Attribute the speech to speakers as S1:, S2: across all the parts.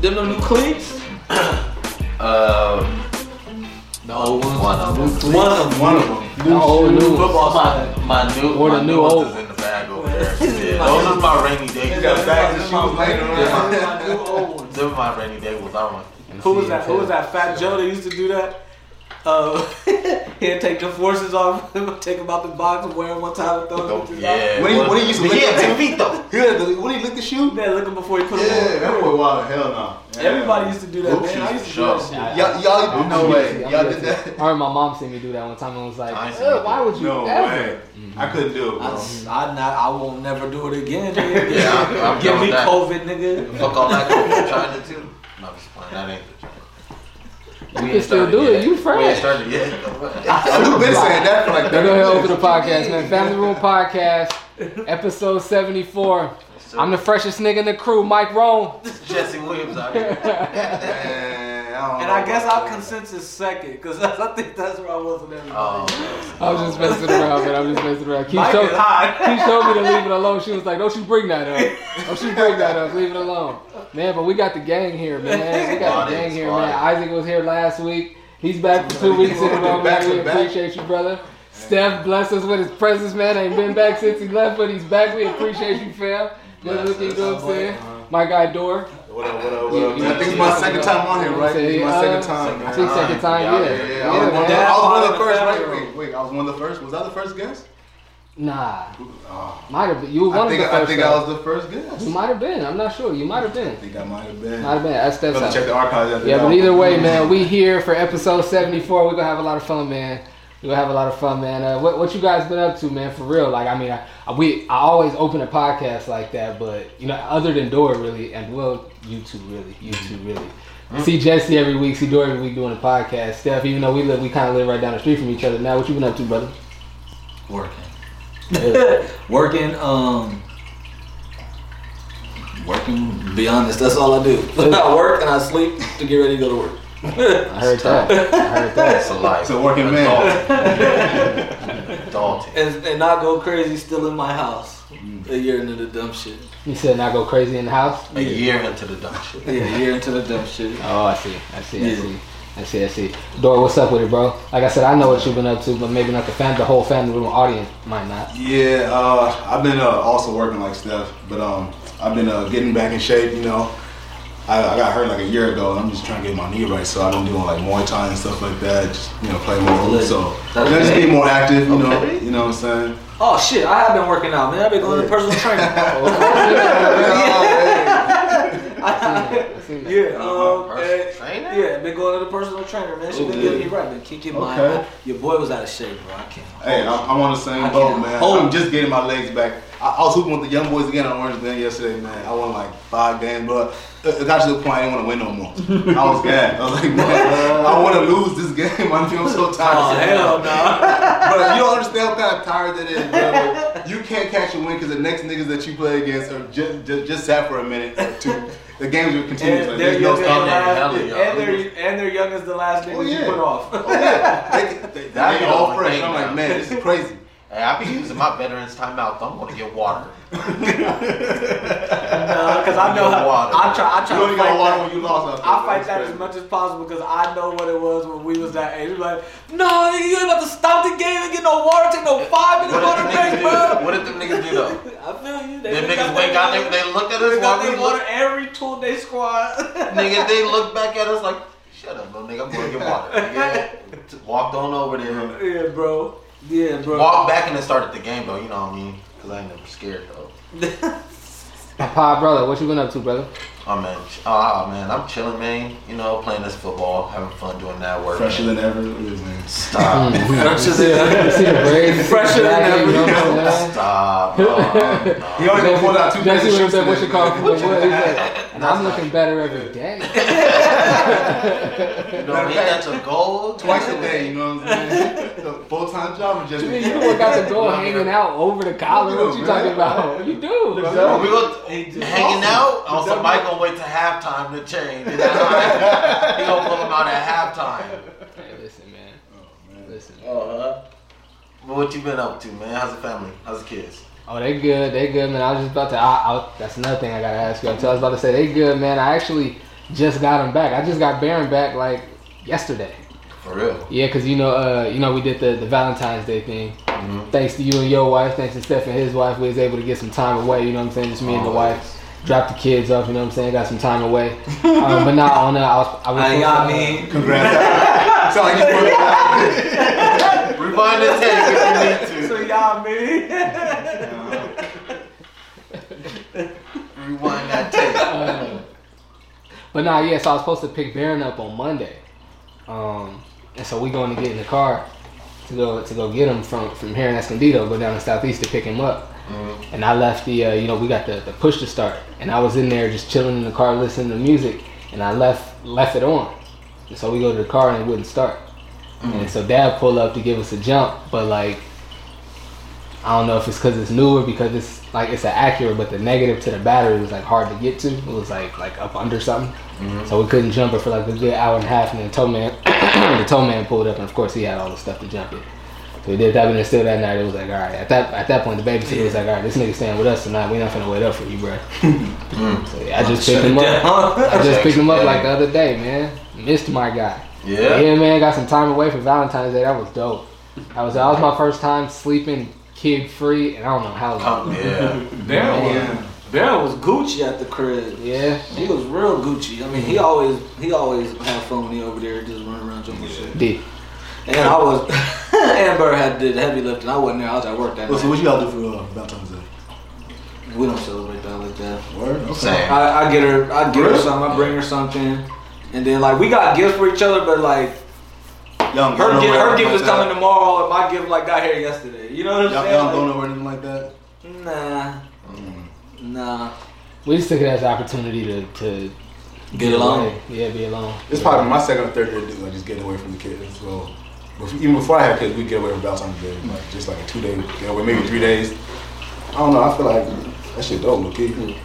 S1: them no new cleats?
S2: Um,
S1: The old ones.
S2: one of them.
S1: One of them.
S3: One of them.
S1: The old new ones.
S2: Football, my, my new,
S1: Or the
S2: my
S1: new
S2: new
S1: old.
S2: ones is in the bag over there. Yeah, those are my rainy day.
S3: You got bags and shoes later
S2: Yeah.
S3: on.
S4: My new old ones.
S2: Them are my rainy day ones. I want.
S1: Who was that? Who was that? Fat Joe that used to do that. Uh, he'd take the forces off, take them out the box, and wear them one time, and throw them. into the box.
S2: Yeah.
S3: What do you- what do you used to
S2: But
S3: lick
S2: he had
S3: up
S2: two
S3: to?
S2: feet though.
S3: Yeah, the- when he licked the shoe?
S1: Then look 'em before he put them
S3: Yeah,
S1: on.
S3: that boy wild as hell now.
S1: Everybody used to do that,
S3: Oops,
S1: man. I used to do
S2: sure.
S1: that shit.
S3: Y'all, y'all, no way.
S5: I'm
S3: Y'all
S5: guilty.
S3: did that?
S5: I heard my mom seen me do that one time and was like,
S2: I ain't seen
S5: "Ugh,
S2: you
S5: why
S2: do
S5: would you
S3: No
S5: ever?
S3: way. I couldn't do it,
S1: I,
S3: bro.
S1: I not, I won't never do it again. Nigga.
S2: Yeah, I'm- I'm
S1: Give
S2: done
S1: me
S2: with that.
S1: COVID, nigga.
S2: Fuck all that COVID China too. No, I'm just playing. That ain't the China. We
S5: can
S2: ain't
S5: still
S2: started
S5: do it.
S2: yet.
S5: You
S2: We ain't
S5: fresh.
S2: started yet.
S3: We've been saying that for like
S5: They
S3: 30
S5: go ahead
S3: minutes.
S5: over the podcast, man. Family Room Podcast, episode 74. I'm the freshest nigga in the crew, Mike Roan.
S2: Jesse Williams out here.
S3: Man, I don't
S1: And
S3: know
S1: I guess
S3: about
S1: I'll
S3: that.
S1: consensus second, because I think that's where I was with everybody.
S2: Um,
S5: I was just messing around, man. I'm just messing around. Keep
S1: Mike
S5: showing.
S1: is high.
S5: She told me to leave it alone. She was like, "Don't you bring that up. Don't you bring that up. Leave it alone, man." But we got the gang here, man. We got the gang here, man. Isaac was here last week. He's back for two weeks in a row, man. We appreciate you, brother. Steph blessed us with his presence, man. Ain't been back since he left, but he's back. We appreciate you, fam. Good looking, you know what I'm saying? My guy Door.
S3: What up, what up, what up?
S5: You-
S3: man? I think it's my second time on here, right? It's my
S5: Uh,
S3: second time, man.
S5: I think second time,
S3: Yeah,
S5: yeah.
S3: I was, one, of the-
S5: man.
S3: I was one of the
S1: Yeah,
S3: first,
S1: man.
S3: right? Wait, wait, I was one of the first. Was I the first guest?
S5: Nah,
S3: Oh,
S5: might have been. You were
S3: I
S5: one
S3: think,
S5: of the
S3: I,
S5: first.
S3: think
S5: though.
S3: I was the first guest.
S5: You
S3: I
S5: might have been. I'm not sure. You might have been.
S3: think I might have been.
S5: Might have been. That's Steph's
S3: Gotta
S5: house.
S3: check the archives after
S5: Yeah,
S3: that
S5: but
S3: one.
S5: either way, man, we here for episode 74. We're gonna have a lot of fun, man. We're gonna have a lot of fun, man. Uh, what, what you guys been up to, man, for real? Like, I mean, I, I, we, I always open a podcast like that, but, you know, other than Dora, really, and, well, you two, really, you two, really. See Jesse every week, see Dora every week doing a podcast. Steph, even though we live, we kind of live right down the street from each other now. What you been up to, brother?
S1: Working.
S5: Yeah.
S1: working, um, working, to be honest, that's all I do. I work and I sleep to get ready to go to work.
S5: I heard that. I heard that.
S2: That's a life.
S3: It's a working man.
S2: Adulting.
S1: And, and not go crazy still in my house. A year into the dumb shit.
S5: You said not go crazy in the house?
S2: A year into the dumb shit.
S1: Yeah, a year into the dumb shit.
S5: Oh, I see. I see. I
S1: Yeah.
S5: see. I see. I see. Dora, what's up with it, bro? Like I said, I know what you've been up to, but maybe not the fam, the whole family room audience might not.
S3: Yeah, uh, I've been uh, also working like Steph, but um, I've been uh, getting back in shape. You know, I, I got hurt like a year ago, and I'm just trying to get my knee right. So I've been doing like Muay Thai and stuff like that. Just you know, play more hoops. So I just be more active. You know, you know what I'm saying.
S1: Oh shit, I have been working out, man. I've been going to personal training.
S5: I see. that.
S1: Yeah, um,
S2: Personal
S1: and-
S2: trainer?
S1: yeah, been going to the personal trainer, man. She been
S3: Ooh.
S1: getting me right, been kicking my
S3: Okay.
S1: Your boy was out of shape, bro. I can't.
S3: Hey, I'm, I'm on the same
S1: I
S3: boat,
S1: can't
S3: man.
S1: hold.
S3: I'm just getting my legs back. I, I was hooping with the young boys again on Orange Den yesterday, man. I won like five games, but it it got to the point I didn't want to win no more. I was gassed. I was like, man, I want to lose this game. I feel so tired.
S1: Oh hell no!
S3: But you don't understand what kind of tired that is, bro. Like, You can't catch a win because the next niggas that you play against are just just, just sat for a minute or two. The games will continue. Like,
S1: And they're
S3: there's
S1: young as
S3: no
S1: the
S3: stopping.
S2: that.
S1: last,
S2: Hell,
S1: and
S2: yeah.
S1: they're and they're young as the last nigga
S3: Oh,
S1: you
S3: yeah.
S1: put off.
S3: Oh, yeah. They, they,
S2: That'd
S3: they
S2: be the
S3: all
S2: only
S3: fresh.
S2: thing
S3: I'm
S2: now.
S3: like, man, this is crazy.
S2: Hey, I be using my veterans timeout. though. I'm gonna get water.
S1: Because I know
S2: You
S1: how.
S2: water.
S1: I try. I
S3: You
S1: try
S3: only
S1: to fight
S3: got water
S1: that.
S3: when you lost. out there,
S1: I fight
S3: that's
S1: that
S3: crazy.
S1: as much as possible because I know what it was when we was that age. It was Like, no, nigga, you ain't about to stop the game and get no water, take no five
S2: What
S1: minute
S2: if
S1: water
S2: the
S1: break,
S2: niggas
S1: bro.
S2: do? What if the niggas do though?
S1: I feel you.
S2: Them
S1: would've
S2: niggas
S1: got
S2: wake
S1: that
S2: out there,
S1: water.
S2: they look at
S1: They got
S2: us while
S1: their
S2: we look.
S1: water every tool they squad.
S2: Nigga, they look back at us like, shut up, little nigga. I'm gonna get water. Nigga. Walked on over there.
S1: yeah, bro. Yeah, bro.
S2: Walked back and then started the game though. You know what I mean? Cause I ain't never scared though.
S5: My pop brother, what you been up to, brother?
S2: Oh man, ch- oh man, I'm chilling, man. You know, playing this football, having fun doing that work.
S3: Fresher
S2: man.
S3: than ever. Look at this nigga.
S2: Stop,
S1: Fresher
S5: You see the braids?
S1: Fresher than
S5: Black, you know what I'm saying?
S2: stop. Oh, no.
S3: He only gonna pull out two
S5: Jesse
S3: pairs of
S5: would have said, "What
S3: shoes.
S5: you
S3: today,
S5: call
S3: man.
S5: for?" He's like, And I'm looking better every day.
S2: You know, he got your goal
S3: Twice a day, you know what I'm saying? Full time job or just
S5: You the one got the goal hanging out over the collar. What you talking about? You do.
S2: Bro, we go
S1: do.
S2: hanging out. Oh, somebody gonna wait to halftime to change. He gonna pull him out at halftime.
S5: Hey, listen, man. Listen.
S2: Uh-huh. But what you been up to, man? How's the family? How's the kids?
S5: Oh, they good. They good, man. I was just about to. I, I, that's another thing I gotta ask you. So I was about to say they good, man. I actually just got him back. I just got Baron back like yesterday.
S2: For real.
S5: Yeah, because you know, uh, you know, we did the, the Valentine's Day thing. Thanks to you and your wife, thanks to Steph and his wife, we was able to get some time away. You know what I'm saying? Just me and the
S2: Always.
S5: wife. Dropped the kids off. You know what I'm saying? Got some time away. um, but not on that. I was. I was
S1: I,
S5: supposed
S1: I
S5: to, uh,
S1: mean,
S3: Congrats. Sound like you want
S2: Rewind the tape if you need
S1: so y'all mean.
S2: to. Rewind that tape.
S5: Uh, but nah, yeah. So I was supposed to pick Baron up on Monday, um, and so we going to get in the car to go to go get him from from here in Escondido, go down to Southeast to pick him up. And I left the, uh, you know, we got the, the push to start, and I was in there just chilling in the car listening to music, and I left left it on, and so we go to the car and it wouldn't start, and so Dad pulled up to give us a jump, but like. I don't know if it's because it's newer, because it's like it's an Acura, but the negative to the battery was like hard to get to. It was like like up under something, so we couldn't jump it for like a good hour and a half. And then tow man, the tow man pulled up, and of course he had all the stuff to jump it. So we did that, and then still that night it was like all right. At that at that point, the babysitter was like all right, this nigga staying with us tonight. We not finna wait up for you, bro. So yeah, I just picked him up. I just picked him up like the other day, man. Missed my guy.
S2: Yeah.
S5: Yeah, man, got some time away for Valentine's Day. That was dope. That was that was my first time sleeping kid free, and I don't know how long.
S2: Oh, yeah.
S1: Baron was, Baron was Gucci at the crib.
S5: Yeah,
S1: He was real Gucci. I mean,
S3: Mm-hmm.
S1: he always he always had fun when he over there just running around jumping shit.
S5: D.
S1: And I was Amber had did the heavy lifting. I wasn't there. I was at work that
S3: Well, so
S1: night.
S3: what you all do for uh, Valentine's Day?
S1: We don't celebrate that like that.
S3: Word? Okay.
S2: Same.
S1: I, I get her. I get her
S3: Really?
S1: something. I bring her something. And then like we got gifts for each other, but like
S3: Y'all don't go
S1: her gift,
S3: nowhere
S1: her gift is
S3: like that.
S1: coming tomorrow, and my gift like got here yesterday. You know what
S3: Y'all, y'all don't go
S1: I'm
S3: nowhere or anything like that?
S1: saying? Like,
S3: Mm.
S1: nah, nah.
S5: We just took it as an opportunity to to
S1: Get along.
S5: away. Yeah, be alone.
S3: It's probably my second or third year doing like, just getting away from the kids. So bef- even before I had kids, we get away from Valentine's Day, like just like a two day getaway, maybe three days. I don't know. I feel like that shit dope, Luke.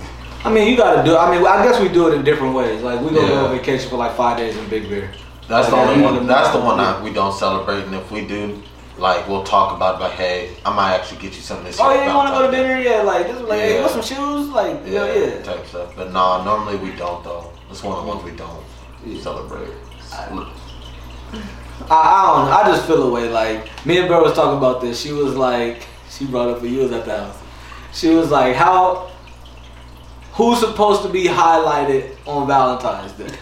S1: I mean, you gotta do. I mean, I guess we do it in different ways. Like we go
S2: Yeah.
S1: on vacation for like five days in Big Bear.
S2: That's the
S1: Like,
S2: only
S1: yeah.
S2: one. That's the one that we don't celebrate, and if we do, like we'll talk about. it, But hey, I might actually get you something this
S1: Oh
S2: year
S1: yeah, you
S2: for
S1: wanna go to
S2: Valentine's
S1: dinner? Yeah, like this. Like, hey,
S2: Yeah.
S1: want some shoes? Like,
S2: Day.
S1: yeah,
S2: Yeah,
S1: yeah.
S2: type stuff. But nah, normally we don't though. That's one of the ones we don't celebrate.
S1: I, I don't know. I just feel a way. Like me and Bro was talking about this. She was like, she brought up when you was at the house. She was like, how, who's supposed to be highlighted on Valentine's Day?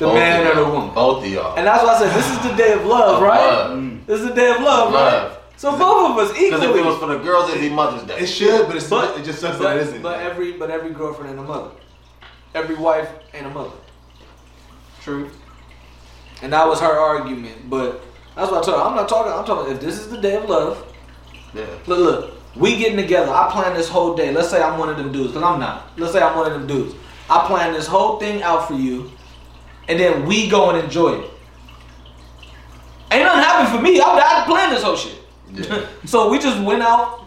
S1: The
S2: Both
S1: man
S2: of
S1: or the
S2: y'all.
S1: woman?
S2: Both of y'all.
S1: And that's why I said this is the day of love, right?
S2: Love.
S1: This is the day of love,
S2: Love.
S1: right? So both of us
S2: Because if
S1: equally.
S2: it was for the girls, it'd be Mother's Day.
S3: It should, but it's
S1: But-
S3: it just sucks
S1: but,
S3: that it isn't.
S1: but every but every girlfriend and a mother, every wife and a mother. True. And that was her argument, but that's what I told her. I'm not talking. I'm talking. If this is the day of love,
S2: Yeah.
S1: look, look, we getting together. I plan this whole day. Let's say I'm one of them dudes, because I'm not. Let's say I'm one of them dudes. I plan this whole thing out for you, and then we go and enjoy it. Ain't nothing happened for me. I, I planned this whole shit.
S2: Yeah.
S1: so we just went out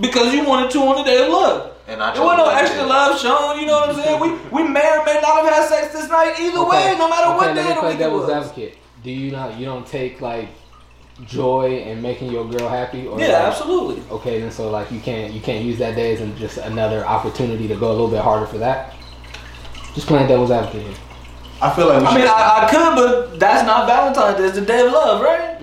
S1: because you wanted to on the day of love.
S2: And I
S1: There wasn't no
S2: chose
S1: extra
S2: that.
S1: love shown, you know what I'm saying? We we may or may not have had sex this night either way, no matter what
S5: okay,
S1: day
S5: let
S1: of
S5: me
S1: the
S5: play
S1: week it
S5: devil's
S1: was.
S5: advocate. Do you not? You don't take like joy in making your girl happy? Or
S1: Yeah,
S5: like,
S1: absolutely.
S5: Okay, then so like you can't you can't use that day as an- just another opportunity to go a little bit harder for that. Just playing devil's advocate here.
S3: I feel like we
S1: I
S3: should.
S1: mean, I, I could, but that's not Valentine's Day. It's the day of love, right?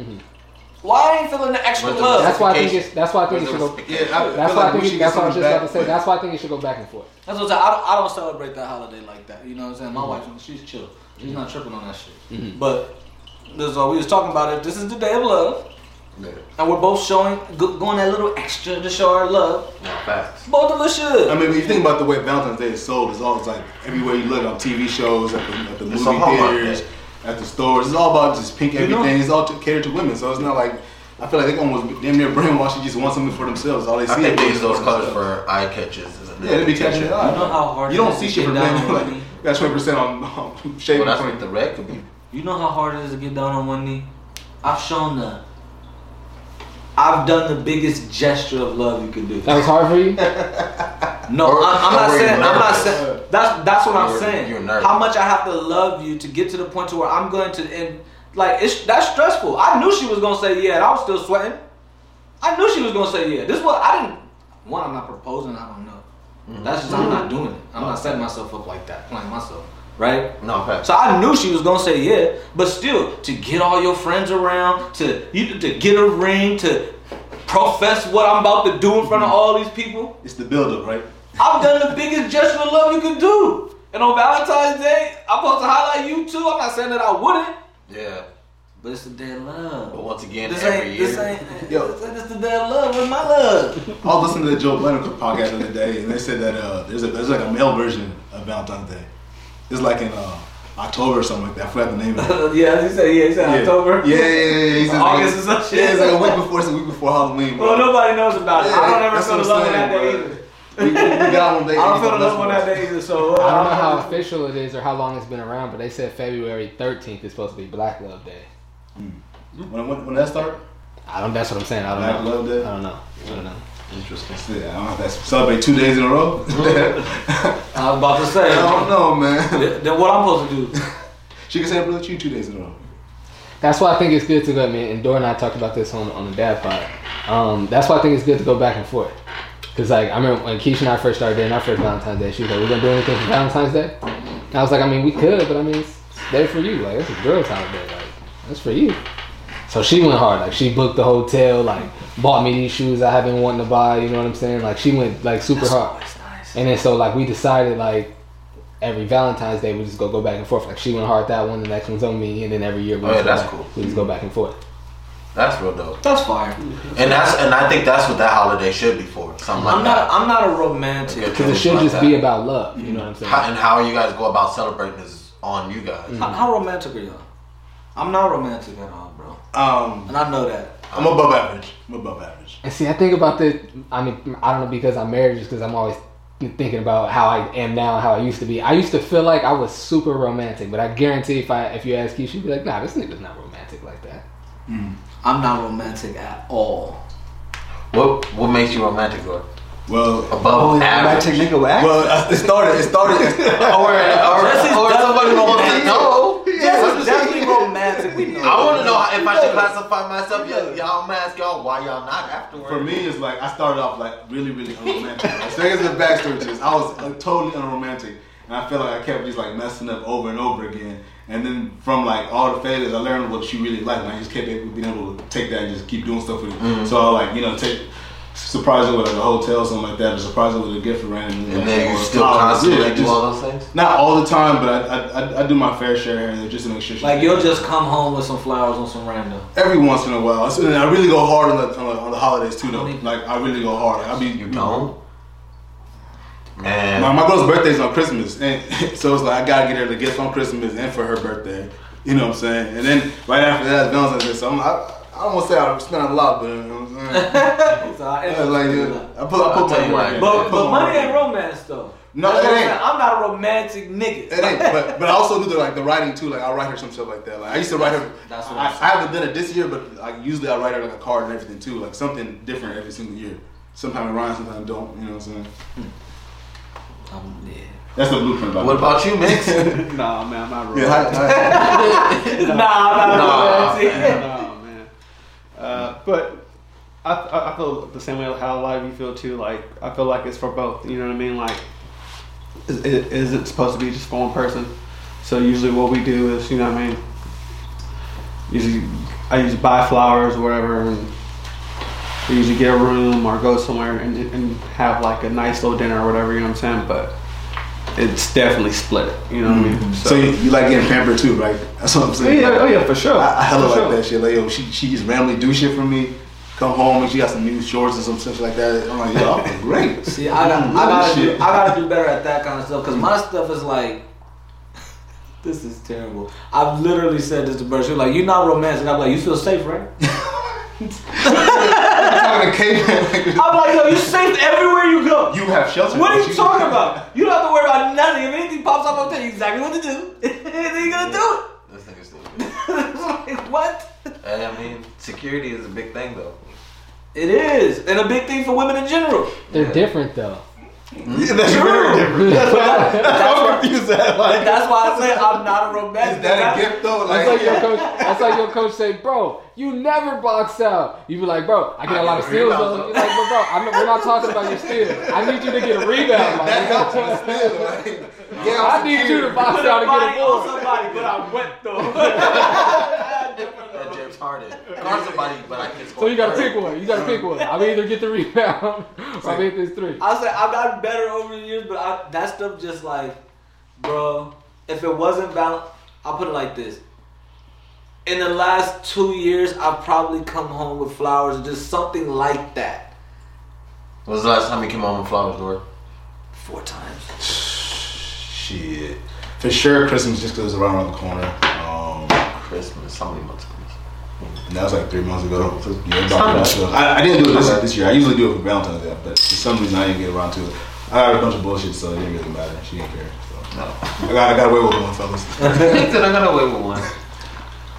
S1: Why I ain't feeling Mm-hmm. the extra
S2: With the-
S1: love?
S5: That's why I think it's. That's why I think it should go.
S3: yeah, I
S5: That's
S3: feel
S5: why I
S3: like we
S5: think.
S3: should
S5: it-
S3: get
S5: That's what I was just about
S3: something
S5: to
S3: back,
S5: say.
S3: but-
S5: That's why I think it should go back and forth.
S1: That's what I'm saying. I don't, I don't celebrate that holiday like that. You know what I'm saying? My wife, she's chill. She's not tripping on that shit. But this is what we was talking about. It. This is the day of love,
S2: Yeah.
S1: and we're both showing, go- going that little extra to show our love.
S2: Yeah, Facts.
S1: Both of us should.
S3: I mean, when you think about the way Valentine's Day is sold, it's always like everywhere you look on TV shows, at the, at the
S2: It's
S3: movie
S2: a Hallmark
S3: theaters,
S2: day.
S3: at the stores. It's all about just pink
S1: You know-
S3: everything. It's all to, catered to women, so it's not like I feel like they almost damn near brainwashed. You just want something for themselves. All they see.
S2: I think
S3: is
S2: they use those
S3: for
S2: colors
S3: themselves.
S2: for eye catches. isn't it?
S3: Yeah, they be catching it.
S1: You know how hard
S3: You
S1: it
S3: don't
S1: is
S3: see
S1: to get
S3: shit from
S1: down
S3: men.
S1: on
S3: Like,
S1: one knee.
S3: you got twenty percent on um, shaving.
S2: Well, that's
S3: cream.
S2: what the red could be.
S1: You know how hard it is to get down on one knee? I've shown the. I've done the biggest gesture of love you can do.
S5: That was hard for you.
S1: No,
S2: Or-
S1: I'm, I'm
S2: or
S1: not
S2: were you
S1: saying. I'm not
S2: nervous?
S1: saying. That's that's what I'm
S2: You're-
S1: saying.
S2: you're nervous.
S1: How much I have to love you to get to the point to where I'm going to end. Like it's that's stressful. I knew she was gonna say yeah, and I was still sweating. I knew she was gonna say yeah. This was I didn't. One,
S2: Mm-hmm.
S1: I'm not proposing. I don't know. That's just I'm not doing it. I'm not setting myself up like that, playing myself. right?
S2: No, facts.
S1: So I knew she was gonna say yeah, but still, to get all your friends around, to you to get a ring, to profess what I'm about to do in front of
S2: Mm-hmm.
S1: all these people,
S3: It's the build-up, right?
S1: I've done the biggest gesture of love you could do. And on Valentine's Day, I'm supposed to highlight you too. I'm not saying that I wouldn't,
S2: Yeah.
S1: but it's the day of love.
S2: But once again,
S1: This
S2: every
S1: ain't,
S2: year.
S1: this ain't,
S3: Yo.
S1: this ain't, this the damn love. Where's my love?
S3: I was listening to the Joe Biden podcast the other day, and they said that uh, there's a there's like a male version of Valentine's Day. It's like in uh, October or something like that. I forgot the name of it.
S1: yeah, he said, yeah, he said
S3: Yeah.
S1: October.
S3: Yeah, yeah, yeah. yeah. He says
S1: August
S3: like,
S1: or some shit.
S3: Yeah, it's like a week before. It's a week before Halloween. bro.
S1: Well, nobody knows about it.
S3: Yeah,
S1: I don't ever
S3: that's
S1: feel the
S3: what
S1: love on
S3: I'm
S1: that day
S3: saying,
S1: either.
S3: bro. We, we got one day.
S1: I don't feel the
S3: another
S1: love on that day either, so. uh,
S5: I don't know how official it is or how long it's been around, but they said February 13th is supposed to be Black Love Day.
S3: When, when, when that start?
S5: I don't. That's what I'm saying. I don't
S3: Black
S5: know.
S3: Love Day?
S5: I don't know. I don't know.
S2: Interesting.
S3: Yeah, I don't know if that's celebrate two days in a row. I
S1: I was about to say.
S3: don't know, man.
S1: Then then what I'm supposed to do?
S3: She can celebrate you two days in a row.
S5: That's why I think it's good to go. I mean, and Dora and I talked about this on on the dad pod. Um, that's why I think it's good to go back and forth. Cause like I remember when Keisha and I first started dating, our first Valentine's Day, she was like, "We're gonna do anything for Valentine's Day." And I was like, "I mean, we could, but I mean, it's it's there for you. Like, it's a girl's holiday. Like, that's for you." So she went hard. Like, she booked the hotel. Like, bought me these shoes I haven't wanted to buy. You know what I'm saying? Like, she went like super hard. And then so like we decided like every Valentine's Day we just go go back and forth. Like she went hard that one, the next one's on me, and then every year we,
S2: Oh, yeah,
S5: just, go
S2: that's
S5: back-
S2: cool.
S5: we just go back and forth.
S2: That's real dope.
S1: That's fire.
S2: And that's and I think that's what that holiday should be for. Something like
S1: I'm
S2: that.
S1: not. I'm not a romantic.
S2: Okay.
S5: Because it should
S2: Like
S5: just
S2: that.
S5: be about love. You know what I'm saying?
S2: How, and how you guys go about celebrating is on you guys.
S3: Mm-hmm.
S1: How, how romantic are y'all? I'm not romantic at all, bro.
S3: Um,
S1: And I know that.
S3: I'm above average. I'm above average.
S5: And see, I think about this. I mean, I don't know because I'm married, just because I'm always thinking about how I am now and how I used to be. I used to feel like I was super romantic, but I guarantee if I if you ask Keisha, she'd be like, "Nah, this nigga's not romantic like that."
S1: I'm not romantic at all.
S2: What what makes you romantic, bro?
S3: Well,
S2: Above average.
S4: nigga wax.
S3: well, uh, it started. It started.
S2: Or, or,
S1: This is
S2: or somebody
S1: definitely
S2: wants to
S1: romantic.
S2: know.
S1: Yes, it's definitely romantic. We know.
S2: I want to know how- if I should classify myself. Y'all, y'all, I'm gonna ask y'all why y'all not afterwards.
S3: For me, it's like I started off like really, really unromantic. Right? So I guess the backstory to this, I was uh, totally unromantic, and I feel like I kept just like messing up over and over again. And then from like all the failures, I learned what you really like, and I just kept able, being able to take that and just keep doing stuff with it.
S2: Mm-hmm.
S3: So I like you know take surprise her with like, a hotel, something like that, or surprise her with a gift for random.
S2: and then you
S3: or
S2: still
S3: flowers.
S2: constantly
S3: Yeah,
S2: do
S3: just-
S2: all those things.
S3: Not all the time, but I, I, I, I do my fair share and just to make sure. she-
S1: Like you'll just come home with some flowers on some random.
S3: every once in a while. So, and I really go hard on the, on the, on the holidays too, though. Like I really go hard. I be you
S2: Mm-hmm. No. Man.
S3: My, my girl's birthday's on Christmas, and so it's like I gotta get her the gifts on Christmas and for her birthday. You know what I'm saying? And then right after that, it's Valentine's Day. So I'm, I, I don't want to say I spent a lot, but you know what I'm saying?
S1: So I-
S3: Yeah, uh, like yeah, I put, I
S2: I'll
S3: put
S2: tell
S3: my
S2: you
S3: work
S2: what,
S3: in. I
S1: But,
S3: put
S1: but
S3: my
S1: money
S3: work
S1: ain't
S3: in.
S1: romance though.
S3: No,
S1: That's
S3: it
S1: what I'm
S3: ain't.
S1: saying. I'm not a romantic nigga.
S3: It ain't, but, but I also do the, like the writing too. Like I write her some shit like that. Like I used to write her.
S1: That's what
S3: I,
S1: I'm
S3: I haven't done it this year, but like usually I write her like a card and everything too. Like something different every single year. Sometimes it rhymes, sometimes it don't. You know what I'm saying?
S1: Um, yeah.
S3: That's the blueprint. By
S2: What about you, Mix?
S4: Nah, man, I'm not
S3: Yeah,
S4: romantic.
S3: hi, hi.
S1: Nah, I'm not
S2: Nah,
S1: romantic.
S4: no, man. Uh, but I, I I feel the same way how a lot of you feel too. Like I feel like it's for both. You know what I mean? Like, is, is, is it supposed to be just for one person? So usually what we do is, you know what I mean. Usually, I usually buy flowers or whatever, and we usually get a room or go somewhere and, and have like a nice little dinner or whatever. You know what I'm saying? But it's definitely split. You know what I mean?
S3: Mm-hmm. So you, you like getting pampered too, right? That's what I'm
S4: Yeah,
S3: saying.
S4: yeah, oh yeah, for sure.
S3: I, I hella
S4: for
S3: like
S4: sure.
S3: that shit. Like yo, she she just randomly do shit for me. Come home and she got some new shorts and some stuff like that. I'm like, yo, I feel great.
S1: See, I got, I
S3: Little
S1: gotta, do, I
S3: shit.
S1: gotta do better at that kind of stuff because my stuff is like, this is terrible. I've literally said this to Bird. She was like, "You're not romantic." I'm like, "You feel safe, right?"
S3: I'm talking to Kate, like,
S1: I'm like, "Yo, you safe everywhere you go."
S3: you have shelter.
S1: What are
S3: but
S1: you talking about? You don't have to worry about nothing. If anything pops up, I'll tell you exactly what to do. then you're gonna do it.
S2: this nigga's stupid.
S1: like, what?
S2: Hey, I mean, security is a big thing though.
S1: It is, and a big thing for women in general.
S5: They're
S2: Yeah.
S5: different though.
S3: Yeah, that's very different. That's what I- that's what I'm confused at. Like,
S1: That's why I say I'm not a romantic.
S3: is that a gift though?
S5: That's like your
S3: yeah.
S5: coach. That's like your coach say, "Bro, you never box out." You be like, "Bro, I get a lot of steals." Though. You're like, "But bro, I'm not, we're not talking about your steals. I need you to get a rebound." Like,
S3: That helps me still. Like, yeah, I'm
S5: I need you to
S3: secure.
S5: box out and get a
S1: Somebody
S5: bull.
S1: on somebody, but I'm wet though.
S2: That James Harden. Guard somebody, but I can't score.
S5: So you gotta
S2: third.
S5: pick one. You gotta pick one. I'm either get the rebound or I make this three.
S1: I say I've gotten better over the years, but I, that stuff just like, bro. If it wasn't balanced, I'll put it like this. In the last two years, I've probably come home with flowers, just something like that,
S2: When was the last time you came home with flowers, Lord?
S1: four times.
S3: Shit. For sure, Christmas just goes around around the corner. Um,
S2: Christmas. How many months? Christmas?
S3: and that was like three months ago. Yeah, about that. So I, I didn't do it this, this year. I usually do it for Valentine's Day, but for some reason I didn't get around to it. I had a bunch of bullshit, so it didn't really matter. She didn't care. So.
S2: No.
S3: I got, I got away with one, fellas.
S2: Then I got away with one.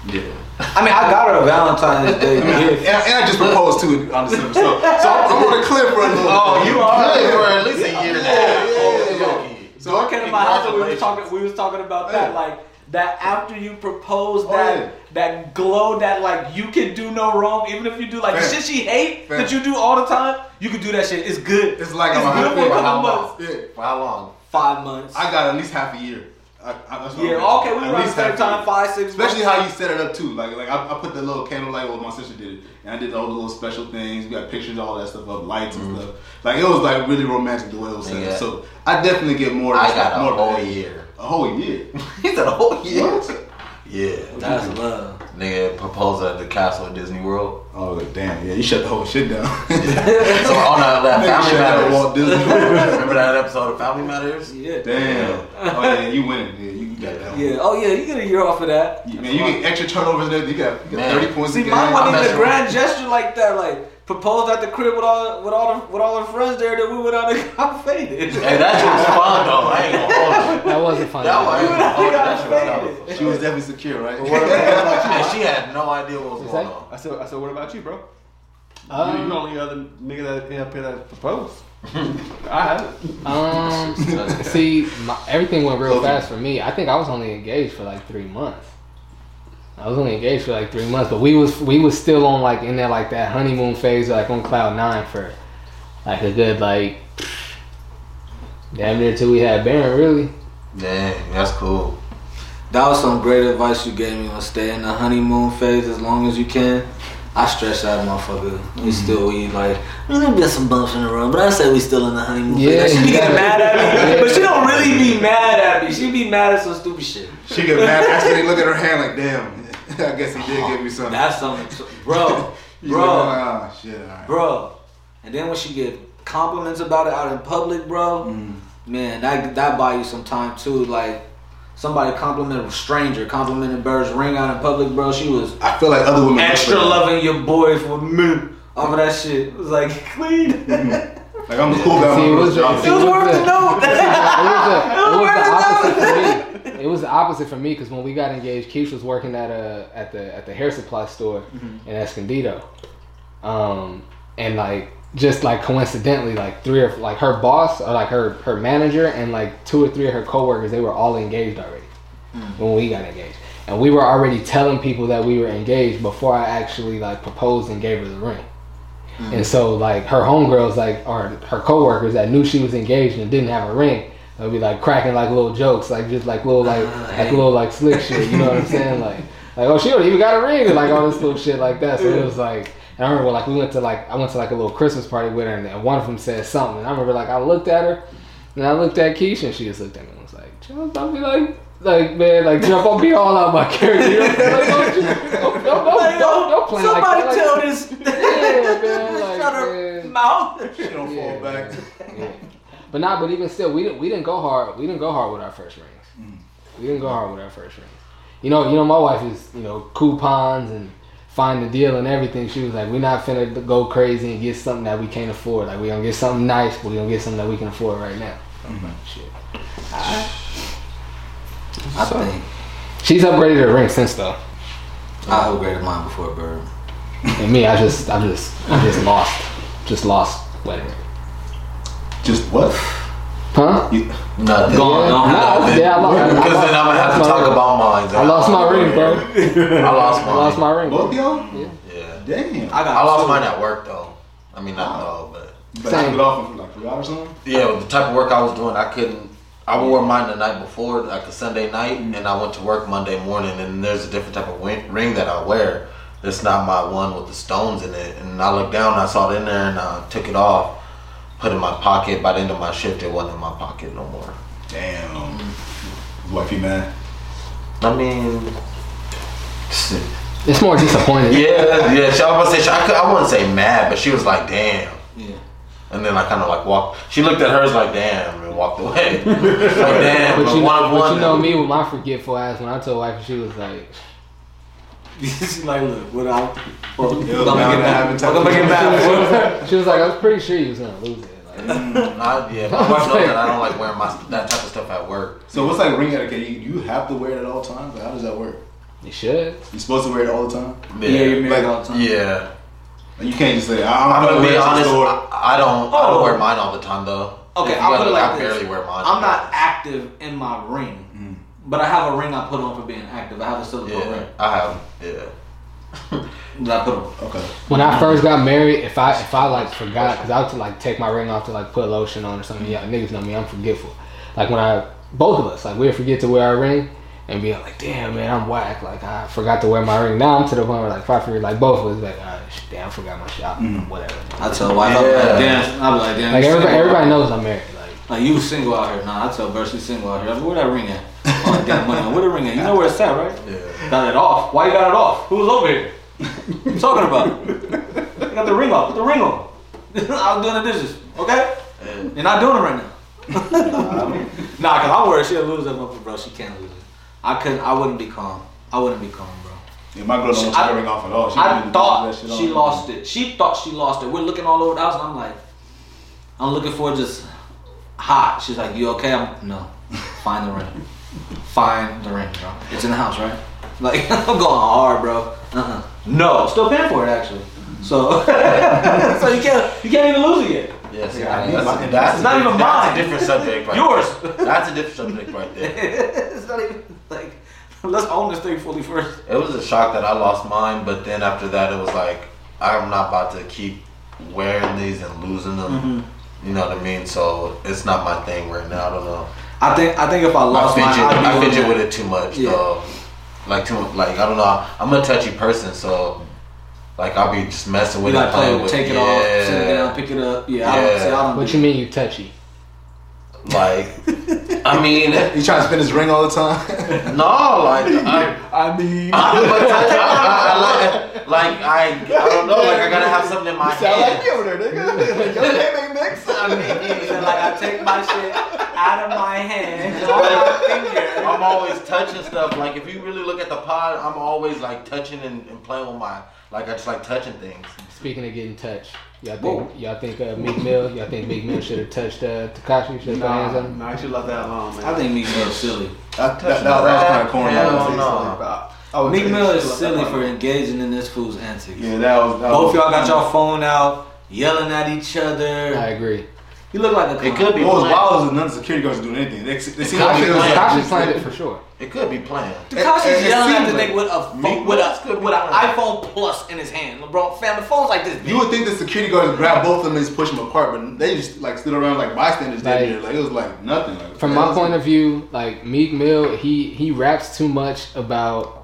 S2: Yeah.
S1: I mean, I got her a Valentine's Day
S3: and,
S1: gift.
S3: and I just proposed to it on December. So, so I'm, I'm on a cliff for a little
S2: Oh,
S3: bit.
S2: you are good for at least a year now.
S3: Yeah, yeah, yeah.
S1: So I came to my house and we was
S2: Congratulations.
S1: talking. We was talking about that,
S3: Yeah.
S1: like that after you propose,
S3: Oh,
S1: that
S3: yeah.
S1: that glow, that like you can do no wrong, even if you do like the
S3: Fam.
S1: shit she hate
S3: Fam.
S1: that you do all the time. You can do that shit. It's good.
S3: It's like
S1: it's
S3: I'm
S1: good
S3: a
S1: for a
S3: hot
S1: couple
S2: mama.
S1: months.
S3: Yeah.
S2: For how long?
S1: Five months.
S3: I got at least half a year. I, I, that's what
S1: yeah.
S3: I'm saying.
S1: Okay, we
S3: At
S1: around the
S3: least
S1: same
S3: half a
S1: time.
S3: year.
S1: Five, six.
S3: Especially
S1: months.
S3: how you set it up too. Like like I, I put the little candlelight. Well, my sister did it, and I did all the little special things. We got pictures, all that stuff up, lights and stuff. Like it was like really romantic the way it was set
S2: Mm-hmm. Yeah.
S3: up. So I definitely get more.
S2: I got
S3: more
S2: a whole
S3: than-
S2: year.
S3: A whole year.
S2: He said a whole year.
S3: What?
S2: Yeah.
S1: That's love.
S2: Nigga proposed at the castle at Disney World.
S3: I was like, Oh, damn, yeah, you shut the whole shit down.
S2: So on that left,
S3: Nigga
S2: Family
S3: shut down
S2: Matters.
S3: Walt Disney.
S2: Remember that episode of Family Matters?
S1: Yeah.
S3: damn. Oh yeah, you winning. Yeah, you got that. one.
S1: Yeah. Oh yeah. You get a year off of that.
S3: Yeah, man, you get extra turnovers there. You got, you got
S2: Man.
S3: thirty points.
S1: See,
S3: a game.
S1: mine
S2: I'm
S1: wasn't
S2: not
S1: even a
S2: sure.
S1: grand gesture like that. Like proposed at the crib with all with all the, with all her friends there that we went out and got faded.
S2: Hey, that shit was fun though. I ain't gonna hold you.
S5: That wasn't funny.
S2: That one, I ain't gonna hold you. That shit was
S1: Got
S2: hella fun.
S3: She was definitely secure, right?
S2: and she had no idea what was
S5: What'd
S2: going
S5: you say?
S2: on.
S4: I said, I said, what about you, bro?
S5: Um,
S4: you, you the only other nigga that came up here that proposed. I haven't.
S5: Um, see, my, everything went real fast for me. I think I was only engaged for like three months. I was only engaged for like three months, but we was we was still on like in that like that honeymoon phase, like on cloud nine for like a good like damn near till we had Baron. Really,
S2: Dang, that's cool.
S1: That was some great advice you gave me on stay in the honeymoon phase as long as you can. I stretch that motherfucker. We still we like there's been some bumps in the road, but I say we still in the honeymoon
S5: Yeah,
S1: phase. She
S5: you
S1: be getting
S5: gotta-
S1: mad at me, but she don't really be mad at me. She be mad at some stupid shit.
S3: She get mad. Actually, look at her hand like, damn. I guess he did give me something.
S1: That's something, bro,
S3: She's like,
S1: bro,
S3: ah, shit. All right.
S1: bro. And then when she get compliments about it out in public, bro,
S5: Mm.
S1: man, that that buy you some time too. Like somebody complimented a stranger, complimented Bird's ring out in public, bro. She was
S3: I feel like other women.
S1: extra
S3: look at
S1: loving your boy for me. Off of that shit. It was like, clean. it
S3: that. Like I'm the cool guy.
S5: See, it
S3: when I'm
S5: was-
S3: drunk.
S5: see,
S1: was worth the
S5: it
S1: note.
S5: was the, it was the
S1: Where's
S5: opposite for me. It was the opposite for me because when we got engaged, Keisha was working at a at the at the hair supply store in Escondido, um, and like just like coincidentally, like three of like her boss or like her her manager and like two or three of her coworkers, they were all engaged already when we got engaged, and we were already telling people that we were engaged before I actually like proposed and gave her the ring.
S1: Mm-hmm.
S5: And so like her homegirls like or her coworkers that knew she was engaged and didn't have a ring, they'll be like cracking like little jokes, like just like little like
S1: Ah,
S5: like little like slick shit, you know what I'm saying? Like like oh she don't even got a ring and like all this little shit like that. So it was like and I remember like we went to like I went to like a little Christmas party with her and, and one of them said something and I remember like I looked at her and I looked at Keisha and she just looked at me and was like, Jump, don't be like like man, like jump on me all out my character. You know what I'm saying? Like, don't, don't, don't, don't, don't, don't play like
S1: Somebody
S5: that. Like,
S1: tell this.
S5: Yeah, man, like,
S1: Shut her
S5: man.
S1: mouth.
S3: She don't
S5: Yeah,
S3: fall back.
S5: Yeah. But nah, but even still, we didn't we didn't go hard. We didn't go hard with our first rings.
S2: Mm.
S5: We didn't go hard with our first rings. You know, you know, my wife is you know coupons and find a deal and everything. She was like, we're not finna go crazy and get something that we can't afford. Like we gonna get something nice, but we gonna get something that we can afford right now. Shit.
S1: I think
S5: She's upgraded her ring since though,
S1: I upgraded mine before Bird.
S5: and me, I just I just I just lost, just lost wedding.
S3: Just what?
S5: Huh?
S2: Nothing.
S1: Gone. Don't have
S5: Nah,
S1: nothing.
S5: yeah, I lost. I
S2: Because
S5: lost-
S2: then I'm gonna have to
S5: lost my
S2: talk
S5: ring.
S2: about mine.
S5: I lost my ring, bro.
S2: I lost
S5: I
S2: mine.
S5: lost my ring.
S3: Both
S5: bro.
S3: of y'all?
S5: Yeah.
S2: Yeah.
S3: Damn.
S1: I got.
S2: I lost
S1: two.
S2: mine at work though. I mean, not though, but
S3: You better
S5: Same.
S3: took it off for like three hours or something?
S2: yeah, with the type of work I was doing, I couldn't. I wore mine the night before, like a Sunday night,
S5: Mm-hmm.
S2: and I went to work Monday morning. And there's a different type of win- ring that I wear. It's not my one with the stones in it. And I looked down, I saw it in there, and I took it off, put it in my pocket. By the end of my shift, it wasn't in my pocket no more.
S3: Damn. Wifey man.
S2: I mean,
S5: It's more disappointing.
S2: yeah, yeah. She, I, was gonna say, she, I, could, I wouldn't say mad, but she was like, damn.
S1: Yeah.
S2: And then I kind of like walked. She looked at hers like, damn, and walked away. like, damn,
S5: But
S2: but
S5: you,
S2: one of
S5: know, but
S2: one.
S5: you know me with my forgetful ass. When I told wife, she was like,
S1: She's like, look, what I. Well, I'm
S3: Yeah, now
S1: gonna
S3: that
S1: get back.
S3: happened, tell
S1: I'm gonna
S3: me.
S1: get back.
S5: she was like, I was pretty sure you was gonna lose it. Like,
S2: I, yeah, my wife knows that I don't like wearing my that type of stuff at work.
S3: So what's like ring etiquette? You, you have to wear it at all times? Like, how does that work?
S5: you should.
S3: You're supposed to wear it all the time?
S1: Yeah, you're
S2: Yeah,
S1: married all the time.
S2: yeah.
S3: Like, you can't just say, I
S2: I'm
S3: don't know.
S2: gonna be honest. I, I don't. I
S1: Oh.
S2: don't wear mine all the time though.
S1: Okay,
S2: If you
S1: I'll
S2: gotta
S1: put it
S2: look,
S1: like
S2: I
S1: this.
S2: barely wear mine.
S1: I'm not active in my ring, but I have a ring I put on for being active. I have a silicone
S2: Yeah,
S1: ring
S2: I have. Yeah.
S1: that I put on.
S3: Okay.
S5: When I first got married, if I if I like forgot, cause I would like take my ring off to like put lotion on or something. Yeah, niggas know me. I'm forgetful. Like when I both of us like we would forget to wear our ring and be like, damn man, I'm whack. Like I forgot to wear my ring. Now I'm to the point where like if I forget, like both of us like, all right, shit, damn, I forgot my shop. Whatever.
S1: I tell wife, I'm
S2: Yeah.
S1: like, damn. I'm like, damn.
S5: Like
S1: you
S5: everybody,
S1: single.
S5: everybody knows I'm married. Like
S1: Like you single out here. Nah, I tell Burst, you single out here. I'm like, Where that ring at? I'm like, damn, money. Where the ring at? You know where it's at, right?
S2: Yeah.
S1: Got it off. Why you got it off? Who was over here? What you talking about? I got the ring off. Put the ring on. I was doing the dishes. Okay? You're not doing it right now. nah, cause I worry she'll lose that motherfucker, bro. She can't lose it. I couldn't. I wouldn't be calm. I wouldn't be calm, bro.
S3: Yeah, my girl don't want
S1: I-
S3: to ring off at all. She
S1: I
S3: can do
S1: thought
S3: that shit
S1: she
S3: on.
S1: lost it. She thought she lost it. We're looking all over the house, and I'm like, I'm looking for just hot. She's like, you okay? I'm no. Find the ring. Find the ring, bro. It's in the house, right? Like I'm going hard, bro. Uh-uh. No, still paying for it actually. So, so you can't you can't even lose it yet.
S2: Yeah, see,
S3: Yeah, I need
S2: that's,
S3: mine.
S2: that's, that's,
S1: It's not even
S2: that's
S1: mine.
S2: a different subject. Right
S1: Yours.
S2: there. That's a different subject right there.
S1: it's not even like let's own this thing fully first.
S2: It was a shock that I lost mine, but then after that, it was like I'm not about to keep wearing these and losing them.
S1: Mm-hmm.
S2: You know what I mean? So it's not my thing right now. I don't know.
S1: I think I think if I
S2: I
S1: lost mine,
S2: fidget,
S1: I'd be
S2: I
S1: one of
S2: fidget
S1: the-
S2: with it too much
S1: Yeah.
S2: though. Like too, like I don't know. I'm a touchy person, so like I'll be just messing
S1: You
S2: with it,
S1: gotta play
S2: playing
S1: with, oh, take it
S2: yeah.
S1: off, sit it down, pick it up. Yeah, I don't
S2: Yeah.
S1: see. I don't.
S5: what
S1: do
S5: you mean you touchy?
S2: Like, I mean,
S3: You trying to spin his ring all the time?
S2: no, like I,
S4: I mean,
S2: I'm a touchy. I, I, I like, like I, I don't know. Like I gotta have something in my
S4: sound
S2: hand.
S4: like Yoda, nigga. Your name ain't mixed.
S1: I mean, it's like I take my shit out of my hand, on my
S2: I'm always touching stuff. Like if you really look at the pod, I'm always like touching and, and playing with my like I just like touching things.
S5: Speaking of getting touched, y'all think y'all think uh, Meek Mill, y'all think Meek Mill should have touched uh, Takashi? Should have put hands on him?
S4: nah, you should left that alone, man.
S1: finger. I think Meek Mill's silly.
S3: that, that, that, was kind of corny. I
S2: Hell
S3: would say
S2: no.
S3: so.
S4: Oh,
S1: Meek Mill is silly for engaging in this fool's antics.
S3: Yeah, that was. That
S1: Both
S3: was,
S1: y'all got y'all phone out, yelling at each other.
S5: I agree.
S1: You look like a.
S2: It could be
S3: What was
S2: planned.
S3: wild was that none of the security guards were doing anything. They, they seemed
S2: Takashi
S3: like it was
S2: planned.
S5: Takashi
S3: like,
S5: planned it for sure.
S2: It could be planned.
S3: It-
S1: Takashi's
S3: it
S1: yelling at the
S3: seemed like-
S1: nigga with a phone,
S2: Meek
S1: with
S2: Mill's
S1: a
S2: could be
S1: with an
S2: lying.
S1: iPhone Plus in his hand. LeBron, fam, the phone's like this.
S3: you would think the security guards grabbed both of them and just pushed them apart, but they just like stood around like bystanders
S5: Like-
S3: did here. Like it was like nothing. Like,
S5: From my point of view, like Meek Mill, he he raps too much about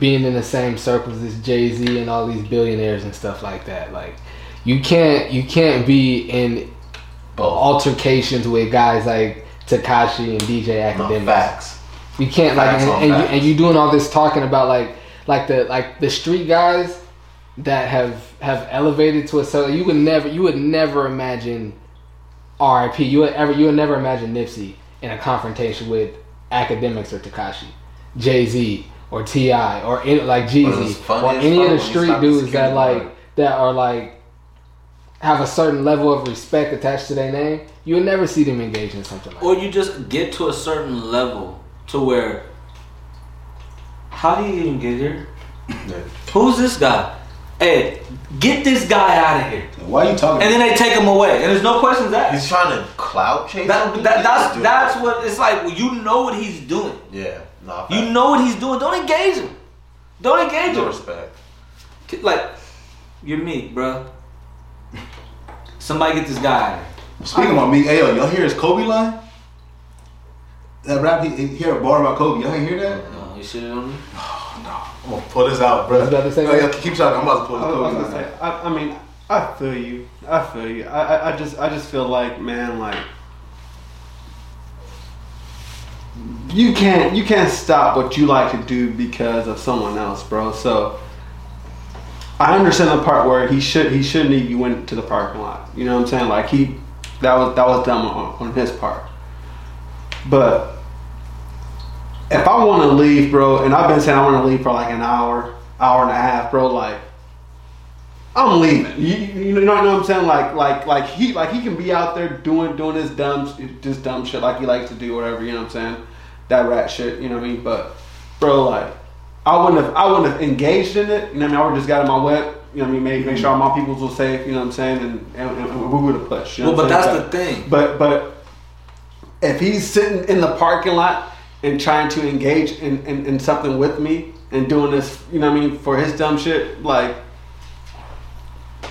S5: being in the same circles as Jay Z and all these billionaires and stuff like that. Like you can't you can't be in
S2: Both.
S5: altercations with guys like Takashi and DJ
S2: No,
S5: Academics.
S2: facts.
S5: You can't like
S2: Facts
S5: and,
S2: on
S5: and, you,
S2: facts.
S5: and you doing all this talking about like like the like the street guys that have have elevated to a so you would never you would never imagine R.I.P. You would ever you would never imagine Nipsey in a confrontation with academics or Takashi, Jay Z or Ti or any, like
S2: But it's
S5: Jeezy
S2: funny
S5: or
S2: as fuck when
S5: any of the
S2: you
S5: street
S2: stop the
S5: dudes that
S2: security
S5: like
S2: guard.
S5: that are like have a certain level of respect attached to their name. You would never see them engage in something like. that.
S1: or you just get to a certain level to where how do you even get here? Who's this guy? hey, get this guy out of here.
S3: Why are you talking?
S1: And then they take him away, and there's no questions asked.
S2: He's trying to clout chase.
S1: That,
S2: him?
S1: that, that's
S2: Dude.
S1: that's what it's like. Well, you know what he's doing.
S2: yeah. Nah,
S1: You
S2: facts.
S1: know what he's doing. Don't engage him. Don't engage
S2: No
S1: him.
S2: respect.
S1: Like, you're me, bro. Somebody get this guy. out of here.
S3: Speaking about me, hey, yo, y'all hear his Kobe line? That rap, he, he hear a bar about Kobe. Y'all ain't hear that?
S1: No, you shit Oh, on me.
S3: I'm gonna pull this out, bro.
S5: was about to say
S3: oh, yeah,
S5: that.
S3: keep talking. I'm about to pull
S4: I
S3: this
S4: was, I was
S3: Kobe
S4: gonna
S3: line. out.
S4: say, I, I mean, I feel you. I feel you. I, I, I just, I just feel like, man, like you can't, you can't stop what you like to do because of someone else, bro. So I understand the part where he should, he shouldn't even went to the parking lot. You know what I'm saying? Like he, that was, that was dumb on, on his part. But if I want to leave, bro, and I've been saying I want to leave for like an hour, hour and a half, bro, like I'm leaving. You, you know what I'm saying? Like, like, like he, like he can be out there doing, doing his dumb, this dumb shit like he likes to do, whatever. You know what I'm saying? That rat shit. You know what I mean? But, bro, like, I wouldn't have, I wouldn't have engaged in it. You know what I mean? I would have just got in my web. You know what I mean? Make, make sure all my peoples were safe. You know what I'm saying? And, and, and we would have pushed. You know
S1: Well, but
S4: what I'm
S1: that's
S4: saying?
S1: the thing.
S4: But but if he's sitting in the parking lot and trying to engage in, in, in something with me and doing this, you know what I mean, for his dumb shit, like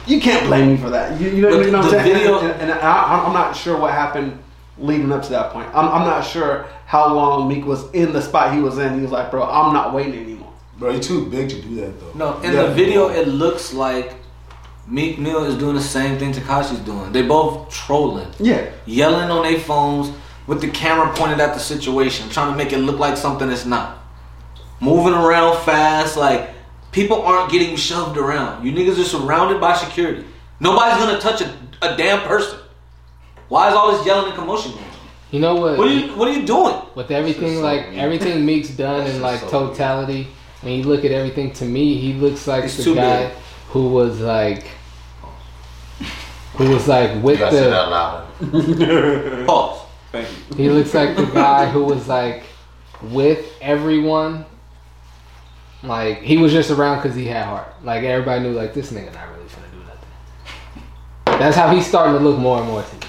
S4: you can't blame me for that. You, you know,
S1: But
S4: you know what I'm
S1: the
S4: saying?
S1: video-
S4: and and, and I, I'm not sure what happened leading up to that point. I'm, I'm not sure how long Meek was in the spot he was in. He was like, bro, I'm not waiting anymore.
S3: Bro, you too big to do that though.
S1: No, in
S3: Yeah.
S1: the video, it looks like Meek Mill is doing the same thing Takashi's doing. They both trolling,
S4: Yeah.
S1: yelling on their phones with the camera pointed at the situation, trying to make it look like something it's not. Moving around fast, like people aren't getting shoved around. You niggas are surrounded by security. Nobody's gonna touch a, a damn person. Why is all this yelling and commotion going? on?
S5: You know what?
S1: What are you What are you doing?
S5: with everything
S2: so
S5: like
S2: weird.
S5: everything Meek's done in
S2: is
S5: like
S2: so
S5: totality, when you look at everything to me, he looks like
S1: It's
S5: the
S1: too
S5: guy
S1: big.
S5: who was like who was like
S2: You
S5: with
S2: gotta say that
S5: the
S2: louder.
S1: Pause.
S4: Thank you.
S5: he looks like the guy who was like with everyone. Like he was just around because he had heart. Like everybody knew, like this nigga not really finna do nothing. That's how he's starting to look more and more to me.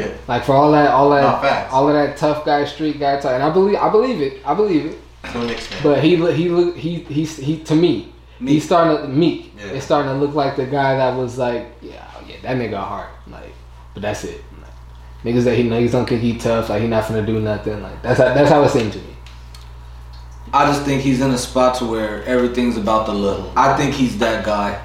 S2: Yeah.
S5: Like for all that, all
S2: Nah,
S5: that,
S2: facts.
S5: all of that tough guy, street guy talk, and I believe, I believe it, I believe it.
S2: To an extent.
S5: But he look- he look he he he to me.
S1: Meek.
S5: He's starting to meek.
S2: Yeah.
S5: It's starting to look like the guy that was like, yeah, oh, yeah, that nigga hard. Like, but that's it. Like, niggas that he niggas don't think he tough. Like he not finna do nothing. Like that's how, that's how it seemed to me.
S1: I just think he's in a spot to where everything's about the look. I think he's that guy.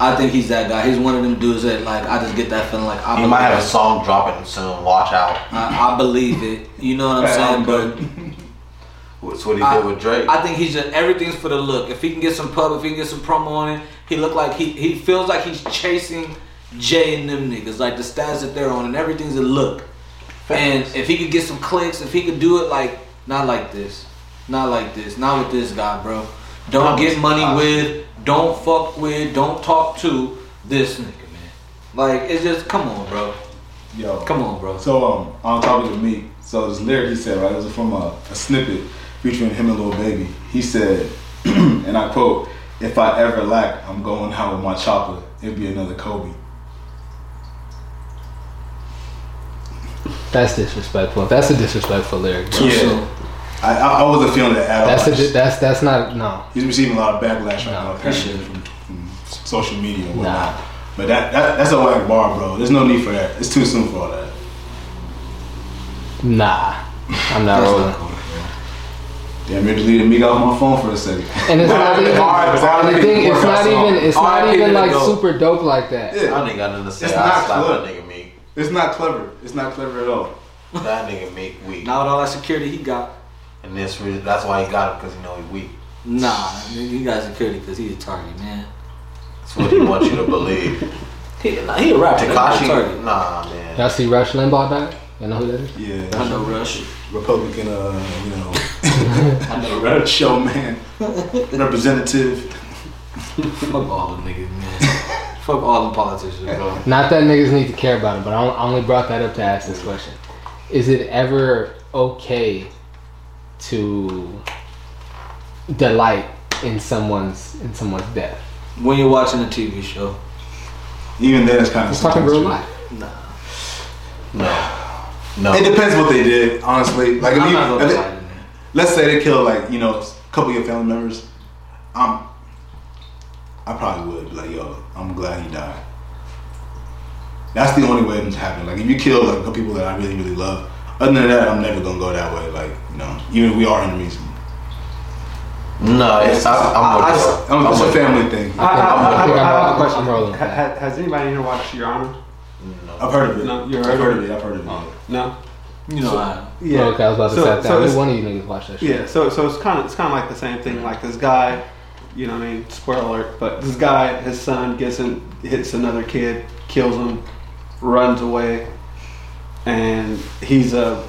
S1: I think he's that guy. He's one of them dudes that like I just get that feeling like I
S2: He
S1: believe
S2: might have a
S1: it.
S2: song dropping soon. Watch out.
S1: I, I believe it. You know what I'm saying? But
S2: That's what he
S1: I-
S2: did with Drake.
S1: I think he's just everything's for the look. If he can get some pub, if he can get some promo on it, he look like he he feels like he's chasing Jay and them niggas. Like the stats that they're on and everything's a look. And if he could get some clicks, if he could do it like not like this, not like this, not with this guy, bro. Don't get money with, don't fuck with, don't talk to this nigga, man. Like it's just come on, bro.
S3: Yo,
S1: Come on, bro.
S3: So um, on topic of me, so this lyric he said right, it was from a, a snippet featuring him and Lil Baby. He said, and I quote, "If I ever lack, I'm going out with my chopper. It'd be another Kobe."
S5: That's disrespectful. That's a disrespectful lyric. Bro.
S1: So,
S3: I, I, I wasn't feeling that at all.
S5: That's a
S3: I
S5: di-
S3: just-
S5: that's that's not no.
S3: He's receiving a lot of backlash right
S5: No,
S3: now, apparently from, from social media and
S5: Nah.
S3: whatnot. But that, that that's a whack bar, bro. There's no need for that. It's too soon for all that.
S5: Nah, I'm not
S1: That's
S5: rolling.
S1: not
S3: Damn, you're deleting me off my phone for a second.
S5: And it's not even.
S3: Alright, so I
S5: and the
S3: need to
S5: thing,
S3: work
S5: it's
S3: out
S5: not
S3: something.
S5: even. It's not
S1: R.I.P.
S5: even
S1: to the
S5: like
S1: GOAT.
S5: super dope like that.
S3: Yeah.
S2: I ain't got nothing to say.
S3: It's
S2: I
S3: not
S2: slap
S3: good.
S2: that nigga Meek.
S3: It's not clever. It's not clever at all.
S2: That nigga Meek weak.
S1: Not with all that security he got.
S2: And this re- that's why he got him because he know he weak.
S1: Nah, you got security because he's a target, man.
S2: That's what he wants you to believe.
S1: He, nah, he a rapper. that's a
S2: Takashi,
S1: target.
S2: nah man.
S5: Y'all see Rush Limbaugh die? You know who that is?
S3: Yeah,
S1: I
S3: that's
S1: know Rush.
S3: Republican, uh, you know,
S1: I know Rush.
S3: Red showman, representative.
S1: Fuck all the niggas, man. Fuck all the politicians, bro.
S5: Not that niggas need to care about it, but I on- I only brought that up to ask this question. Is it ever okay to delight in someone's in someone's death?
S1: When you're watching a TV show,
S3: Even then, it's kind of
S5: Let's talk in real life.
S2: No. No.
S3: It depends what they did, honestly. Like, if
S1: I'm
S3: you,
S1: not
S3: if
S1: gonna
S3: it-
S1: lie to you.
S3: let's say they killed like you know a couple of your family members, I'm, I probably would be like, yo, I'm glad he died. That's the only way it's happening. Like if you kill like a couple people that I really really love, other than that, I'm never gonna go that way. Like you know, even if we are enemies,
S2: No, it's, I, I'm
S1: I- I-
S2: with you.
S3: I'm, it's a family thing.
S4: I, I, I, I,
S5: I'm-
S4: I have
S5: I'm
S4: a question.
S5: rolling.
S4: Ha- ha- Has anybody here watched Your Honor?
S3: I've heard of it.
S4: No, you
S3: I've
S4: heard of
S3: heard of it. I've heard of it.
S1: Oh.
S4: No.
S1: You know, I,
S4: Yeah.
S5: Okay, I was about to
S4: So-
S5: say that.
S4: so
S5: Only
S4: it's-
S5: one of you niggas watch that shit.
S4: Yeah, so so it's kind of it's kind of like the same thing. Like this guy, you know, what I mean, spoiler alert, but this guy, his son gets in, hits another kid, kills him, runs away, and he's a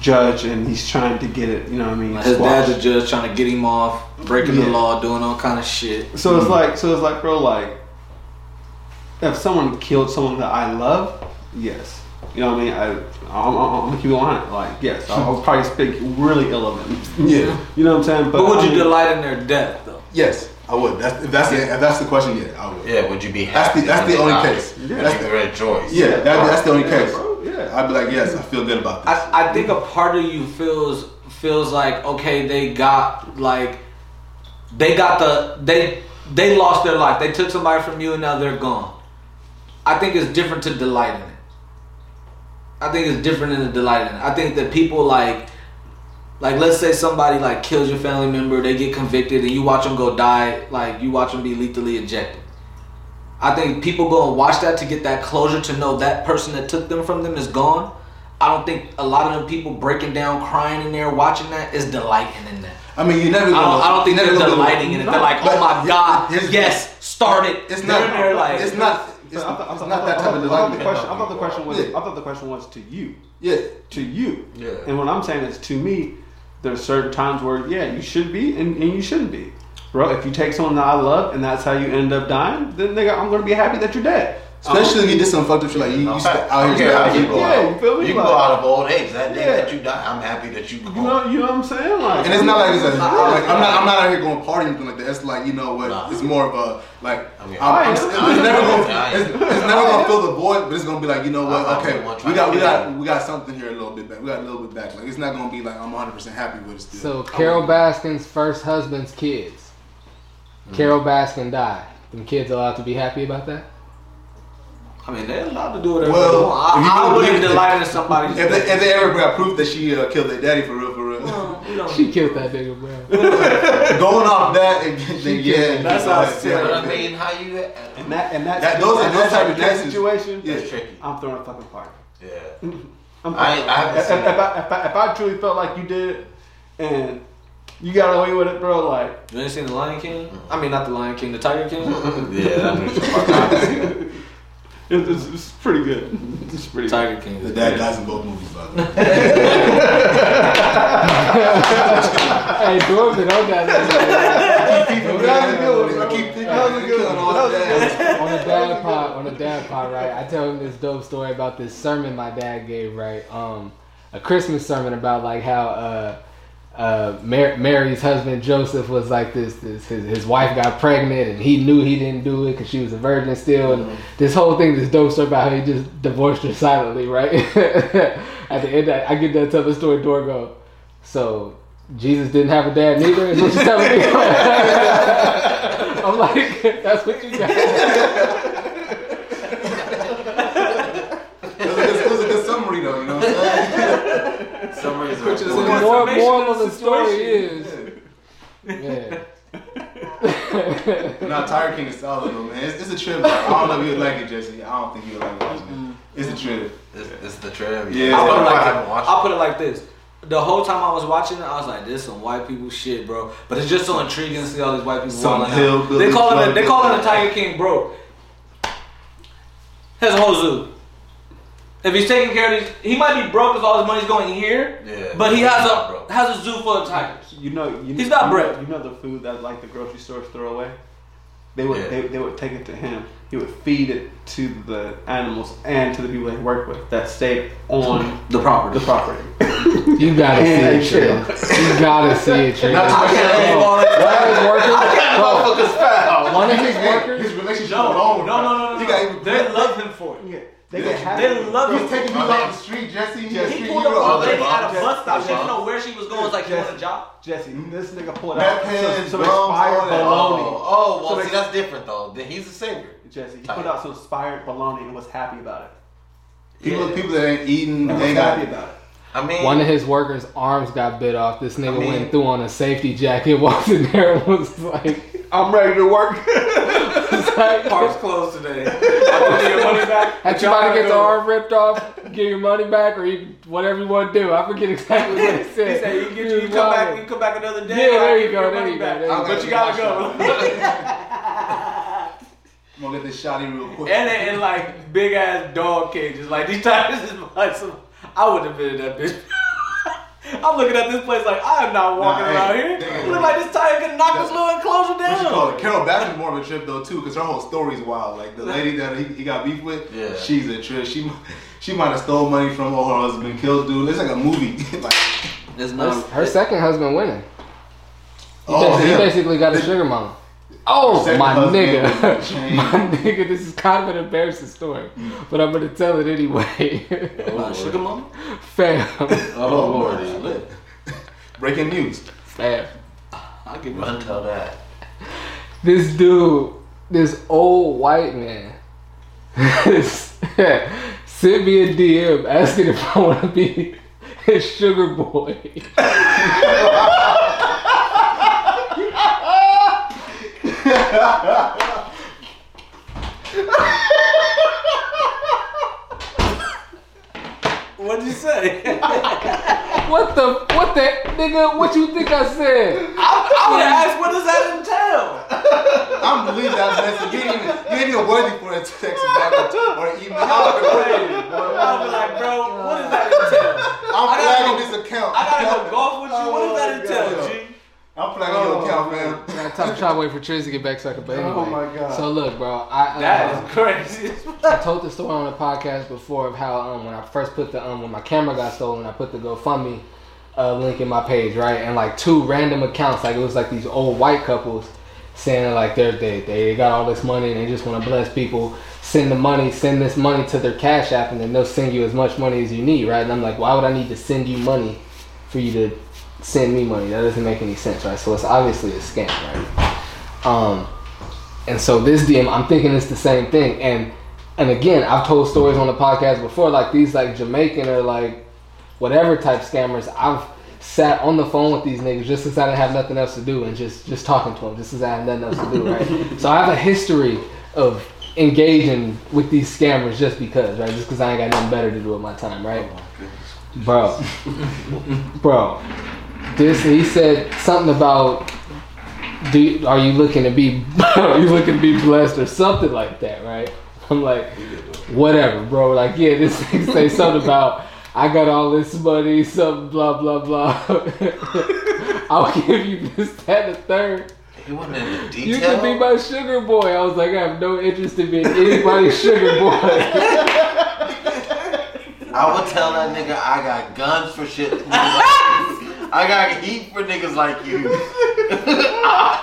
S4: judge and he's trying to get it. You know, what I mean,
S1: his
S4: squashed.
S1: dad's a judge trying to get him off, breaking the
S4: Yeah.
S1: law, doing all kind of shit.
S4: So it's like, so it's like, bro, like, if someone killed someone that I love, yes, you know what I mean. I, I'm, I'm, I'm gonna keep it 100. Like, yes, I will probably speak really ill of it.
S3: Yeah.
S4: You know what I'm saying?
S1: But would
S4: I
S1: you
S4: mean-
S1: delight in their death though?
S3: Yes, I would. That's, if that's the, if that's the question, yeah, I would.
S2: Yeah, would you be
S3: That's
S2: happy?
S3: the- that's
S2: when
S3: the
S2: they
S3: only
S2: died?
S3: case.
S2: Would
S3: Yeah.
S2: you be rejoiced?
S3: Yeah, that, that's the only
S4: Yeah,
S3: case.
S4: bro, yeah.
S3: I'd be like, yes, I feel good about this.
S1: I, I think a part of you feels feels like okay they got like they got the they they lost their life they took somebody from you and now they're gone i think it's different to delight in it i think it's different than the delight in it i think that people like like let's say somebody like kills your family member they get convicted and you watch them go die like you watch them be lethally ejected I think people go and watch that to get that closure to know that person that took them from them is gone. I don't think a lot of them people breaking down, crying in there, watching that is delighting in that.
S3: I mean, you never.
S1: I don't, I don't think
S3: never
S1: they're
S3: gonna go-
S1: delighting in it. They're like,
S3: But
S1: oh my
S3: he-
S1: god,
S3: here's the
S1: yes, start it.
S3: It's
S1: They're
S3: not.
S1: in there like,
S3: it's not. It's,
S4: I thought- I
S3: it's
S4: thought-
S3: not
S4: I
S3: that
S4: thought-
S3: type of
S4: I thought the
S3: delight.
S4: question- I thought the question was. I
S3: Yeah.
S4: thought the question was to you,
S3: Yeah.
S4: to you.
S2: Yeah.
S4: And what I'm saying is to me, there's certain times where yeah, you should be and, and you shouldn't be, bro. If you take someone that I love and that's how you end up dying, then nigga, I'm gonna be happy that you're dead. I'm-
S1: Oh.
S3: Especially if you did some fucked up shit like you, you used to
S2: I
S3: out
S2: don't
S3: here
S2: care how
S3: stabbing
S2: you go
S3: people.
S4: Yeah, you feel
S2: out.
S4: me?
S2: You can
S4: Like-
S2: go out of old age. That day
S4: Yeah.
S2: that you die, I'm happy that you
S4: you know,
S2: go.
S4: you know what I'm saying? Like,
S3: And it's not like it's a,
S2: Uh,
S3: like I'm not I'm not out here going party or anything like that. It's like you know what? It's more of a like
S2: I
S3: I
S2: mean,
S3: am I'm,
S4: I
S3: it's,
S4: am.
S3: it's never
S2: I
S3: gonna
S2: am.
S3: it's, it's never gonna fill the void, but it's gonna be like you know what?
S2: I'm- I'm
S3: Okay,
S2: the one
S3: we
S2: trying
S3: got
S2: to
S3: we
S2: get
S3: got
S2: out.
S3: we got something here a little bit back. We got a little bit back. Like it's not gonna be like I'm 100 percent happy with it
S5: So
S3: still.
S5: Carol Baskin's first husband's kids.
S4: Mm.
S5: Carol Baskin died. Them kids allowed to be happy about that?
S1: I mean, they're allowed to do whatever
S3: Well,
S1: they want.
S3: if you
S1: I, I
S3: don't
S1: wouldn't
S3: believe it-
S1: delight in somebody's
S3: If they,
S1: death.
S3: if they ever got proof that she uh, killed their daddy for real, for real.
S2: Oh.
S1: Well, we
S5: She
S1: don't-
S5: killed that nigga, bro.
S3: Going off that, and, then yeah,
S1: That's
S3: you
S1: how
S3: know,
S1: I see it.
S2: But
S3: yeah.
S2: I mean, how you?
S4: And that and that,
S3: That- those are- those type of
S4: that
S3: cases.
S4: situation.
S3: Yeah.
S2: That's tricky.
S4: I'm throwing a fucking party.
S2: Yeah.
S4: I'm
S2: I- I haven't
S4: if,
S2: seen
S4: if,
S2: that.
S4: I, if, I, if I truly felt like you did it and you got away with it, bro, like
S1: You ain't seen The Lion King? I mean, not The Lion King, The Tiger King?
S2: Yeah, that makes you fuck up.
S4: it, it's, it's pretty good. It's pretty good.
S1: Tiger King.
S3: The dad dies in both movies, by the way.
S5: hey, Dwarf been on that nigga.
S4: That was a good one,
S3: I
S4: bro.
S3: keep thinking
S4: That was a good
S3: killing
S4: one.
S3: all
S4: That was a
S3: dads.
S4: good one.
S5: on the dad pod, on the dad pod, right? I tell him this dope story about this sermon my dad gave, right? Um, a Christmas sermon about like how uh, uh, Mar- Mary's husband Joseph was like this, this his, his wife got pregnant and he knew he didn't do it because she was a virgin still, and this whole thing, this dope story about how he just divorced her silently, right? At the end, I, I get that type of story. Door go, so. Jesus didn't have a dad neither is what you're telling me. I'm like, that's what you got.
S3: It was, a good, it was a good summary, though, you know what I'm saying?
S2: Summaries are
S3: Which is
S2: important.
S3: a-
S5: The more
S1: information
S5: moral
S1: is
S5: of the story is,
S3: situation.
S5: yeah.
S3: Nah, Tiger King is solid, though, man. It's, it's a trip. though. I don't know if you would like it, Jesse. I don't think you would like it.
S1: Mm-hmm.
S3: man. It's a trip.
S2: It's, it's the trivia.
S3: Yeah.
S1: I'll put, it
S2: I
S1: like
S2: haven't watched
S1: I'll put it like this. The whole time I was watching it, I was like, "This some white people shit, bro." But it's just so intriguing to see all these white people.
S3: Some
S1: wilding out.
S3: hillbilly
S1: They call it. They call it a
S3: drug dealer.
S1: Tiger King, bro. His whole zoo. If he's taking care of these, he might be broke because all his money's going here.
S2: Yeah.
S1: But he has
S2: Not
S1: a
S2: broke.
S1: has a zoo full of tigers.
S4: You know, you
S1: He's
S4: know,
S1: got
S4: you
S1: bread.
S4: Know, you know the food that like the grocery stores throw away. They would
S2: Yeah.
S4: they, they would take it to him. He would feed it to the animals and to the people that he worked with that stayed on
S1: The property.
S4: the property.
S5: You gotta see
S4: And
S5: it, Trey. You gotta see it, Trey.
S3: Not
S1: I
S3: to
S1: can't
S3: mention,
S5: Oh.
S1: leave all that.
S5: That is working.
S1: I can't
S2: motherfucker's foul.
S5: One of his
S3: Hey,
S5: workers.
S3: his relationship
S1: No,
S3: with all
S1: no,
S3: of
S1: no,
S3: them.
S1: no, no,
S3: He
S1: no.
S3: got-
S1: They love him for it.
S4: Yeah, they
S3: Yeah.
S4: get happy.
S1: They love
S3: He's
S1: him.
S3: taking you off the street, Jesse. Jesse,
S1: He
S3: you
S1: pulled up on a
S2: Other
S1: lady
S2: bums.
S1: at a bus stop. She didn't
S2: Other
S1: know where she was going. It's like, you want a job?
S4: Jesse, this nigga pulled
S3: Meth
S4: out some,
S3: heads,
S4: some
S3: drums,
S4: expired
S3: all that.
S4: baloney.
S2: Oh, well,
S4: So
S2: see,
S4: they-
S2: that's different though. Then he's a savior.
S4: Jesse, he put out some expired baloney and was happy about it.
S3: People, people that ain't eating,
S4: He
S3: they
S4: was
S3: ain't
S4: happy
S3: got.
S4: about it.
S2: I mean,
S5: One of his workers' arms got bit off. This nigga
S2: I mean-
S5: went through on a safety jacket, walked in there, and was like,
S4: I'm ready to work.
S5: was like
S1: Park's closed today. I'll give you your money back.
S5: Had you about to get the arm ripped off, get your money back, or you, whatever you want to do. I forget exactly what he
S1: He
S5: said.
S1: said, you, get, you,
S5: He
S1: come
S5: was
S1: back,
S5: wildin'.
S1: you come back another day.
S5: Yeah, there
S1: I'll
S5: you
S1: give
S5: go,
S1: your
S5: there
S1: money
S5: you go,
S1: back.
S5: there you go.
S1: But you gotta go.
S3: I'm gonna let this shotty real quick.
S1: and they in like big ass dog cages. Like these times is like some. I wouldn't have been in that bitch. I'm looking at this place like I am not walking
S3: Nah, hey,
S1: around here.
S3: they-
S1: Look like this tiger could knock this little enclosure
S3: What you call it?
S1: down.
S3: Carol Baskin's more of a trip though too, because her whole story's wild. Like the lady that he, he got beef with,
S2: Yeah.
S3: she's a trip. She mi- she might have stole money from her husband, killed dude. It's like a movie. like
S2: there's
S5: Her,
S2: no.
S5: her second husband winning. He,
S3: oh
S5: basi- he
S3: yeah.
S5: basically got a sugar mama. Oh
S3: Second
S5: my
S3: husband
S5: nigga,
S3: was changed.
S5: my nigga, this is kind of an embarrassing story, but I'm gonna tell it anyway.
S2: Oh, Lord.
S1: Sugar mama.
S5: fam,
S2: Oh, Lord, he lit.
S3: Breaking news.
S5: fam,
S1: I'll give you.
S2: Run tell that.
S5: this dude, this old white man, sent me a DM asking if I want to be his sugar boy.
S1: What'd you say?
S5: What the, what the, nigga? What you think I said?
S1: I would have asked, what does that entail?
S3: I don't believe that message. You ain't even, you ain't even worthy for it to text back or- or email. I'm
S1: I'd be like, bro, what does that entail?
S3: flagging this account.
S1: I gotta go golf with you.
S2: Oh,
S1: What does that entail, G?
S3: I'm flagging your account, man.
S5: I tried to wait for Tris to get back so I could. But anyway.
S4: Oh my God.
S5: So look, bro, I uh,
S1: That is crazy. as fuck.
S5: I told the story on the podcast before of how um when I first put the um when my camera got stolen, I put the GoFundMe uh, link in my page, right? And like two random accounts, like it was like these old white couples saying like they're they they got all this money and they just want to bless people. Send the money, send this money to their cash app, and then they'll send you as much money as you need, right? And I'm like, why would I need to send you money for you to send me money? That doesn't make any sense, right? So it's obviously a scam, right? Um, and so this DM, I'm thinking it's the same thing. And and again, I've told stories on the podcast before, like these like Jamaican or like whatever type scammers. I've sat on the phone with these niggas just because I didn't have nothing else to do and just just talking to them, just because I had nothing else to do, right? so I have a history of engaging with these scammers just because, right? Just because I ain't got nothing better to do with my time, right? Bro, bro, this he said something about do you, are you looking to be are you looking to be blessed or something like that, right? I'm like, whatever, bro. Like, yeah, this thing say something about I got all this money, something blah blah blah. I'll give you this, that, and the third.
S2: He wasn't in the detail.
S5: You can be my sugar boy. I was like, I have no interest in being anybody's sugar boy.
S2: I would tell that nigga I got guns for shit. I got heat for niggas like you.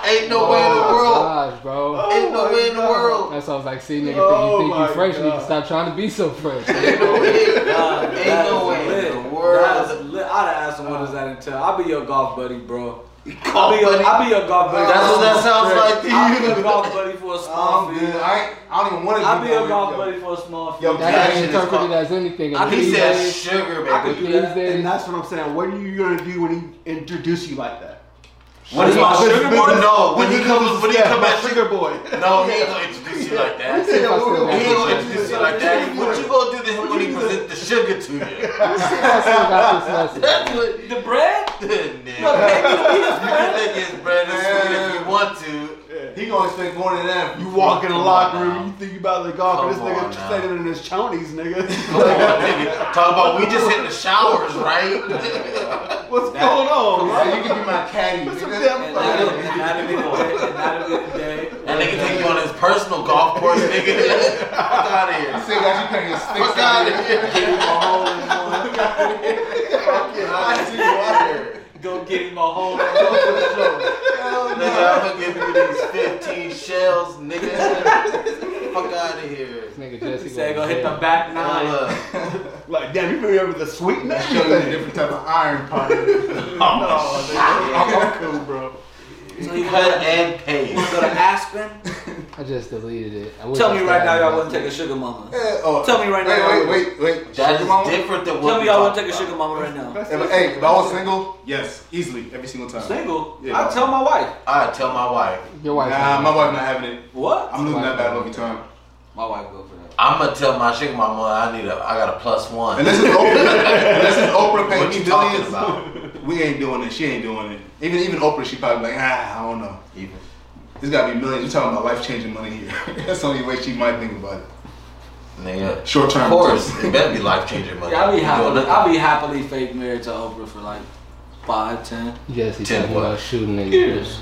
S2: ain't no way in the world.
S5: Gosh, bro.
S2: Ain't no way in the world.
S5: That's why I was like, see, nigga,
S4: Oh
S5: think you think
S4: my
S5: you fresh,
S4: God.
S5: nigga, stop trying to be so fresh.
S2: Ain't no way. Ain't
S1: Nah, that
S2: no
S1: is
S2: way
S1: lit.
S2: in the
S1: That
S2: world.
S1: is lit. I'd have asked him what does that entail. I'll be your golf buddy, bro. I'll
S2: Golf
S1: be your,
S2: buddy?
S1: I'll be your golf buddy.
S2: That's what that sounds like to
S1: I'll be your
S2: you.
S1: golf buddy for a small
S3: I'm
S1: fee.
S3: good. I, ain't, I don't even want to
S1: I'll be your golf buddy for a small fee.
S3: Yo,
S5: That
S2: That
S5: can be
S2: shit is
S5: interpreted
S2: called-
S5: as anything.
S1: I
S5: And
S1: can
S5: these
S2: He
S1: say-
S2: said
S5: days-
S2: sugar,
S1: I could
S2: baby.
S1: do
S5: these
S1: that.
S5: days-
S4: And that's what I'm saying. What are you gonna do when he introduce you like that?
S2: What is my
S1: But-
S2: sugar
S1: but-
S2: boy?
S1: but-
S2: No, when he comes, when he
S4: Yeah,
S2: come
S4: my
S2: at
S4: sugar boy.
S2: No, he ain't gonna introduce you like that. He
S5: If I said that-
S2: ain't gonna introduce you like that. What you gonna do to him when he present the sugar to you?
S5: I still got this lesson.
S2: That's what.
S1: The bread?
S2: Nigga. You can make his bread and sweet if you want to.
S3: He gonna expect more than that.
S4: You walk in the
S2: Come
S4: locker
S2: on
S4: room,
S2: now.
S4: you think you about to golf, and this
S2: Come on
S4: nigga
S2: now.
S4: standing in his chonies, nigga.
S2: Come on, nigga. Talk about we just hit the showers, right?
S4: What's going on?
S3: Yeah, you can be my caddy. nigga.
S1: And that'll be the day. And that'll be the day.
S2: That nigga take you on his personal golf course, nigga. Fuck out of
S3: I
S2: here.
S3: still got you playing your sticks.
S2: Fuck out of here.
S1: Give you a hole in one.
S2: Fuck out of here.
S1: go get him a whole go to the show.
S2: Nigga, I'm gonna give you these 15 shells, nigga. Fuck out of here.
S5: This nigga Jesse
S1: He said, go
S5: going to
S1: hit the
S5: jail.
S1: back
S2: Hold
S1: nine.
S2: up.
S4: Like, damn, you remember the sweet man?
S3: Show you a different type of iron pocket.
S2: Oh,
S4: I'm cool, bro.
S1: So you
S2: Cut
S1: go
S2: and pay.
S1: to Aspen.
S5: I just deleted it. I wish
S1: Tell
S5: I
S1: me
S5: still
S1: right now
S5: had
S1: y'all
S5: it.
S1: wouldn't take a sugar mama.
S3: Eh, oh,
S1: Tell me right
S3: wait,
S1: now.
S3: Wait, wait, wait, wait.
S2: That
S3: Sugar mama?
S2: is different than what
S1: Tell
S2: we
S1: me y'all
S2: talked
S1: wouldn't take a sugar mama right now.
S3: If, hey, if I was single, yes, easily, every single time.
S1: Single.
S3: Yeah.
S1: I tell my wife.
S2: about. I tell my wife,
S5: Your wife.
S3: Nah, my wife not having it.
S1: What?
S3: I'm losing that battle every time.
S1: My wife go for that.
S2: I'm gonna tell my sugar mama I need a, I got a plus one.
S3: Unless it's Oprah, unless it's Oprah paying
S2: what
S3: me
S2: you talking
S3: billions,
S2: about?
S3: we ain't doing it. She ain't doing it. Even even Oprah, she probably like, ah, I don't know.
S2: Even.
S3: There's gotta be millions. You're talking about life changing money here. That's the only way she might think about it.
S2: Nigga.
S3: Short term.
S2: Of course, it better be life changing money.
S1: Yeah, I'll be
S2: You
S1: happily.
S2: doing
S1: I'll be happily fake married to Oprah for like five, ten.
S5: Jesse
S2: Ten
S5: talking
S2: what?
S5: about shooting niggas.
S1: Years.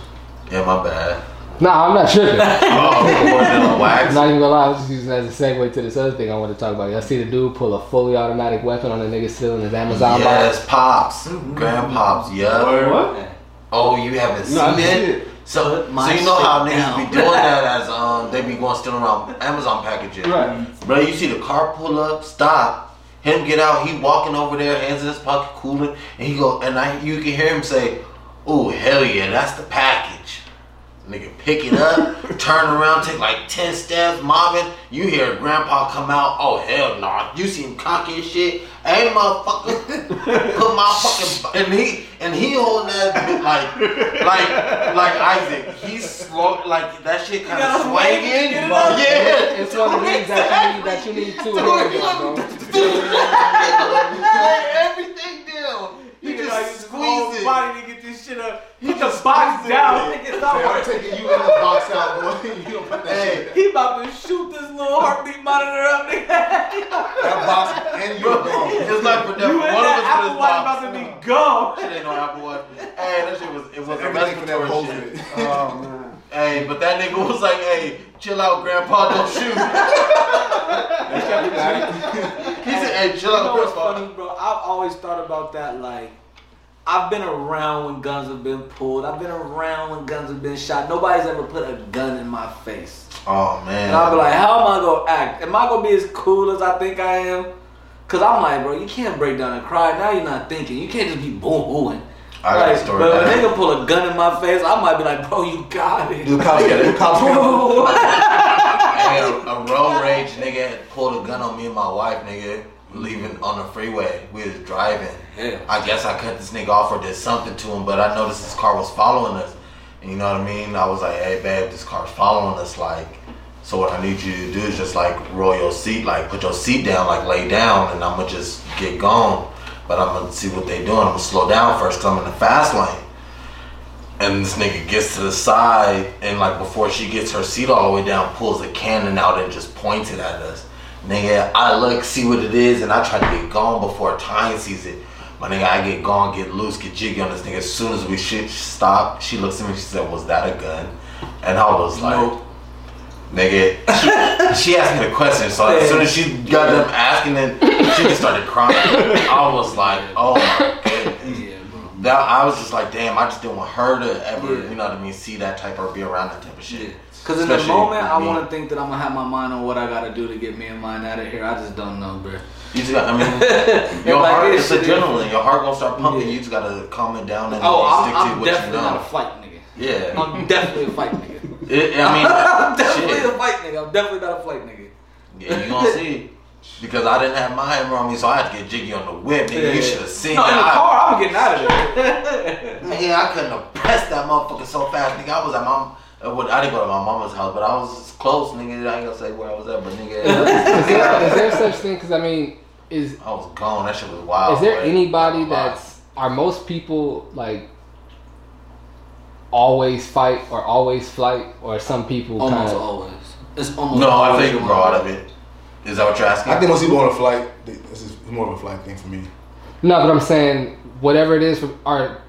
S2: nothing. Yeah, my bad.
S5: Nah, I'm not tripping. I'm
S2: Oh, more than a wax.
S5: not even gonna lie. I was just using that as a segue to this other thing I want to talk about. Y'all see the dude pull a fully automatic weapon on a nigga stealing his Amazon box?
S2: Yes, pops, grandpops, yeah.
S4: What?
S1: Yeah.
S2: Oh, you haven't seen
S4: No, I see
S2: it.
S4: it.
S2: So, so
S1: my
S2: you know how
S1: shit
S2: niggas
S1: down.
S2: be doing that as um they be going stealing around Amazon packages.
S4: Right.
S2: Bro, you see the car pull up, stop, him get out, he walking over there, hands in his pocket, cooling, and he go, and I, you can hear him say, "Oh hell yeah, that's the package." Nigga, pick it up, turn around, take like ten steps, mobbing. You hear grandpa come out. Oh hell no! You see him cocky and shit. Hey motherfucker, put my fucking and he and he holding that bit like like like Isaac. He's slow like that shit kind of
S1: gotta wait to
S2: swinging.
S1: get it up.
S2: Yeah,
S5: It's one of the things that you need that you need two hands, bro.
S2: everything down. You
S1: Nigga, like,
S2: just
S1: his whole
S2: squeeze it.
S1: body to get this shit up. Put the box down. Nigga, stop
S3: I'm
S1: working.
S3: taking you in the box out, boy. You don't put that shit.
S2: Hey,
S1: He about to shoot this little heartbeat monitor up, nigga.
S3: That box and you
S2: bro,
S3: gone.
S2: it's like for
S1: You
S2: them.
S1: and
S2: One of
S1: that
S2: us
S1: Apple
S2: was
S1: Watch about to be gone.
S2: Shit ain't no Apple Watch. Hey, that shit was it was a
S3: Everything for that whole
S2: respiratory shit. Um,
S4: Oh, man.
S2: Hey, but that nigga was like, hey, chill out, grandpa, don't shoot. he said, hey, chill
S1: You know
S2: out,
S1: what's
S2: grandpa.
S1: funny, bro? I've always thought about that. Like, I've been around when guns have been pulled. I've been around when guns have been shot. Nobody's ever put a gun in my face.
S2: Oh man.
S1: And I'll be like, how am I gonna act? Am I gonna be as cool as I think I am? Cause I'm like, bro, you can't break down and cry. Now you're not thinking. You can't just be boom booing.
S2: I got a story
S1: But if a
S2: about that.
S1: nigga pull a gun in my face, I might be like, bro, you got it.
S3: Do cops do cops count?
S2: Hey, a, a road rage nigga had pulled a gun on me and my wife, nigga, leaving on the freeway. We was driving.
S1: Yeah.
S2: I guess I cut this nigga off or did something to him, but I noticed his car was following us. And you know what I mean? I was like, hey, babe, this car's following us. Like, so what I need you to do is just like roll your seat, like put your seat down, like lay down, and I'm gonna just get gone. But I'm gonna see what they doing. I'm gonna slow down first because I'm in the fast lane. And this nigga gets to the side, and like before she gets her seat all the way down, pulls a cannon out and just points it at us. Nigga, I look, see what it is, and I try to get gone before time sees it. My nigga, I get gone, get loose, get jiggy on this nigga. As soon as we shit stop, she looks at me, she said, "Was that a gun?" And I was like,
S1: Nope.
S2: "Nigga," she, she asked me the question. So as soon as she got them asking, it, she just started crying. I was like, "Oh my goodness."
S1: Yeah, bro.
S2: That I was just like, damn, I just didn't want her to ever,
S1: Yeah.
S2: you know what I mean, see that type or be around that type of shit.
S1: Cause in the
S2: Especially
S1: moment, I
S2: me.
S1: want to think that I'm gonna have my mind on what I gotta do to get me and mine out of here. I just don't know, bro.
S2: You just got, I mean, your
S1: Like
S2: heart,
S1: this
S2: it's
S1: shit is-
S2: adrenaline. Your heart gonna start pumping.
S1: Yeah.
S2: You just gotta calm it down and
S1: Oh,
S2: stick
S1: I'm,
S2: to
S1: I'm
S2: what you
S1: definitely
S2: know.
S1: not a fight nigga.
S2: yeah,
S1: I'm definitely a fight nigga.
S2: It- I mean,
S1: I'm definitely
S2: shit.
S1: a fight nigga. I'm definitely not a fight nigga.
S2: Yeah, you gonna see. Because I didn't have my hammer on me, so I had to get jiggy on the whip. Nigga,
S1: Yeah.
S2: you should have seen
S1: No, in the
S2: that. I-
S1: car, I'm getting out of there.
S2: Man, I couldn't have pressed that motherfucker so fast, nigga. I was at my, uh, well, I didn't go to my mama's house, but I was close, nigga. I ain't gonna say where I was at, but
S5: Is there, is
S2: nigga,
S5: there such thing? Because I mean, is
S2: I was gone. That shit was wild.
S3: Oh,
S5: is there
S2: boy.
S5: anybody that's are most people like always fight or always flight or some people kind
S1: Almost
S5: of
S1: always. It's almost.
S2: No, I
S1: always
S2: think you
S1: one.
S2: brought up it. Is that what you're asking?
S3: I think once you go on a flight, th- this is more of a flight thing for me.
S5: no, but I'm saying whatever it is for are.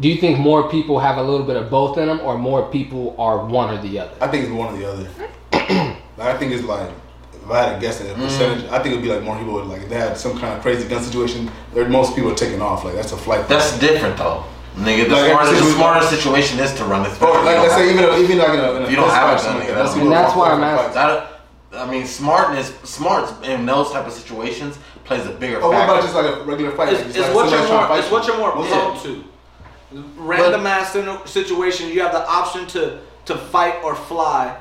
S5: Do you think more people have a little bit of both in them, or more people are one or the other?
S3: I think it's one or the other. like, I think it's like if I had to guess at a percentage, I think it'd be like more people would like if they had some kind of crazy gun situation. there- Most people are taking off. Like that's a flight.
S2: That's different though. Nigga, the
S3: Like,
S2: smarter, the
S3: it's-
S2: smarter situation is to run this.
S3: Or like let's say even a, even like in a, in a
S2: You don't
S3: fist
S2: have
S3: fight
S2: a
S3: or
S2: gun,
S3: something like that.
S2: you
S3: That's
S2: know.
S3: people
S5: And that's
S3: who
S5: why
S3: are
S5: I'm
S3: fighting.
S5: asking.
S2: That, I mean, smartness, smarts in those type of situations plays a bigger
S3: Or Oh, what
S2: factor.
S3: about just like a regular fight?
S1: It's,
S3: like, just
S1: it's
S3: like
S1: what you're
S3: somebody trying to
S1: more.
S3: fight
S1: It's what you're more
S3: What's
S1: prone to. Randomized sin- situation. You have the option to to fight or fly.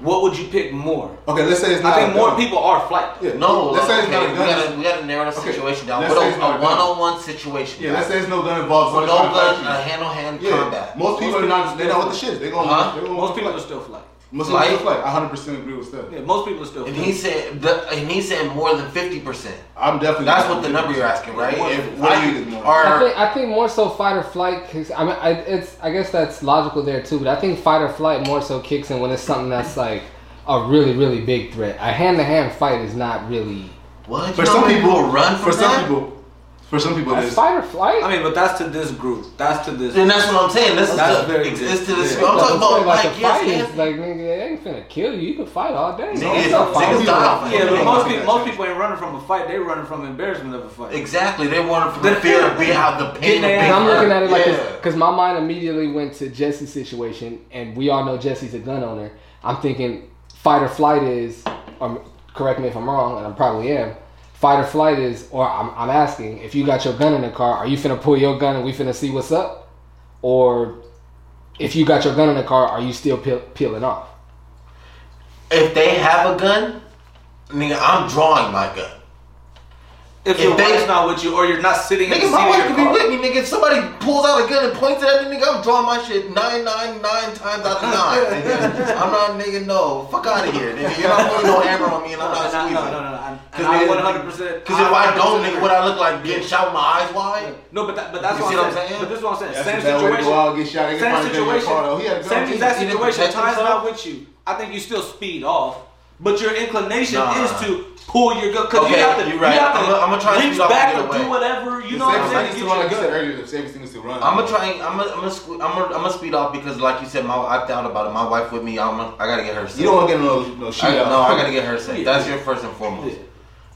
S1: What would you pick more?
S3: up? Okay, let's say it's not.
S1: I
S3: a
S1: think more
S3: gun.
S1: people are flight.
S3: Yeah,
S2: no,
S3: let's say
S2: okay,
S3: it's not a
S2: we
S3: gun.
S2: gotta we gotta narrow the
S3: Okay,
S2: situation down.
S3: let's
S2: What
S3: say
S2: a,
S3: it's not
S2: a
S3: a gun.
S2: one-on-one situation?
S3: yeah, let's say it's no gun involved.
S2: with
S3: somebody
S2: no gun,
S3: trying to fight you.
S2: a hand-on-hand
S3: Yeah,
S2: combat.
S3: most people are not. They know what the shit. They gonna.
S2: Huh?
S3: They gonna
S1: Most people are still flight.
S3: Most
S2: Like-
S3: people like. I hundred percent agree with that.
S1: Yeah, most people are still.
S2: And
S1: flight.
S2: he said, the, and he said more than fifty percent.
S3: I'm definitely.
S2: That's what the number you're asking, right?
S1: What-
S2: If
S3: what
S2: I-
S3: do you think?
S2: or-
S5: I think I think more so fight or flight. Kicks, I mean, I, it's I guess that's logical there too. But I think fight or flight more so kicks in when it's something that's like a really really big threat. A hand to hand fight is not really
S2: what?
S3: For
S2: You know
S3: some
S2: how many
S3: people,
S2: run from
S3: For some
S2: that?
S3: people, for some people, it
S5: that's
S3: is.
S5: fight or flight.
S1: I mean, but that's to this group. That's to this.
S2: And that's what I'm saying. This is
S1: That's
S2: the,
S1: very
S2: it's
S1: good.
S2: to this.
S1: Yeah.
S2: I'm talking about like,
S5: a
S2: yes,
S5: fight
S2: yes.
S5: is like nigga, they ain't finna kill you. You can fight all day.
S2: Nigga,
S5: It's not
S2: niggas
S5: fighting.
S2: die.
S1: yeah, but
S3: Yeah.
S1: most people, most people ain't running from a fight. They're running from embarrassment of a fight.
S2: Exactly. They want it from
S1: The
S2: the fear of
S1: fear.
S2: being out the pain
S1: Getting
S2: of
S1: their
S2: being
S5: Cause I'm
S2: hurt.
S5: looking at it like,
S2: yeah.
S5: because my mind immediately went to Jesse's situation, and we all know Jesse's a gun owner. I'm thinking fight or flight is, um, correct me if I'm wrong, and I probably am. Fight or flight is, or I'm, I'm asking, if you got your gun in the car, are you finna pull your gun and we finna see what's up, or if you got your gun in the car, are you still peel, peeling off?
S2: If they have a gun, nigga, I'm drawing my gun.
S1: If,
S2: If
S1: your
S2: they-
S1: wife's not with you, or you're not sitting in the
S2: Nigga,
S1: seat
S2: my
S1: of
S2: wife
S1: your
S2: could be
S1: car.
S2: with me, nigga. If somebody pulls out a gun and points it at me, nigga, I'm drawing my shit nine, nine, nine times out of nine. nigga. I'm not, nigga, no. Fuck out of here, nigga. You're not putting no hammer on me and I'm
S1: No, no,
S2: not
S1: no,
S2: squeezing.
S1: no, no, no. I'm-
S2: Cause
S1: and I
S2: nigga,
S1: 100%.
S2: Cause if I don't,
S1: 100%
S2: nigga, what I look like getting shot with my eyes wide?
S1: No, but that, but that's
S2: You
S1: what,
S2: see
S1: I'm
S2: what I'm
S1: saying.
S2: saying?
S1: But this is what I'm saying.
S3: That's
S1: same
S3: a bad way to
S1: situation.
S3: go out, get shot, they
S1: same
S3: probably been in your
S1: situation.
S3: car, though. He had a gun.
S1: same exact
S2: He didn't
S1: situation.
S2: protect
S1: Ty's
S2: himself?
S1: not with you. I think you still speed off, but your inclination
S2: Nah.
S1: is to pull your gun because
S2: Okay,
S1: you have to.
S2: you're right.
S1: You have to
S2: I'ma- I'ma try to
S1: reach
S2: speed off
S1: back
S2: and
S1: or
S2: get away.
S1: do whatever. You
S3: You
S1: know what I'm saying?
S3: Like
S1: to
S3: you
S1: get your
S3: said
S1: gun.
S3: earlier, the safest thing is to run.
S2: I'm gonna try. I'm gonna. I'm gonna. Sque- I'm gonna. I'm gonna speed off because, like you said, my I thought about it. My wife with me. I'm. Gonna, I gotta get her. Safe.
S3: You don't want to get no no shootout.
S2: I, no, I gotta get her safe.
S1: uh, Yeah.
S2: That's your first and foremost.
S1: Yeah.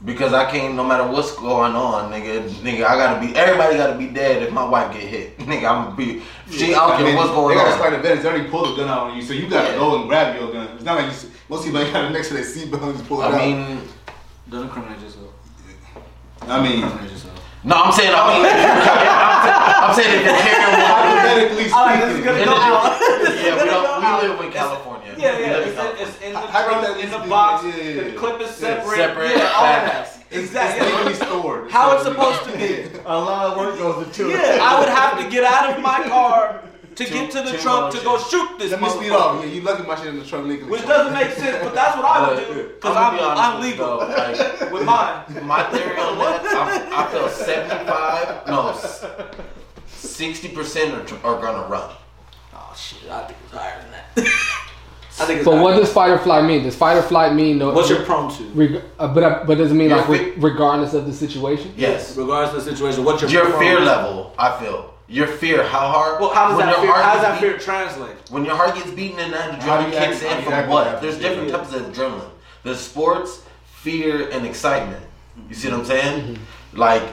S2: Because I can't. No matter what's going on, nigga. Nigga, I gotta be. Everybody gotta be dead if my wife get hit. Nigga, I'm gonna be. She. I don't care
S3: mean,
S2: what's
S3: they
S2: going
S3: gotta
S2: on.
S3: start events. They already pulled the gun out on you, so you gotta
S2: Yeah.
S3: go and grab your gun. It's not like you. s- Most people ain't got it next to their seatbelt and just pull it
S2: I
S3: out.
S2: mean,
S1: Don't incriminate yourself.
S3: I mean,
S1: Incriminate yourself.
S2: no, I'm saying. I mean, I'm saying if you're carrying one.
S3: hypothetically
S1: All right, this is
S3: speaking,
S1: gonna
S2: Yeah,
S1: go out.
S2: we don't.
S1: It's-
S2: We live in California.
S1: Yeah,
S2: We
S1: yeah.
S2: live in
S1: It's, in- it's in
S2: California.
S1: the
S3: How about
S1: trunk,
S3: that
S1: in
S3: we
S1: the
S3: do-
S1: box.
S3: yeah, yeah,
S1: The
S3: yeah.
S1: clip is
S2: Yeah,
S1: separate.
S2: separate,
S1: Yeah, all
S2: facts.
S1: that.
S3: it's
S1: Exactly.
S3: it's literally stored.
S1: How it's
S3: literally-
S1: supposed to be.
S4: A lot of work goes into
S1: Yeah, I would have to get out of my car to get to the
S2: two
S1: trunk to go
S2: motions.
S1: shoot this.
S3: Let me speed
S1: motherfucker.
S3: off. Yeah, you lucky my shit in the trunk, nigga.
S1: Which doesn't make sense, but that's what I would do because
S2: I'ma
S1: I'm,
S2: be honest
S1: I'm
S2: with you,
S1: legal
S2: though, like,
S1: with mine.
S2: My theory on that, I, I feel 75, no, s- 60% are, tr- are gonna run.
S1: Oh shit, I think it's higher than that. I think it's.
S5: But
S1: higher.
S5: what does fight or flight mean? Does fight or flight mean no?
S1: What's your prone to?
S5: reg- uh, but uh, but does it mean
S2: Your
S5: like re-
S2: fi-
S5: regardless of the situation?
S2: Yes.
S1: Regardless of the situation, what's your
S2: Your
S1: prone
S2: fear
S1: to?
S2: level, I feel. Your fear, how hard.
S1: Well, how does
S2: when
S1: that
S2: your
S1: fear?
S2: heart
S1: How does that
S2: gets beat-
S1: fear translate?
S2: When your heart gets beaten and that
S3: How do
S2: adrenaline
S3: you act-
S2: kicks
S3: how do
S2: in
S3: you
S2: from
S3: act on
S2: what?
S3: that?
S2: There's different
S3: Yeah.
S2: types of adrenaline. There's sports, fear, and excitement. You see what I'm saying?
S3: Mm-hmm.
S2: Like,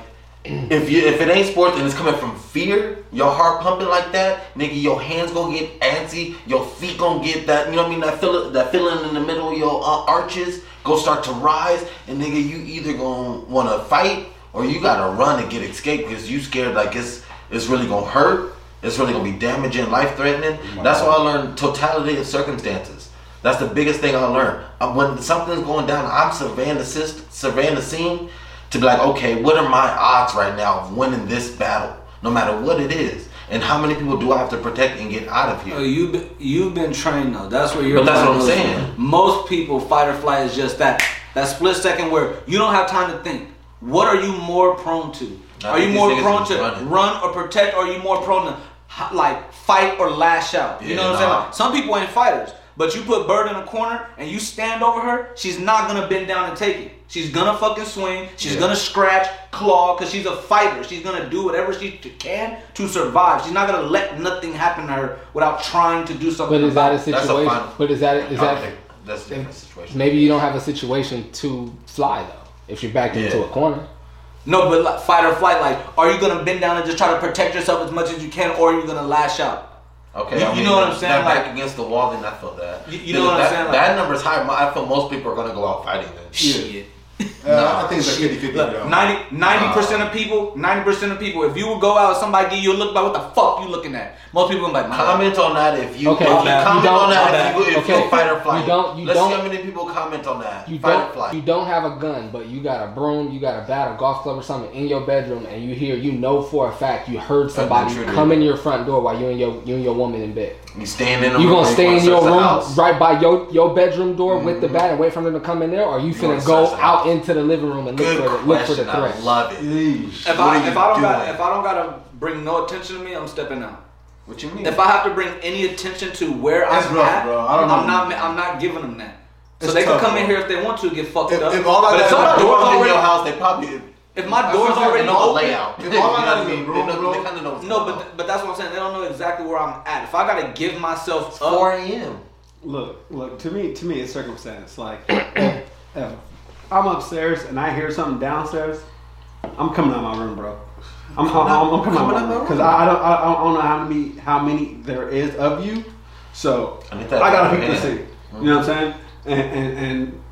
S2: if you if it ain't sports and it's coming from fear, your heart pumping like that, nigga, your hands gonna get antsy, your feet gonna get that, you know what I mean? That feeling, that feeling in the middle of your uh, arches go start to rise, and nigga, you either gonna wanna fight or you gotta run and get escape because you scared like it's it's really gonna hurt, it's really gonna be damaging, life threatening. That's why I learned totality of circumstances. That's the biggest thing I learned. Uh, When something's going down, I'm surveying the system, surveying the scene to be like, okay, what are my odds right now of winning this battle, no matter what it is, and how many people do I have to protect and get out of here?
S1: Oh, you be- you've been trained though. That's where you're.
S2: But that's what I'm saying.
S1: Most people fight or flight is just that that split second where you don't have time to think. What are you more prone to?
S2: I
S1: are you
S2: think
S1: more
S2: these niggas
S1: prone
S2: is
S1: to
S2: running.
S1: run or protect? Or are you more prone to h- like fight or lash out? You
S2: Yeah,
S1: know what I'm
S2: nah.
S1: saying? Like, some people ain't fighters, but you put Bird in a corner and you stand over her, she's not gonna bend down and take it. She's gonna fucking swing. She's
S2: Yeah.
S1: gonna scratch, claw, cause she's a fighter. She's gonna do whatever she t- can to survive. She's not gonna let nothing happen to her without trying to do something.
S5: But is that a
S1: about it.
S2: That's a
S5: situation?
S2: final-
S5: But is that is that
S2: Okay. that's a different situation.
S5: Maybe you don't have a situation to fly though. If you're backed into
S2: Yeah.
S5: a corner,
S1: No, but like, fight or flight. Like, are you gonna bend down and just try to protect yourself as much as you can, or are you gonna lash out?
S2: Okay,
S1: You-
S2: I
S1: you
S2: mean,
S1: know what I'm
S2: if
S1: saying?
S2: they're
S1: Like-
S2: back against the wall, then I feel that.
S1: You- you know what I'm
S2: that,
S1: saying? Like-
S2: that number's high. I feel most people are gonna go out fighting then.
S1: Shit.
S3: Uh, I think it's like 50 50.
S1: Look, 90 percent of people, ninety percent of people. If you would go out, and somebody give you a look like, what the fuck you looking at? Most people gonna be like, my
S2: Comment on that if you,
S5: Okay,
S2: if you
S5: my bad.
S2: comment
S5: You don't-
S2: on
S1: my
S2: that
S1: bad.
S2: if you, if
S5: Okay.
S2: you fight or flight.
S5: You don't- you
S2: Let's
S5: don't-
S2: see how many people comment on that.
S5: you
S2: fight
S5: don't
S2: or flight.
S5: you don't have a gun, but you got a broom, you got a bat, a golf club, or something in your bedroom, and you hear, you know for a fact, you heard somebody
S2: intruder.
S5: come in your front door while you and your you and your woman in bed.
S2: You staying in a
S5: You
S2: room
S5: gonna
S2: and
S5: stay
S2: wanna
S5: in your
S2: search the
S5: room
S2: house.
S5: right by your your bedroom door with the bat and wait for them to come in there, or you
S2: wanna
S5: finna go
S2: search the
S5: out
S2: house.
S5: into the living room and look
S2: Good
S5: for the, look for the
S2: question. I
S5: threat?
S2: love it.
S1: If
S3: Yeesh.
S2: What
S1: I,
S2: are
S1: if
S2: you
S1: I don't got,
S2: doing?
S1: if I don't gotta bring no attention to me, I'm stepping out.
S2: What you mean?
S1: If I have to bring any attention to where
S3: That's
S1: I'm
S3: rough,
S1: at,
S3: bro. I don't
S1: I'm
S3: know.
S1: not. I'm not giving them that. So
S3: It's
S1: they
S3: tough,
S1: can come in
S3: bro.
S1: here if they want to get fucked
S3: If-
S1: up.
S3: if all
S1: but
S3: I got
S1: if
S3: is
S1: my
S3: a
S2: If
S1: door's
S2: I was in your
S1: already,
S2: house, they probably
S1: if my door's
S3: That's what
S1: already
S2: they
S3: I'm saying.
S2: know the
S1: open,
S2: layout.
S3: If all I got is
S2: You know what I
S3: a
S2: mean?
S3: room,
S2: They know-
S3: bro.
S2: they kind of know. what's
S1: No,
S2: going on.
S1: but but that's what I'm saying. They don't know exactly where I'm at. If I gotta give myself up,
S2: four a.m.
S4: Look, look. To me, to me, it's circumstance. Like, if, if I'm upstairs and I hear something downstairs, I'm coming out my room, bro. I'm, I'm, I'm, I'm coming, out my room because I, I don't, I, I don't know how many, how many there is of you. So
S2: I
S4: I,
S2: need that
S4: gotta pick
S2: minute.
S4: the city. You know what I'm saying? And and, and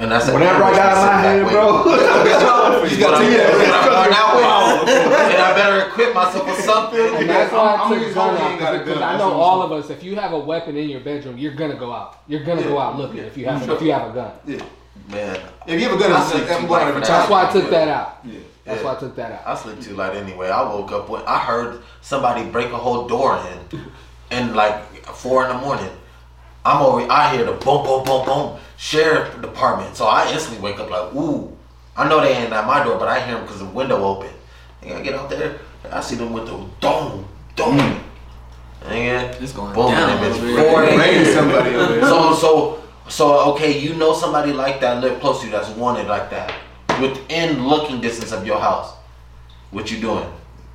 S2: And that's
S4: whatever I got in my hand, bro.
S3: You got to, yeah,
S2: When I'm worn out
S3: yeah.
S2: with, and I better equip myself with something.
S5: And that's why
S3: I'm- I'm
S5: I took
S3: using
S5: gun
S3: my hand, got a
S5: out because
S3: gun.
S5: I
S3: That's
S5: know
S3: what I'm
S5: all of us. If you have a weapon in your bedroom, you're gonna go out. You're gonna go out looking if you have if you have a gun.
S2: Man,
S3: If you have a gun,
S2: I
S3: it's
S2: sleep
S3: like, I'm
S2: too
S3: going
S2: late
S3: every
S2: for
S3: time.
S5: That's why I took that out.
S3: Yeah.
S5: That's why I took that out.
S2: I sleep too light anyway. I woke up when I heard somebody break a whole door in, and like four in the morning. I'm over. I hear the boom, boom, boom, boom. Sheriff department. So I instantly wake up like, ooh. I know they ain't at my door, but I hear them because the window open. And I get out there, and I see them with the dome, dome. And
S1: It's going
S2: boom,
S1: down,
S2: and it's
S1: baby.
S2: four a.m.
S3: Raiding somebody over there.
S2: So so so okay, you know somebody like that live close to you that's wanted like that within looking distance of your house. What you doing?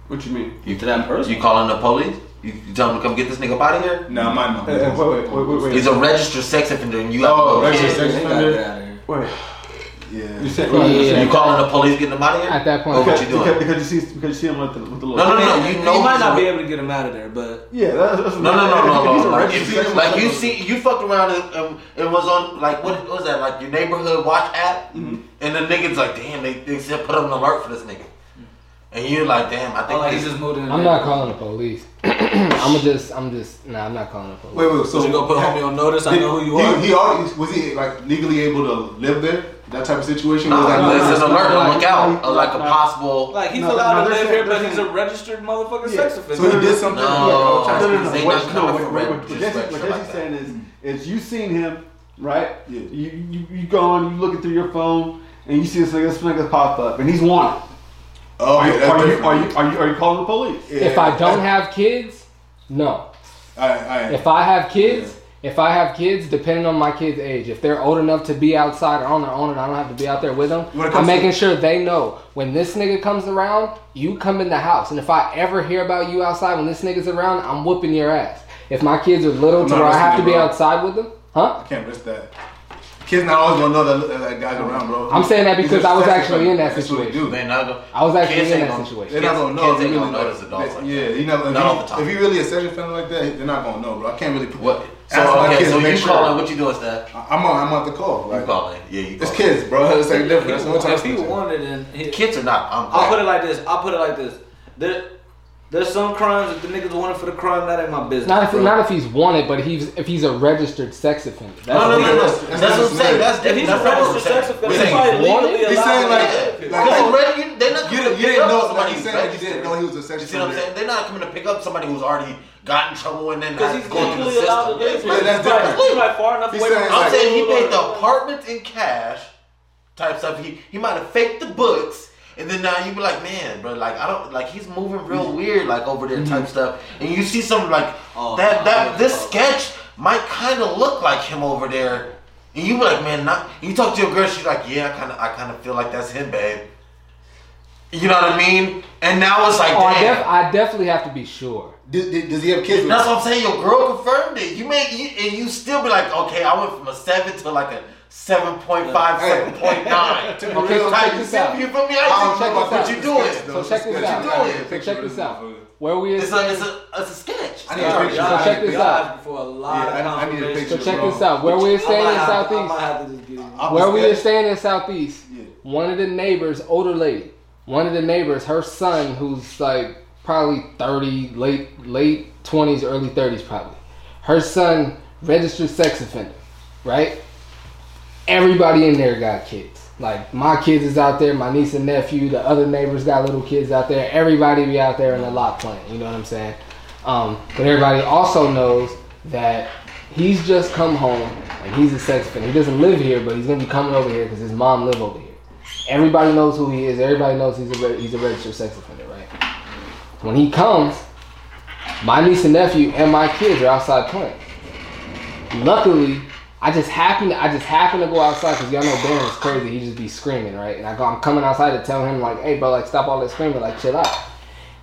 S4: what you mean?
S2: You
S1: To that person.
S2: You calling the police? You, you tell them to come get this nigga up out of here?
S3: Nah, mine
S4: Hey, hey,
S3: not.
S4: wait, wait, wait, wait, wait.
S2: He's a registered sex offender, and you have to
S3: Oh,
S2: go
S3: registered
S2: get him.
S3: sex-
S4: wait. You
S3: Yeah.
S4: said what you
S5: Yeah.
S4: said.
S2: You calling the police, getting him out of here?
S5: At that point,
S2: Or what
S4: Because,
S2: you doing?
S4: because, because you see because you see him with the with the little.
S2: No, no, no.
S1: you
S2: You know
S1: might not
S2: he's-
S1: be able to get him out of there, but
S4: Yeah, that's, that's
S2: No, no, no, no, no. Like, if
S4: He's a
S2: you,
S4: registered
S2: like you
S4: sex
S2: see, you fucked around and, um, and it was on like what, what was that like your neighborhood watch app, and the niggas like, damn, they, they said put up an alert for this nigga, and you're like, damn, I
S1: oh,
S2: think
S1: like he
S2: this-
S1: just moved in.
S5: I'm not calling the police. I'm just I'm just nah. I'm not calling the police.
S3: Wait, wait, so.
S1: So you gonna put homie on notice? I know who you
S3: he,
S1: are.
S3: He already, was he like legally able to live there? That type of situation?
S2: Nah,
S3: Was that-
S2: it's
S4: no,
S2: an
S4: no,
S2: alert,
S4: no,
S2: look
S4: no,
S2: out,
S4: no,
S2: uh, like a
S4: no.
S2: possible.
S1: like he's
S4: No,
S1: allowed
S4: no,
S1: to
S4: they're
S1: live
S4: saying-
S1: here, but
S4: they're
S1: he's a
S4: saying-
S1: registered motherfucking
S4: Yeah.
S1: sex
S3: So he
S1: offender.
S3: did something?
S2: No.
S4: No, no, no.
S2: They
S4: What,
S2: not
S4: no,
S2: coming
S4: what,
S2: for
S4: what,
S2: red
S4: what,
S2: just
S4: Jesse,
S2: red
S4: what
S2: shit like
S4: Jesse's saying is, is you seen him, right?
S3: Yeah.
S4: You, you you gone, you looking through your phone, and you see this nigga, this nigga pop up, and he's wanted.
S3: Oh,
S4: Are,
S3: okay,
S4: you,
S3: that's
S4: are, you,
S3: different.
S4: are you are you are you calling the police?
S3: Yeah,
S5: If I don't
S3: that's-
S5: have kids, no.
S3: Alright, alright.
S5: If I have kids, if I have kids, depending on my kids' age, if they're old enough to be outside or on their own and I don't have to be out there with them,
S3: When it
S5: I'm
S3: comes to-
S5: making sure they know when this nigga comes around, you come in the house. And if I ever hear about you outside when this nigga's around, I'm whooping your ass. If my kids are little
S3: I'm
S5: to
S3: not
S5: where I have to
S3: listening,
S5: be
S3: bro.
S5: outside with them, huh?
S3: I can't risk that. Kids not always gonna know that, that, that guy's around, bro.
S5: I'm saying that
S3: He's
S5: because I was
S3: obsessed
S5: actually
S3: with
S5: in that
S3: That's what he
S5: situation.
S3: do.
S2: They not gonna-
S5: I was actually
S2: kids
S5: in
S2: ain't
S5: that
S2: gonna-
S5: situation.
S3: They're not gonna know.
S2: Kids
S3: They
S2: ain't
S3: really
S2: gonna
S3: know.
S2: notice adults like
S3: yeah, you know,
S2: Not
S3: if, you,
S2: all the time.
S3: if you really a sexual offender like that, they're not gonna know, bro. I can't really put
S2: What?
S3: ask
S2: So
S3: my
S2: okay,
S3: kids
S2: so
S3: to
S2: you
S3: make sure.
S2: calling? What you doing, Steph?
S3: I'm on. I'm on the call.
S2: You
S3: Like,
S2: calling? Yeah, you.
S3: it's
S2: calling.
S3: kids, bro. It's like different. That's one time.
S1: If he wanted, then he-
S2: Kids are not. I'm
S1: I'll
S2: calling.
S1: put it like this. I'll put it like this. There, there's some crimes. If the niggas wanted for the crime, that ain't my business.
S5: Not if,
S1: bro.
S5: not if he's wanted, but he's if he's a registered sex offender.
S1: That's
S2: no, no, no, no.
S1: legal.
S2: That's, what I'm saying. That's
S1: If he's
S2: that's
S1: a
S2: not what I'm
S1: registered sex
S2: saying.
S1: offender,
S2: We're
S1: he's
S2: saying-
S1: probably
S5: wanted?
S1: legally allowed.
S3: He's saying,
S1: to
S3: like-
S1: live here.
S3: like-
S2: Because already you, they're not
S3: You
S2: coming to
S3: didn't, you
S2: pick
S3: didn't
S2: up
S3: know.
S2: somebody
S3: Like you
S2: who's
S3: said, like you didn't
S2: registered.
S3: know he was a
S2: You
S3: sex
S2: see what I'm
S3: offender.
S2: saying? They're not coming to pick up somebody who's already got in trouble and then
S1: Because
S2: has
S1: he's
S2: to go through the
S1: legally allowed to
S2: system.
S1: live here.
S3: But that's
S1: He's
S3: different.
S1: probably- he's probably far enough
S3: He's
S1: away from
S3: saying,
S1: the
S2: I'm
S3: Like-
S2: saying he paid the
S1: law.
S2: apartment in cash, type stuff. He he might have faked the books, and then now you be like, man, bro, like I don't like he's moving real weird, like over there, type stuff. And you see something like
S1: Oh,
S2: that that
S1: no.
S2: this sketch might kind of look like him over there, and you be like, man, not. You talk to your girl, she's like, yeah, I kind of I kind of feel like that's him, babe. You know what I mean? And now it's like,
S5: Oh, I,
S2: damn.
S5: def- I definitely have to be sure.
S3: Does, does he have kids? with
S2: That's
S3: her?
S2: what I'm saying. Your girl confirmed it. You made you, and you still be like, okay, I went from a seven to like a 7.5, 7.9.
S3: To be
S5: Okay,
S3: real,
S5: so check
S2: Like, you
S5: this
S2: see,
S5: out.
S2: you feel me?
S3: I don't
S2: I
S3: know
S2: check
S3: about
S2: what
S5: this
S2: you
S3: out.
S2: doing.
S3: This-
S5: So
S3: No,
S5: check
S3: it's
S5: this
S3: good.
S5: out.
S2: You doing?
S5: So check this out. Where we at?
S2: It's a, it's a, it's a sketch.
S3: I need a
S1: Sorry,
S3: picture.
S1: y'all
S5: So check this
S1: gotta
S5: out.
S1: for a lot
S3: Yeah,
S1: of
S3: I- I need a
S1: confirmation.
S5: So
S3: picture.
S5: check
S3: Bro.
S5: this out. Where we are staying
S1: I
S5: in
S1: might have- I might
S5: Southeast.
S1: have to just get it.
S3: I'm
S5: Where we were
S3: scared.
S5: staying in Southeast,
S3: Yeah.
S5: one of the neighbors, older lady, one of the neighbors, her son, who's like probably thirty, late late twenties, early thirties, probably. Her son registered sex offender, right? Everybody in there got kids. Like my kids is out there, my niece and nephew, the other neighbors got little kids out there. Everybody be out there in the lot playing. You know what I'm saying? Um, but everybody also knows that he's just come home and he's a sex offender. He doesn't live here, but he's gonna be coming over here because his mom live over here. Everybody knows who he is. Everybody knows he's a re- he's a registered sex offender, right? When he comes, my niece and nephew and my kids are outside playing. Luckily, I just happen to, I just happen to go outside because y'all know Dan is crazy. He just be screaming, right? And I go, I'm coming outside to tell him like, hey, bro, like stop all that screaming, like chill out.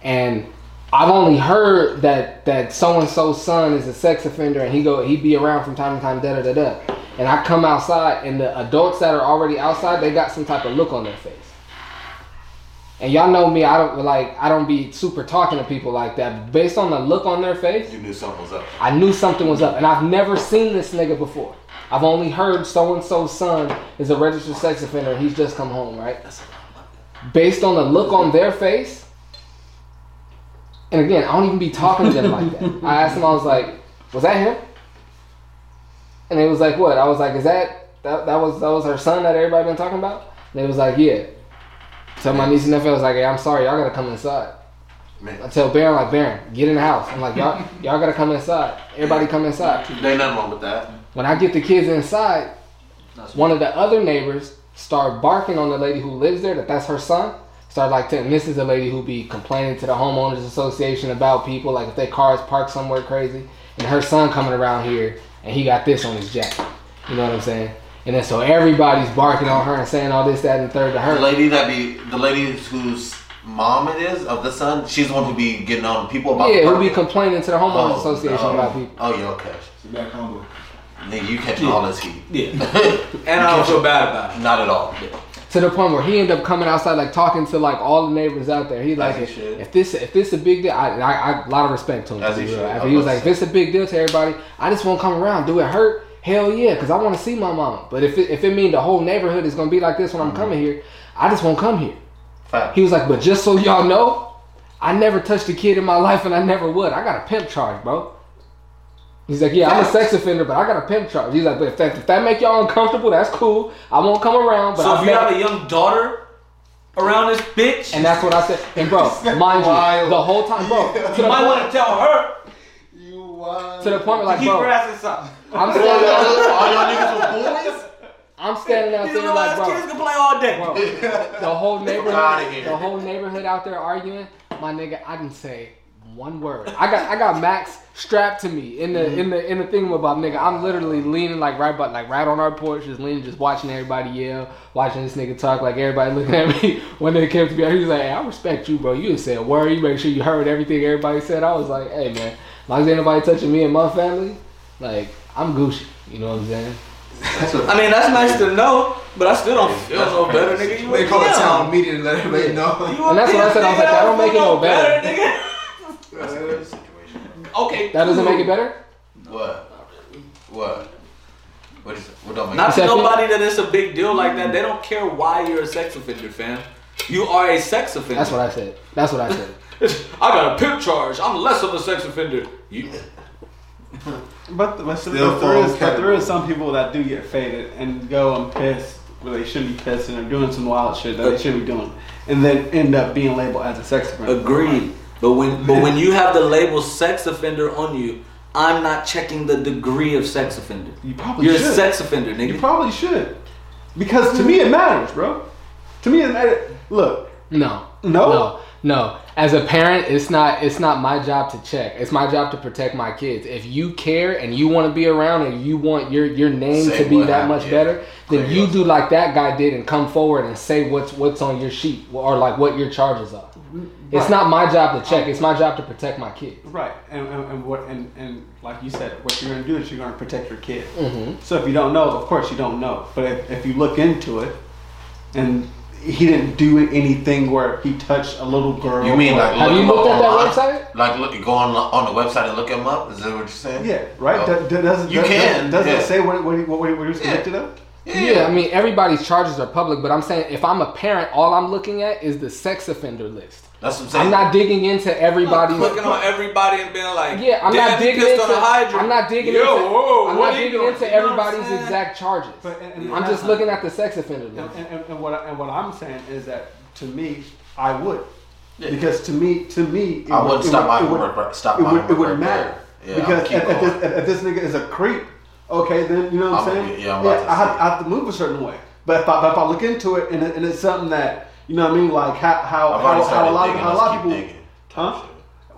S5: And I've only heard that that so and so's son is a sex offender and he go he be around from time to time da da da da. And I come outside and the adults that are already outside they got some type of look on their face. And y'all know me, I don't like I don't be super talking to people like that. But based on the look on their face,
S2: You knew something was up.
S5: I knew something was up, and I've never seen this nigga before. I've only heard so and so's son is a registered sex offender. and He's just come home, right? Based on the look on their face, and again, I don't even be talking to them like that. I asked them, I was like, "Was that him?" And they was like, "What?" I was like, "Is that that, that was that was her son that everybody been talking about?" And they was like, "Yeah." So my niece and nephew I was like, "Hey, I'm sorry, y'all gotta come inside."
S2: Man.
S5: I tell Baron like Baron, get in the house. I'm like y'all, y'all gotta come inside. Everybody come inside.
S2: There ain't nothing wrong with that.
S5: When I get the kids inside, one of the other neighbors start barking on the lady who lives there that that's her son. Start like, telling- this is a lady who be complaining to the homeowners association about people like if their car is parked somewhere crazy, and her son coming around here and he got this on his jacket. You know what I'm saying? And then so everybody's barking on her and saying all this, that, and the third to her.
S2: The lady that be the lady whose mom it is of the son, she's the one who be getting on people about.
S5: yeah,
S2: the
S5: who be
S2: parking.
S5: complaining to the homeowners
S2: Oh,
S5: association
S2: no.
S5: about people.
S2: Oh yeah, okay.
S3: Sit back humble.
S2: Nigga, you catching all this heat?
S1: Yeah, and I don't feel bad about it.
S2: Not at all.
S5: to the point where he ended up coming outside like talking to like all the neighbors out there. He like
S2: As he
S5: if,
S2: should.
S5: if this if this a big deal, I, I, I a lot of respect to him.
S2: As
S5: to be
S2: he
S5: real.
S2: should.
S5: After he was like, if it's a big deal to everybody, I just won't come around. Do it hurt? Hell yeah, because I want to see my mom. But if it, if it mean the whole neighborhood is gonna be like this when
S2: Mm-hmm.
S5: I'm coming here, I just won't come here.
S2: Fact.
S5: He was like, but just so y'all know, I never touched a kid in my life and I never would. I got a pimp charge, bro. He's like, yeah, I'm a sex offender, but I got a pimp charge. He's like, but if that, if that make y'all uncomfortable, that's cool. I won't come around. But
S1: So
S5: I've
S1: if you
S5: never-
S1: have a young daughter around this bitch,
S5: and that's what I said. And bro, mind you,
S3: Wild.
S5: the whole time, bro, to the,
S1: you might
S5: point,
S1: want to tell her
S3: You wild.
S5: to the point where
S1: to
S5: like,
S1: keep her
S5: bro,
S1: ass inside.
S5: I'm
S2: all
S5: standing, out,
S2: y'all all y'all niggas were boys.
S5: I'm standing out
S1: These
S5: there
S1: little
S5: like,
S1: ass
S5: bro,
S1: kids can play all day.
S5: bro, the whole
S2: outta
S5: neighborhood,
S2: here.
S5: the whole neighborhood out there arguing. My nigga, I didn't say one word. I got, I got Max strapped to me in the,
S2: Mm-hmm.
S5: in the, in the thing about nigga. I'm literally leaning like right, but like right on our porch, just leaning, just watching everybody yell, watching this nigga talk. Like everybody looking at me when they came to me. He was like, hey, I respect you, bro. You didn't say a word. You make sure you heard everything everybody said. I was like, hey man, as long as ain't nobody touching me and my family, like I'm Gucci. You know what I'm saying?
S1: I mean, that's nice to know, but I still don't feel no better, nigga. You
S3: They
S1: a
S3: call a
S1: pimp.
S3: town meeting and let everybody know.
S1: You a
S5: And that's what I
S1: pimp,
S5: said. I was
S1: nigga.
S5: like, that don't make
S1: feel
S5: it no better.
S2: That's a crazy situation.
S1: nigga. okay,
S5: That doesn't make it better.
S2: What? What? What is it? What don't make
S1: Not to
S5: Except
S1: nobody that it's a big deal like that. They don't care why you're a sex offender, fam. You are a sex offender.
S5: That's what I said. That's what I said.
S1: I got a pimp charge. I'm less of a sex offender. You,
S4: But, but, but
S3: Still
S4: there
S3: falls
S4: is but there
S3: category.
S4: is some people that do get faded and go and piss where they shouldn't be pissing or doing some wild shit that they shouldn't be doing, and then end up being labeled as a sex offender.
S1: Agreed. But when but when you have the label sex offender on you, I'm not checking the degree of sex offender.
S4: You probably
S1: You're a
S4: should.
S1: sex offender, nigga.
S4: You probably should, because to me it matters, bro. To me it matters. Look,
S5: No.
S4: No?
S5: No. No. as a parent, it's not it's not my job to check. It's my job to protect my kids. If you care and you want to be around and you want your your name
S2: Say
S5: to be
S2: what
S5: that
S2: happened,
S5: much
S2: yeah.
S5: better, then
S2: Clear
S5: you
S2: yourself.
S5: do like that guy did and come forward and say what's what's on your sheet or like what your charges are. It's not my job to check. It's my job to protect my kids.
S4: Right, and, and, and what and, and like you said, what you're gonna do is you're gonna protect your kid.
S5: Mhm.
S4: So if you don't know, of course you don't know. But if, if you look into it, and he didn't do anything where he touched a little girl.
S2: You mean
S4: or-
S2: like
S5: Have
S2: look
S5: you
S2: him
S5: looked
S2: up
S5: at that
S2: online?
S5: website?
S2: Like look, go on on the website and look him up. Is that what you're saying?
S4: yeah, right?
S2: Oh.
S4: Does, does,
S2: You
S4: does,
S2: can,
S4: Does,
S2: yeah.
S4: it say what what he- what, what he was
S2: Yeah.
S4: convicted of?
S5: Yeah. I mean everybody's charges are public, but I'm saying if I'm a parent, all I'm looking at is the sex offender list.
S2: that's what I'm saying.
S5: I'm not digging into everybody's
S1: Clicking on everybody and being like,
S5: Yeah, I'm
S1: "Damn,
S5: not
S1: he
S5: digging
S1: pissed
S5: into.
S1: on a hydrant."
S5: I'm not digging
S1: Yo,
S5: into.
S1: whoa,
S5: I'm
S1: what
S5: not
S1: are you
S5: digging
S1: doing?
S5: into
S1: You know what I'm
S5: everybody's
S1: saying?
S5: exact charges.
S4: But- and- and
S5: I'm
S4: that's
S5: just
S4: not-
S5: looking at the sex offender list.
S4: And, and, and what I, and what I'm saying is that to me, I would.
S2: Yeah.
S4: Because to me, to me, it
S2: I wouldn't stop by
S4: it
S2: him right- right- stop
S4: it
S2: by
S4: would,
S2: him
S4: it would
S2: right
S4: matter.
S2: there. Yeah, I'll
S4: because
S2: keep
S4: if, if, this,
S2: going.
S4: if, if this nigga is a creep, okay, then you know what I'm,
S2: I'm-
S4: saying.
S2: yeah, I'm about to
S4: I, have,
S2: say.
S4: I have to move a certain way. But if I, but if I look into it and, it and it's something that you know what I mean, like how how
S2: I've already
S4: how, how
S2: started
S4: a lot of
S2: digging.
S4: how a
S2: Let's
S4: lot
S2: keep
S4: of people,
S2: digging.
S4: huh?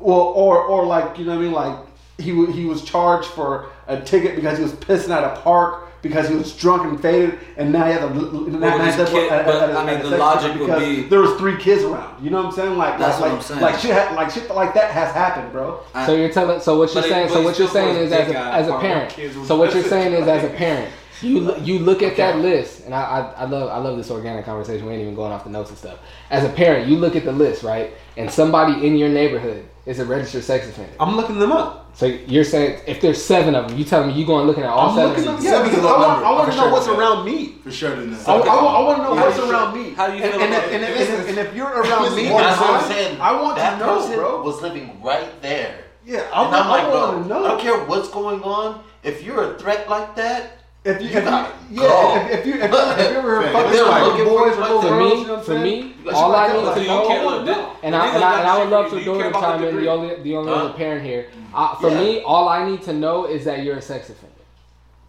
S4: Well, or or like you know what I mean, like he wa- he was charged for a ticket because he was pissing at a park because he was drunk and faded, and now he had a l- l- now, now
S1: this
S4: he had a-
S1: kid-
S4: a- a-
S1: but,
S4: a-
S1: I mean,
S4: a
S1: the
S4: sex
S1: logic
S4: offender
S1: would
S4: because
S1: be-
S4: there was three kids around. You know what I'm saying? Like
S1: That's
S4: like,
S1: what I'm saying.
S4: Like shit, ha- like shit like that has happened, bro.
S5: So you're telling. So what you're
S1: But it-
S5: saying.
S1: but
S5: So
S1: it
S5: what
S1: still
S5: you're saying
S1: was
S5: is as
S1: dick
S5: a,
S1: out
S5: as a
S1: for
S5: parent.
S4: kids with
S5: So what you're
S4: pussy.
S5: saying is as a parent. You, lo- you look at that list, and I, I, I love I love this organic conversation. We ain't even going off the notes and stuff. As a parent, you look at the list, right? And somebody in your neighborhood is a registered sex offender.
S4: I'm looking them up.
S5: So you're saying if there's seven of them, you telling me you going looking at all
S4: I'm
S5: seven?
S4: looking
S5: of
S4: up.
S5: these?
S4: Yeah,
S3: Seven's a
S4: because
S3: low
S4: I want,
S3: number,
S4: I want
S3: for
S4: to know
S3: sure.
S4: what's around me.
S3: For sure than that.
S4: I,
S1: Okay.
S4: want to know
S1: How
S4: what's
S1: you feel-
S4: around me.
S1: how you feel
S4: and, and,
S1: about
S4: if, and, if,
S3: this?
S4: and, if, and if you're around me,
S2: That's what I'm
S4: I-
S2: saying.
S4: I want
S2: that
S4: to know,
S2: person
S4: bro.
S2: was living right there.
S4: yeah, I,
S2: And
S4: want,
S2: I'm like,
S4: I want
S2: bro,
S4: to know.
S2: I don't care what's going on. If you're a threat like that,
S4: If you,
S2: You
S4: if
S2: gotta
S4: you
S2: go.
S4: yeah, if, if you if, you- if you ever
S3: If
S4: fucking
S3: they're
S4: like
S2: looking for
S4: boys
S2: you, like,
S4: or little
S2: for
S5: For
S4: girls, you
S5: me,
S4: know what I'm
S5: for
S4: saying?
S5: me,
S2: You got
S5: all
S2: your
S5: I
S2: back
S5: need
S2: up.
S5: to
S1: You
S5: know,
S1: care what they do. They
S5: and I
S1: don't
S5: and
S1: got
S5: I, and I
S1: shit
S5: would love
S1: for you.
S5: to
S1: You
S5: go
S1: care
S5: into
S1: about what
S5: time
S1: they
S5: in the
S1: do.
S5: only the only
S2: Huh?
S5: other parent here. I, for
S2: Yeah.
S5: me, all I need to know is that you're a sex offender.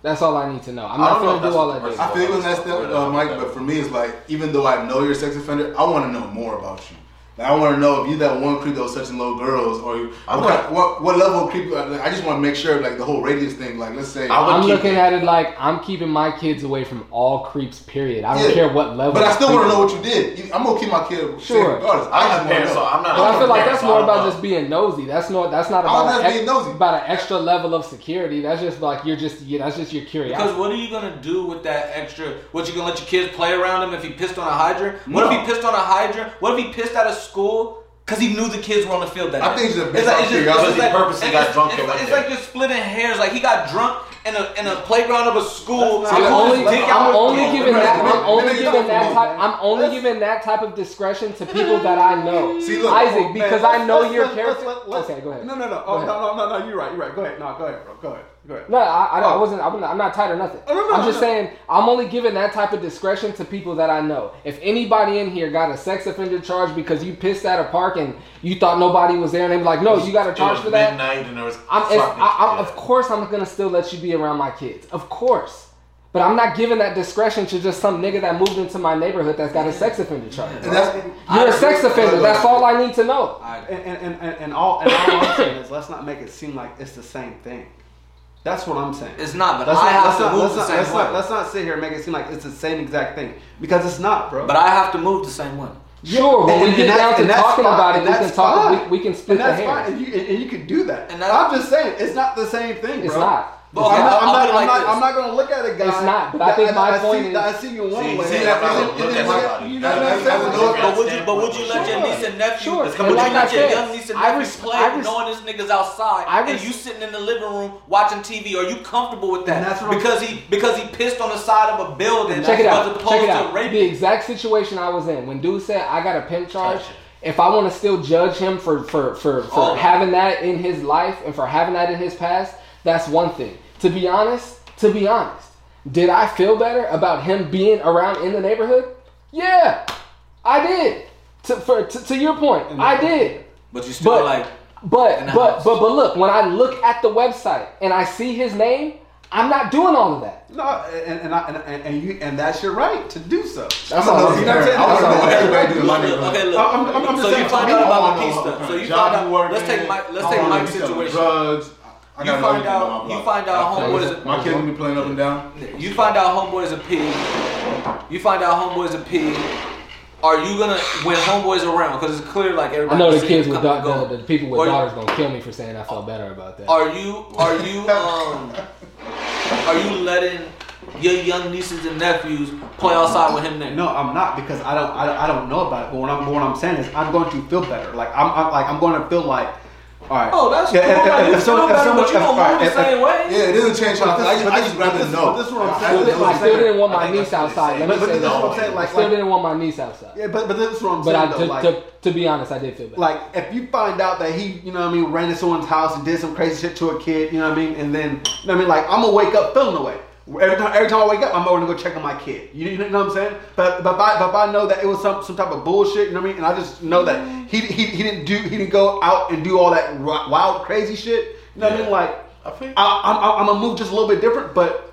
S5: That's all I need to know. I'm
S2: I
S5: not
S2: don't know if
S5: gonna do
S2: that's
S5: all
S2: what
S5: that.
S2: the
S5: Day.
S2: person-
S3: I feel you on that step, uh, Mike. But for me, it's like even though I know you're a sex offender, I want to know more about you. Like, I want to know if you that one creep that was touching little girls, or you,
S2: I
S3: what,
S2: wanna-
S3: kind- what what level of creep. Like, I just want to make sure, like the whole radius thing. Like let's say,
S2: I would
S5: I'm
S2: keep
S5: looking
S2: it.
S5: at it like I'm keeping my kids away from all creeps. Period. I don't
S3: Yeah.
S5: care what level.
S3: but I
S5: of
S3: still want to
S5: creep.
S3: know what you did. You, I'm gonna keep my kid safe
S5: Sure.
S3: regardless.
S2: I'm
S3: just
S2: not a
S3: wanna
S2: parent,
S3: know.
S2: so I'm not.
S5: But I feel like
S2: Yeah,
S5: that's
S2: so
S5: more
S2: I don't
S5: about
S2: know.
S5: just being nosy. That's not. That's not about.
S3: that's
S5: ex-
S3: being nosy.
S5: About an extra level of security. That's just like you're just. Yeah, that's just your curiosity.
S1: Because what are you gonna do with that extra? What you gonna let your kids play around him if he pissed on a hydrant? What if
S3: No.
S1: he pissed on a hydrant? What if he pissed out of school? Cause he knew the kids were on the field that
S3: I
S1: night.
S3: think it's just
S1: it's
S3: based
S1: like,
S3: off
S1: it's just,
S3: curiosity.
S1: it's just like
S2: He purposely
S1: it's-
S2: got drunk
S1: It's,
S2: and went
S1: it's
S2: there.
S1: like you're splitting hairs. Like he got drunk in a in a playground of a school.
S4: That's
S5: I'm
S4: not-
S1: He
S5: only,
S1: pulled his dick out
S5: I'm
S1: with
S5: only
S1: the whole-
S5: giving that. I'm
S3: Remember,
S5: only
S3: remember,
S5: giving that
S3: remember.
S5: type. I'm only giving that type of discretion to people that I know.
S3: See, look,
S5: Isaac,
S4: Oh,
S5: because
S4: man,
S5: I know
S4: let's-
S5: your
S4: let's-
S5: character.
S4: let's- let's-
S5: okay, go ahead.
S4: No, no, no.
S5: Go
S4: Oh,
S5: ahead.
S4: no, no, no, no. You're right. You're right. Go ahead. No, go ahead, bro. Go ahead. Go ahead.
S5: No, I, I, I
S4: Oh.
S5: wasn't. I'm not, I'm not tight or nothing.
S4: Oh, no, no,
S5: I'm
S4: no,
S5: just
S4: no.
S5: saying I'm only giving that type of discretion to people that I know. If anybody in here got a sex offender charge because you pissed at a park and you thought nobody was there, and they were like, "No, you got a
S2: It
S5: charge
S2: was
S5: for that."
S2: midnight and there was
S5: I'm, it's,
S2: something.
S5: I, I'm,
S2: Yeah.
S5: Of course, I'm gonna still let you be around my kids. Of course, but I'm not giving that discretion to just some nigga that moved into my neighborhood that's got a sex offender charge.
S3: And that's,
S5: You're a sex
S3: I-
S5: offender.
S3: I-
S5: That's all I need to know.
S1: I-
S4: And and, and, and, and all and all I'm saying is let's not make it seem like it's the same thing. That's what I'm saying.
S1: It's not, but
S4: Let's
S1: I
S4: not-
S1: have
S4: let's
S1: to
S4: not-
S1: move
S4: let's
S1: the
S4: not-
S1: same
S4: let's
S1: way.
S4: Not, let's not sit here and make it seem like it's the same exact thing because it's not, bro.
S1: But I have to move the same way.
S5: Sure, when
S4: And-
S5: we
S4: and
S5: get
S4: that's-
S5: down to
S4: and that's
S5: talking
S4: fine,
S5: about it,
S4: and
S5: we can
S4: that's
S5: talk.
S4: fine.
S5: We, we can split
S4: and
S5: the
S4: that's fine,
S5: hairs.
S4: and you and, and you can do that.
S1: And
S4: And
S1: that's-
S4: I'm just saying, it's not the same thing.
S5: It's
S4: bro.
S5: not.
S1: But
S4: I'm,
S1: okay,
S4: not,
S1: I'll-
S4: I'm,
S1: I'll
S4: not,
S1: put it
S4: I'm,
S1: like
S4: not,
S1: this.
S4: I'm not gonna look at a guy.
S5: It's not, but I think
S4: that-
S5: my
S4: that I
S5: point
S4: see,
S5: is-
S4: that I see you one
S2: See,
S4: way.
S2: you
S4: and
S2: said I'm
S4: that-
S2: not
S4: and
S2: gonna
S4: then-
S2: look
S4: and
S2: at
S4: then-
S2: somebody.
S4: you know what I'm
S3: That's- that's
S4: saying? Like,
S3: another-
S1: But would you, but would you let your
S5: Sure.
S1: niece and nephew?
S5: Sure.
S1: Would
S5: And
S1: you
S5: like I
S1: let your
S5: said,
S1: young niece and
S5: I
S1: nephew
S5: res-
S1: play,
S5: I res-
S1: knowing this nigga's outside,
S5: I res-
S1: and you sitting in the living room watching TV? Are you comfortable with that?
S4: And that's what I'm-
S1: because he because he pissed on the side of a building.
S5: Check it
S1: as
S5: out.
S1: opposed
S5: Check it
S1: to
S5: out.
S1: raping.
S5: The exact situation I was in when dude said I got a pimp charge. If I want to still judge him for for for, for
S1: Oh.
S5: having that in his life and for having that in his past, that's one thing. To be honest, to be honest, did I feel better about him being around in the neighborhood? Yeah, I did. To for to, to your point, I did.
S1: But you still
S5: But
S1: like
S5: but
S1: in the
S5: but,
S1: house.
S5: but but look, when I look at the website and I see his name, I'm not doing all of that.
S4: No, and and, I, and and you and that's your right to do so.
S5: That's all. I'm saying.
S3: You know what I'm saying?
S5: That's
S3: I
S5: all
S3: don't
S5: I'm
S3: know
S5: saying.
S3: everybody do the money. bro.
S6: Okay, look.
S4: I'm- I'm- I'm just
S6: so
S4: saying,
S6: you find
S4: I
S6: out
S4: mean,
S6: about
S3: I
S6: Mike
S3: don't know.
S6: stuff. So you
S3: Job
S6: find out.
S3: working,
S6: Let's take Mike. Let's
S3: I
S6: take
S3: don't wanna
S6: Mike's
S3: be selling
S6: situation.
S3: Drugs. I
S6: You
S3: got
S6: find
S3: everything on
S6: out-
S3: my block.
S6: you find out
S3: I
S6: home-
S3: play-
S6: what is it?
S3: My kids be playing up and down.
S1: You find out homeboy's a pig. You find out homeboy's a pig. Are you gonna when homeboy's around? Because it's clear like
S5: I
S1: everybody.
S5: know the
S1: see
S5: kids
S1: him
S5: with
S1: come and
S5: da-
S1: go.
S5: the, the people with
S1: Or you-
S5: daughters gonna kill me for saying I felt better about that.
S1: Are you are you um are you letting your young nieces and nephews play outside with him there?
S4: No, I'm not because I don't I don't, I don't know about it. But what I'm what I'm saying is I'm going to feel better. Like I'm, I'm like I'm going to feel like all right.
S1: Oh, that's
S4: Yeah,
S1: cool.
S4: if-
S1: Like,
S4: if-
S1: you
S4: if some-
S1: feel
S4: if
S1: better,
S4: someone-
S1: but you
S4: if-
S1: don't
S4: alright,
S1: move the
S4: if-
S1: same way.
S3: Yeah, it is a change. I
S4: But this-
S3: just- I just
S4: but
S3: rather
S4: this-
S3: know.
S4: but this is what I'm
S3: I
S4: saying.
S3: just
S4: This is what
S5: I
S3: rather
S4: I'm
S5: still
S4: saying.
S3: know.
S5: didn't want
S3: I
S5: my
S3: think
S5: niece
S3: that's
S5: outside. Let me
S4: But, but
S5: say
S4: this is what
S5: that.
S4: I'm saying.
S5: I
S4: Like,
S5: still
S4: like
S5: didn't want my niece outside.
S4: yeah, but but this is what I'm
S5: But
S4: saying.
S5: I,
S4: though,
S5: to,
S4: like,
S5: to, to be honest, I did feel bad.
S4: like if you find out that he, you know what I mean, ran to someone's house and did some crazy shit to a kid, you know what I mean, and then you know what I mean, like I'm gonna wake up feeling away. Every time, every time I wake up, I'm gonna go check on my kid. You, you know what I'm saying? But but if I, but if I know that it was some some type of bullshit, you know what I mean, and I just know that he he, he didn't do he didn't go out and do all that ri- wild crazy shit. You know what I mean?
S2: Yeah.
S4: Like
S2: I think-
S4: I, I'm I'm gonna move just a little bit different, but.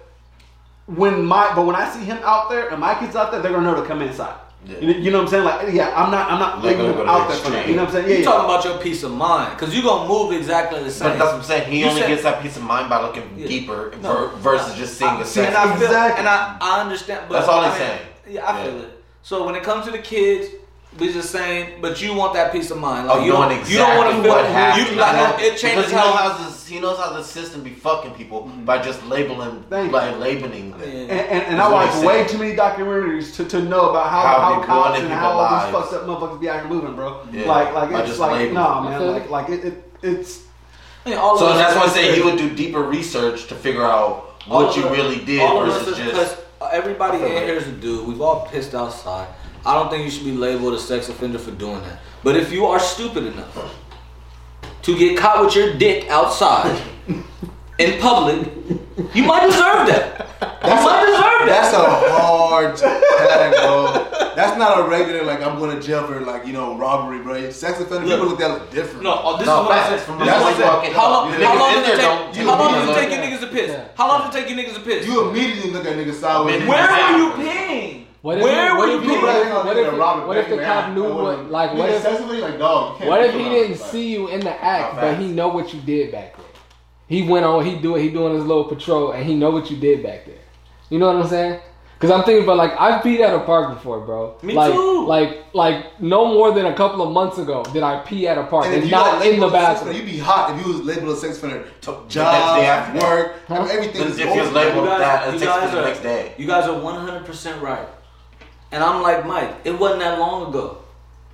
S4: When my but when I see him out there and my kids out there, they're gonna know to come inside.
S2: Yeah.
S4: You, know, you know what I'm saying? Like, yeah, I'm not I'm not
S2: They're
S4: leaving
S2: gonna
S4: him
S2: go to
S4: out
S2: the
S4: there for that.
S2: extreme.
S4: You know what I'm saying? Yeah,
S1: You
S4: yeah.
S1: talking about your peace of mind? Cause you gonna move exactly the same.
S2: But that's what I'm saying. He
S1: You
S2: only
S1: said-
S2: gets that peace of mind by looking
S1: Yeah.
S2: deeper
S1: No.
S2: ver- versus just seeing
S1: I-
S2: a
S1: see, and
S2: sex.
S1: I feel,
S4: Exactly.
S1: and I, I understand. But
S2: That's all he's
S1: I
S2: saying.
S1: Yeah, I feel
S2: Yeah.
S1: it. So when it comes to the kids, we just saying, but you want that peace of mind. Like
S2: of
S1: you don't,
S2: knowing
S1: you don't want to
S2: exactly
S1: feel
S2: what happened.
S1: You, like,
S2: You know?
S1: it changes
S2: because he knows
S1: how. Mm-hmm.
S2: how this, he knows how the system be fucking people by just labeling
S4: Thank
S2: by labeling them.
S1: Yeah.
S4: And, and, and
S2: That's
S4: I
S2: what
S4: watch
S2: I'm
S4: way
S2: saying.
S4: too many documentaries to, to know about how
S2: How
S4: how,
S2: they
S4: cops
S2: ruining
S4: and how all these
S2: people's
S4: fucked up motherfuckers be out here moving, bro.
S2: Yeah.
S4: Like like
S2: By
S4: it's
S2: just
S4: like
S2: labeling.
S4: nah,
S5: I
S4: man.
S5: feel
S4: Like
S5: it.
S4: like it, it it's
S1: I mean, all of
S2: So
S1: us
S2: that's
S1: are
S2: why I say he
S1: conspiracy.
S2: would do deeper research to figure out
S1: All
S2: what
S1: of
S2: you
S1: us-
S2: really did
S1: all of us
S2: versus
S1: is-
S2: just.
S1: 'cause Everybody
S2: I feel
S1: in
S2: like-
S1: here is a dude. We've all pissed outside. I don't think you should be labeled a sex offender for doing that. But if you are stupid enough to get caught with your dick outside in public, you might deserve that. you might deserve that.
S3: That's a hard tag, bro. That's not a regular like I'm going to jail for like you know robbery, bro. Sex offender
S1: Look.
S3: people look at it different.
S1: No, oh, this
S2: No,
S1: is what I
S2: facts.
S1: said.
S2: From
S1: This
S2: the
S1: is what I
S2: point
S1: said.
S2: walking
S1: How
S2: up,
S1: long?
S2: the
S1: How
S2: niggas
S1: long
S2: in
S1: does
S2: there
S1: it
S2: don't-
S1: take?
S2: you
S1: How long
S2: don't
S1: does it
S2: know.
S1: take you niggas to
S5: Yeah.
S1: piss? How long does it take you niggas to piss?
S3: you immediately look at niggas sideways.
S1: Where
S2: Yeah.
S1: were you peeing?
S5: What if
S1: Where
S5: you-
S1: were
S5: what
S1: you
S5: if you-
S1: peeing?
S5: what if- what if- what if the cop knew what- like, what if-
S3: like dog? you can't
S5: What if
S3: do
S5: he
S3: that.
S5: didn't
S3: Like,
S5: see you in the act,
S2: Not
S5: but
S2: facts.
S5: he know what you did back there? He went on. He do He doing his little patrol, and he know what you did back there. You know what I'm saying? Cause I'm thinking about like I've peed at a park before, bro.
S1: Me
S5: like,
S1: too.
S5: Like, like no more than a couple of months ago did I pee at a park
S3: And
S5: and,
S3: if you
S5: not
S3: got
S5: in the
S3: labeled a sex offender,
S5: bathroom.
S3: you'd be hot if you was labeled a sex offender. To-
S2: day after
S3: Job,
S2: that.
S3: work,
S5: Huh?
S3: everything.
S2: If
S3: is
S2: he
S3: over.
S2: was labeled-
S1: You guys-
S2: that, it
S1: you
S2: takes
S1: guys
S2: to the
S1: are-
S2: next day.
S1: You guys are 100% right. And I'm like, Mike, it wasn't that long ago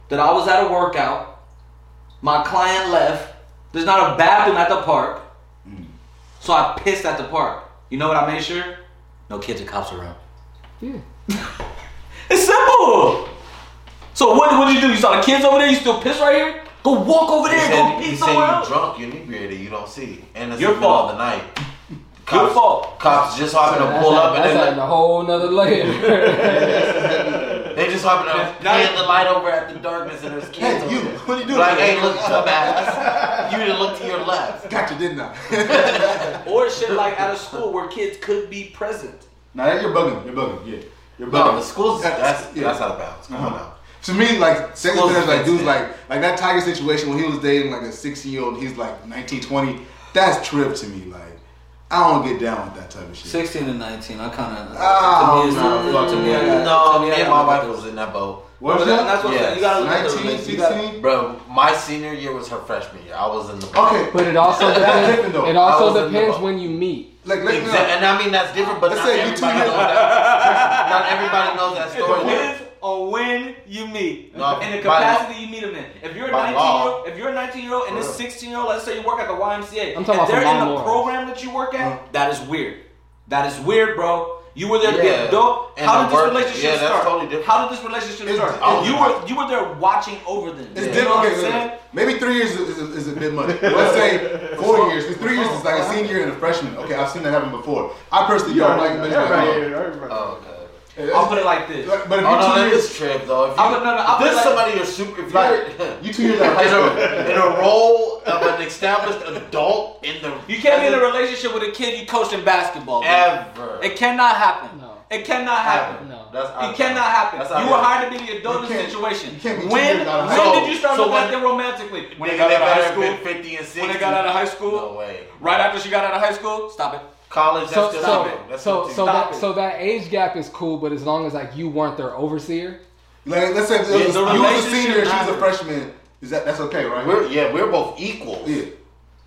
S1: that I was at a workout. My client left. There's not a bathroom at the park. Mm. So I pissed at the park. You know what I made sure? No kids or cops around.
S5: Yeah.
S1: It's simple. So what, what did you do? You saw the kids over there? You still piss right here? Go walk over
S2: He
S1: there and
S2: said,
S1: go
S2: he
S1: pee
S2: said
S1: somewhere
S2: you
S1: else.
S2: drunk, you inebriated, you don't see, and it's
S1: Your
S2: the middle
S1: fault.
S2: of the night.
S1: Your
S2: Cops-
S1: fault.
S2: Cops just happen to
S5: That's
S2: pull
S5: a-
S2: up and
S5: that's
S2: then
S5: adding a whole nother layer.
S2: They just hopping up,
S1: Now-
S2: paying the light over at the darkness, and there's kids.
S3: Hey, you,
S2: over there.
S3: what are you doing?
S2: Like, hey, look, dumbass. You didn't look to your left.
S3: Gotcha, didn't I?
S1: Or shit like out of school where kids could be present.
S3: now that you're bugging, you're bugging, yeah, you're bugging.
S2: No, the school's that's
S3: yeah.
S2: that's out of bounds. Come on
S3: Uh-huh.
S2: now.
S3: To me, like sex
S2: Close
S3: offenders, like
S2: the fence,
S3: dudes,
S2: man.
S3: like like that Tiger situation when he was dating like a sixteen year old, he's like 19, 20. That's trip to me. Like I don't get down with that type of shit.
S1: 16 to 19, I kind of.
S3: Oh,
S1: to me, it's
S3: no,
S1: not,
S3: fuck
S1: to me, I
S3: Yeah,
S2: No,
S1: got, to me,
S2: me
S1: I
S2: and
S1: got
S2: my
S1: about
S2: wife
S1: those.
S2: was in that boat.
S3: What was
S1: But
S3: that?
S1: that's what I'm saying. You gotta look at the
S3: 19,
S1: relationship. You gotta-
S3: 16?
S2: Bro, my senior year was her freshman year. I was in
S3: Oh,
S2: the boat.
S3: Okay,
S5: but it also
S3: That's different,
S5: depends.
S3: though.
S5: It
S2: I was
S5: also
S2: in the
S5: depends
S2: boat.
S5: when you meet.
S3: like let me
S2: Exactly.
S3: know.
S2: And I mean that's different, but
S3: Let's
S2: not
S3: say you two
S2: everybody
S3: years-
S2: knows that. not everybody knows that
S1: It
S2: story.
S1: depends on when you meet
S2: No,
S1: and the
S2: by-
S1: capacity you meet them in. If you're a
S2: by
S1: 19 year
S2: law.
S1: old, if you're a 19 year old and this 16 year old, let's say you work at the YMCA,
S5: I'm talking
S1: if
S5: about
S1: they're
S5: from
S1: in the
S5: Lawnmowers.
S1: program that you work
S2: Mm-hmm.
S1: at, that is weird. That is weird, bro. You were there to be an
S2: Yeah.
S1: adult.
S2: And
S1: How
S2: the
S1: did this
S2: work-
S1: relationship
S2: yeah, that's
S1: start?
S2: totally different.
S1: How did this relationship
S3: It's-
S1: start?
S3: it's-
S1: you were you were there watching over them. you
S3: It's
S1: know
S3: different.
S1: what I'm
S3: Okay,
S1: saying?
S3: look, maybe three years is, is, is a bit much. Let's say four years. Three years is like a senior and a freshman. Okay, I've seen that happen before. I personally don't like
S4: Everybody-
S3: it.
S4: everybody-
S2: Oh, God.
S1: I'll put it like this.
S3: But but if
S2: Oh no,
S3: you
S2: that
S3: two years,
S2: is trip though. If you,
S1: I'm gonna- no, no, I'm
S2: if there's
S1: like-
S2: somebody you're super. If you're
S3: you two years out of high
S2: in
S3: school.
S2: a, in a role of an established adult in the
S1: You can't be in a relationship with a kid you coached in basketball. bro.
S2: ever.
S1: It cannot happen.
S5: No.
S1: It cannot happen.
S5: No.
S2: That's
S1: It cannot happen.
S2: That's
S1: you
S2: out
S1: were
S2: of-
S1: hired to be the adult
S3: You
S1: in the
S3: can't-
S1: situation.
S3: you can't be two
S1: when
S3: years out
S1: when
S3: of high
S2: school.
S1: did you start
S2: So
S1: looking
S2: when-
S1: at them romantically?
S2: When
S1: Nigga,
S2: they got
S1: they
S2: out of
S1: better
S2: high
S1: been
S2: school, fifty and sixty.
S1: When they got out of high school,
S2: No way.
S1: right after she got out of high school, stop it.
S2: College.
S5: So
S2: That's
S5: so
S2: just
S5: so
S2: That's
S5: so,
S2: just-
S1: Stop
S5: that
S1: it.
S5: so that age gap is cool, but as long as like you weren't their overseer,
S3: Like, let's say it was-
S1: Yeah, the
S3: you was a
S1: relationship
S3: senior and she was a
S1: matters.
S3: freshman. Is that that's okay, right?
S2: We're yeah, we're both equals.
S3: yeah.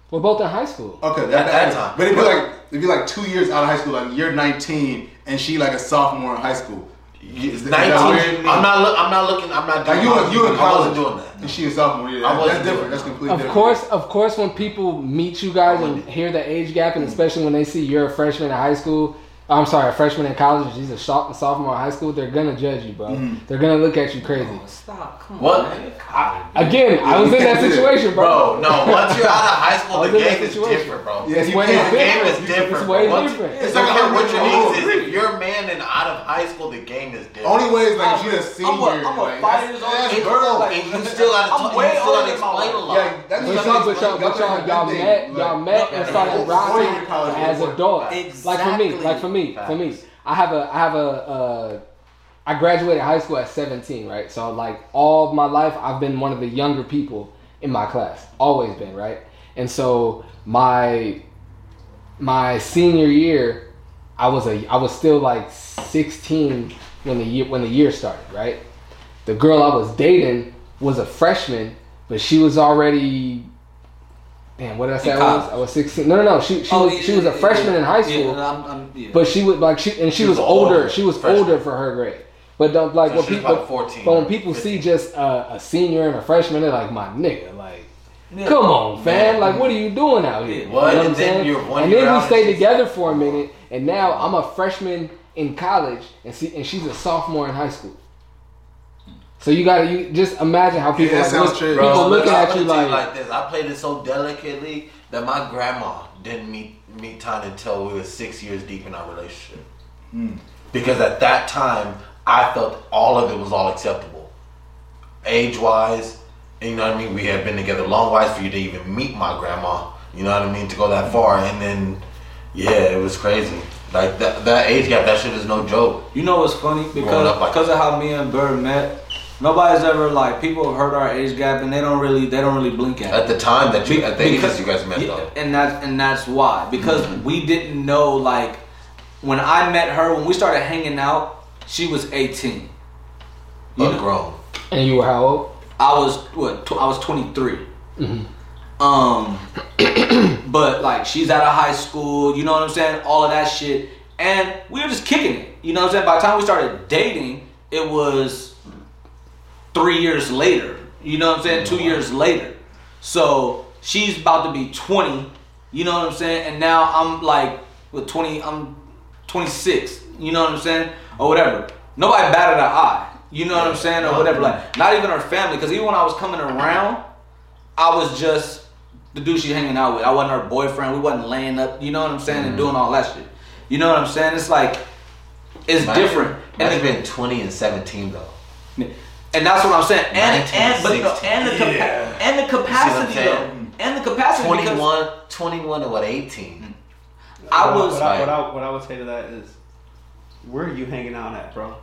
S5: we're both in high school.
S3: Okay, that,
S2: At that
S3: time.
S2: time.
S3: But it'd be like it'd be like two years out of high school, like you're 19 and she like a sophomore in high school.
S2: You-
S3: Is that- that's weird to
S2: Nineteen.
S3: me.
S2: I'm not. Look, I'm not looking. I'm not doing.
S3: Like you,
S2: that.
S3: in- you in
S2: I
S3: college
S2: wasn't doing that.
S3: And she a sophomore. Yeah,
S2: I
S3: that-
S2: wasn't
S3: that's different.
S2: doing
S3: That's
S2: that.
S3: completely
S5: Of
S3: different.
S5: course, of course, when people meet you guys and
S2: Wouldn't.
S5: hear the age gap, and especially when they see you're a freshman in high school, I'm sorry, a freshman in college, she's a soph- sophomore in high school, they're gonna judge you, bro.
S2: Mm.
S5: They're gonna look at you crazy.
S1: Stop. Come
S2: What?
S5: Again, I was in that situation, bro.
S2: Bro, no. Once you're out of high school,
S5: I was
S2: the
S5: in that
S2: game is
S5: situation.
S2: different, bro.
S3: Yeah,
S5: It's
S3: you
S5: way
S3: can't-
S2: The game
S5: different.
S2: is different.
S5: It's way
S2: Once-
S5: different.
S2: It's like
S3: Yeah.
S2: what your
S3: Oh,
S2: needs is.
S3: really?
S2: If you're a man and out of high school, the game is different.
S3: Only way is like she's a senior.
S1: I'm a, I'm a five
S3: like, that's-
S1: years
S3: that's
S1: old
S3: grown.
S1: girl. Like,
S2: and you still gotta
S1: I'm
S2: talk- you
S1: way
S2: still
S1: older
S2: gotta
S1: than my
S2: explain a
S1: wife.
S2: lot.
S3: Yeah, that's
S5: But
S3: that's-
S5: y'all, but y'all, but
S3: that's
S5: y'all,
S3: like
S5: y'all
S3: that thing,
S5: met,
S3: like-
S5: y'all met and started
S3: Before you were in
S5: rocking
S3: college,
S5: as
S3: you were-
S5: adults. Like for me,
S1: Exactly.
S5: like for me, for me, I have a, I have a, uh, I graduated high school at 17, right? So like all my life, I've been one of the younger people in my class, always been, right? And so my, my senior year, I was a, I was still like 16 when the year when the year started, right? The girl I was dating was a freshman, but she was already Damn, what did I say? I
S1: In
S5: was,
S1: college.
S5: I was 16. No, no, no. She she
S1: Oh,
S5: was
S1: yeah,
S5: she was a
S1: yeah,
S5: freshman
S1: yeah.
S5: in high
S1: Yeah,
S5: school,
S1: no, I'm- I'm- yeah.
S5: but she would like she and she,
S2: She
S5: was,
S2: was
S5: older.
S2: older,
S5: She was
S2: freshman.
S5: older for her grade. But don't like
S2: So
S5: what
S2: she was
S5: people.
S2: about 14,
S5: but when
S2: or
S5: people see
S2: 15.
S5: just uh, a senior and a freshman, they're like, "My nigga, like,
S1: Yeah.
S5: come on, fam,
S2: Man.
S5: like, what are you doing out here?"
S1: Yeah.
S5: You
S2: What?
S5: know
S2: And
S5: I'm
S2: then
S5: saying?
S2: you're one
S5: and
S2: year
S5: then we
S2: out
S5: stayed
S2: and she's-
S5: together for a minute, and now I'm a freshman in college, and see, and she's a sophomore in high school. So you gotta you just imagine how people
S3: Yeah,
S5: like,
S3: that sounds
S5: look-
S3: true.
S5: people
S3: Bro,
S5: looking
S2: I
S5: at
S2: put
S5: you
S2: it to
S5: like,
S2: this. I played it so delicately that my grandma didn't meet meet Tanya until we were six years deep in our relationship.
S1: Hmm.
S2: Because at that time, I felt all of it was all acceptable, age wise. You know what I mean? We had been together long wise for you to even meet my grandma. You know what I mean? To go that far, and then yeah, it was crazy. Like that that age gap, that shit is no joke.
S1: You know what's funny? Because
S2: Growing up like
S1: because of how me and Bird met, nobody's ever like people have heard our age gap and they don't really they don't really blink at it.
S2: At the time that you,
S1: Be-
S2: at the ages
S1: because-
S2: you guys met
S1: yeah,
S2: though. Mm-hmm.
S1: and that's and that's why because we didn't know like when I met her when we started hanging out, she was eighteen. You
S2: But
S1: know-
S2: grown.
S5: and you were how old?
S1: I was what tw- I was 23. Um, but like she's out of high school, you know what I'm saying? All of that shit, and we were just kicking it. You know what I'm saying? By the time we started dating, it was three years later. You know what I'm saying? Two years later. So she's about to be 20. You know what I'm saying? And now I'm like with 20. I'm 26. You know what I'm saying? Or whatever. Nobody batted an eye. You know what I'm saying? Or whatever. Like not even her family. Because even when I was coming around, I was just the dude she hanging out with. I wasn't her boyfriend. We wasn't laying up. You know what I'm saying? And doing all that shit. You know what I'm saying? It's like it's
S2: Imagine-
S1: different. And
S2: Imagine
S1: it-
S2: been 20 and 17 though.
S1: and that's what I'm saying. And and but you know,
S2: 1960.
S1: and the capa- and the capacity
S2: You see what I'm
S1: though, and the capacity. because
S2: 21, 21 and what 18.
S1: I
S4: What
S1: was
S4: what I,
S2: like-
S4: what, I, what I would say to that is, where are you hanging out at, bro?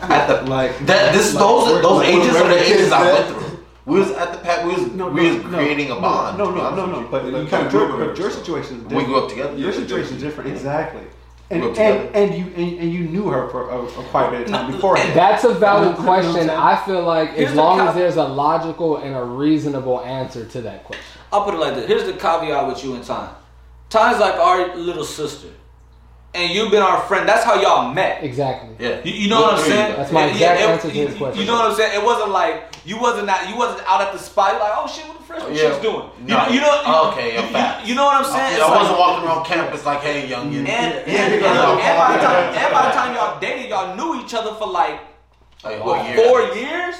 S2: At the
S4: Like
S2: that this
S4: like,
S2: those
S4: where-
S2: those
S4: like,
S2: ages are
S3: wherever
S2: the
S3: the
S2: ages
S3: kids
S2: I
S3: at.
S2: went through. We was at the pack. We was we was creating a bond.
S4: No,
S2: to be
S4: no,
S2: honest
S4: no,
S2: with
S4: no.
S2: you.
S4: But,
S3: You
S4: but,
S3: kinda
S4: but your,
S3: grew up with
S4: but your
S3: her, so.
S4: situation is different.
S2: We grew up together.
S4: Your situation is different, exactly. And
S2: Grew up
S4: and,
S2: together.
S4: and you and, and you knew her for a, a quite a bit of time before.
S5: That's a valid
S4: You know what I'm
S5: question.
S4: saying?
S5: I feel like
S1: Here's
S5: as
S1: the
S5: long as
S1: caveat.
S5: there's a logical and a reasonable answer to that question.
S1: I'll put it like this. Here's the caveat with you and Time. Time's like our little sister, and you've been our friend. That's how y'all met.
S5: Exactly.
S2: Yeah,
S1: You, you know what I'm
S2: Three,
S1: saying?
S5: That's my
S1: Yeah,
S5: exact
S1: yeah, it-
S5: answer to
S1: you-
S5: his question.
S1: You know what I'm saying? It wasn't like you wasn't out, you wasn't out at the spot. You're like, oh shit, what the freshman
S2: Yeah.
S1: chick's doing? You
S2: No.
S1: know, you know, you,
S2: Okay,
S1: you,
S2: I'm back.
S1: you- you know what I'm saying? It's
S2: though. I
S1: like-
S2: wasn't walking around campus like, hey,
S1: And,
S2: youngin. Yeah.
S1: and, and,
S2: Yeah.
S1: and by the time, and by the time y'all dated, y'all knew each other for like
S2: Like,
S1: what,
S2: what year?
S1: four years.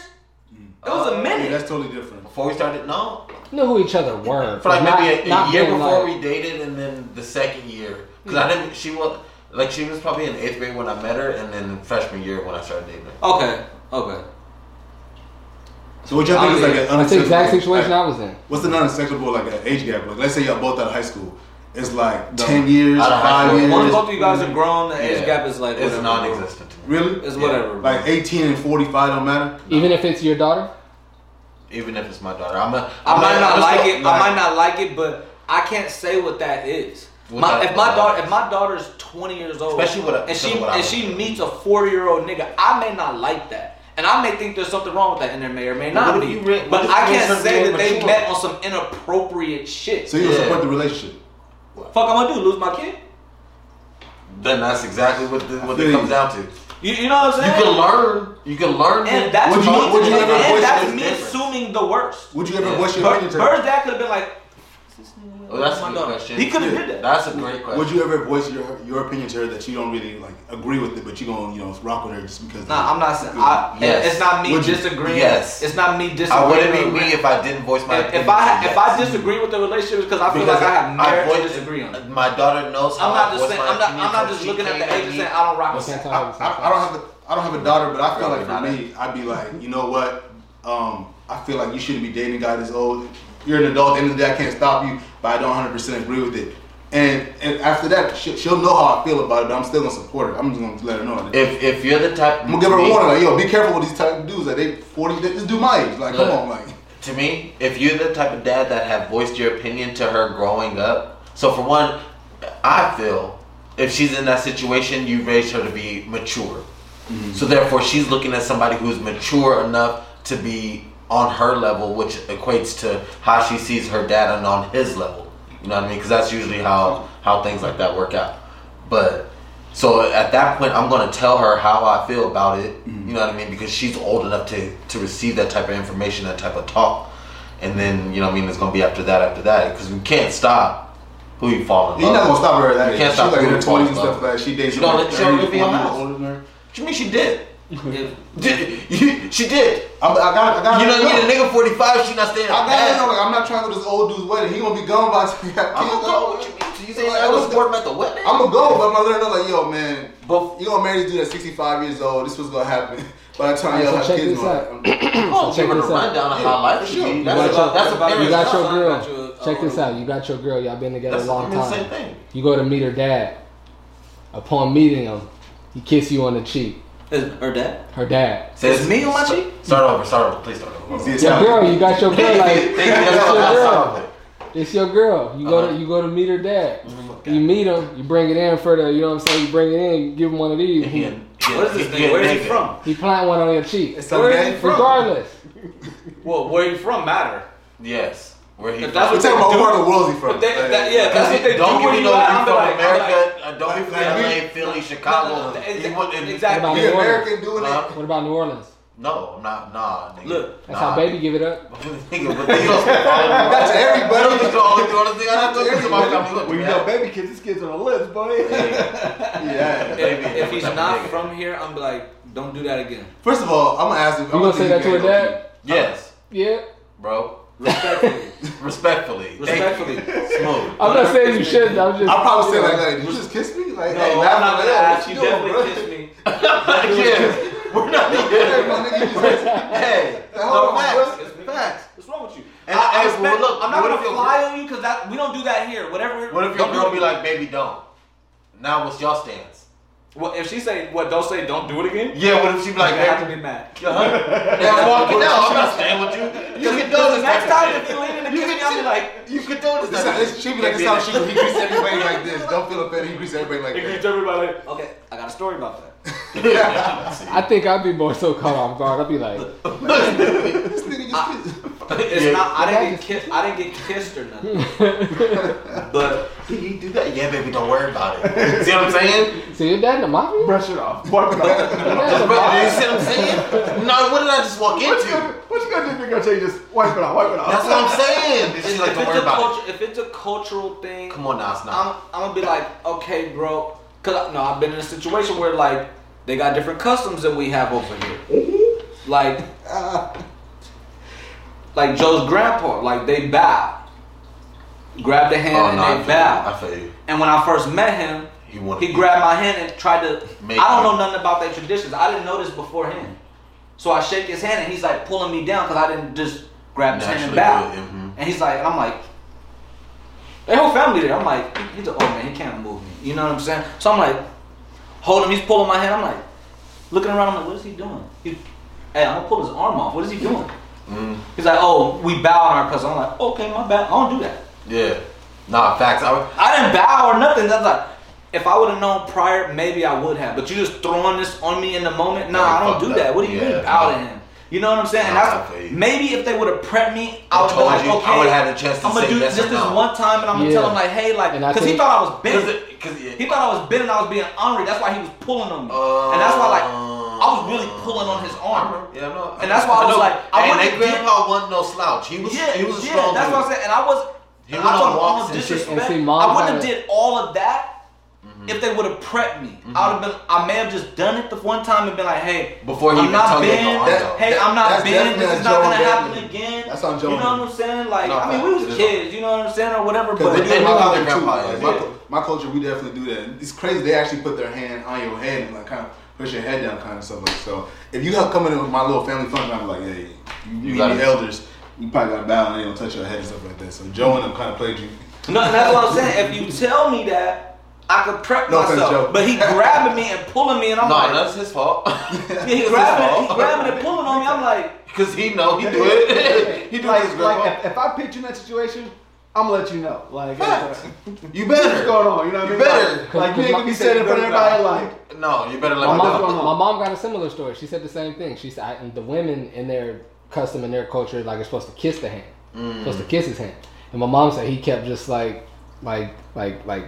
S1: It was a
S3: Yeah,
S1: minute.
S3: that's totally different.
S2: Before we started, no.
S5: Knew who each other were.
S2: For like
S5: but
S2: maybe a, a
S5: not
S2: year
S5: been
S2: before
S5: like-
S2: we dated, and then the second year, because I didn't. She was Like she was probably in eighth grade when I met her, and then freshman year when I started dating her.
S1: Okay. Okay.
S3: So what y'all think is like an
S5: That's the exact situation
S3: like,
S5: I was in.
S3: What's an unacceptable like an age gap? Like let's say y'all both out of high school. It's like ten years,
S2: Out of high
S3: five
S2: school.
S3: years.
S1: Once both of you guys are grown, the age
S2: Yeah.
S1: gap is like
S2: It's
S1: whatever.
S2: non-existent to me.
S3: Really?
S1: It's
S2: Yeah.
S1: whatever.
S3: Like eighteen and forty five don't matter.
S5: Even if it's your daughter,
S2: Even if it's my daughter, I'm a.
S1: I might not like it. I
S2: Like,
S1: might not like it, but I can't say what that is.
S2: What
S1: My,
S2: that-
S1: if my
S2: what
S1: daughter,
S2: that
S1: if my daughter's twenty years old,
S2: Especially what I-
S1: and she
S2: because of what I
S1: and
S2: was
S1: she
S2: doing.
S1: meets a forty year old nigga, I may not like that, and I may think there's something wrong with that, and there may or may not
S2: What if
S1: be.
S2: you re- what
S1: but
S2: if
S1: I
S2: you
S1: can't
S2: insert
S1: say
S2: the
S1: that they
S2: immature?
S1: met on some inappropriate shit.
S3: So you don't
S2: Yeah.
S3: support the relationship.
S1: Fuck, I'm gonna do lose my kid.
S2: Then that's exactly what the, what
S3: feel
S2: it comes
S3: you.
S2: down to. You
S1: You, you know what I'm saying?
S2: can learn. You can learn.
S1: and that's
S3: Would you-
S1: me.
S3: would you ever
S1: and
S3: voice
S1: that's
S2: those
S1: me
S2: difference?
S1: assuming the worst.
S3: Would you ever
S2: Yeah.
S3: voice your
S1: Her,
S3: opinion to
S1: her
S3: her?
S1: dad could have been like,
S2: Oh, that's
S1: my
S2: a good
S1: daughter.
S2: question.
S1: He could have
S3: Yeah.
S1: did that.
S2: That's a great question.
S3: Would you ever voice your your opinion to her that you don't really like agree with it, but you gonna you know rock with her just because?
S1: Nah, I'm not saying. I,
S2: Yes.
S1: It's not me
S3: Would you-
S1: disagreeing.
S2: Yes.
S1: It's not me disagreeing.
S2: I wouldn't
S1: or
S2: be me
S1: agreeing.
S2: if I didn't voice my.
S1: If, if
S2: opinion,
S1: I if I
S2: yes.
S1: disagree with the relationship, it's because I feel
S3: Because
S1: like I have merit
S2: voice-
S1: to disagree on. it.
S2: My daughter knows. how
S1: I'm
S2: I
S1: not just
S2: voice
S1: saying.
S2: my
S1: I'm not.
S2: opinion,
S1: I'm not
S2: so
S1: just
S2: she
S1: looking at
S2: came
S1: the age and
S2: me-
S1: saying "Oh." I don't rock
S5: we
S1: with
S5: can't
S1: that.
S5: talk
S3: I,
S5: about the
S3: I, I don't have a, I don't have a daughter, but I feel
S2: Probably
S3: like
S2: not.
S3: for me, I'd be like, you know what? Um, I feel like you shouldn't be dating a guy this old. You're an adult. At the end of the day, I can't stop you, but I don't 100 percent agree with it. And, and after that, she, she'll know how I feel about it, but I'm still gonna support her. I'm just gonna let her know. That.
S2: If if you're the type,
S3: I'm gonna give her a
S2: me-
S3: warning, like, yo, be careful with these type of dudes. Like, they 40, they, this dude my age. Like, come
S2: Look.
S3: on, like.
S2: To me, if you're the type of dad that have voiced your opinion to her growing up, so for one, I feel if she's in that situation, you raised her to be mature. So therefore, she's looking at somebody who's mature enough to be on her level, which equates to how she sees her dad and on his level. You know what I mean? Because that's usually how how things like that work out. But so at that point, I'm gonna tell her how I feel about it. You know what I mean? Because she's old enough to to receive that type of information, that type of talk. And then you know what I mean? It's gonna be after that, after that, because we can't stop who you fall in
S3: You're
S2: love.
S3: not gonna stop her at that
S2: You
S3: age.
S2: can't
S3: She's
S2: stop
S3: like in
S2: who
S3: her
S2: you fall
S3: 20s
S2: in
S3: and
S2: love
S3: stuff like that. She dates
S2: She don't
S3: somebody
S2: let- she don't
S3: 30,
S2: live in your
S3: 40 years
S2: house.
S3: older than her.
S2: What you mean she did?
S1: If-
S2: Did- you- she did.
S3: I'm, I got, I got.
S2: You know, you get a nigga 45, she not staying at
S3: I got to
S2: that.
S3: know, like, I'm not trying to go to this old dude's wedding. He gonna be gone by the time we have kids.
S2: I'm gonna go
S3: Like,
S2: with you. mean? So you
S3: Like,
S2: saying I
S3: I
S2: was
S3: was-
S2: born at the wedding?
S3: I'm gonna go, but I'm gonna let her know, like, yo, man,
S1: Bef-
S3: you gonna marry this dude at 65 years old. This was gonna happen. By the time
S5: Alright,
S3: y'all
S5: so
S3: have
S5: check
S3: kids,
S5: this
S3: man,
S5: out.
S3: I'm-
S2: I'm gonna
S5: check
S2: give her
S5: this
S2: a
S5: out.
S2: rundown of how
S3: Yeah,
S2: life
S3: for
S2: should be. That's a-
S5: You
S3: sure.
S5: got
S2: That's a
S1: your-
S5: You
S2: parent's
S5: got your
S2: job.
S1: Got you
S5: girl.
S1: a-
S5: Check this
S1: uh,
S5: out. You got your girl. Y'all been together a
S2: That's
S5: long
S2: the same
S5: time.
S2: thing.
S5: You go to meet her dad. Upon meeting him, he kiss you on the cheek.
S1: is her dad?
S5: Her dad.
S1: Is me on my cheek?
S2: Start over, start over. Please start over.
S3: See, it's
S5: Your
S3: happening.
S5: girl. You got your girl. Like
S2: Thank you, that's
S5: it's
S2: all-
S5: your
S2: that's
S5: girl.
S2: all of it.
S5: It's your girl. You go
S2: Uh-huh.
S5: to you go to meet her dad. You meet him. You bring it in for the. You know what I'm saying. You bring it in. You give him one of these.
S2: He a-
S5: He,
S2: he a-
S1: What is this
S2: he
S1: nigga?
S2: a
S1: Where is he
S2: nigga.
S1: from?
S5: he plant one on your cheek.
S3: It's
S1: Where is
S3: okay.
S1: he from?
S5: Regardless.
S1: Well, where you from matter.
S2: Yes. Where he
S1: If
S2: from?
S1: that's
S3: We're talking about what part of the world he from.
S1: But they,
S3: Like,
S1: that, yeah, that's what they do
S2: don't give
S1: when
S2: me
S1: you
S2: no
S1: out.
S2: you
S1: I'm
S2: from
S1: like, I'm
S2: America.
S1: like,
S2: uh, don't be from
S3: like,
S2: LA, Philly,
S1: no,
S2: Chicago.
S1: no,
S2: He
S1: exa-
S2: wouldn't-
S1: exactly.
S5: What about New
S3: Be
S5: Orleans?
S3: American doing
S2: Huh?
S3: it.
S5: What about New Orleans?
S2: No, I'm not. Nah, nigga.
S1: Look,
S5: That's
S2: Nah.
S5: how baby give it up.
S2: Nigga, but they don't
S1: Uh-huh.
S3: Got to
S2: But the
S3: everybody.
S2: only, the only thing I have to do is my family. Look,
S4: When you
S2: man.
S4: got baby kids, this kid's on the list, buddy.
S3: Yeah.
S1: If, if he's not
S2: Nigga.
S1: from here, I'm like, don't do that again.
S3: First of all, I'm gonna ask if
S5: You gonna say that to her dad?
S2: Yes,
S5: Yeah.
S2: bro.
S1: Respectfully,
S2: Respectfully.
S1: respectfully.
S2: Thank you. Smooth.
S5: I'm not saying you shouldn't. I'm just.
S3: I'll probably say like, like, did you just kiss me? Like,
S1: No,
S3: hey,
S1: I'm
S3: laugh
S1: not
S3: like,
S1: gonna
S3: yo, what
S1: ask. You
S3: doing,
S1: definitely
S3: bro?
S1: kissed me.
S2: yeah. We're not
S3: Hey,
S2: together.
S3: my nigga, you just-
S2: Hey.
S3: Hey, hold on,
S2: facts.
S3: bro.
S1: It's facts. What's wrong with you?
S2: And-
S1: I, I
S2: and-
S1: respect,
S2: well, look,
S1: I'm not
S2: what
S1: gonna
S2: if your
S1: fly
S2: girl-
S1: on you because that we don't do that here. Whatever.
S2: What if your
S1: don't do
S2: girl
S1: it
S2: be
S1: again.
S2: like, baby, don't? Now what's your stance?
S1: Well, if she say what? Don't say don't do it again.
S2: Yeah, what if she be like,
S1: Like, I have to
S2: baby,
S1: be mad.
S2: you're hungry? Yeah, I'm walking out. I'm not staying with you. You can do
S1: Because
S2: this
S1: the next time if
S2: you
S1: you lean in the
S2: You
S1: kitchen,
S2: can
S1: I'll be
S2: sit-
S1: like,
S2: you can do
S3: This
S2: this.
S3: is how- this- She be like, this is how she do. He greets everybody like this. Don't feel offended. He greets everybody like that.
S1: everybody like, okay, I got a story about that.
S5: I think I'd be more so caught off guard. I'd be like,
S3: This nigga
S2: Ah.
S1: I-
S3: just kissed.
S1: It's
S2: Yeah.
S1: not. I
S5: Yeah,
S1: didn't get
S5: just-
S1: kissed. I didn't get kissed or nothing. But
S2: Did he do that? Yeah, baby, don't worry about it. See what I'm saying?
S5: "So your dad in the mafia?
S4: Brush it off. Wipe it off.
S5: Your dad in
S2: Just
S5: the
S2: bro,
S5: mafia?
S2: you see what I'm saying? No, what did I just walk
S4: What you
S2: into?
S4: gonna, what you gonna do if your girl tell you just wipe it off, wipe it off?
S2: That's what I'm saying.
S1: if,
S2: She's like,
S1: if
S2: don't
S1: it's
S2: worry
S1: a
S2: about it.
S1: culture, if it's a cultural thing,
S2: Come on now, it's
S1: I'm,
S2: not.
S1: I'm gonna be like, okay, bro, cause I, no, I've been in a situation where like they got different customs than we have over here. like, like Joe's grandpa, like they bow, grab the hand and they bow.
S2: Oh, feel you.
S1: And when I first met him, he,
S2: He wanted.
S1: He grabbed my hand and tried to.
S2: Make
S1: I don't know
S2: you-
S1: nothing about their traditions. I didn't know this beforehand. So I shake his hand and he's like pulling me down because I didn't just grab his hand and
S2: Naturally
S1: bow.
S2: do it, mhm.
S1: And he's like, and I'm like, their whole family there. I'm like, he's an old man. He can't move me. You know what I'm saying? So I'm like, hold him. He's pulling my hand. I'm like, looking around. I'm like, what is he doing? He, hey, I'm gonna pull his arm off. What is he doing?
S2: Mm.
S1: He's like, oh, we bow in our presence. I'm like, okay, my bad. I don't do that.
S2: Yeah. Nah, facts. I, would-
S1: I didn't bow or nothing. That's like, if I would have known prior, maybe I would have. But you just throwing this on me in the moment. Nah,
S2: Yeah,
S1: I don't
S2: fuck
S1: do
S2: that.
S1: that. What do you
S2: Yeah,
S1: mean bow to
S2: no.
S1: him? You know what I'm saying? And
S2: Nah,
S1: that's
S2: I feel you.
S1: maybe if they would have prepped me, I
S2: I
S1: would have
S2: told
S1: like,
S2: you, I
S1: okay,
S2: would've had the chance to
S1: I'm gonna
S2: say
S1: do
S2: yes
S1: just
S2: or
S1: this
S2: no.
S1: one time, and I'm gonna
S5: Yeah.
S1: tell him like, hey, like,
S5: And I
S1: because he
S5: think-
S1: thought I was
S2: cause,
S1: bent.
S2: it, cause
S1: He
S2: it,
S1: thought I was bent and I was being ornery. That's why he was pulling on me, and that's why like I was really pulling on his arm.
S2: Oh. Yeah, no,
S1: And that's why I was
S2: know.
S1: like, I
S2: and
S1: wanted
S2: that
S1: to get-
S2: grandpa wasn't no slouch. He was,
S1: yeah,
S2: he was a
S1: yeah,
S2: strong.
S1: that's
S2: dude.
S1: what I'm saying. And I was,
S2: He
S1: and
S2: went
S1: I
S2: on
S1: told him "Oh, all
S2: walks
S1: the
S2: and shit.
S1: disrespect.
S5: And see, mom
S1: I wouldn't have
S5: had
S1: did
S5: a-
S1: all of that
S2: Mm-hmm.
S1: if they would have prepped me. I would have been. I may have just done it the one time and been like, hey,
S2: Before he
S1: I'm
S2: even
S1: not
S2: told you
S1: been.
S2: about the arm,
S1: hey,
S3: though.
S1: I'm not
S3: That's
S1: been.
S3: definitely
S1: This
S3: a
S1: is not gonna
S3: Joe
S1: happen
S3: Biden.
S1: again.
S3: That's on Joe
S1: You know
S3: Biden.
S1: what I'm saying? Like,
S2: No,
S1: I mean,
S2: fact.
S1: we was
S2: It is.
S1: kids. You know what I'm saying, or whatever.
S3: Because
S1: But
S3: they do it in
S2: They
S3: my
S2: do it with
S3: culture too.
S2: grandpa,
S3: Like,
S2: yeah.
S3: my, cul- my culture, we definitely do that. It's crazy. They actually put their hand on your head and like kind of push your head down, kind of stuff. Like so, if you have come in with my little family function, I'm like, hey, you, you,
S2: gotta-
S3: the elders, you probably got to bow and they don't touch your head and stuff like that. So Joe and them kind of played you.
S1: no, and that's what I'm saying. If you tell me that, I could prep
S3: No offense, Joe.
S1: myself. But he grabbing me and pulling me, and I'm
S2: Nah,
S1: like,
S2: that's his fault.
S1: yeah, he grabbing, he grabbing and pulling on me. I'm like.
S2: Cause he know he do it. he do
S4: Like,
S2: his grandpa.
S4: like if, if I pitch you in that situation, I'm gonna let you know. Like, uh,
S2: Facts. you
S4: what's
S2: better.
S4: going on? You know what
S2: You
S4: I mean?
S2: better.
S4: Like, like, you ain't gonna be
S5: Cause-
S4: sitting in front of everybody like,
S2: No, you better let
S4: My
S2: me
S4: mom's
S2: know.
S4: going
S5: My mom got a similar story. She said the same thing. She said I, and the women in their custom and their culture like are supposed to kiss the hand,
S1: Mm.
S5: supposed to kiss his hand. And my mom said he kept just like, like, like, like,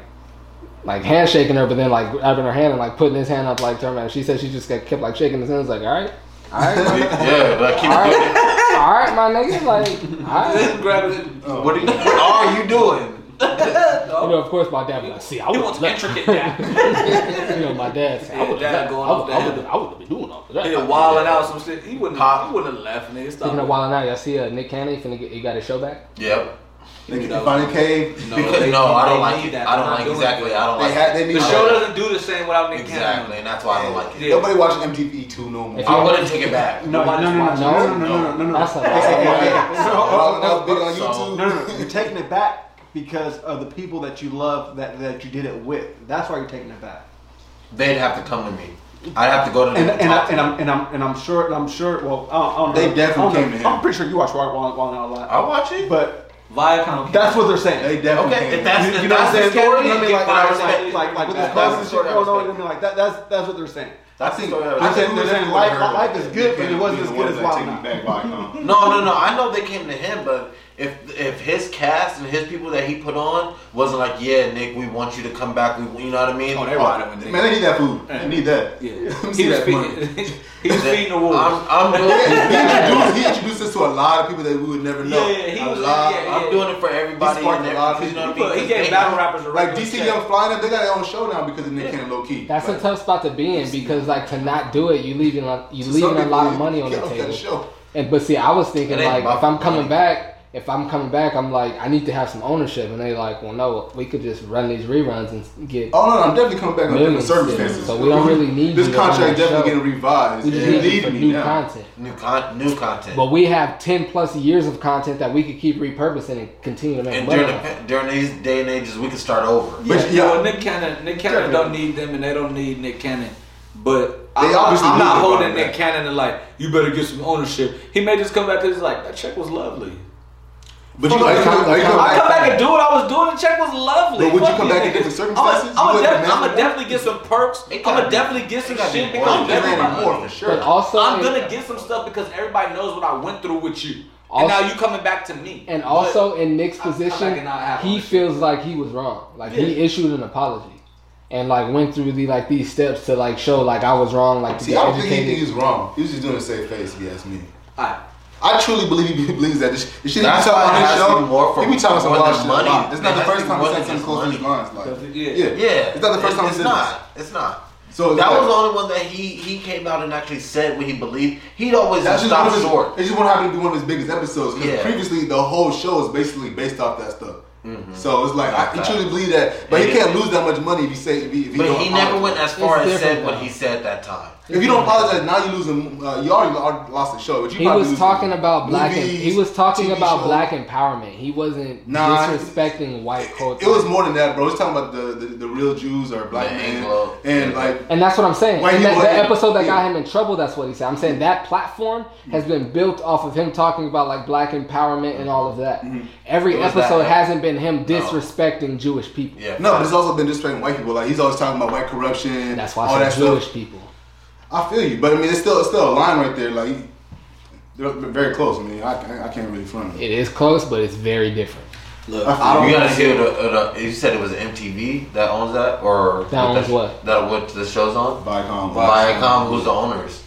S5: like handshaking her, but then like grabbing her hand and like putting his hand up like to her. And she said she just kept, kept like shaking his hands like, all right, all right, my-
S2: yeah, like keep
S5: all
S2: doing it.
S5: right, all right, my nigga, like, all right.
S1: grabbing it.
S2: What, are you, what are you doing?
S5: You know, of course, my dad was like, see, I
S1: He
S5: would
S1: wants intricate dad.
S5: You know, my dad said, I
S1: Yeah,
S5: would
S1: dad
S5: have
S1: going
S5: I
S1: off
S5: would
S1: the
S5: I
S1: handle.
S5: would I would have been doing all of that.
S1: He wilding out some shit. He wouldn't. He wouldn't laugh, nigga. Stop.
S5: Speaking of Wild Out, y'all see uh, Nick Cannon, he, finna get, he got his show back?
S2: Yep.
S3: They
S1: You
S3: get
S1: know.
S3: to find a cave.
S1: No,
S2: Because
S1: they-
S2: no, I don't
S1: they
S2: like
S1: need
S2: it.
S1: that.
S2: I don't
S1: They're not
S2: like
S1: doing
S2: exactly. I don't
S3: They
S2: like
S3: had.
S2: it.
S3: They be
S1: The show doesn't do the same without Nick
S2: exactly,
S1: Cannon.
S2: and that's why I don't like it.
S1: Yeah.
S3: Nobody watching MTV two no more.
S5: If
S2: I wouldn't take it back.
S4: no, no, no, no, no, no, no, no, no, no.
S5: That's a
S3: Hey, hey, hey, hey.
S4: No,
S3: Wild and Out big on
S2: So-
S3: YouTube.
S4: No, no, no. You're taking it back because of the people that you love that, that you did it with. That's why you're taking it back.
S2: They'd have to come to me. I'd have to go to them
S4: And
S2: and
S4: and, I,
S2: talk to
S4: and
S2: them.
S4: I'm and I'm and I'm sure and I'm sure. Well, I don't, I don't
S3: They
S4: know.
S3: definitely
S4: I don't
S3: came
S4: know.
S3: to him.
S4: I'm pretty sure you watched Wild Wild Wild Out Live,
S2: I watch it.
S4: but
S1: Viacom.
S4: that's what they're saying.
S3: They definitely.
S2: Okay,
S3: came.
S2: if that's
S4: you,
S2: if
S4: you know what I'm
S2: that's the
S4: saying?
S2: story,
S4: You know what I mean? Like,
S2: I
S4: like,
S2: respect
S4: like,
S2: it.
S4: like, like with this
S2: That's the
S4: classes shit
S2: story I
S4: going on, you know
S2: respect.
S4: what I mean? Like that, that's that's what they're saying.
S2: That's the story. I
S4: I
S2: respect.
S4: think they're saying life, life is good, but it wasn't as good as Wild Out.
S3: Wild.
S2: No, no, no. I know they came to him, but if if his cast and his people that he put on wasn't like, yeah, Nick, we want you to come back. We, you know what I mean?
S1: Oh, they riding with
S3: Man,
S1: Nick.
S3: they need that food. They need that.
S1: Yeah.
S3: Let me see
S1: He was
S3: that money.
S1: feeding. He was feeding the wolves.
S2: I'm, I'm
S3: he,
S2: doing.
S3: introduced, he introduced us to a lot of people that we would never know.
S1: Yeah, he
S3: a
S1: was-
S3: lot.
S1: yeah.
S2: I'm doing it for everybody.
S3: He sparked
S2: and
S3: a lot of
S2: everything,
S1: He,
S2: you know what
S1: put,
S2: I mean?
S1: he
S2: 'Cause
S1: gave
S2: they-
S1: battle rappers a
S3: Like
S1: regular
S3: DC
S1: check.
S3: Young Flying Up, they got their own show now because of Nick
S1: Yeah.
S3: Cannon low key.
S5: That's
S3: like,
S5: a tough spot to be in because like to not do it, you leaving a- you
S3: so
S5: leaving
S3: some
S5: a lot of
S3: people
S5: money on the
S3: can't look at
S5: table.
S3: show.
S5: And but see, I was thinking
S2: It ain't
S5: like
S2: about
S5: if I'm
S2: the
S5: coming
S2: money.
S5: back, if I'm coming back, I'm like I need to have some ownership. And they like, well, no, we could just run these reruns and get.
S3: Oh no, no, I'm definitely coming back on different
S5: Millions, yeah.
S3: circumstances.
S5: So we don't really need
S3: this
S5: you on
S3: contract.
S5: that show.
S3: Definitely getting revised.
S5: we just
S3: You
S5: need it
S3: need
S5: for
S3: me
S5: new
S3: now.
S5: content.
S2: New con, new content.
S5: But we have ten plus years of content that we could keep repurposing and continue to make
S2: and
S5: money.
S2: during the,
S5: off.
S2: pa- during these day and ages, we can start over.
S3: But
S1: Yeah,
S3: yeah.
S1: well, Nick Cannon, Nick Cannon don't
S4: Definitely.
S1: need them, and they don't need Nick Cannon. But
S3: They
S1: I,
S3: obviously
S1: I'm
S3: need
S1: not
S3: the
S1: holding
S3: running
S1: Nick
S3: back.
S1: Cannon to like, you better get some ownership. He may just come back because he's like, that check was lovely.
S3: But you, are you,
S5: Fuck,
S3: are you coming
S5: I
S1: I
S3: back?
S1: come back and do what I was doing. The check was lovely.
S3: But would you
S1: Fuck
S3: come back in
S1: niggas.
S3: different circumstances? You
S1: I'm gonna
S3: wouldn't
S1: def-
S3: imagine
S1: I'ma
S3: that?
S1: definitely get some perks. I'm
S2: It gotta
S1: gonna
S2: be-
S1: definitely get some
S2: gotta be
S1: shit
S2: more
S1: because
S2: than that.
S1: everybody.
S2: It gotta be more, for sure.
S5: But also,
S1: I'm
S5: in-
S1: gonna get some stuff because everybody knows what I went through with you,
S5: Also-
S1: and now you coming back to me.
S5: And
S1: But-
S5: also in Nick's
S1: I- I like it
S5: position,
S1: not happening.
S5: he feels like he was wrong. Like he
S1: Yeah.
S5: issued an apology, and like went through the like these steps to like show like I was wrong. Like to
S3: See,
S5: be
S3: I don't think
S5: educated.
S3: anything is wrong. He was just doing a safe face. If you ask me.
S1: Alright.
S3: I truly believe he believes that. This shit he be
S2: That's
S3: talking
S2: why it
S3: on his
S2: has to
S3: show.
S2: be more for-
S3: he be talking some
S2: more
S3: wild
S2: than
S3: shit a
S2: money.
S3: lot. It's
S2: It
S3: not the
S2: has to
S3: first
S2: be
S3: time
S2: more
S3: he
S2: than
S3: said something
S2: just
S3: close to
S2: money.
S3: his lines. Like,
S1: Yeah.
S2: Yeah,
S3: It's not the first time he
S2: It's
S3: did
S2: not. It's not.
S3: So it's
S2: that
S3: like-
S2: was the only one that he he came out and actually said what he believed. He'd always
S3: That's just
S2: stop
S3: one of his,
S2: short.
S3: It just won't happen to be one of his biggest episodes because
S2: Yeah.
S3: previously the whole show is basically based off that stuff. So it's like I,
S2: Mm-hmm. Facts.
S3: he truly believe that, but he
S2: Yeah.
S3: can't lose that much money if he say if he, if he
S2: But
S3: don't
S2: he never
S3: apologize.
S2: went as far
S5: It's
S2: as said
S5: different,
S2: what
S5: though.
S2: he said that time.
S3: If you don't apologize now, you losing. Uh, you already lo- lost the show. But you
S5: He
S3: probably
S5: was
S3: losing
S5: talking about black. and,
S3: movies,
S5: he was talking
S3: TV
S5: about
S3: shows.
S5: black empowerment. He wasn't
S3: Nah,
S5: disrespecting white culture.
S3: It was more than that, bro. He's talking about the, the, the real Jews or black
S2: The
S3: men
S2: Anglo.
S3: and
S2: Yeah.
S3: like
S5: And that's what I'm saying.
S3: Why
S5: And
S3: he
S5: that,
S3: wasn't-
S5: that episode that
S3: yeah. Mm-hmm.
S5: got him in trouble, that's what he said. I'm saying that platform has been built off of him talking about like black empowerment and all of that.
S3: Mm-hmm.
S5: Every
S2: It was
S5: episode
S2: that-
S5: hasn't been him
S3: Oh.
S5: disrespecting Jewish people.
S2: Yeah.
S3: no, but it's also been disrespecting white people. Like he's always talking about white corruption,
S5: And that's why
S3: all
S5: I
S3: that
S5: said Jewish
S3: stuff.
S5: people.
S3: I feel you, but I mean, it's still it's still a line right there. Like they're very close. I mean, I, can't- I can't really front. it.
S5: It is close, but it's very different.
S2: Look,
S3: I don't
S2: you gotta
S3: know.
S2: hear the, uh, the. You said it was MTV that owns that, or
S5: That owns
S2: that,
S5: what?
S2: That what the show's on?
S3: Viacom,
S2: Viacom. Who's the owners?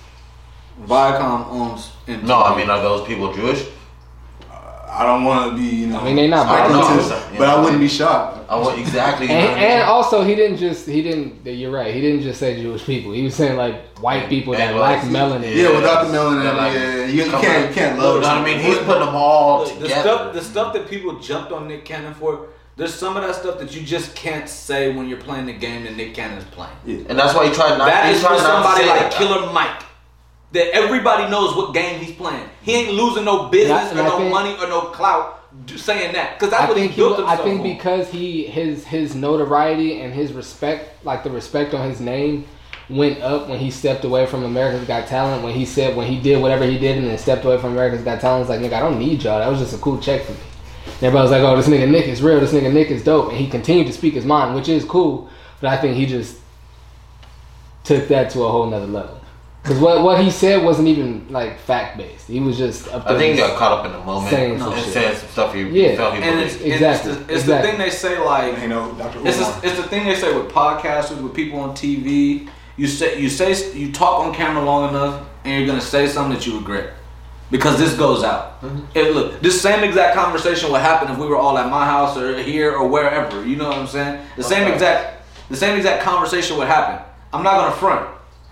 S6: Viacom owns. MTV.
S2: No, I mean are those people Jewish?
S3: I don't want to be. You know,
S5: I mean, they not
S3: I
S5: black.
S3: don't
S2: know.
S3: know, but I wouldn't be shocked.
S2: I want exactly. you know
S5: And,
S2: what I mean?
S5: and also, he didn't just he didn't. You're right. He didn't just say Jewish people. He was saying like white people that
S2: And
S5: lack
S2: like-
S5: melanin.
S3: Yeah,
S2: Yeah,
S3: without the melanin,
S2: yeah, like-
S3: yeah, you, you
S2: come
S3: can't
S2: on.
S3: you can't
S2: You
S3: love.
S2: know what I mean? He's putting them all
S1: Look, the
S2: together.
S1: stuff the stuff that people jumped on Nick Cannon for. There's some of that stuff that you just can't say when you're playing the game that Nick Cannon's playing.
S2: and that's why he tried not.
S1: That
S2: he
S1: is
S2: tried
S1: for
S2: not to
S1: somebody
S2: say
S1: like
S2: that.
S1: Killer Mike. That everybody knows what game he's playing. He ain't losing no business
S5: And I- and
S1: or
S5: I
S1: no
S5: think-
S1: money or no clout d- saying that because that's
S5: I
S1: what
S5: think
S1: he
S5: he,
S1: built
S5: wa- I
S1: himself
S5: think
S1: on.
S5: because he his his notoriety and his respect, like the respect on his name, went up when he stepped away from America's Got Talent. When he said when he did whatever he did and then stepped away from America's Got Talent, it's like nigga, I don't need y'all. That was just a cool check for me. And everybody was like, oh, this nigga Nick is real. This nigga Nick is dope, and he continued to speak his mind, which is cool. But I think he just took that to a whole nother level. Because what, what he said wasn't even like fact based. He was just up there.
S2: I think he
S5: just-
S2: got caught up in the moment
S5: Saying
S2: and
S5: some shit.
S2: saying some stuff he
S5: Yeah.
S2: felt he
S1: and
S2: believed.
S1: it's, and
S5: Exactly,
S1: it's, the, it's the
S5: exactly.
S1: thing they say like
S3: You know, Dr.
S1: It's,
S3: Umar.
S1: the- it's the thing they say with podcasters, with people on TV. You say you say you talk on camera long enough, and you're gonna say something that you regret because this goes out. It- look, this same exact conversation would happen if we were all at my house or here or wherever. You know what I'm saying? The same
S2: Okay.
S1: exact the same exact conversation would happen. I'm not gonna front.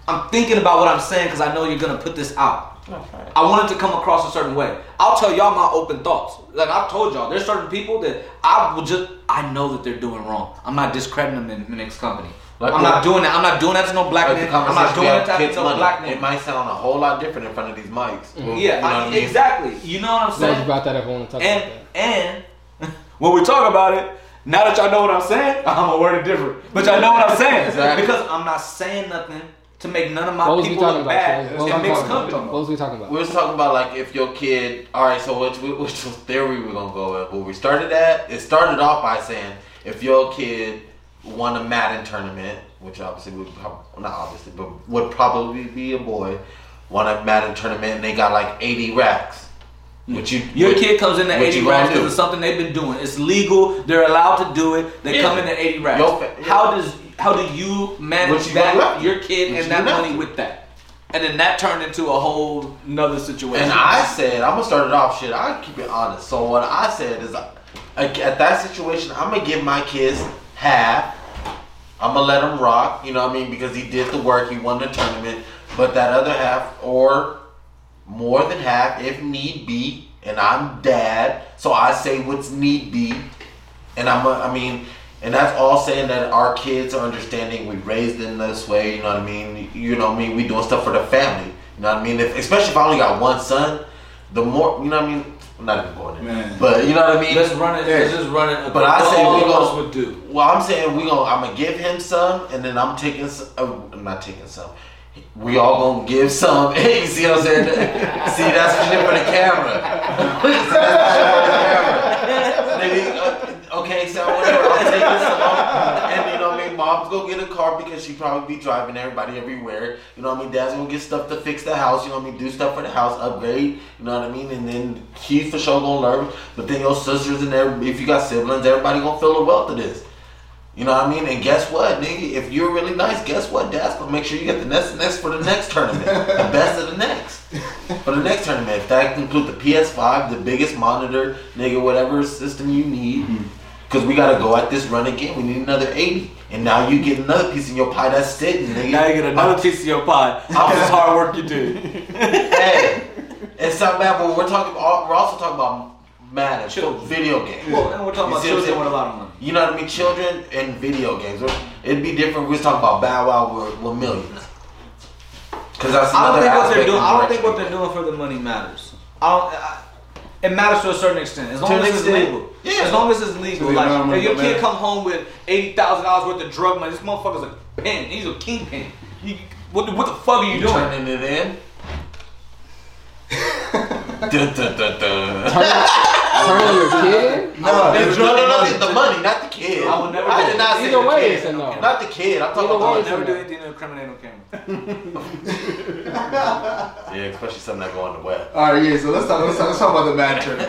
S1: I'm thinking about what I'm saying because I know you're gonna put this out.
S2: Oh.
S1: I want it to come across a certain way. I'll tell y'all my open thoughts. Like I've told y'all, there's certain people that I will just I know that they're doing wrong. I'm not discrediting them in the next company.
S2: Like
S1: I'm
S2: what-
S1: not doing that. I'm not doing that to no black
S2: Like the
S1: man. I'm not
S2: conversation we
S1: doing
S2: had
S1: that to
S2: kids
S1: no
S2: money.
S1: black
S2: It
S1: man.
S2: might sound a whole lot different in front of these mics.
S5: Mm-hmm.
S1: Yeah,
S2: You know
S1: I-
S2: what I mean?
S1: exactly. You know what I'm
S5: Glad you
S1: saying?
S5: brought that up. I want to talk about
S1: And
S5: that.
S1: and when we talk about it, now that y'all know what I'm saying, I'm gonna word it different. But y'all know what I'm saying
S2: Exactly.
S1: because I'm not saying nothing to make none of my
S5: What was we
S1: people
S5: talking
S1: look
S5: about?
S1: bad
S5: Charlie? What was
S1: in
S5: we
S1: mixed
S5: talking about?
S1: company.
S5: What was we talking about?
S2: We was talking about like if your kid. All right, so which which theory we gonna go with? What we started at? It started off by saying if your kid won a Madden tournament, which obviously would prob- not obviously, but would probably be a boy, won a Madden tournament and they got like eighty racks. Which you
S1: Mm. Your
S2: would-
S1: kid comes in at
S2: what
S1: 80
S2: you gonna
S1: racks
S2: do?
S1: because it's something they've been doing. It's legal. They're allowed to do it. They
S2: Yeah.
S1: come in at 80 racks.
S2: Yo, fa- yeah.
S1: How does how do you manage
S2: What you gonna
S1: that
S2: do?
S1: your kid
S2: What
S1: and
S2: you
S1: that
S2: gonna
S1: money
S2: do?
S1: with that? And then that turned into a whole nother situation.
S2: And I said, I'm gonna start it off. Shit, I keep it honest. So what I said is, I, at that situation, I'm gonna give my kids half. I'm gonna let him rock. You know what I mean? Because he did the work. He won the tournament. But that other half, or more than half, if need be, and I'm dad, so I say what's need be. And I'm, a, I mean, and that's all saying that our kids are understanding. We raised in this way. You know what I mean? You know what I mean? We doing stuff for the family. You know what I mean? If, especially if I only got one son, the more you know what I mean. I'm not even going there.
S3: Man.
S2: But you know what I mean?
S1: let's run it. Let's
S3: Yeah.
S1: just run it.
S2: But I
S1: what
S2: say
S1: all
S2: we
S1: of
S2: gonna-
S1: us would do.
S2: Well, I'm saying we gonna I'm gonna give him some, and then I'm taking. s- Uh, I'm not taking some. We all gonna give some. you see what I'm saying? see, that's the shit for the camera. See, that's the shit for the camera. Nigga, uh, okay, so whatever. I'm taking some, and you know what I mean. Mom's gonna get a car because she probably be driving everybody everywhere. You know what I mean. Dad's gonna get stuff to fix the house. You know what I mean. Do stuff for the house, upgrade. You know what I mean. And then he for sure gonna learn. But then your sisters and every, if you got siblings, everybody gonna feel the wealth of this. You know what I mean? And guess what, nigga? If you're really nice, guess what? Dad's gonna make sure you get the next next for the next tournament. the best of the next. For the next tournament. If that include the PS5, the biggest monitor, nigga, whatever system you need.
S1: Mm-hmm.
S2: Cause we gotta go at this run again. We need another 80. And now you get another piece in your pie that's sitting, nigga.
S1: Now you get another piece of your pie. How much hard work you do?
S2: hey, it's not bad, but we're talking. We're also talking about mad at
S1: Children.
S2: video games.
S1: Well, and we're talking
S2: You
S1: about
S2: see what
S1: children
S2: I'm saying?
S1: with a lot of money.
S2: You know what I mean? Children and video games. It'd be different. if We was talking about Bow Wow with, with millions. Because that's
S1: I don't
S2: another
S1: think what they're
S2: aspect
S1: doing.
S2: of
S1: I don't think
S2: direction.
S1: what they're doing for the money matters. I don't. I, it matters to a certain extent, as long
S2: To an
S1: as it's
S2: extent.
S1: legal.
S2: Yeah.
S1: As long as it's legal.
S3: the amount of
S1: Like, if
S3: money
S1: your
S3: that
S1: kid
S3: matters.
S1: come home with eighty thousand dollars worth of drug money, this motherfucker's a pin. He's a kingpin. You, what, the- what the fuck are you,
S2: You
S1: doing?
S2: turning it in? dun, dun, dun, dun.
S5: Turn your kid.
S2: No,
S3: it
S2: no,
S3: was
S2: no,
S3: the
S2: no,
S3: money.
S2: the money, not the kid.
S1: I would never do
S2: I did not
S1: it.
S2: say
S5: Either
S2: the
S5: way,
S2: kid.
S5: it's a no.
S2: Not the kid. I'm talking
S1: I
S5: Either
S2: about
S1: would
S2: the
S1: never
S2: money.
S1: do anything to incriminate no camera.
S2: Yeah, especially something that go on the web.
S3: All right, yeah. So let's talk. Let's talk, let's talk about the bad turn.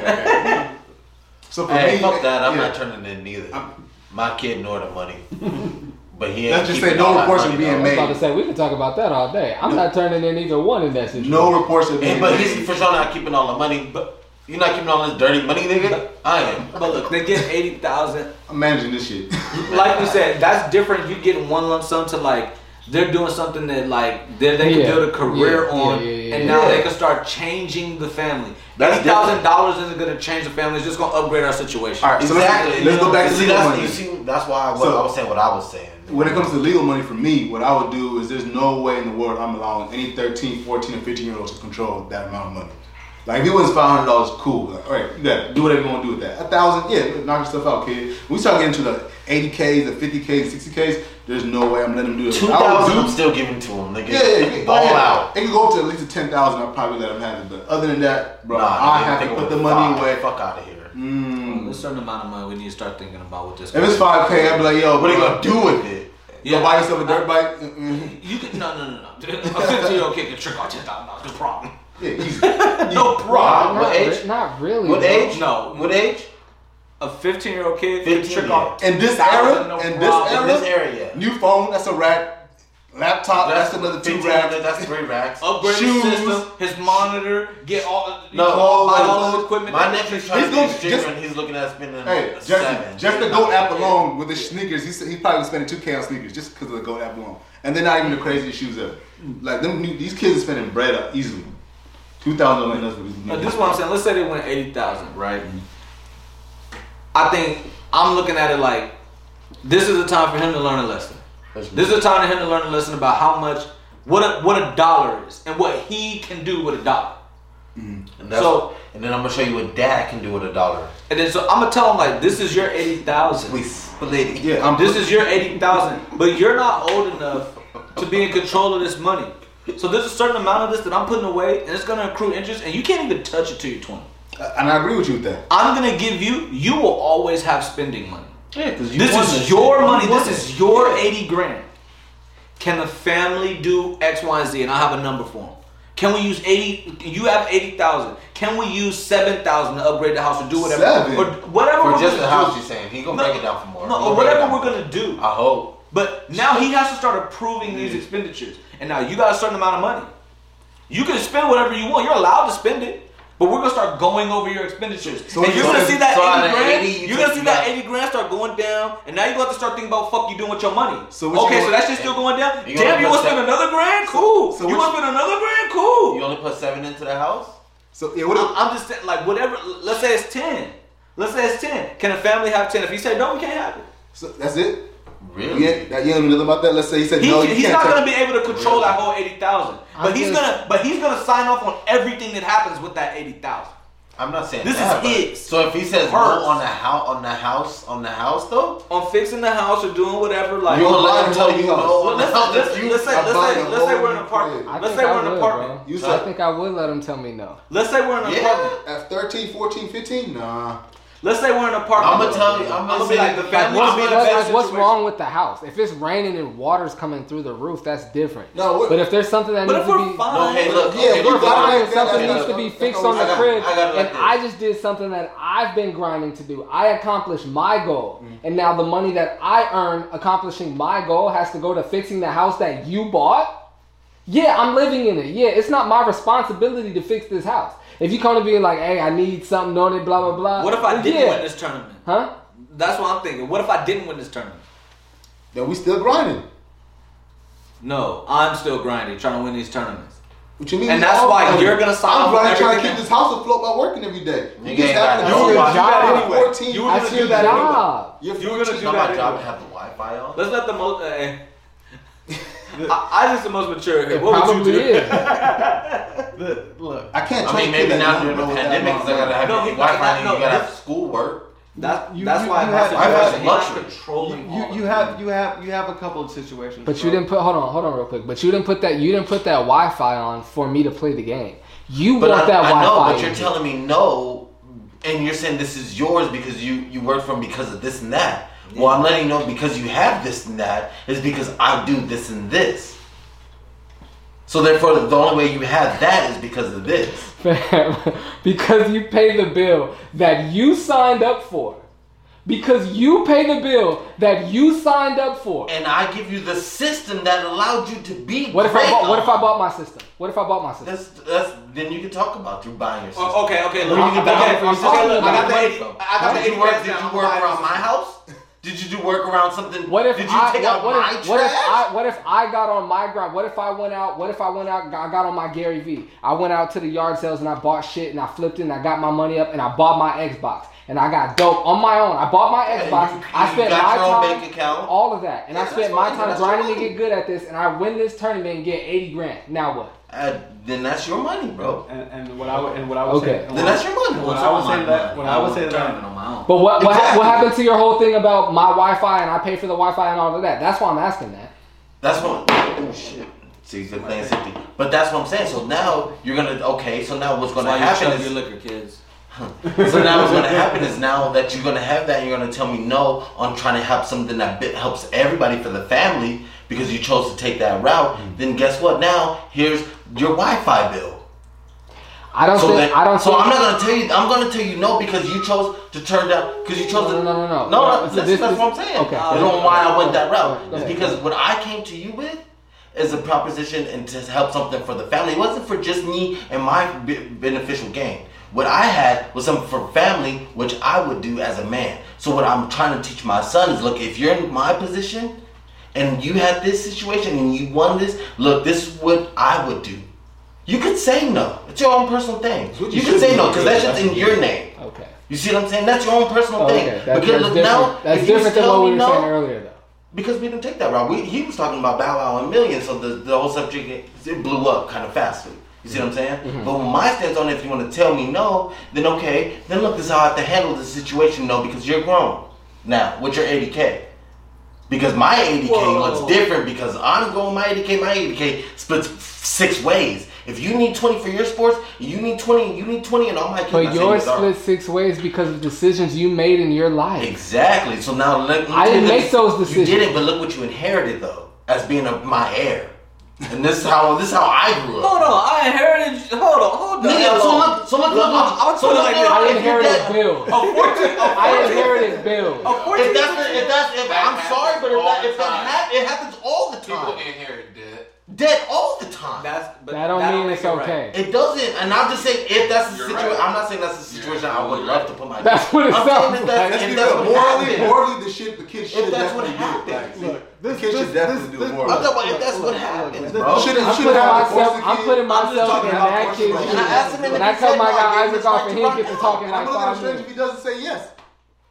S3: so for
S2: Hey,
S3: me,
S2: fuck that. I'm
S3: yeah.
S2: not turning in neither. My kid nor the money. But he ain't
S3: Let's just say
S2: keeping
S3: no
S2: all that
S3: reports
S2: money,
S3: are being
S2: though.
S5: I was about
S3: Hey.
S5: to say we can talk about that all day. I'm not turning in either one in that situation.
S3: No reports of
S2: Hey,
S3: being
S2: but
S3: made.
S2: he's for sure not keeping all the money. But you're not keeping all this dirty money, nigga. I am.
S1: But look, they get eighty thousand.
S3: I'm managing this shit.
S1: Like we said, that's different. You getting one lump sum to like they're doing something that like they, they
S5: Yeah.
S1: can build a career
S5: Yeah.
S1: on,
S5: Yeah, yeah, yeah,
S1: and
S5: yeah.
S1: now
S2: Yeah.
S1: they can start changing the family.
S2: That's
S1: Eighty thousand dollars isn't going to change the family. It's just going to upgrade our situation.
S3: All right, so let's-
S2: Exactly.
S3: let's go back to
S2: see,
S3: legal
S2: that's,
S3: money.
S2: You see, that's why I was,
S3: So-
S2: I was saying what I was saying.
S3: When it comes to legal money for me, what I would do is there's no way in the world I'm allowing any 13, 14, or 15 year olds to control that amount of money. Like if it was five hundred dollars, cool. Like, all right, yeah, do whatever you want to do with that. A thousand, yeah, knock yourself out, kid. When we start getting to the eighty k's, the fifty k's, sixty k's, there's no way I'm letting them do that.
S2: two
S3: What I would
S2: thousand,
S3: do-
S2: I'm still giving to him, nigga.
S3: Yeah, yeah, you can go
S2: all
S3: ahead.
S2: out.
S3: It can go up to at least ten thousand. I'll probably let them have it, but other than that, bro,
S2: Nah,
S3: I
S2: nigga,
S3: have
S2: think
S3: to put
S2: of
S3: the
S2: it.
S3: money
S2: Fuck.
S3: away. Mm-hmm.
S2: Fuck out of here.
S1: There's Mm, a certain amount of money we need to start thinking about with this.
S3: If it's five k, I'd be like, yo,
S2: What are you
S3: bro,
S2: gonna do with it?
S3: Go buy yourself a dirt bike. Mm-hmm. Mm-mm.
S1: You can no no no no. A fifteen year old kid can trick out ten thousand dollars. No problem.
S3: Yeah, easy.
S1: No problem.
S5: Not,
S2: What
S5: re-
S2: age?
S5: not really.
S2: What
S5: bro.
S2: age?
S1: No.
S2: What age?
S1: A fifteen year old kid can
S2: 15,
S1: trick
S2: yeah.
S1: off.
S3: In this
S1: $10,000,
S3: era,
S1: no
S3: in this
S1: problem.
S3: era,
S2: In this area.
S3: New phone, that's a rack. Laptop, that's, another two
S2: 15,
S3: racks.
S2: That's three racks.
S1: upgrade
S3: Shoes.
S1: his system, his monitor, get all
S2: No,
S1: all, buy
S3: no,
S1: all
S3: no.
S1: the equipment.
S2: My
S1: that-
S2: nephew's trying
S3: He's
S2: to
S3: gonna-
S2: be stripper
S3: just-
S2: and he's looking at spending
S3: Hey,
S2: a
S3: just,
S2: seven.
S3: just the GOAT app alone with the sneakers, he's, he's probably spending 2K on sneakers just because of the GOAT app alone. And they're not even the craziest shoes ever. Like, them, new, these kids are spending bread up easily. 2000 ain't nothing
S1: Now,
S3: but
S1: this is what I'm saying. Let's say they win eighty thousand, right? I think I'm looking at it like this is a time for him to learn a lesson. This is a time for him to learn a lesson about how much what a what a dollar is and what he can do with a dollar.
S2: And that's-
S1: So-
S2: and then I'm gonna show you what dad can do with a dollar.
S1: And then so I'm gonna tell him like this is your eighty thousand.
S2: We split it.
S3: Yeah, I'm
S1: This is your eighty thousand, but you're not old enough to be in control of this money. So there's a certain amount of this that I'm putting away, and it's gonna accrue interest, and you can't even touch it till you're 20.
S3: And I agree with you with that.
S1: I'm gonna give you. You will always have spending money.
S2: Yeah, because
S1: This is your money. This is your eighty grand. Can the family do X, Y, and Z? And I have a number for them. Can we use eighty? You have eighty thousand. Can we use seven thousand to upgrade the house or do whatever?
S3: Seven?
S1: Or whatever.
S2: for
S1: we're
S2: just
S1: gonna
S2: the
S1: do.
S2: house. You're saying he gonna
S1: No,
S2: break it down for more. He
S1: No, or
S2: break it
S1: whatever
S2: down
S1: we're
S2: for
S1: gonna do.
S2: more. I hope.
S1: But now he has to start approving these expenditures. And now you got a certain amount of money. You can spend whatever you want. You're allowed to spend it. But we're gonna start going over your expenditures.
S3: So
S1: and you're
S3: it's
S1: gonna
S3: gonna-
S1: see that
S2: so out
S1: 80
S2: of
S1: grand.
S2: 80, you
S1: you're gonna
S2: took
S1: see that
S2: nine.
S1: 80 grand start going down, and now you're gonna have to start thinking about fuck you doing with your money.
S3: So what you
S1: okay, so
S3: gonna-
S1: that shit's still going down.
S2: You gonna
S1: Damn, you wanna
S2: put
S1: spend
S2: that-
S1: another grand? Cool.
S3: so
S1: you
S3: what
S1: wanna spend another grand? Cool.
S2: You only put seven into the house.
S3: So, yeah, what
S1: I'm,
S3: if,
S1: I'm just saying, like whatever. Let's say it's ten. Let's say it's ten. Can a family have ten? If he said no, we can't have it.
S3: so that's it?
S2: Really?
S3: Yeah, that, you don't know about that? Let's say he said,
S1: He
S3: no,
S1: can-
S3: you
S1: he's
S3: can't
S1: not
S3: touch
S1: going to be able to control that whole eighty thousand, but
S5: I
S1: he's
S5: guess-
S1: gonna but he's gonna sign off on everything that happens with that eighty thousand.
S2: I'm not saying
S1: This
S2: is
S1: is his.
S2: So if he says
S1: Hers.
S2: no on the house, on the house, on the house though,
S1: On fixing the house or doing whatever, like
S2: you gonna let
S3: buying
S2: him tell
S3: a
S2: you
S3: whole
S2: no
S1: Well,
S2: on the
S1: let's,
S2: house?
S1: let's,
S2: that
S1: let's say let's
S3: buying
S1: say
S3: a
S1: let's say
S3: whole
S1: we're in an
S3: new
S1: apartment.
S3: crib.
S5: I
S1: Let's
S5: think
S1: say
S5: I
S1: we're in an
S5: would,
S1: apartment.
S5: bro.
S3: You
S5: I
S3: said-
S5: think I would let him tell me no.
S1: Let's say we're in an
S2: Yeah.
S1: apartment.
S3: At 13, 14, 15? Nah.
S1: Let's say we're in an apartment.
S2: I'm gonna tell you. I'm
S1: I'm
S2: gonna
S1: gonna be
S2: say
S1: like the
S5: Like,
S1: family.
S5: what's,
S1: I'm gonna be
S5: what's-
S1: in a
S5: like,
S1: bad
S5: what's
S1: situation.
S5: wrong with the house? If it's raining and water's coming through the roof, that's different.
S3: No, we're-
S5: but if there's something that
S1: But
S5: needs
S1: if
S5: to
S1: we're
S2: No,
S5: be
S1: fine,
S2: hey, look.
S3: Yeah,
S2: okay,
S3: we're
S2: you
S5: If I'm
S3: fine.
S2: fine.
S5: saying something
S2: Hey,
S5: needs
S2: look.
S5: to be fixed on
S2: I
S5: the
S2: got-
S5: crib,
S2: I got it like
S5: and
S2: this.
S5: I just did something that I've been grinding to do. I accomplished my goal, and now the money that I earn accomplishing my goal has to go to fixing the house that you bought. Yeah, I'm living in it. Yeah, it's not my responsibility to fix this house. If you come to me like, "Hey, I need something on it," blah blah blah.
S1: What if I
S5: then
S1: didn't
S5: yeah.
S1: win this tournament?
S5: Huh?
S1: That's what I'm thinking. What if I didn't win this tournament?
S3: Then we still grinding.
S1: No, I'm still grinding, trying to win these tournaments.
S3: What you mean?
S1: And that's
S3: All
S1: why
S3: of it.
S1: you're gonna sign
S3: I'm
S1: up for
S3: trying to
S1: everything.
S3: keep this house afloat by working every day. You
S2: Nigga
S3: just
S2: ain't got
S3: having a
S2: no
S3: you
S2: job.
S3: job.
S1: You got anyway.
S3: 14.
S4: You were
S5: That's
S4: gonna
S5: your
S4: do that anyway.
S5: job.
S3: You're
S4: You were gonna
S3: 14.
S4: do
S2: Not
S4: that
S2: my job
S4: anyway.
S2: to have the Wi-Fi on.
S1: Let's let the most. Uh, eh. I, I just the most mature. Here.
S5: It
S1: What would
S5: probably
S1: you do?
S5: is.
S4: The- look,
S3: I can't.
S2: I mean, maybe now during the pandemic, 'cause I gotta have
S1: No, he-
S2: Wi-Fi.
S1: no,
S2: and You gotta
S1: this-
S2: have schoolwork.
S1: That,
S4: You-
S1: that's
S4: you-
S1: why
S4: you
S1: my
S4: have-
S1: situation,
S2: I've had
S1: he's not
S2: luxury.
S1: controlling all of
S4: you, you
S1: it.
S4: have you have you have a couple of situations.
S5: But you
S4: bro.
S5: didn't put hold on, hold on real quick. But you didn't put that you didn't put that Wi-Fi on for me to play the game. You
S2: But
S5: want
S2: I,
S5: that
S2: I
S5: Wi-Fi?
S2: know, but you're
S5: in.
S2: telling me no, and you're saying this is yours because you you work from because of this and that. Well, I'm letting you know because you have this and that is because I do this and this. So therefore, the only way you have that is because of this.
S5: Fam, because you pay the bill that you signed up for. Because you pay the bill that you signed up for.
S2: And I give you the system that allowed you to be.
S5: What if I
S2: great
S5: bought, what if I
S2: on.
S5: bought my system? What if I bought my system?
S2: That's that's then you can talk about through buying your system.
S1: Oh, okay, okay. Look,
S2: Where
S1: okay,
S2: you get the money
S1: okay,
S2: from?
S1: look,
S2: Yourself?
S1: I got the
S2: Where you
S1: eighty.
S2: get the money
S1: I got
S2: from?
S1: the
S2: Did
S1: eighty
S2: you work?
S1: bucks
S2: Did
S1: down.
S2: you work around my house? Did you do work around something?
S5: What if
S2: did you
S5: I
S2: take
S5: what,
S2: out
S5: what
S2: my
S5: if,
S2: trash?
S5: what if I what if I got on my grind? What if I went out? What if I went out? I got on my Gary V. I went out to the yard sales and I bought shit and I flipped it and I got my money up and I bought my Xbox and I got dope on my own. I bought my
S2: Yeah,
S5: Xbox.
S2: you-
S5: I
S2: you
S5: spent
S2: got
S5: my
S2: your own
S5: time,
S2: bank account.
S5: all of that, and I
S2: Yeah,
S5: spent
S2: that's
S5: my
S2: fine,
S5: time
S2: that's your
S5: grinding to
S2: money.
S5: get good at this. And I win this tournament and get eighty grand. Now what?
S2: Uh, then that's your money, bro.
S4: And, and what I would and what I would
S5: Okay.
S4: say.
S2: Then that's your money.
S4: When I would say that- when I would say that-
S2: on my own.
S5: But what what, hap-
S2: Exactly.
S5: what happened to your whole thing about my Wi-Fi and I pay for the Wi-Fi and all of that? That's why I'm asking that.
S2: That's what. Oh shit. See, good thing is empty. But that's what I'm saying. So now you're gonna okay. So now what's gonna happen is
S1: liquor, kids.
S2: so now what's gonna happen is now that you're gonna have that, and you're gonna tell me no on trying to have something that bit helps everybody for the family because you chose to take that route. Then guess what? Now here's your Wi-Fi bill.
S5: I don't
S2: So
S5: think
S2: then,
S5: I don't.
S2: So
S5: think-
S2: I'm not gonna tell you. I'm gonna tell you no because you chose to turn down. Because you chose
S5: No,
S2: to.
S5: no, no, no, no.
S2: No,
S5: So
S2: that's,
S5: this-
S2: that's
S5: this-
S2: what I'm saying.
S5: okay.
S2: That's not why I went that
S5: Go ahead,
S2: route.
S5: go
S2: It's
S5: ahead.
S2: because what I came to you with is a proposition and to help something for the family. It wasn't for just me and my b- beneficial gain. What I had was something for family, which I would do as a man. So what I'm trying to teach my son is: look, if you're in my position, and you had this situation and you won this, look, this is what I would do. You could say no. It's your own personal thing.
S3: what
S2: You
S3: you
S2: could
S3: should
S2: say
S3: do.
S2: no because that's just in your name.
S5: okay.
S2: You see what I'm saying? That's your own personal
S5: Oh, Okay,
S2: thing.
S5: that's,
S2: because
S5: that's
S2: look,
S5: different.
S2: now,
S5: that's
S2: if you
S5: different than
S2: tell
S5: what
S2: me
S5: we were
S2: no,
S5: saying earlier, though.
S2: Because we didn't take that route. We, he was talking about Bow Wow and Million, so the, the whole subject it blew up kind of fastly. You see what I'm saying?
S5: Mm-hmm.
S2: But when my stance on it, if you want to tell me no, then okay, then look, this is how I have to handle the situation, no, because you're grown now with your 80K. Because my 80K
S1: Whoa.
S2: looks different because I'm going my 80K, my 80K splits six ways. If you need 20 for your sports, you need 20, you need 20, and all my kids not
S5: But
S2: saying
S5: yours
S2: these are-
S5: split six ways because of decisions you made in your life.
S2: Exactly. So now let me
S5: I didn't
S2: tell you
S5: make those decisions.
S2: You didn't, but look what you inherited though, as being a, my heir. And this is how this is how I grew up.
S1: Hold on, I inherited. Hold on, hold on.
S2: Nigga, so
S1: Hold on.
S2: look, so look, look,
S1: Look, I'm- I'm
S2: look, so
S1: telling
S2: look,
S1: you Oh, like this,
S2: look,
S5: I
S2: if you're
S5: inherited
S2: dead-
S5: bills.
S1: A fourteen. A
S5: I
S1: fourteen.
S5: inherited
S1: A
S5: bills.
S2: If
S1: fourteen.
S2: that's the- if that's if I'm
S3: happens
S2: sorry, but if
S3: all
S2: that
S3: the
S2: if that
S3: time.
S2: hap- it happens all the time,
S3: inherit debt.
S2: dead all the time.
S1: That's- but
S5: That don't mean
S1: make
S5: it's
S1: it right.
S5: okay.
S2: It doesn't, and I'm just saying if that's the
S3: You're
S2: situation,
S3: right.
S2: I'm not saying that's the situation I would
S3: You're
S2: love
S3: right.
S2: to put my.
S5: That's what it
S2: I'm
S5: sounds
S2: saying if that's,
S5: like.
S2: if
S3: Let's be
S2: that's
S3: real.
S2: what
S3: Morally,
S2: happened.
S3: morally, the shit the kids should
S2: that's what
S3: definitely do. Like,
S2: happens.
S4: Look,
S3: the
S4: this-
S3: kids
S4: this-
S3: should definitely
S4: this-
S3: do it
S4: this-
S2: I'm
S3: morally.
S2: talking about if that's
S4: Look,
S2: what
S4: look,
S2: happens,
S4: look,
S2: bro.
S3: Shouldn't-
S5: I'm
S3: shouldn't
S5: putting
S3: have a
S5: myself.
S3: foster
S5: I'm
S3: kid.
S5: putting
S3: I'm just
S5: myself
S3: talking
S5: in
S3: about
S5: that
S3: foster
S5: kid's
S3: kids.
S2: And I asked him
S5: shoes.
S2: if
S5: When
S2: he
S5: I cut
S2: said no,
S5: my
S2: I
S5: guy
S2: gave him
S5: Isaac
S2: the
S5: off, and he
S2: right to
S5: gets to
S2: run
S5: talking
S2: out.
S5: like
S3: I'm gonna look at him
S5: five
S3: strange
S5: minutes.
S3: if he doesn't say yes.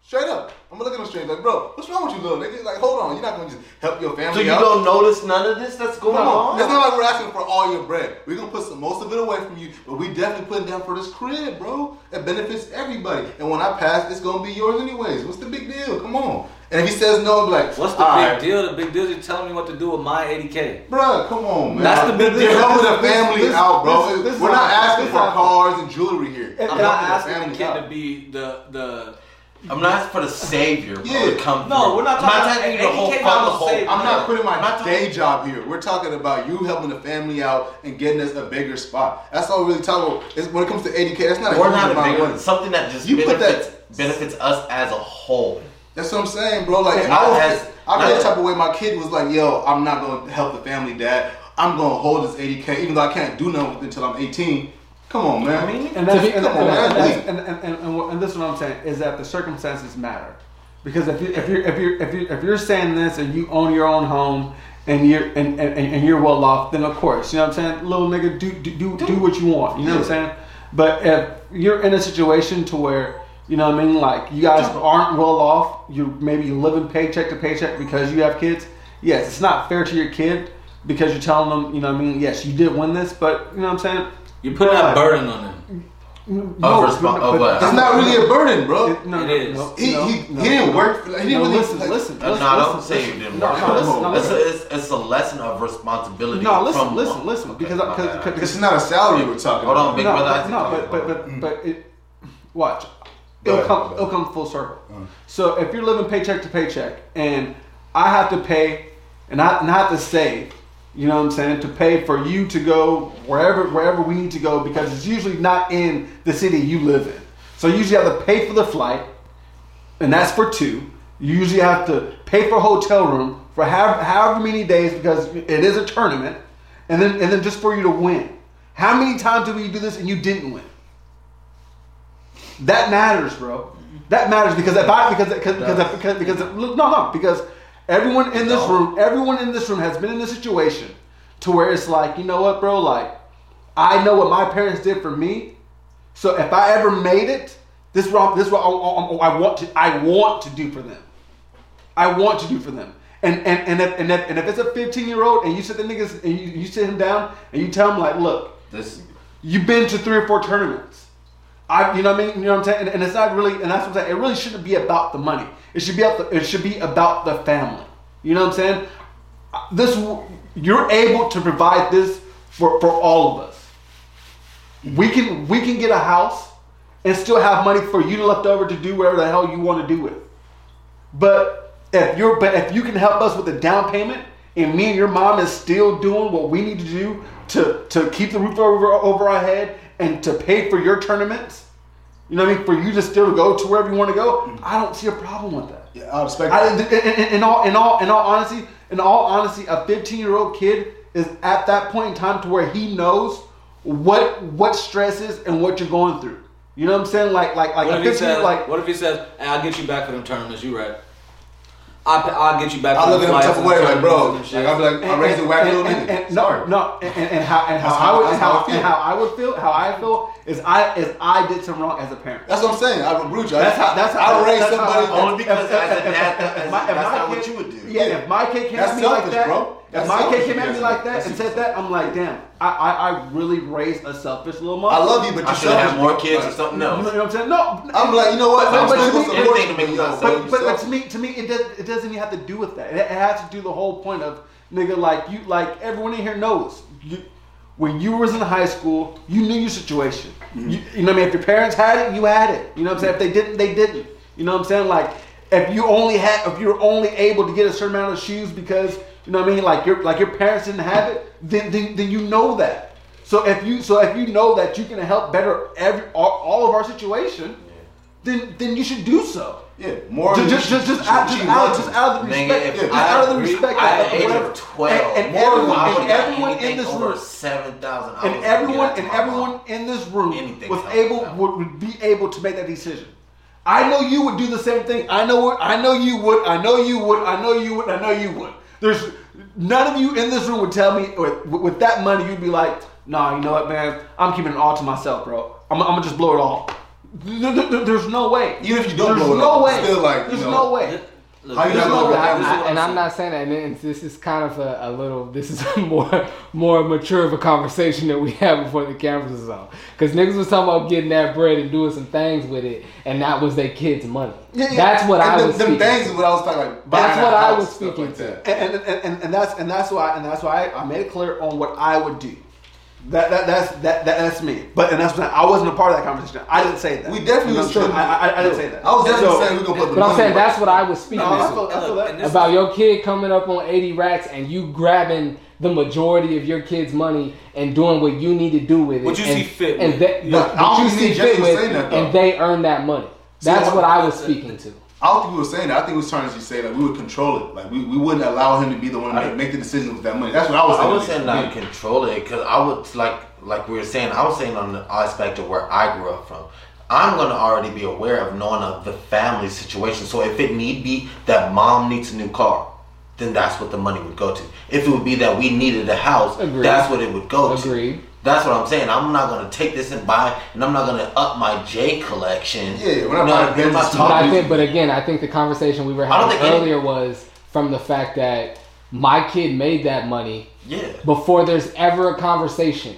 S3: Straight up. I'm gonna look at him strange like, bro, what's wrong with you, little nigga? Like, hold on, you're not gonna just help your family
S2: So you
S3: out.
S2: don't notice none of this that's going
S3: Come on.
S2: on?
S3: It's not like we're asking for all your bread. We're gonna put some most of it away from you, but we definitely putting down for this crib, bro. It benefits everybody. And when I pass, it's gonna be yours anyways. What's the big deal? Come on. And if he says no, I'm like,
S1: What's the
S3: "All
S1: big
S3: right,
S1: deal? The big deal is you telling me what to do with my 80k.
S3: Bruh, come on, man.
S1: That's the big
S3: You're
S1: deal.
S3: helping the
S4: This-
S3: family
S4: this-
S3: out, bro.
S4: this- this
S3: We're
S4: is
S3: not
S4: how-
S3: asking
S4: this
S3: for
S4: is how-
S3: cars and jewelry here.
S4: And-
S1: I'm
S4: and
S1: not
S4: I-
S1: asking the
S3: family
S1: kid
S3: out.
S1: to be the the.
S2: I'm not asking for the savior, bro.
S3: Yeah.
S2: to come
S1: No,
S2: through.
S1: we're not
S2: I'm not
S1: talking-
S2: asking you to
S1: any
S2: hold
S1: kid
S2: fuck the
S1: I'm a
S2: whole.
S1: savior.
S3: I'm not putting my
S2: I'm not
S3: day job here. We're talking about you helping the family out and getting us a bigger spot. That's all we're really talking about. It's, when it comes to 80k, that's not a
S2: We're
S3: huge
S2: not
S3: amount
S2: a
S3: of
S2: bigger
S3: money.
S2: something that just
S3: You put
S2: benefits
S3: that-
S2: benefits us as a whole.
S3: That's what I'm saying, bro. Like,
S2: Yeah,
S3: if I was,
S2: that's-
S3: I feel
S2: that's-
S3: that type of way. My kid was like, "Yo, I'm not gonna help the family, Dad. I'm gonna hold this 80k, even though I can't do nothing with it until I'm 18." Come on, man.
S2: I mean,
S4: and that's,
S5: To be-
S4: and,
S3: come
S4: and-
S3: on,
S4: and-
S3: man,
S4: and- and- and- and what- and this is what I'm saying is that the circumstances matter because if you if you if you if you if you're saying this and you own your own home and you're and, and, and you're well off, then of course, you know what I'm saying? Little nigga, do do do, do what you want. You know what I'm saying? But if you're in a situation to where you know what I mean, like you guys aren't well off, you're maybe living paycheck to paycheck because you have kids. Yes, it's not fair to your kid because you're telling them, you know what I mean, yes, you did win this, but you know what I'm saying?
S1: You're putting that burden on them.
S6: Oh,
S4: No,
S2: respo-
S4: but-
S2: of
S4: but-
S2: a-
S6: It's not really a burden, bro.
S4: It- no,
S1: It
S4: no,
S1: is.
S4: no,
S6: he,
S4: no,
S6: he,
S4: no,
S6: he didn't
S4: no.
S6: work. For, he
S4: No,
S6: didn't really.
S4: listen,
S6: like-
S4: listen,
S2: No,
S4: listen,
S2: I don't
S4: listen,
S2: say
S4: listen.
S2: you didn't
S4: No,
S2: work.
S4: no, listen, no,
S2: it's,
S4: listen.
S2: a, it's, it's a lesson of responsibility.
S4: No, listen,
S2: from
S4: listen,
S2: one-
S4: listen,
S2: Okay,
S4: because-
S2: my
S4: because-
S2: bad.
S4: because-
S6: This is not a salary we're talking
S2: hold
S6: about.
S2: on, big
S4: no,
S2: brother. I
S4: but,
S2: think
S4: no,
S2: I'm
S4: but, but,
S2: wrong.
S4: but, but it, watch. It'll
S6: ahead,
S4: come,
S6: go
S4: it'll come full circle. So if you're living paycheck to paycheck and I have to pay and I, and I have to save, you know what I'm saying, to pay for you to go wherever wherever we need to go because it's usually not in the city you live in. So you usually have to pay for the flight and that's for two. You usually have to pay for a hotel room for however, however many days because it is a tournament, and then and then just for you to win. How many times did we do this and you didn't win? That matters, bro. That matters because if I because because because because, because look, no no because everyone in this room everyone in this room has been in a situation to where it's like you know what, bro, like I know what my parents did for me, so if I ever made it, this is what, this is what I, I- I want to I want to do for them. I want to do for them. And and and if and if, and if it's a 15 year old and you sit the niggas and you, you sit him down and you tell him like, look,
S2: this,
S4: you've been to three or four tournaments. I, you know what I mean? You know what I'm saying? And, and it's not really, and that's what I'm saying. It really shouldn't be about the money. It should be about the, it should be about the family. You know what I'm saying? This you're able to provide this for for all of us. We can we can get a house and still have money for you left over to do whatever the hell you want to do with. But if you're but if you can help us with the down payment and me and your mom is still doing what we need to do to to keep the roof over over our head and to pay for your tournaments, you know what I mean, for you to still go to wherever you want to go, I don't see a problem with that.
S3: Yeah, I expect.
S4: I, in, in- in all in all in all honesty, in all honesty, a 15 year old kid is at that point in time to where he knows what what stress is and what you're going through. You know what I'm saying? Like like like
S1: What
S4: a
S1: if he
S4: 15
S1: says,
S4: like
S1: what if he says, hey, I'll get you back for them tournaments, you right. I, I'll get you back
S6: I
S1: for
S6: look at
S1: them
S6: him
S1: flights
S6: tough
S1: and the
S6: away, like, bro.
S1: tournaments
S6: Like,
S1: and shit.
S6: I'll be like, I raised a whack little nigga.
S4: no,
S6: Sorry.
S4: no, and, and, and how and how
S6: That's
S4: I
S6: how-
S4: would and
S6: that's
S4: how,
S6: how I feel.
S4: and how I would feel, how I feel is I is I did something wrong as a parent.
S6: That's what I'm saying. I rebuke you.
S4: That's how. That's how.
S6: I raised
S4: that's how-
S6: somebody.
S4: if-
S2: Only because
S4: if-
S2: as a
S4: if- if-
S2: dad,
S4: if-
S2: that-
S4: if my- if
S2: that's
S4: my
S2: not what
S4: kid-
S2: you would do.
S4: Yeah, if my kid came
S6: That's
S4: at me like
S6: selfish,
S4: that,
S6: bro.
S4: if
S6: That's
S4: my kid
S6: selfish,
S4: came at me
S6: yes.
S4: like that
S6: That's
S4: and said that, I'm like, damn, I I, I really raised a selfish little mom.
S6: I love you, but
S2: I
S6: you're
S2: should have
S6: selfish.
S2: more kids or
S6: Like,
S2: something
S4: You know
S2: else.
S4: what I'm saying? No,
S6: I'm like, you know what?
S4: But-
S6: I'm
S4: but-
S6: still
S4: but-
S6: gonna support
S2: anything
S6: you,
S2: to make
S6: but
S2: you
S6: yo,
S2: upset.
S4: But, but, but
S6: yourself.
S4: to me, to me, it, does, it doesn't even have to do with that. It, it has to do the whole point of nigga, like you, like everyone in here knows. You, when you was in high school, you knew your situation. You, you know what I mean? If your parents had it, you had it. You know what I'm saying? If they didn't, they didn't. You know what I'm saying? Like if you only had, if you're only able to get a certain amount of shoes because you know what I mean, like your like your parents didn't have it, then then, then you know that. So if you so if you know that you can help better every all, all of our situation, then then you should do so.
S6: Yeah, more.
S4: Ju-
S6: than
S4: just,
S6: you-
S4: just, just,
S6: you-
S4: out, just,
S6: you
S4: out,
S6: want
S4: just
S6: to.
S4: out of the
S2: Nigga,
S4: respect,
S2: if
S4: just
S2: I
S4: out of the
S2: agree-
S4: respect,
S2: I
S4: of
S2: at the age
S4: whatever-
S2: of 12,
S4: and, and
S2: I
S4: everyone,
S2: would've
S4: and
S2: got
S4: everyone in
S2: anything
S4: this
S2: over
S4: room,
S2: 7,000 I
S4: and
S2: would've given
S4: everyone,
S2: that to
S4: and
S2: my
S4: everyone
S2: mom.
S4: in this room
S2: Anything
S4: was
S2: helps
S4: able
S2: out.
S4: would, would be able to make that decision. I know you would do the same thing. I know, what- I know you would. I know you would. I know you would. I know you would. There's none of you in this room would tell me with, with that money. You'd be like, Nah, you know what, man? I'm keeping it all to myself, bro. I'm, I'm gonna just blow it all. There- there- there- There's no way.
S6: Even if you don't
S4: There's
S6: blow it
S4: no
S6: all,
S4: way.
S6: still like, you
S4: There's
S6: know,
S4: no way.
S1: Look,
S6: How you
S1: this
S6: not
S1: is what
S6: gonna
S1: I'm-
S6: do
S1: this is
S6: that?
S1: what
S5: and I'm
S1: saying.
S5: not saying that, and it's- this is kind of a, a little. This is a more more mature of a conversation that we had before the cameras was on, because niggas was talking about getting that bread and doing some things with it, and that was their kids' money.
S4: Yeah, yeah.
S5: That's what
S6: And
S5: I
S6: them-
S5: was.
S6: Them
S5: speaking
S6: things
S5: to.
S6: is what I was talking about.
S5: That's
S6: buying a
S5: what I
S6: house,
S5: was
S6: stuff like
S5: speaking to.
S6: that.
S4: and, and, and, and that's and that's why and that's why I made it clear on what I would do. That, that that's that, that that's me. But and that's not, I wasn't a part of that conversation. I didn't say that.
S6: We definitely
S4: You know
S6: was
S4: what
S6: tripping.
S4: I'm saying? I, I, I didn't say that.
S6: I was definitely
S4: So-
S6: saying we're gonna put the
S5: But I'm
S6: money
S5: saying
S6: back.
S5: that's what I was speaking
S4: No, I
S5: to.
S4: feel- I feel that.
S1: and this-
S5: about your kid coming up on 80 racks and you grabbing the majority of your kid's money and doing what you need to do with it.
S1: What you
S5: and,
S1: see fit
S5: And
S1: with.
S5: that,
S6: Yeah,
S5: what
S6: I don't
S5: you
S6: see
S5: see
S6: Jay
S5: fit with,
S6: saying that, though.
S5: and they earn that money. That's
S6: I-
S5: what I was speaking to.
S6: I don't think we were saying that. I think we was trying to say like we would control it. Like we, we wouldn't allow him to be the one to make, make the decisions with that money. That's what I was
S2: I
S6: saying.
S2: was saying not control it because I would like like we were saying. I was saying on the aspect of where I grew up from. I'm gonna already be aware of knowing of the family situation. So if it need be that mom needs a new car, then that's what the money would go to. If it would be that we needed a house,
S5: Agreed.
S2: that's what it would go to.
S5: Agreed.
S2: That's what I'm saying. I'm not gonna take this and buy, and I'm not gonna up my J collection.
S6: Yeah, we're not
S2: You know
S6: buying
S2: what I mean?
S6: Benzes.
S2: I'm not
S5: But I
S2: talking-
S5: think, but again, I think the conversation we were
S2: I don't
S5: having
S2: think any-
S5: earlier was from the fact that my kid made that money
S2: Yeah,
S5: before there's ever a conversation.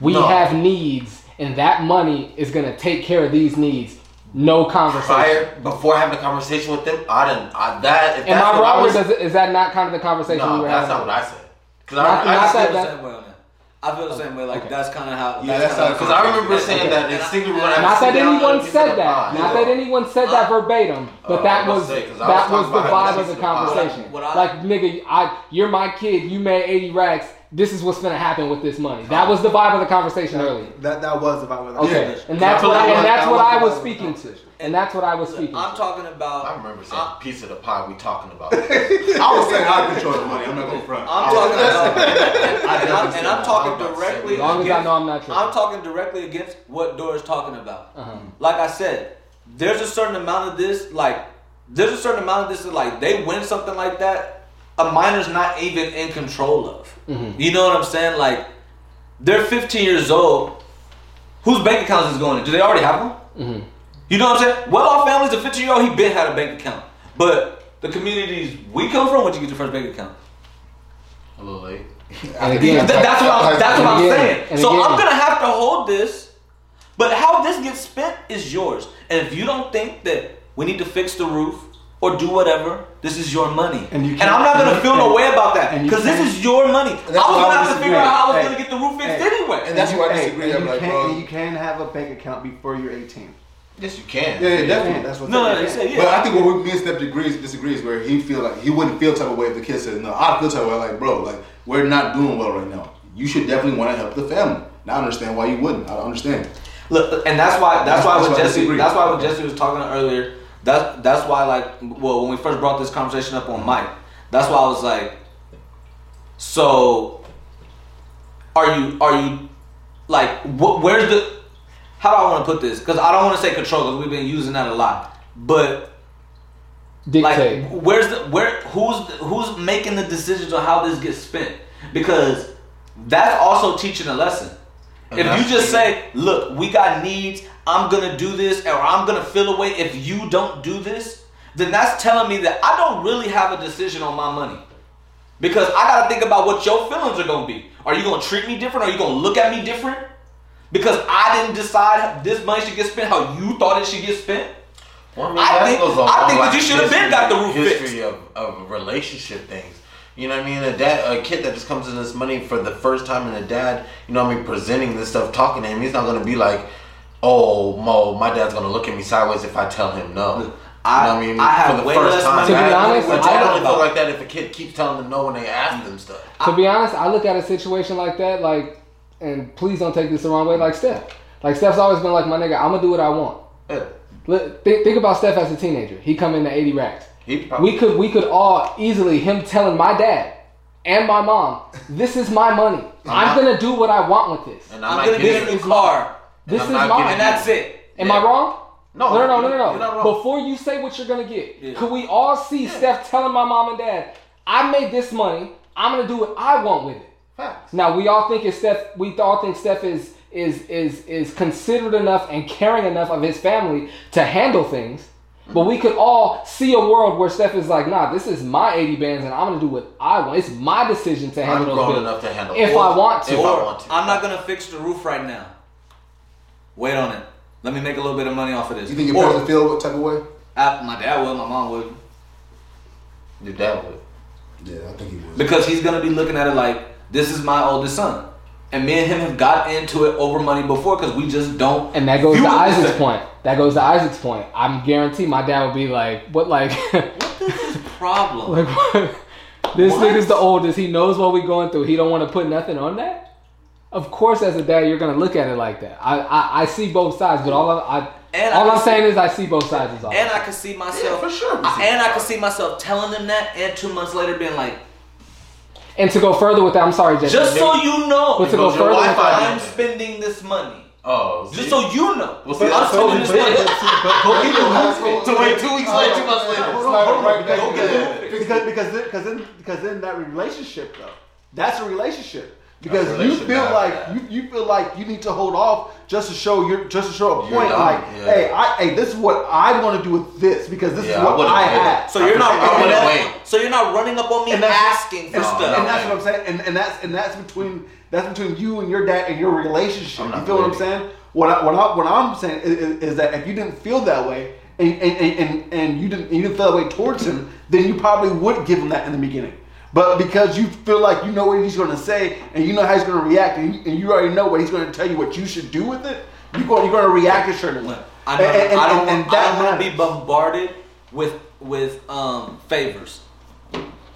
S5: We
S2: No.
S5: have needs, and that money is gonna take care of these needs. No conversation.
S2: prior before having a conversation with them, I didn't. I, that if that's
S5: Am I
S2: what
S5: wrong?
S2: I
S5: Or
S2: was,
S5: does it, is that not kind of the conversation we
S2: no,
S5: were
S2: that's
S5: having?
S2: not what I said. Because
S5: Not-
S2: I, I,
S5: not
S2: just-
S1: I feel
S5: that-
S1: the
S5: that-
S1: same way on that. I feel the same way. Like that's kind of how.
S6: Yeah, that's
S1: that's kinda
S6: how-
S2: 'cause I remember saying
S5: Okay.
S2: that distinctly when I
S5: Not
S2: sit
S5: that
S2: down and
S5: anyone
S2: listen
S5: said
S2: to the
S5: that.
S2: pod.
S5: Not that anyone said that verbatim. But
S2: Uh,
S5: that
S2: I was
S5: was
S2: gonna say, 'cause I was
S5: that
S2: talking
S5: was the
S2: about how
S5: vibe
S2: to
S5: of the
S2: listen to the pod.
S5: conversation.
S1: What I-
S5: Like nigga, I you're my kid. You made eighty racks. This is what's gonna happen with this money. That was the vibe of the conversation earlier.
S4: That that was about what I was
S5: Okay,
S4: saying.
S5: and that's
S2: I
S5: what I,
S2: feel like
S5: and that's
S4: that
S5: what
S4: was
S5: I
S4: the
S5: was
S4: vibe of the
S5: speaking to.
S4: conversation.
S5: And that's what I was
S1: Listen,
S5: speaking.
S1: I'm
S5: to.
S1: talking about.
S2: I remember saying
S1: I-
S2: piece of the pie we talking about. this."
S6: I was saying I control the money. I'm not gonna front.
S1: I'm talking about, and,
S2: I
S1: and I'm,
S2: definitely
S1: and I'm
S2: said
S1: talking
S2: that. I'm about
S1: directly.
S2: to say
S5: As long as I
S1: against-
S5: know I'm not tripping.
S1: I'm talking directly against what Dora's talking about.
S5: Uh-huh.
S1: Like I said, there's a certain amount of this. Like there's a certain amount of this. That, like they win something like that, a minor's not even in control of. You know what I'm saying? Like they're 15 years old. Whose bank accounts is going in? Do they already have them? You know what I'm saying? Well off families, a 15 year old, he been had a bank account. But the communities we come from, when you get your first bank account?
S2: A little late.
S5: And again,
S1: Th- that's what I'm, that's what I'm
S5: Again,
S1: saying.
S5: and
S1: So I'm
S5: again.
S1: gonna have to hold this, but how this gets spent is yours. And if you don't think that we need to fix the roof or do whatever, this is your money.
S4: And you can't-
S1: I'm not gonna
S4: and-
S1: feel no
S4: and-
S1: way about that
S4: and you
S1: because this
S4: can't-
S1: is your money. I was
S6: that's why
S1: gonna
S6: I
S1: have to
S6: disagree.
S1: figure out how I was
S4: Hey,
S1: gonna get the roof fixed
S4: hey,
S1: anyway.
S6: And that's why I
S4: Hey,
S6: disagree.
S4: and
S6: I'm
S4: you
S6: like,
S4: can,
S6: bro.
S4: and you can have a bank account before you're 18.
S2: Yes, you can.
S6: Yeah, yeah, definitely. That's what.
S1: no, no, no, you said,
S6: But
S1: yeah.
S6: I think what we, me and Steph agrees disagrees where he feel like he wouldn't feel type of way if the kid said no. I feel type of way like bro, like we're not doing well right now. You should definitely want to help the family. Now I understand why you wouldn't. I don't understand.
S1: Look, and that's why
S6: That's-
S1: that's why
S6: that's
S1: what
S6: why I
S1: Jesse
S6: disagree.
S1: that's why what Jesse was talking earlier. That's that's why like well when we first brought this conversation up on Mike, that's why I was like, so are you are you like wh- where's the how do I want to put this? Because I don't want to say control because we've been using that a lot, but
S5: Dictate.
S1: like where's the where who's the, who's making the decisions on how this gets spent because that's also teaching a lesson
S2: And
S1: if you
S2: that's-
S1: just say look we got needs i'm gonna do this or i'm gonna feel away if you don't do this then that's telling me that i don't really have a decision on my money because i gotta think about what your feelings are gonna be are you gonna treat me different are you gonna look at me different because i didn't decide this money should get spent how you thought it should get spent
S2: Well, mean,
S1: I
S2: that
S1: think-
S2: goes on
S1: I
S2: all
S1: think
S2: like
S1: that you should have been
S2: history-
S1: got the roof
S2: history
S1: fixed.
S2: of of relationship things. You know what I mean? A dad, a kid that just comes in this money for the first time, and a dad, you know what I mean, presenting this stuff, talking to him, he's not gonna be like, "Oh, mo, my dad's gonna look at me sideways if I tell him no."
S1: I-
S2: you know what I mean,
S1: I have
S2: for the
S1: way
S2: first
S1: less
S2: time,
S1: money
S5: To be
S2: I-
S5: honest,
S2: a
S5: I
S2: dad
S1: don't
S2: only feel
S1: know.
S2: like that if a kid keeps telling them no when they ask them stuff.
S5: to be honest, I look at a situation like that, like, and please don't take this the wrong way, like Steph. Like Steph's always been like, my nigga, I'm gonna do what I want.
S2: Yeah,
S5: Look, thi- think about Steph as a teenager. He come in to 80 racks.
S2: he probably
S5: We could we could all easily him telling my dad and my mom, this is my money. I'm gonna do what I want with this.
S2: and I'm,
S1: i'm
S2: not
S1: gonna
S2: giving
S1: get a new car
S5: This
S2: I'm
S5: is
S2: not
S5: mine.
S2: giving
S1: and that's it
S5: Am I wrong?
S2: No,
S5: no, no, no,
S2: you're-
S5: no,
S2: you're not
S5: no. no.
S2: wrong.
S5: Before you say what you're gonna get,
S1: Yeah.
S5: could we all see Steph telling my mom and dad, "I made this money. I'm gonna do what I want with it."
S2: Facts.
S5: Now we all think it's Steph. We all think Steph is is is is considered enough and caring enough of his family to handle things. But we could all see a world where Steph is like, "Nah, this is my 80 bands, and I'm gonna do what I want. It's my decision to
S2: I'm
S5: handle those
S2: grown
S5: bills.
S2: enough to handle
S5: If
S2: all-
S5: I want to.
S2: If I want to,
S1: I'm not gonna fix the roof right now. Wait on it. Let me make a little bit of money off of this.
S6: You think your
S1: Or,
S6: parents would feel what type of way?
S1: I- my dad would, my mom would,
S2: Your dad would.
S6: Yeah, I think he would.
S1: because he's gonna be looking at it like this is my oldest son, and me and him have got into it over money before because we just don't.
S5: And that goes
S1: You
S5: to
S1: would
S5: Isaac's
S1: listen.
S5: point. That goes to Isaac's point. I'm guaranteed my dad would be like, "What like?"
S1: Problem.
S5: Like, what? This
S1: What?
S5: nigga's the oldest. He knows what we going through. He don't want to put nothing on that. Of course, as a dad, you're gonna look at it like that. I I, I see both sides, but all I, I
S1: And
S5: all
S1: I
S5: I'm
S1: see-
S5: saying is I see both sides. Is all.
S1: and I could see myself.
S2: Yeah, for sure we
S1: I-
S2: see
S1: and I could see myself telling them that, and two months later being like,
S5: And to go further with that, I'm sorry, Jason.
S1: just so you know,
S5: But to go
S2: Your
S5: further with
S2: Wi-Fi
S5: that,
S1: I'm spending this money.
S2: Oh,
S1: Just
S2: see?
S1: so you know,
S2: Well, see,
S1: I'm
S2: that's
S1: spending this money.
S6: Go get the
S2: So Oh, wait, two weeks later, two months later.
S6: Hold on, hold on.
S2: Go get it.
S6: Fix
S4: because because then, because then because then that relationship though that's a relationship because
S2: That's a
S4: you
S2: relationship,
S4: feel
S2: yeah.
S4: like you, you feel like you need to hold off just to show your just to show a
S2: You're
S4: point
S2: done,
S4: like
S2: yeah.
S4: hey I hey this is what I want to do with this because this
S2: Yeah, I
S4: is what
S2: wouldn't
S4: I,
S2: do it.
S4: had
S1: So you're not
S2: I
S1: running
S2: wouldn't
S1: up,
S2: wait.
S1: So you're not running up on me
S4: And that's-
S1: asking for
S2: and-
S1: stuff.
S4: and that's what I'm saying and, and that's and that's between that's between you and your dad and your relationship
S2: I'm
S4: you
S2: not
S4: feel what I'm
S2: waiting.
S4: saying what I, what I, what I'm saying is, is, is that if you didn't feel that way and and, and, and, and you didn't you didn't feel that way towards him then you probably would give him that in the beginning but because you feel like you know what he's going to say and you know how he's going to react and you, and you already know what he's going to tell you what you should do with it you're going you're going to react a certain way
S1: I don't,
S4: And- and-
S1: I don't,
S4: and-
S1: want-
S4: and
S1: I
S4: that
S1: don't want to
S4: matters.
S1: be bombarded with with um, favors.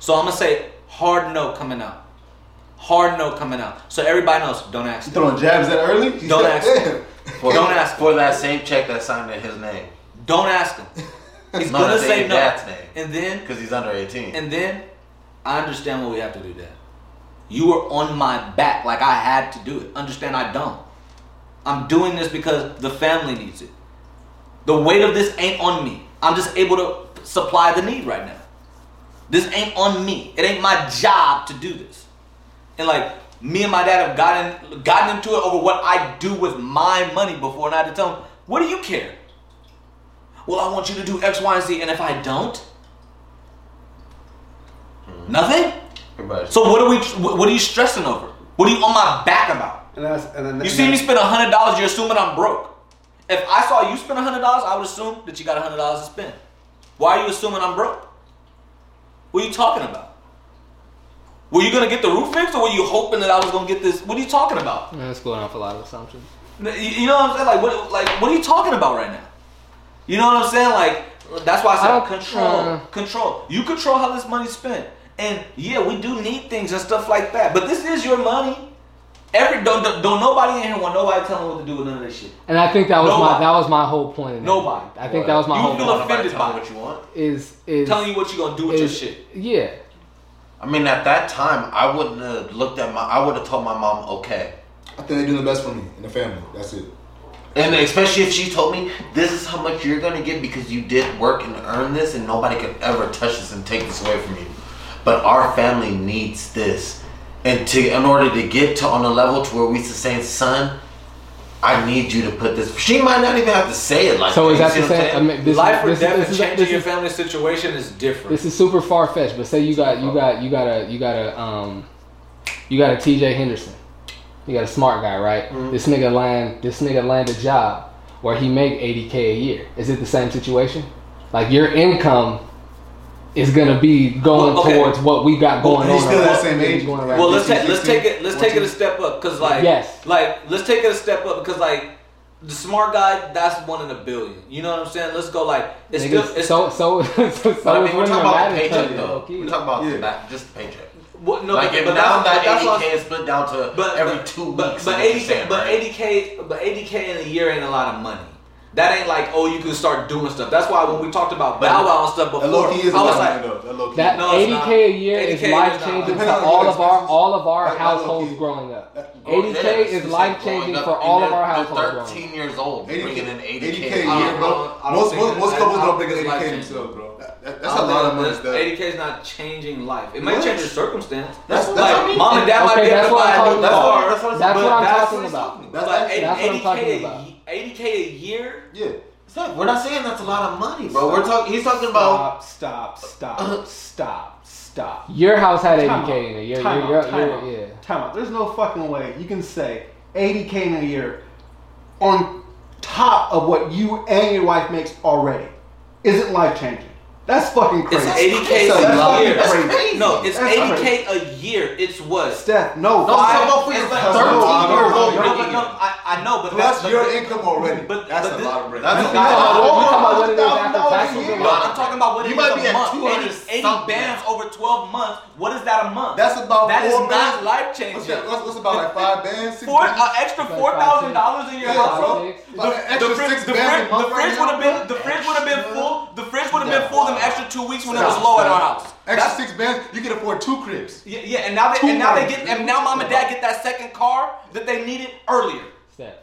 S1: So I'm gonna say hard no coming out. Hard no coming out. So everybody knows. Don't ask. Them.
S3: Throwing jabs that early? She
S1: Don't
S3: said,
S1: ask.
S3: "Damn."
S2: For,
S1: Don't ask.
S2: for that same check that signed in his name
S1: Don't ask him. He's
S2: No,
S1: gonna
S2: say
S1: say
S2: your
S1: no.
S2: dad's name.
S1: And then
S2: because he's under eighteen.
S1: and then I understand why we have to do that. You were on my back like I had to do it. Understand? I don't. I'm doing this because the family needs it. The weight of this ain't on me. I'm just able to supply the need right now. This ain't on me. It ain't my job to do this. And like me and my dad have gotten gotten into it over what I do with my money before, and I had to tell him, "What do you care?" Well, I want you to do X, Y, and Z, and if I don't, nothing.
S2: Everybody-
S1: So what are we? What are you stressing over? What are you on my back about?
S4: and that's and then
S1: You see me spend hundred dollars, you're assuming I'm broke. If I saw you spend hundred dollars, I would assume that you got hundred dollars to spend. Why are you assuming I'm broke? What are you talking about? Were you gonna get the roof fixed, or were you hoping that I was gonna get this? What are you talking about?
S5: Man, that's going off a lot of assumptions.
S1: You you know what I'm saying? Like what? Like what are you talking about right now? You know what I'm saying? Like that's why I said
S5: I-
S1: control,
S5: uh.
S1: control. You control how this money's spent, and yeah, we do need things and stuff like that. But this is your money. Every don't don't, don't nobody in here want nobody telling what to do with none of this shit.
S5: And I think that was my
S1: Nobody.
S5: that was my whole point. in that.
S1: Nobody.
S5: I think that was my
S1: You
S5: whole
S1: feel
S5: point.
S1: offended
S2: Nobody tell
S1: by
S2: me
S1: it.
S2: what you want.
S5: Is is
S1: telling you what you gonna do with your
S5: is
S1: shit.
S5: yeah.
S2: I mean, at that time, I wouldn't have looked at my. I would have told my mom okay,
S3: I think they're doing the best for me and the family. That's it.
S2: and especially if she told me this is how much you're gonna get because you did work and earn this, and nobody could ever touch this and take this away from you. But our family needs this, and to in order to get to on a level to where we sustain, son. I need you to put this. She might not even have to say it like
S5: So is
S2: you
S5: that
S2: see
S5: the
S2: what I'm
S5: same? I
S2: saying?
S5: mean, this,
S1: Life or
S5: this,
S1: death
S5: this,
S1: and
S5: is-
S1: changing
S5: this
S1: your
S5: is-
S1: family situation is different.
S5: This is super far fetched, but say you got you got you got a you got a um you got a TJ Henderson. You got a smart guy, right? This nigga land this nigga land a job where he make eighty K a year. Is it the same situation? Like your income is gonna be going
S1: Well, okay.
S5: towards what we got going
S3: he's
S5: on.
S3: still
S5: right-
S3: that same age.
S5: going right
S1: Well,
S5: now.
S1: let's take let's take it let's take it a
S3: 14.
S1: step up because like
S5: Yes.
S1: like let's take it a step up because like the smart guy that's one in a billion. You know what I'm saying? Let's go like it's
S5: Niggas-
S1: still it's
S5: so so so, so
S2: But I mean, we're
S5: women
S2: talking
S5: are
S2: about the
S5: mad at
S2: paycheck
S5: you,
S2: though.
S5: low-key.
S2: We're talking about
S3: Yeah.
S2: that, just the paycheck.
S1: what, no,
S2: like
S1: but,
S2: if
S1: but
S2: now
S1: that's, but that's
S2: that
S1: what
S2: 80k
S1: I'm-
S2: is split down to
S1: But
S2: every
S1: but-
S2: two
S1: but-
S2: weeks.
S1: But
S2: is what you're
S1: eighty
S2: saying,
S1: but
S2: right?
S1: eighty k but eighty k in a year ain't a lot of money. That ain't like oh you can start doing stuff. That's why when we talked about
S2: But-
S1: Bow Wow and stuff before,
S3: That low key is a
S1: I was
S3: lot
S1: like
S3: like, though. That low key.
S5: That
S1: No, it's
S5: eighty
S1: not.
S5: k a year is
S1: 80K is
S5: life
S1: not.
S5: changing for
S3: Depending on
S5: all
S3: your
S5: of our
S3: expenses.
S5: all of our
S3: Like, I don't
S5: households
S3: keep-
S5: growing up.
S3: Oh,
S5: Eighty
S2: Yeah,
S5: k
S2: it's
S5: is
S2: just growing
S5: life changing
S2: up,
S5: for
S2: and
S5: all of
S2: they're-
S5: our
S2: they're
S5: households growing up.
S2: 13 years old,
S3: 80K,
S2: bringing in 80k.
S3: 80K
S4: Uh-huh.
S3: a
S1: I
S3: year,
S1: don't-
S3: bro.
S1: I don't
S3: Most
S1: think
S3: most,
S1: that-
S3: most
S1: I-
S3: couples
S1: I
S3: don't
S1: don't
S3: bring
S1: think
S3: an
S1: it's
S3: 80K
S1: life
S3: themselves, bro. That- that- That's
S1: I
S3: a
S1: don't
S3: lot
S1: think
S3: of money.
S1: that's-
S3: Steph.
S1: 80k is not changing life. It might
S3: What?
S1: change your circumstance.
S3: That's- that's
S1: like
S3: what I mean.
S1: mom and dad might
S5: Okay,
S1: be able
S5: that's
S1: to
S5: what
S1: buy
S5: I'm
S1: a
S5: talking
S1: new
S5: about.
S1: car.
S5: That's what I'm
S1: but that's
S5: talking
S1: what he's
S5: about.
S1: talking
S3: That's
S1: But
S3: actually-
S5: that's what I'm
S1: 80K
S5: talking
S1: a
S5: about.
S1: ye- 80k a year.
S3: Yeah.
S2: It's not- we're not saying that's a lot of money, bro. We're talking. He's talking about.
S4: stop stop stop stop stop
S5: Your house had eighty
S4: Time out.
S5: k in it. Your
S4: Time
S5: your
S4: out.
S5: your,
S4: Time
S5: your,
S4: out.
S5: yeah.
S4: Time out. There's no fucking way you can say 80k in a year on top of what you and your wife makes already isn't life changing. That's fucking
S1: It's
S4: crazy.
S1: 80k
S4: That's
S1: a
S4: fucking
S1: year.
S4: crazy.
S1: No, it's
S4: That's
S1: 80k a year. It's what.
S4: Steph, no.
S2: No,
S4: why-
S2: some of us is like
S4: That's
S2: 13
S4: a lot of
S2: years
S4: money.
S2: old.
S1: No, but no, I, I know, but
S3: Plus
S1: that's
S3: your income already.
S1: But-
S3: that's
S1: but
S3: a
S1: this-
S3: lot of bread.
S2: That's a
S3: That's
S2: lot.
S5: You
S2: Oh,
S5: talking about what it is after
S4: $100,000
S5: taxes
S4: a
S5: and
S4: year.
S5: all
S1: I'm talking about what it
S2: You
S1: is
S2: might be
S1: a
S2: at
S1: month.
S2: 200
S1: 80, 80
S2: something.
S1: bands over 12 months. What is that a month?
S3: That's about
S1: That is
S3: four
S1: not
S3: bands.
S1: life
S3: What's,
S1: changing.
S3: that, what's, what's about like five bands? Six
S1: Four,
S3: bands?
S1: uh, extra
S5: Like
S1: four thousand dollars in your
S3: Yeah,
S1: household.
S5: six.
S3: Like an extra
S1: fri-
S3: six
S1: the,
S3: bands a
S1: fri-
S3: month
S1: the fridge
S3: right
S1: would have been
S3: now, bro?
S1: the fridge would have been
S3: Extra.
S1: full. The fridge would have
S2: Yeah.
S1: been full them extra two weeks when it was
S3: Stop,
S1: low at
S3: stop.
S1: our house.
S3: Extra
S1: That's-
S3: six bands. You could afford two cribs.
S1: yeah, yeah, and now they and now they get and now mom and dad get that second car that they needed earlier.
S5: Steph.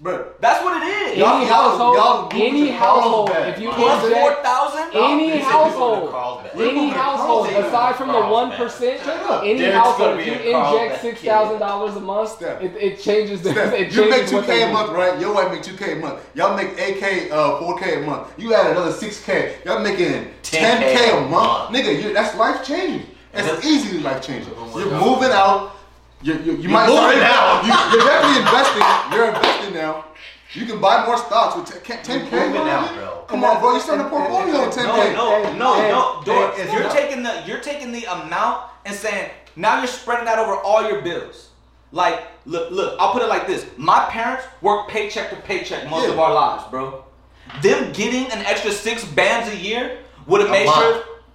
S3: Bro,
S1: That's what it is.
S3: Y'all-
S5: Any
S3: y'all-
S5: household,
S3: y'all moved
S5: any
S3: to
S5: household,
S3: Carlsbad.
S5: if you
S1: Plus four
S5: inject
S1: thousand.
S5: any household,
S2: Carlsbad.
S5: any household
S3: Carlsbad.
S5: aside from the one percent, any
S2: Derek's
S5: household,
S2: gonna
S5: if
S2: be
S5: you
S2: a Carlsbad
S5: inject six thousand dollars a month,
S3: Steph.
S5: it, it changes the. It
S3: Steph,
S5: changes
S3: you make two
S5: what
S3: K
S5: they
S3: a
S5: do.
S3: month, right? Your wife make two K a month. Y'all make eight K, uh, four K a month. You add another six K. Y'all making ten
S2: 10K
S3: K a
S2: a
S3: month,
S2: month.
S3: nigga. You, that's life changing. It's
S2: that's- Oh
S3: easily life changing.
S2: my
S3: You're
S2: God.
S3: moving out. You, you, you might
S2: moving
S3: sorry,
S2: out.
S3: You, you're definitely investing. You're investing now. You can buy more stocks with ten K.
S2: moving out, bro.
S3: Come on, bro. You starting a portfolio with ten
S1: No,
S3: K.
S1: no,
S4: hey,
S1: no, no,
S4: hey,
S1: Dor-
S4: hey,
S1: You're
S4: stop.
S1: taking the you're taking the amount and saying now you're spreading that over all your bills. Like, look, look. I'll put it like this: My parents work paycheck to paycheck most
S3: Yeah.
S1: of our lives, bro. Them getting an extra six bands a year would have
S2: A
S1: made
S2: month.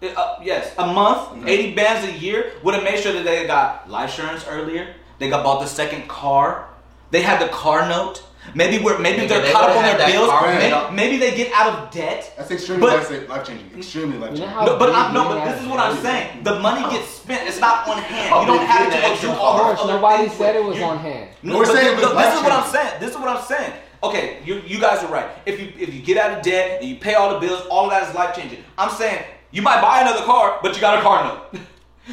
S2: Mm-hmm.
S1: sure, uh, yes, a month, eighty bands a year would have made sure that they got life insurance earlier. They got bought the second car. They had the car note. Maybe we're maybe
S2: Nigga,
S1: they're
S2: they
S1: caught up
S2: would've
S1: on their
S2: had that
S1: bills.
S2: car
S1: May-
S2: note.
S1: Maybe, they get out of debt.
S3: That's extremely
S1: But-
S3: life changing. Extremely life
S5: You know
S3: changing.
S5: how
S1: no, but I'm,
S5: big
S1: no,
S5: we
S1: but
S5: have
S1: this is what I'm
S5: it?
S1: saying. The money gets spent. It's not on hand.
S2: Oh,
S1: You don't
S2: we
S1: have
S2: did
S1: to
S2: the
S1: go
S2: extra
S1: do all
S5: Of
S1: those
S5: course,
S1: other
S5: nobody
S1: things
S5: said
S1: with-
S5: it was
S1: you-
S5: on hand.
S1: No,
S3: We're
S1: but
S3: saying
S1: th-
S3: it was
S1: th- this is what I'm
S3: life-changing.
S1: saying. This is what I'm saying. Okay, you you guys are right. If you if you get out of debt and you pay all the bills, all of that is life changing. I'm saying you might buy another car, but you got a car note.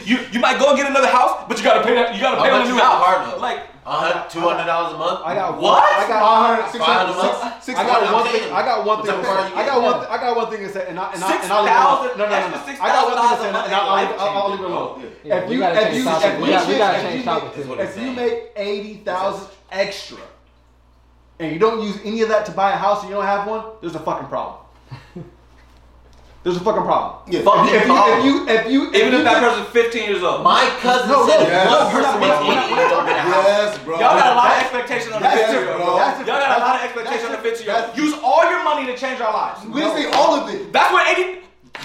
S1: You you might go and get another house, Oh, but you gotta pay that. You gotta pay
S2: How
S1: on
S2: much
S1: the
S2: you
S1: new
S2: got
S1: house.
S2: hard though?
S1: Like
S2: two hundred dollars a month.
S4: I got
S2: what?
S4: I got,
S3: 500, 600,
S2: 500 a month.
S4: I got one thing. I got one
S2: What the
S4: thing. To say.
S2: fuck are you
S4: I
S2: getting?
S4: got one. I got one thing to say, and I and I and I'll leave it alone.
S1: $6,000
S4: No, no, no, no.
S1: extra
S4: I got one thing to say,
S1: $6,000
S4: and I- and I'll, I'll, I'll, I'll leave it alone.
S5: Yeah,
S4: if
S5: we
S4: you,
S5: gotta
S4: if
S5: change
S4: you,
S5: topics.
S4: if
S5: We
S4: you,
S5: gotta- we
S4: if
S5: gotta
S4: you
S5: change
S4: make-
S5: topics.
S2: Is what I'm
S4: If you
S2: saying.
S4: make eighty thousand extra, and you don't use any of that to buy a house, and you don't have one, there's a fucking problem. There's a fucking problem.
S3: Yeah,
S2: Fucking
S4: If you, if
S2: problem.
S4: you, if you, if
S1: even
S4: you
S1: if that person's 15 years old,
S2: My cousin
S4: No,
S2: said
S3: yes.
S2: one
S3: We're
S2: person
S3: not-
S2: was
S3: we're not-
S2: eating over the house.
S3: Yes, bro.
S1: Y'all got a lot of expectations on the
S3: That's
S1: fifth year.
S3: different,
S1: Y'all
S3: bro. That's
S1: got a lot of expectations on the fifth year. Use all your money to change our lives.
S3: We didn't say all of it.
S1: That's what eighty.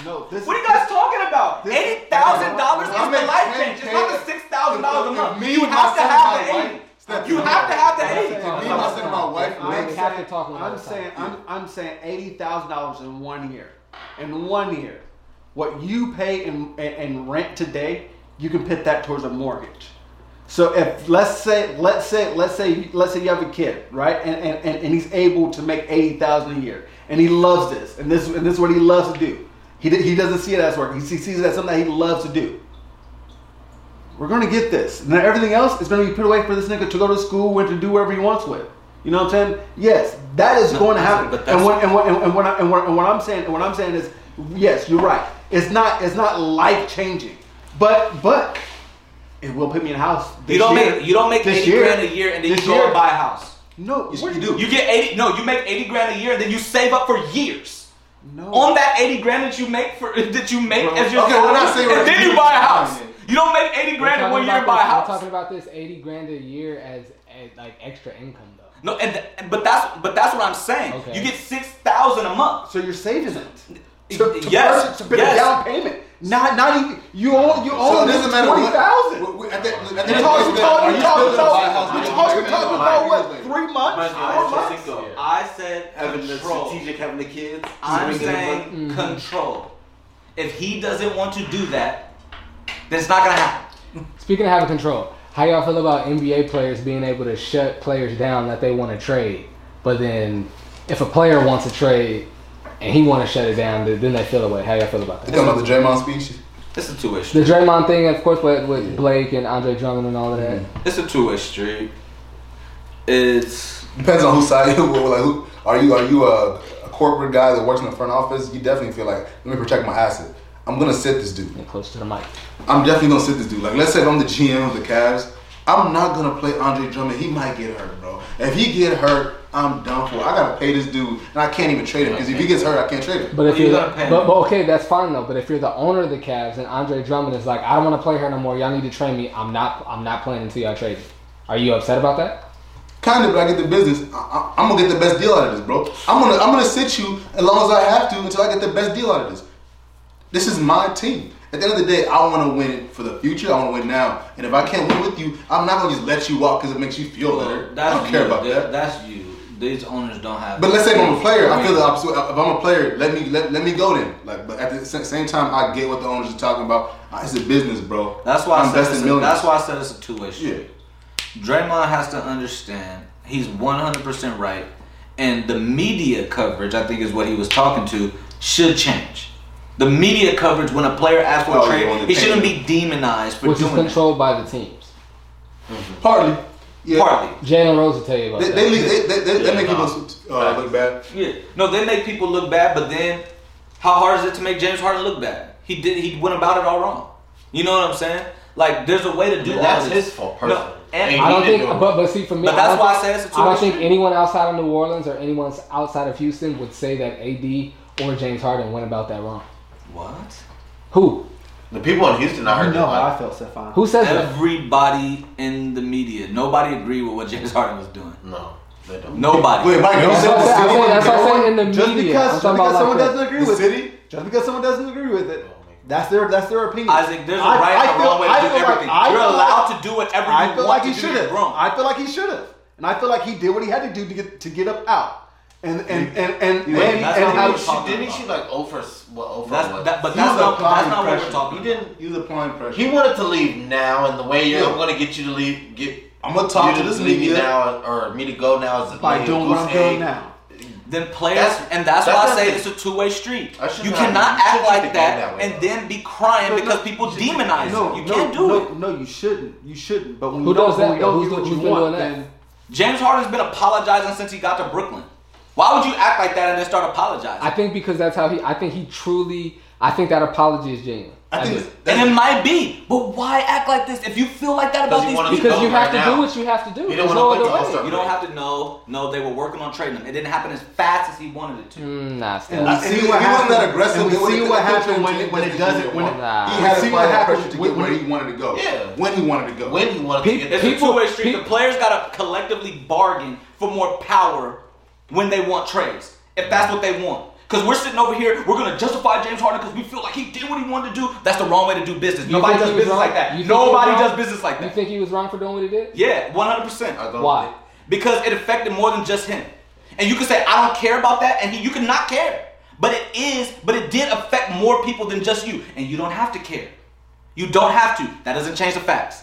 S4: no, this
S1: What are you guys talking about?
S4: This-
S1: Eighty thousand dollars is
S3: I
S1: the
S3: make
S1: life change. It's not the
S3: 10K.
S1: six thousand dollars a
S3: If
S1: month.
S3: me,
S1: You have to
S3: myself,
S1: have the
S3: my
S1: eighty.
S3: wife- Steph,
S1: You
S3: you
S1: have to
S3: know-
S1: have the
S5: I'm
S1: eighty.
S5: saying-
S3: Me, myself, and my wife
S4: I'm
S5: We
S3: makes.
S5: have to talk about
S4: I'm
S5: that.
S4: saying I'm, I'm saying eighty thousand dollars in one year. In one year, what you pay in, in, in rent today, you can put that towards a mortgage. So if let's say let's say let's say let's say you have a kid, right? And and, and, and he's able to make eighty thousand a year, and he loves this, and this and this is what he loves to do. He, d- he doesn't see it as work. He sees it as something that he loves to do we're gonna get this. And then everything else is gonna be put away for this nigga to go to school and to do whatever he wants with. You know what I'm saying? Yes, that is going to happen.
S1: but
S4: and
S1: that's-
S4: what and what and, and what, I, and what and what I'm saying and what I'm saying is yes, you're right. It's not it's not life changing, but but it will put me in a house. This
S1: You don't
S4: year.
S1: make you don't make
S4: This
S1: eighty
S4: year.
S1: grand a year and then
S4: This
S1: you go
S4: year.
S1: and buy a house.
S4: No, what
S3: you
S4: do
S3: do.
S1: You get eighty. No, you make eighty grand a year and then you save up for years.
S4: No.
S1: On that eighty grand that you make for that you make
S4: Bro.
S1: as your
S3: Okay, we're
S1: salary,
S3: not saying
S1: and
S3: we're-
S1: then you buy a house.
S3: Yeah.
S1: You don't make eighty
S5: We're
S1: grand in
S5: talking
S1: one year and
S5: about
S1: buy a
S5: this-
S1: house.
S5: We're talking about this eighty grand a year as, as like extra income though.
S1: No, and th- but that's but that's what I'm saying.
S5: Okay.
S1: You get six thousand a month.
S4: So you're saving it.
S1: Y-
S4: To, to
S1: yes,
S4: purchase- to put
S1: yes.
S4: a down payment. Not not even you own you
S3: So
S4: own
S3: it doesn't matter
S4: twenty thousand.
S3: what. we- At that, at that
S4: You're talking,
S3: point,
S4: you're talking,
S3: are
S4: you're
S3: you
S4: talking,
S3: still gonna buy a house?
S4: you're talking, you're talking, you're talking about
S3: Might
S4: what?
S3: as well.
S4: Three months? Four months?
S1: I said
S2: Having the
S1: control.
S2: strategic, having the kids.
S1: I'm
S2: bringing
S1: saying
S2: them
S1: control. If he doesn't want to do that, then it's not gonna happen.
S5: Speaking of having control, how y'all feel about NBA players being able to shut players down that they want to trade, but then if a player wants to trade and he want to shut it down, th- then they feel away. How y'all feel about
S3: You talking
S5: that?
S3: about the Draymond speech?
S1: It's a two-way
S5: The
S1: street.
S5: Draymond thing, of course, with, with Blake and Andre Drummond and all of that.
S1: It's a two-way street. It's
S3: Depends on whose side. you- well, like, who are you? Are you a, a corporate guy that works in the front office? You definitely feel like let me protect my asset. I'm gonna sit this dude.
S5: Get close to the mic.
S3: I'm definitely gonna sit this dude. Like, let's say if I'm the GM of the Cavs, I'm not gonna play Andre Drummond. He might get hurt, bro. If he get hurt, I'm done for. I gotta pay this dude, and I can't even trade him because if he gets hurt, I can't trade him.
S5: But if
S1: you
S5: you're,
S1: gotta pay him.
S5: but, but okay, that's fine though. But if you're the owner of the Cavs and Andre Drummond is like, I don't want to play her no more. Y'all need to train me. I'm not. I'm not playing until y'all trade me. Are you upset about that?
S3: Kind of, but I get the business. I, I, I'm gonna get the best deal out of this, bro. I'm gonna I'm gonna sit you as long as I have to until I get the best deal out of this. This is my team. At the end of the day, I want to win for the future. I want to win now. And if I can't win with you, I'm not gonna just let you walk because it makes you feel better. I don't care about that.
S1: That's you. These owners don't have.
S3: But let's say if I'm a player, I feel the opposite. If I'm a player, let me let, let me go then. Like, but at the sa- same time, I get what the owners are talking about. Ah, It's a business, bro.
S1: That's why
S3: I'm
S1: I said it's
S3: investing
S1: a,
S3: millions.
S1: that's why I said it's a two-way
S3: Yeah.
S1: street. Draymond has to understand He's 100% right. And the media coverage, I think is what he was talking to, should change. The media coverage, when a player asks for
S3: Oh,
S1: a
S3: yeah, on
S1: trade,
S3: the
S1: he shouldn't
S3: team.
S1: be demonized for
S5: which is
S1: doing that.
S5: controlled by the teams.
S3: Partly. Yeah.
S1: Partly.
S5: Jalen Rose will tell you about
S3: They,
S5: that.
S3: they, they, they, they,
S2: Yeah,
S3: make
S2: nah.
S3: people uh, look bad.
S1: Yeah. No, they make people look bad, but then how hard is it to make James Harden look bad? He did. He went about it all wrong. You know what I'm saying? Like, there's a way to do all
S2: That's
S1: this.
S2: his fault,
S1: No,
S2: personally.
S1: and-
S2: Ain't
S5: I don't
S2: He didn't
S5: think,
S2: do it.
S5: but, but see, for me,
S1: But
S5: I
S1: that's
S5: don't
S1: why I
S5: think-
S1: say it's a
S5: I don't
S1: two-way
S5: think anyone outside of New Orleans or anyone outside of Houston would say that AD or James Harden went about that wrong.
S1: What?
S5: Who?
S2: The people in Houston, I heard
S4: No,
S2: that. Like,
S4: I felt so fine.
S5: Who says that?
S1: Everybody in the media, nobody agreed with what James Harden was doing.
S2: no, they don't.
S1: Nobody.
S3: Wait, Mike, you
S5: That's
S3: said
S5: what I'm
S3: the
S5: saying- I'm
S3: city
S5: saying-
S3: wouldn't
S5: that's
S3: do
S5: what
S3: it?
S5: I'm saying in the
S4: just
S5: media.
S4: because,
S5: I'm
S4: just
S5: talking
S4: because
S5: about
S4: someone
S5: like
S4: doesn't agree
S3: The
S4: with it,
S3: city?
S4: just because someone doesn't agree with it, that's their that's their opinion.
S1: Oh, Isaac, there's a
S4: I-
S1: right
S4: I
S1: and a
S4: feel-
S1: wrong way
S4: I
S1: to do
S4: feel like-
S1: everything.
S4: I
S1: You're
S4: feel like-
S1: allowed to do whatever you
S4: I feel
S1: want
S4: like
S1: to
S4: he
S1: do.
S4: should have.
S1: You're Wrong.
S4: I feel like he should have, and I feel like he did what he had to do to get to get up out. And and and and and,
S1: Yeah,
S4: and,
S1: that's what
S2: And
S1: we
S2: how
S1: were
S2: she,
S1: talking
S2: didn't
S1: about.
S2: she like over what over
S1: That's,
S2: what?
S1: that, but
S3: He was
S1: that's not,
S3: applying
S1: that's not what
S3: pressure.
S1: we're talking.
S3: He
S1: about.
S3: didn't use applying pressure.
S2: he wanted to leave now, and the way you're
S3: Yeah.
S2: I'm gonna get you to leave, get
S3: I'm gonna talk
S2: you
S3: to this
S2: leave me
S3: media.
S2: now or me to go now is
S4: by
S2: a
S4: doing what I'm
S2: goose
S4: doing
S2: egg.
S4: now.
S1: Then players,
S2: That's-
S1: and that's,
S2: that's
S1: why I say
S2: nothing.
S1: it's a two-way street.
S2: I should
S1: You
S2: not-
S1: cannot
S2: you should
S1: act
S2: keep the
S1: like
S2: game
S1: that,
S2: that way,
S1: and
S2: though.
S1: then be crying
S4: No, no,
S1: because people demonize
S4: No,
S1: you. You
S4: no,
S1: can't do
S4: no,
S1: it.
S4: No, you shouldn't. You shouldn't. But when
S5: Who
S4: you don't,
S5: does
S4: when
S5: that,
S4: you don't
S5: though?
S4: get
S5: Who's
S4: what
S5: the-
S4: you
S5: who's been
S4: want,
S5: doing that?
S4: then
S1: James Harden's been apologizing since he got to Brooklyn. Why would you act like that and then start apologizing?
S5: I think because that's how he. I think he truly. I think that apology is genuine.
S3: I think
S5: do.
S3: that's-
S1: and it might be, but why act like this if you feel like that about
S2: Because he
S1: these
S2: wanted
S1: people?
S2: to
S5: because
S2: go
S5: you
S2: right
S5: have to
S2: now.
S5: do what you have to do.
S2: You
S5: There's
S2: don't
S5: no
S2: want to play
S5: other way.
S2: the All-Star
S1: You don't have to know. No, they were working on trading him. It didn't happen as fast as he wanted it to.
S5: Mm, nah, still.
S4: and we
S3: I- and
S4: see
S3: he-
S4: what
S3: he wasn't that
S4: happens-
S3: aggressive.
S4: and
S3: It
S4: We
S3: wasn't-
S4: see what
S3: it wasn't
S4: happens when it when it
S3: intentional.
S4: doesn't when it.
S5: Nah.
S3: he had
S4: See
S3: to
S4: what
S3: apply that
S4: happens
S3: pressure to
S4: when-
S3: get where he wanted to go.
S2: Yeah.
S3: When he wanted to go.
S2: When he wanted
S5: Pe-
S2: to get
S1: It's
S2: there.
S5: people-
S1: a two-way street.
S5: people-
S1: the players gotta collectively bargain for more power when they want trades, if that's what they want. Because we're sitting over here, we're gonna justify James Harden because we feel like he did what he wanted to do. That's the wrong way to do business.
S5: You
S1: Nobody
S5: think
S1: does
S5: he was
S1: business
S5: wrong?
S1: like
S5: You
S1: that.
S5: think he was
S1: Nobody
S5: wrong?
S1: does business like
S5: You
S1: that.
S5: think he was wrong for doing what he did?
S1: Yeah, one hundred percent.
S2: I don't
S5: Why?
S1: Because it affected more than just him. And you can say I don't care about that, and he, you can not care. But it is, but it did affect more people than just you, and you don't have to care. You don't have to. That doesn't change the facts.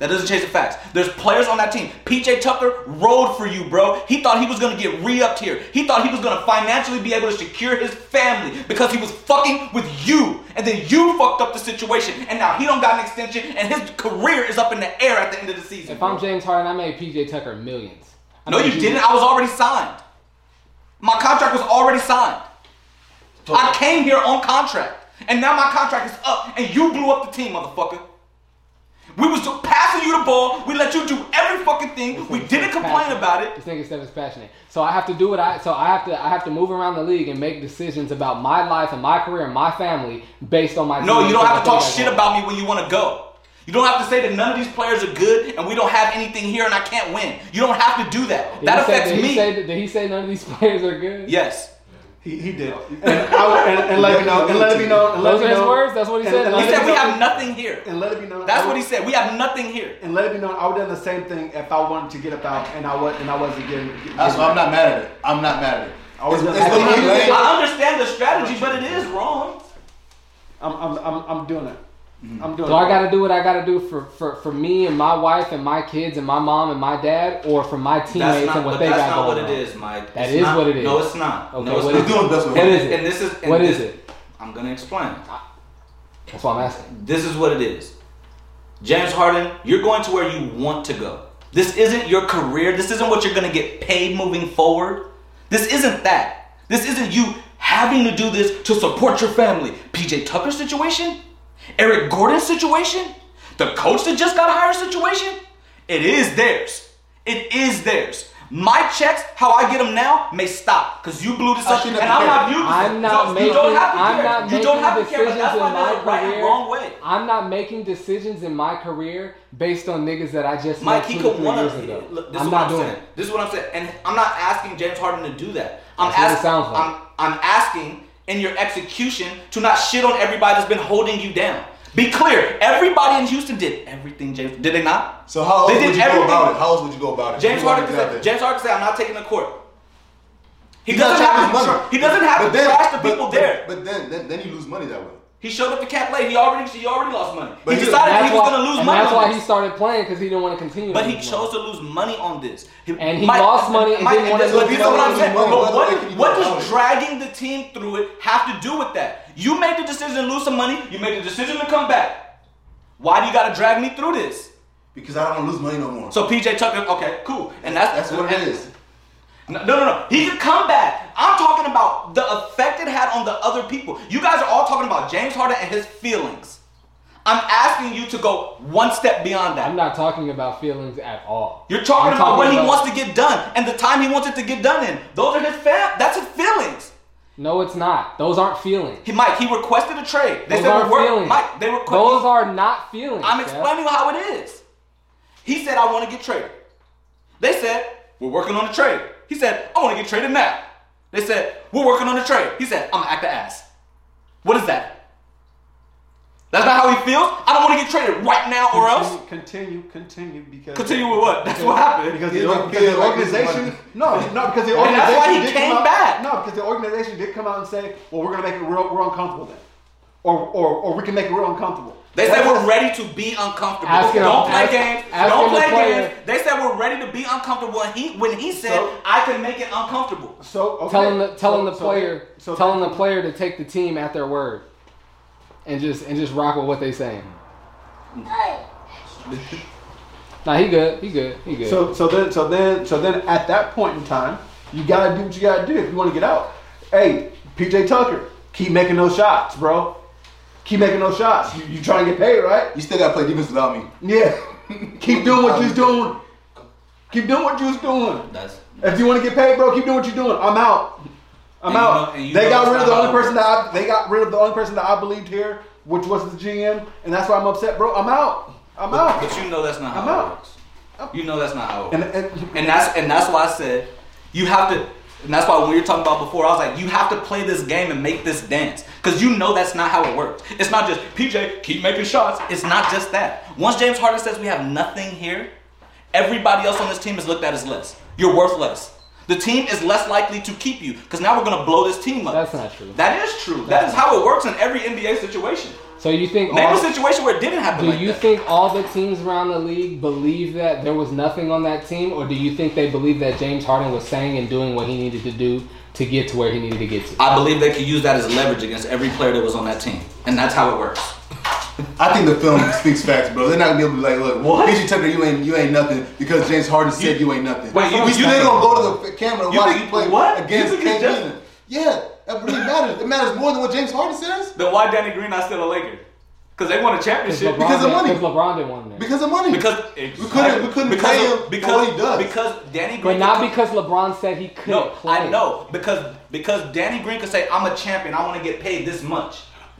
S1: That doesn't change the facts. There's players on that team. PJ Tucker rode for you, bro. He thought he was gonna get re-upped here. He thought he was gonna financially be able to secure his family because he was fucking with you. And then you fucked up the situation. And now he don't got an extension and his career is up in the air at the end of the season.
S5: If I'm
S1: bro.
S5: James Harden, I made PJ Tucker millions. I
S1: No,
S5: made
S1: you didn't. I was already signed. My contract was already signed. I came here on contract, and now my contract is up, and you blew up the team, motherfucker. We was just passing you the ball. We let you do every fucking thing. We didn't complain
S5: passionate.
S1: about it.
S5: This nigga Steph is passionate. So I have to do what I. So I have to. I have to move around the league and make decisions about my life and my career and my family based on my.
S1: No,
S5: team
S1: you don't
S5: because
S1: have
S5: I
S1: to talk
S5: think I
S1: shit
S5: can.
S1: about me when you want to go. You don't have to say that none of these players are good and we don't have anything here and I can't win. You don't have to do that.
S5: Did
S1: That
S5: he say-
S1: affects
S5: did
S1: me.
S5: He say, did he say none of these players are good?
S1: yes.
S4: He, he did, and, I, would- and, and let me know, and let me know, and let
S5: Those
S4: me
S5: are his
S4: know.
S5: words. That's what he
S4: and-
S5: said.
S4: and
S1: He
S5: Like,
S4: let me
S1: said we
S4: know-
S1: have nothing here.
S4: And let it be known.
S1: That's
S4: I
S1: what
S4: would-
S1: he said. We have nothing here.
S4: And let it be known. I would have done the same thing if I wanted to get up out, and I was and I wasn't getting. getting
S3: That's why I'm not mad at it. I'm not mad at it.
S4: I was
S3: It's-
S4: gonna-
S3: it's what he
S4: I-
S3: made.
S1: I understand the strategy, but it is wrong.
S4: I'm I'm I'm, I'm doing it. I'm doing
S5: So
S4: it.
S5: I gotta do what I gotta do for, for, for me and my wife and my kids and my mom and my dad, or for my
S1: That's
S5: teammates
S1: not,
S5: and what
S1: but
S5: they
S1: that's
S5: got
S1: not what
S5: going
S1: it
S5: on.
S1: is, Mike.
S5: That
S1: It's
S5: is
S1: not-
S5: what it is.
S1: No, it's not.
S5: Okay,
S1: no, it's
S5: what
S1: not.
S5: is
S3: He's doing the best with
S5: What
S3: him.
S5: is it?
S1: And this is. And
S5: What
S1: this,
S5: is it?
S1: I'm gonna explain.
S5: That's what I'm asking.
S1: This is what it is. James Harden, you're going to where you want to go. This isn't your career. This isn't what you're gonna get paid moving forward. This isn't that. This isn't you having to do this to support your family. PJ Tucker situation, Eric Gordon situation, the coach that just got hired situation. It is theirs. It is theirs. My checks, how I get them now, may stop because you blew this up, and
S3: shouldn't
S1: I'm
S3: have
S1: not you.
S5: I'm not
S1: you
S5: making.
S1: don't have to
S5: I'm
S1: care.
S5: not
S1: you
S5: making
S1: don't have to care,
S5: decisions
S1: but that's
S5: in
S1: why
S5: my
S1: there's a right and
S5: career.
S1: wrong way.
S5: I'm not making decisions in my career based on niggas that I just
S1: Mike,
S5: met
S1: he
S5: two to
S1: could
S5: three
S1: want
S5: years
S1: to.
S5: ago.
S1: Look, this
S5: I'm
S1: is what
S5: not
S1: I'm
S5: doing
S1: saying.
S5: it.
S1: This is what I'm saying, and I'm not asking James Harden to do that. I'm
S5: That's what it
S1: asking.
S5: sounds like.
S1: I'm, I'm asking in your execution to not shit on everybody that's been holding you down. Be clear. Everybody in Houston did everything. James did they not?
S3: So how else
S1: They
S3: would you
S1: did
S3: go
S1: everything.
S3: about it? How else would you go about it?
S1: James
S3: You wanted
S1: Harden
S3: to
S1: could
S3: get out
S1: say.
S3: there.
S1: James Harden could say, "I'm not taking the court." He
S3: He's not
S1: doesn't
S3: trying
S1: have
S3: to lose
S1: to.
S3: money.
S1: He doesn't have to
S3: then-
S1: trash the
S3: but-
S1: people
S3: but-
S1: there.
S3: But then, then, then you lose money that way.
S1: He showed up to cap late. He already he already lost money.
S3: But
S1: he
S3: he-
S1: decided
S5: That's
S1: he was
S5: why-
S1: gonna lose
S5: and
S1: money.
S5: That's
S1: on
S5: why
S1: this.
S5: he started playing because he didn't want to continue.
S1: But
S5: to
S1: he
S5: lose
S1: chose
S5: money.
S1: to lose money on this.
S5: And he lost money and didn't
S1: Mike,
S5: want to
S1: that's what-
S5: lose
S1: these are what
S3: money.
S1: I'm saying.
S3: Money,
S1: But
S3: whether they
S1: what,
S3: can
S1: what
S3: be
S1: does
S3: lost.
S1: dragging the team through it have to do with that? You made the decision to lose some money. You made the decision to come back. Why do you got to drag me through this?
S3: Because I don't wanna lose money no more.
S1: So PJ Tucker, okay, cool, and that's
S3: That's what it
S1: and-
S3: is.
S1: No, no, no, no. He could come back. I'm talking about the effect it had on the other people. You guys are all talking about James Harden and his feelings. I'm asking you to go one step beyond that.
S5: I'm not talking about feelings at all.
S1: You're talking
S5: I'm
S1: about
S5: talking
S1: what he
S5: about-
S1: wants to get done and the time he wants it to get done in. Those are his fam. That's his feelings.
S5: No, it's not. Those aren't feelings.
S1: He, Mike, he requested a trade. They
S5: Those
S1: said
S5: aren't
S1: we work.
S5: feelings.
S1: Mike, they requested.
S5: Those are not feelings.
S1: I'm
S5: Jeff.
S1: explaining how it is. He said, I want to get traded. They said, We're working on the trade. He said, I want to get traded now. They said, We're working on the trade. He said, I'm going to act the ass. What is that? That's not how he feels. I don't want to get traded right now or else.
S4: Continue, continue, because
S1: Continue with what? That's what happened.
S4: Because
S3: He
S4: the,
S3: don't
S4: because the
S3: feel like he's
S4: organization, no, no, because the organization.
S1: And that's why he
S4: did
S1: came
S4: come out-
S1: back.
S4: No, because the organization did come out and say, "Well, we're gonna make it real, real uncomfortable then, or, or, or we can make it real uncomfortable."
S1: They
S4: That's
S1: said we're
S4: just-
S1: ready to be uncomfortable.
S5: Ask him-
S1: don't play
S5: ask-
S1: games.
S5: ask
S1: don't
S5: him to
S1: play
S5: play
S1: games. They said we're ready to be uncomfortable. And he, when he said,
S4: So-
S1: I can make it uncomfortable.
S4: So okay.
S5: Telling the telling
S4: So-
S5: the
S4: so-
S5: player
S4: so-
S5: telling the player to take the team at their word, and just and just rock with what they saying. nah, he good. He good. He good.
S4: So so then so then so then at that point in time, you gotta do what you gotta do if you want to get out. Hey, PJ Tucker, keep making those shots, bro. Keep making those shots. You, you trying to get paid, right?
S3: You still gotta play defense without me.
S4: Yeah. keep doing what you're doing. Keep doing what you're doing.
S1: That's
S4: If you want to get paid, bro, keep doing what you're doing. I'm out. I'm
S1: And you know-
S4: out.
S1: and you
S4: they
S1: know
S4: got
S1: that's
S4: rid of
S1: not
S4: the
S1: how
S4: only
S1: it
S4: person that I, they got rid of the only person that I believed here, which was the GM, and that's why I'm upset, bro. I'm out. I'm
S1: But,
S4: out.
S1: but you know that's not how
S4: I'm
S1: it
S4: out.
S1: works. You know that's not how it works.
S4: And,
S1: And,
S4: and
S1: that's and that's why I said you have to. And that's why when we were talking about before, I was like, you have to play this game and make this dance because you know that's not how it works. It's not just PJ keep making shots. It's not just that. Once James Harden says we have nothing here, everybody else on this team is looked at as less. You're worth less. The team is less likely to keep you because now we're gonna blow this team up.
S5: That's not true.
S1: That is true. That is how it works in every NBA situation.
S5: so you think
S1: Name
S5: all-
S1: a situation where it didn't happen.
S5: Do
S1: like
S5: you
S1: that.
S5: think all the teams around the league believe that there was nothing on that team, or do you think they believe that James Harden was saying and doing what he needed to do to get to where he needed to get to?
S1: I believe they could use that as leverage against every player that was on that team, and that's how it works.
S3: I think the film speaks facts, bro. They're not gonna be able to be like, look,
S1: What?
S3: PJ Tucker, you ain't you ain't nothing because James Harden said you, ain't nothing.
S1: Wait, you-
S3: we,
S1: you-
S3: they gonna go to the camera and
S1: You
S3: watch
S1: think-
S3: you play
S1: what? You
S3: against
S1: think it's
S3: Kate
S1: just-
S3: Bennett. Yeah, that really matters. It matters more than what James Harden says
S1: Then why Danny Green not still a Laker? Because they won a championship.
S3: because of money.
S5: Because LeBron didn't want him there.
S3: because of money.
S1: Because
S3: we couldn't we couldn't pay him
S1: because
S3: because, for what he does.
S1: because Danny Green.
S5: but not
S1: could-
S5: because LeBron said he couldn't
S1: No,
S5: play.
S1: I know because because Danny Green could say I'm a champion. I want to get paid this much,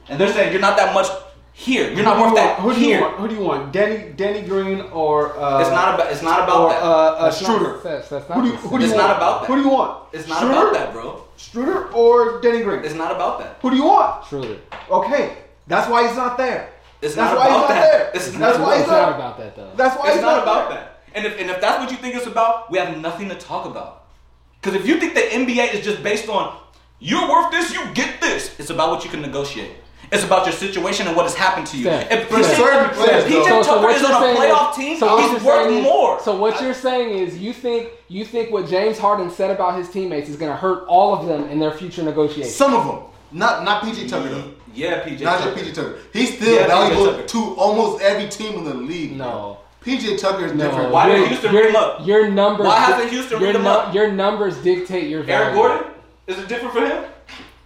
S1: and they're saying you're not that much here. You're not
S4: who do
S1: worth
S4: you
S1: that
S4: want? Who do you
S1: here.
S4: want? Who do you want? Danny Danny Green or uh,
S1: It's not about. It's not about
S4: or
S1: that.
S4: uh, uh,
S5: That's not
S4: Struder.
S5: success. That's not
S4: Who do you,
S5: success.
S4: who do you
S1: It's
S4: want?
S1: not about that.
S4: Who do you want?
S1: it's not
S4: Struder?
S1: about that, bro.
S4: Struder or Danny Green?
S1: It's not about that.
S4: who do you want?
S5: Truly.
S4: Okay, that's why he's not there.
S1: It's
S4: that's
S1: not
S4: why
S1: about
S4: he's not
S1: that.
S4: there.
S1: It's
S4: that's
S1: not-
S4: why he's
S5: it's not
S4: not.
S5: about that though.
S4: That's why
S1: It's
S4: he's
S1: not about
S4: there.
S1: that. And if, and if that's what you think it's about, we have nothing to talk about. Because if you think the NBA is just based on you're worth this, you get this, it's about what you can negotiate. It's about your situation and what has happened to you.
S5: Yeah.
S1: If
S5: Yeah.
S1: PJ,
S3: Certain
S1: if
S3: players,
S1: PJ
S3: though.
S1: Tucker is on a
S5: saying
S1: playoff
S5: is-
S1: team,
S5: so what
S1: he's
S5: you're
S1: worth
S5: saying is-
S1: more.
S5: So what you're saying is you think you think what James Harden said about his teammates is going to hurt all of them in their future negotiations.
S3: Some of them, not not PJ Tucker though.
S1: yeah, PJ.
S3: Not
S1: Tucker.
S3: just PJ Tucker. He's still
S1: Yeah, PJ Tucker.
S3: valuable to almost every team in the league.
S5: No.
S3: PJ Tucker is
S5: No,
S3: different.
S1: Why did
S5: your-
S1: Houston
S5: your,
S1: read him up?
S5: Your numbers.
S1: Why hasn't Houston
S5: your
S1: read him
S5: nu-
S1: up?
S5: Your numbers dictate your value.
S1: Eric Gordon? Is it different for him?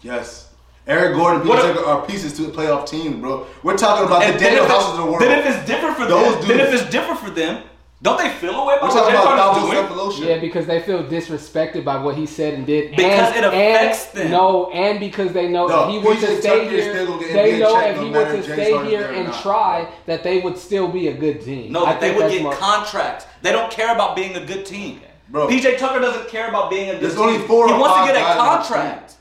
S3: Yes. Eric Gordon and
S1: What
S3: PJ
S1: a-
S3: Tucker are pieces to a playoff team, bro. We're talking about the Daniel
S1: if it's-
S3: Houses of the world.
S1: then if it's different for
S3: Those
S1: them, then if
S3: dudes.
S1: it's different for them, don't they feel a way
S3: We're
S1: about what
S3: talking
S1: James
S3: about
S1: Harden's
S3: Dalvin
S1: doing?
S3: Stefanotion.
S5: Yeah, because they feel disrespected by what he said and did.
S1: Because
S5: and,
S1: it affects
S5: and,
S1: them.
S5: No, and because they know
S3: No,
S5: if he were
S3: PJ
S5: to stay
S3: Tucker is
S5: here,
S3: still gonna get
S5: they
S3: NBA
S5: know
S3: check
S5: if
S3: no
S5: he
S3: matter
S5: were to
S3: if James
S5: stay
S3: Harden's
S5: here
S3: there or
S5: and
S3: not.
S5: try, that they would still be a good team.
S1: No,
S5: I
S1: that they
S5: think
S1: would
S5: that's
S1: get
S5: more-
S1: contracts. They don't care about being a good team.
S3: Bro.
S1: PJ Tucker doesn't care about being a good
S3: There's
S1: team.
S3: only four
S1: he
S3: or
S1: wants to
S3: five
S1: get a
S3: guys on the
S1: contract.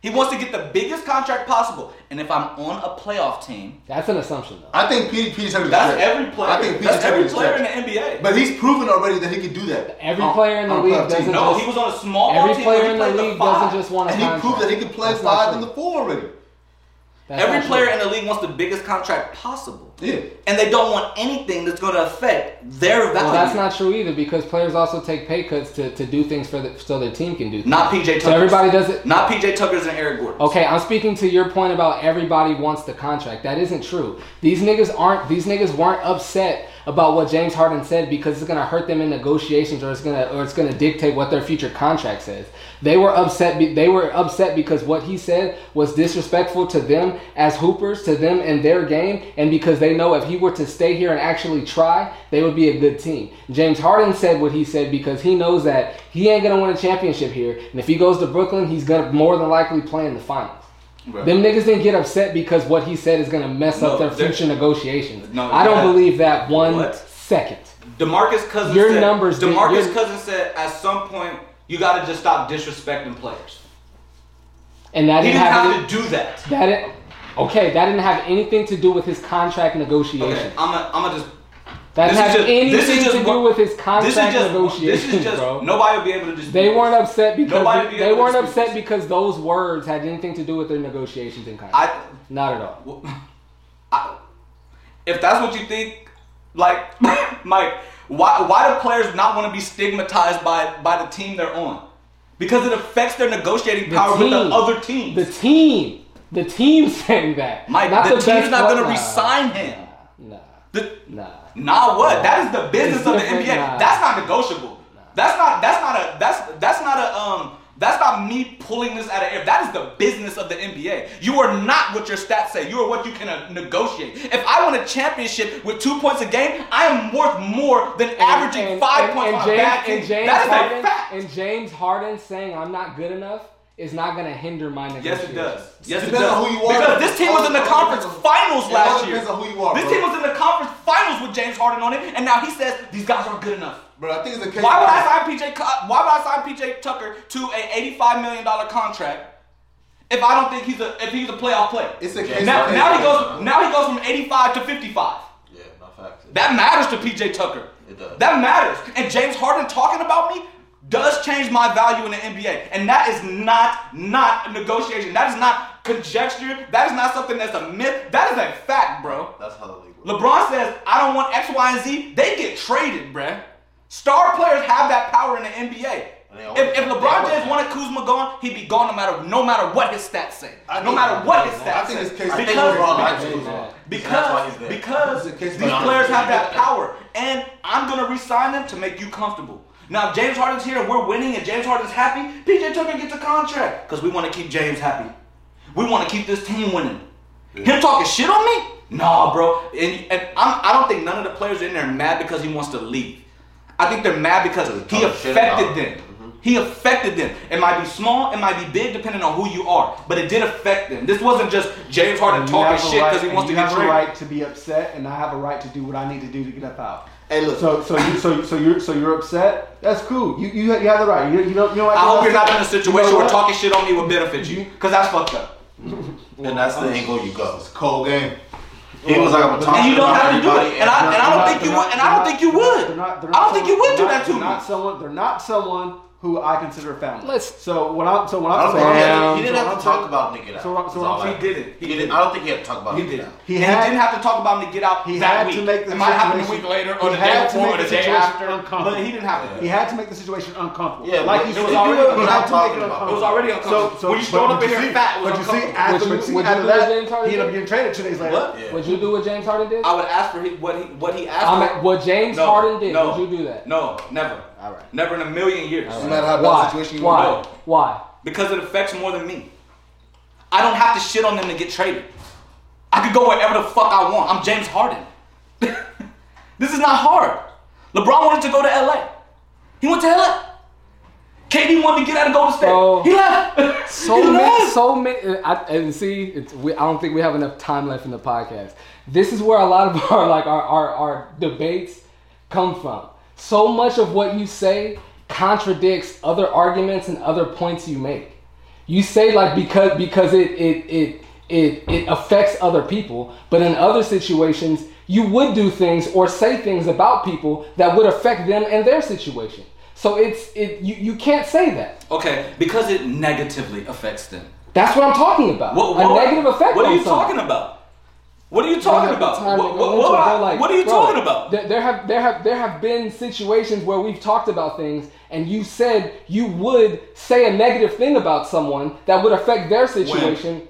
S1: He wants to get the biggest contract possible. And if I'm on a playoff team,
S5: That's an assumption though.
S3: I think P- PJ Tucker is
S1: that's
S3: trash.
S1: every player.
S3: I think PJ
S1: that's
S3: Tucker
S1: every
S3: is
S1: player in
S3: trash.
S1: the NBA.
S3: But he's proven already that he can do that.
S5: Every
S3: On-
S5: player in the
S3: on a
S5: league
S3: playoff team.
S5: doesn't
S1: no,
S5: just-
S1: he was on a small ball
S5: Every
S1: team.
S5: player
S1: where he
S5: in the
S1: played
S5: league
S1: five.
S5: doesn't just want a
S3: And he
S5: contract.
S3: proved that he can play
S5: That's not
S3: five
S5: true.
S3: and the four already.
S5: That's
S7: Every
S5: not
S7: player
S5: true.
S7: in the league wants the biggest contract possible.
S6: Yeah.
S7: And they don't want anything that's going to affect their value.
S5: Well, that's not true either because players also take pay cuts to, to do things for the, so their team can do. Things.
S7: Not PJ Tucker's.
S5: So everybody does it.
S7: Not PJ Tucker's and Eric Gordon.
S5: Okay, I'm speaking to your point about everybody wants the contract. That isn't true. These niggas aren't. These niggas weren't upset about what James Harden said because it's gonna hurt them in negotiations or it's gonna or it's gonna dictate what their future contract says. They were upset. Be, they were upset because what he said was disrespectful to them as hoopers, to them and their game, and because they know if he were to stay here and actually try, they would be a good team. James Harden said what he said because he knows that he ain't gonna win a championship here, and if he goes to Brooklyn, he's gonna more than likely play in the finals. Them niggas didn't get upset because what he said is gonna mess up
S7: No,
S5: their
S7: they're-
S5: future negotiations.
S7: No,
S5: I don't
S7: yeah.
S5: believe that one
S7: What?
S5: second.
S7: DeMarcus Cousins
S5: Your
S7: said,
S5: numbers did-
S7: DeMarcus
S5: your-
S7: Cousins said at some point you got to just stop disrespecting players.
S5: And that
S7: He
S5: didn't
S7: didn't
S5: have any-
S7: have to do that.
S5: that. It, okay, that didn't have anything to do with his contract negotiations.
S7: Okay, I'm gonna, I'm gonna just.
S5: That
S7: This
S5: has
S7: is just- this
S5: anything
S7: is just
S5: to do
S7: one-
S5: with his
S7: This is
S5: contract
S7: just.
S5: negotiations,
S7: This is just.
S5: bro.
S7: Nobody will be able to dispute.
S5: they
S7: this.
S5: weren't upset because
S7: Nobody
S5: they,
S7: be able to
S5: weren't
S7: dispute
S5: upset
S7: this.
S5: because those words had anything to do with their negotiations and contract.
S7: I.
S5: Not at all.
S7: I- If that's what you think, like Mike, why why do players not want to be stigmatized by by the team they're on? Because it affects their negotiating
S5: The
S7: power with
S5: team.
S7: the other teams.
S5: The team, the team saying that.
S7: Mike,
S5: not
S7: the, team's
S5: best
S7: not
S5: player-
S7: gonna
S5: nah,
S7: resign him.
S5: Nah,
S7: The,
S5: nah.
S7: Nah, what? That is the business of the
S5: different,
S7: NBA.
S5: nah.
S7: That's not negotiable. That's not. That's not a. That's that's not a. Um. That's not me pulling this out of air. That is the business of the NBA. You are not what your stats say. You are what you can uh, negotiate. If I win a championship with two points a game, I am worth more than averaging five points on a bad team.
S5: and James
S7: that is
S5: Harden,
S7: a fact.
S5: And James Harden saying I'm not good enough is not going to hinder my
S7: yes, it
S5: negotiations.
S7: does. Yes, it
S6: Depends
S7: does.
S6: on who you are.
S7: Because this team was in the conference finals
S6: It all
S7: last year.
S6: depends on who you are,
S7: This
S6: bro.
S7: team was in the conference finals with James Harden on it, and now he says these guys aren't good enough.
S6: Bro, I think it's a case.
S7: Why would I sign PJ? Co- Why would I sign PJ Tucker to a eighty-five million dollar contract if I don't think he's a if he's a playoff player?
S6: It's a case.
S7: now,
S6: by case
S7: now he
S6: basis.
S7: goes now he goes from eighty-five to fifty-five.
S2: Yeah, no facts.
S7: That matters to PJ Tucker.
S2: It does.
S7: That matters. And James Harden talking about me does change my value in the NBA. And that is not not a negotiation. That is not conjecture. That is not something that's a myth. That is a fact, bro.
S2: That's how the league works.
S7: LeBron says, I don't want X, Y, and Z. They get traded, bruh. Star players have that power in the NBA.
S2: And they always-
S7: If, if
S2: they
S7: LeBron
S2: always
S7: James
S2: have.
S7: wanted Kuzma gone, he'd be gone no matter no matter what his stats say. no
S6: think-
S7: matter what his stats
S6: I think
S7: say.
S6: it's case by case.
S7: because
S2: LeBron
S7: because-
S2: likes Kuzma. That's why
S7: because
S2: he's there.
S7: because
S6: It's a case
S7: these
S6: by case.
S7: players have that power, and I'm gonna re-sign them to make you comfortable. Now, if James Harden's here and we're winning, and James Harden's happy, PJ Tucker gets a contract because we want to keep James happy. We want to keep this team winning. Him talking shit on me? Nah, bro. And, and I'm, I don't think none of the players in there are mad because he wants to leave. I think they're mad because he
S2: talking shit about
S7: affected
S2: him.
S7: them.
S6: Mm-hmm.
S7: He affected them. It might be small, it might be big, depending on who you are. But it did affect them. This wasn't just James Harden
S4: And you
S7: talking
S4: have a
S7: shit
S4: right-
S7: because he
S4: and
S7: wants to
S4: you
S7: get
S4: have a
S7: traded.
S4: right to be upset, and I have a right to do what I need to do to get up out.
S2: Hey, look.
S4: So, so you, so, so you're, so you're upset. That's cool. You, you, you have the right. You, you don't, you know.
S7: I hope you're not in a situation
S4: know
S7: where
S4: what?
S7: talking shit on me would benefit you, because that's fucked up.
S2: and that's the angle you go.
S6: Cold game.
S2: He was like, I'm a
S7: And you don't have to do
S2: anybody,
S7: it. And I, and I don't
S4: They're
S7: think you
S4: not-
S7: would. And I don't think you would.
S4: They're not, they're not
S7: I don't think you
S4: someone-
S7: would do
S4: they're
S7: that
S4: not-
S7: to
S4: they're Not
S7: me.
S4: someone. They're not someone who I consider family.
S5: Let's-
S4: So what I'm. So what
S2: I
S4: I'm
S2: don't think he had to-
S4: saying.
S2: he didn't
S4: so
S2: have
S4: I'm
S2: to talk
S4: saying-
S2: about Nick It Out.
S4: so what- so
S2: That's
S4: what
S2: all
S4: I'm
S2: I-
S7: He didn't.
S2: He didn't. I don't think he had to talk about
S7: He
S2: Nick It
S7: didn't.
S2: Out.
S4: He
S7: He, and
S4: had-
S7: he didn't have to talk about him to get out.
S4: He
S7: that
S4: had
S7: week.
S4: to make the
S7: It might happen a
S4: situation-
S7: week later,
S4: he
S7: or the
S4: had
S7: day
S4: to
S7: before,
S4: make
S7: or the
S4: the
S7: day
S4: situation
S7: after.
S4: uncomfortable.
S7: But he didn't have to.
S4: He had to make the situation uncomfortable.
S2: Yeah, but
S4: like he
S2: it
S4: said,
S2: was
S4: he
S2: already-
S4: was
S2: we're not
S4: allowed to make
S2: talking
S4: it
S2: about-
S7: It
S4: uncomfortable.
S7: was already
S4: So,
S7: uncomfortable.
S4: so
S7: when you showed
S4: but
S7: up in
S4: did you
S7: here
S4: see-
S7: fat, it was
S4: but you see,
S7: uncomfortable.
S4: after,
S5: Would you-
S4: but you
S5: would you
S4: see,
S5: do
S4: after that,
S5: that, James Harden?
S4: he ended up getting traded two days later.
S7: What?
S2: Yeah.
S5: Would you do what James Harden did?
S7: I would ask for he, what he what he asked
S5: I'm
S7: for.
S5: at- what James
S7: No,
S5: Harden did.
S7: no,
S5: would you do that?
S7: No, never.
S5: All right.
S7: Never in a million years.
S6: No matter how bad
S5: Why?
S6: the situation you
S5: Why?
S6: in.
S7: in.
S5: Why?
S7: Because it affects more than me. I don't have to shit on them to get traded. I could go wherever the fuck I want. I'm James Harden. this is not hard. LeBron wanted to go to LA. He went to LA. KD wanted to get out of Golden State.
S5: Bro.
S7: he left.
S5: So
S7: he
S5: many,
S7: left.
S5: so many, uh, I, and see, it's, we, I don't think we have enough time left in the podcast. This is where a lot of our like our, our, our debates come from. So much of what you say contradicts other arguments and other points you make. You say like because because it it it it, it affects other people, but in other situations you would do things or say things about people that would affect them and their situation. So it's it you, you can't say that.
S7: Okay, because it negatively affects them.
S5: That's what I'm talking about.
S7: What, what-
S5: a negative effect.
S7: What are
S5: on
S7: you
S5: someone.
S7: talking about? What are you talking about?
S5: Time
S7: What,
S5: they
S7: what,
S5: go into
S7: what,
S5: it,
S7: I-
S5: they're like,
S7: what are you
S5: bro,
S7: talking about?
S5: There, there have there have there have been situations where we've talked about things, and you said you would say a negative thing about someone that would affect their situation.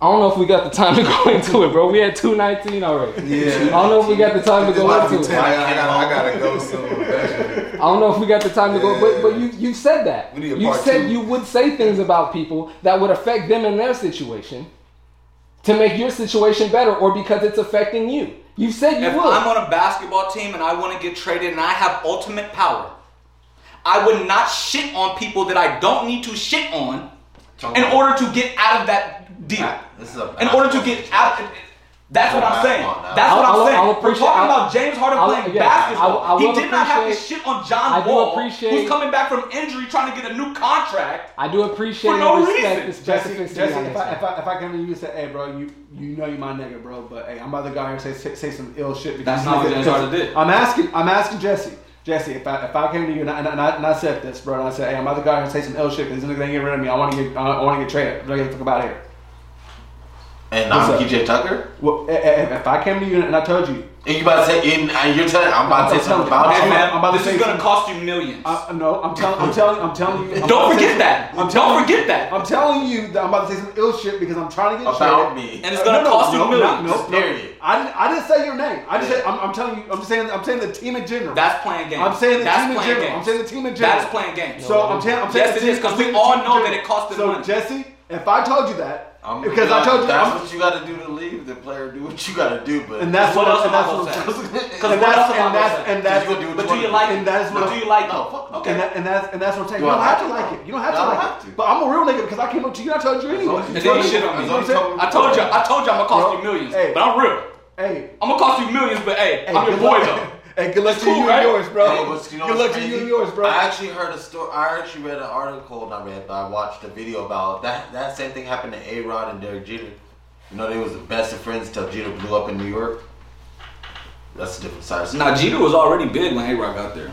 S5: I don't know if we got the time to go into it, bro. We had two nineteen already.
S3: Yeah.
S5: I don't know if we got the time to
S3: It's
S5: go
S3: about to
S5: into
S3: be
S5: it.
S3: 10.
S5: I
S3: I, gotta- I gotta, I gotta go soon.
S5: don't know if we got the time to go, but, but you you said that.
S3: We need a
S5: You
S3: part
S5: said
S3: two.
S5: you would say things about people that would affect them in their situation to make your situation better, or because it's affecting you. You said you
S7: If
S5: would.
S7: I'm on a basketball team and I want to get traded and I have ultimate power, I would not shit on people that I don't need to shit on
S5: Oh.
S7: in order to get out of that deal.
S2: This is a
S7: in order to get out. That's what I'm saying. That's
S5: I'll- I'll-
S7: what I'm
S5: I'll
S7: saying. We're
S5: appreciate-
S7: talking
S5: I'll-
S7: about James Harden
S5: I'll-
S7: playing
S5: yeah,
S7: basketball.
S5: I- I
S7: he
S5: will
S7: did not have to
S5: appreciate-
S7: shit on
S5: I
S7: John
S5: do
S7: Wall,
S5: appreciate-
S7: who's coming back from injury trying to get a new contract.
S5: I do appreciate
S7: For no
S5: and respect
S7: reason.
S5: this
S4: Jesse,
S5: specificity.
S4: Jesse,
S5: on
S4: if
S5: this
S4: I, if
S5: one.
S4: I if I come to you and say, "Hey, bro, you you know you my nigga, bro," but hey, I'm about to go out here and say say, say some ill shit because
S7: That's not what James
S4: because-
S7: Harden did.
S4: I'm asking I'm asking Jesse. Jesse, if I if I came to you and I, and I, and I said this, bro, and I said, "Hey, I'm about to go out here and say some ill shit because this nigga ain't get rid of me. I want to get I want to get traded. I'm not gonna fuck about here."
S2: And
S4: What's
S2: I'm
S4: up?
S2: PJ Tucker.
S4: Well, i- i- if, if I came to you and I told you,
S2: And you about to say? And uh, you're telling? I'm about to say something about
S4: I'm
S7: Hey
S2: you.
S4: about-
S7: man,
S4: I'm about to
S7: this
S4: say
S7: is gonna
S4: something.
S7: cost you millions.
S4: I, uh, no, I'm telling I'm telling I'm telling you. I'm about
S7: Don't
S4: to say-
S7: forget that.
S4: I'm
S7: Don't
S4: telling
S7: forget that.
S4: I'm telling you that I'm about to say some ill shit because I'm trying to get
S2: About
S4: traded.
S2: me.
S7: And it's
S4: No,
S7: gonna
S4: no,
S7: cost you
S4: no,
S7: millions.
S4: No, no,
S2: Period.
S4: I, didn't- I didn't say your name. I just
S2: Yeah.
S4: said, I'm, I'm telling you. I'm just saying. I'm saying the team in general.
S7: That's playing games.
S4: I'm saying the
S7: That's
S4: team in
S7: playing
S4: general.
S7: games.
S4: I'm saying the team in general.
S7: That's playing games.
S4: So I'm, saying, I'm saying
S7: Yes,
S4: the
S7: it
S4: team-
S7: is, 'cause
S4: I'm
S7: we
S4: saying the
S7: all
S4: team in
S7: know that
S4: general.
S7: it costs them
S4: So
S7: money.
S4: Jesse, if I told you that,
S2: I'm-
S4: because I told you,
S2: that's
S4: I'm-
S2: what you got to do to leave. The player do what you got to do, but
S4: and that's
S7: What
S4: what, I'm-
S7: else
S4: and
S7: am I
S4: that's what
S7: supposed
S4: I'm
S7: to
S4: saying.
S7: say? 'Cause
S4: And
S7: what else
S4: that's
S7: am I
S4: and that's
S7: supposed to
S4: and that's
S2: You're gonna do what
S7: But
S2: you
S7: do
S2: wanna
S7: you
S2: do.
S7: like
S4: and
S7: it?
S4: that is what
S7: But
S4: I'm-
S7: do you like it?
S2: No, fuck.
S4: and,
S2: Okay.
S4: that, and that's and that's what I'm saying.
S2: Do
S4: you
S2: I
S4: don't
S2: like
S4: have to
S2: it?
S4: like it. You don't
S2: I
S4: have to
S2: don't
S4: like
S2: have
S4: it.
S2: to.
S4: But I'm a real nigga because I came up to you. and I told you anyway.
S7: And then you shit on me.
S4: You know what I'm saying?
S7: I told you, I told you I'm gonna cost
S4: Bro,
S7: you millions.
S4: hey.
S7: But I'm real.
S4: Hey,
S7: I'm gonna cost you millions, but hey,
S4: hey,
S7: I'm your
S4: good
S7: boy
S4: luck-
S7: though.
S4: Hey, good luck
S7: It's
S4: to you
S7: cool,
S4: and
S7: right?
S4: yours,
S2: Hey,
S4: bro.
S2: what's- you know
S4: Good
S2: what's
S4: luck to you
S2: crazy?
S4: and yours, bro.
S2: I actually heard a story. I actually read an article, not read, but I watched a video about that. That same thing happened to A Rod and Derek Jeter. You know, they was the best of friends till Jeter blew up in New York. That's a different side. of
S7: Now Jeter was already big when A Rod got there.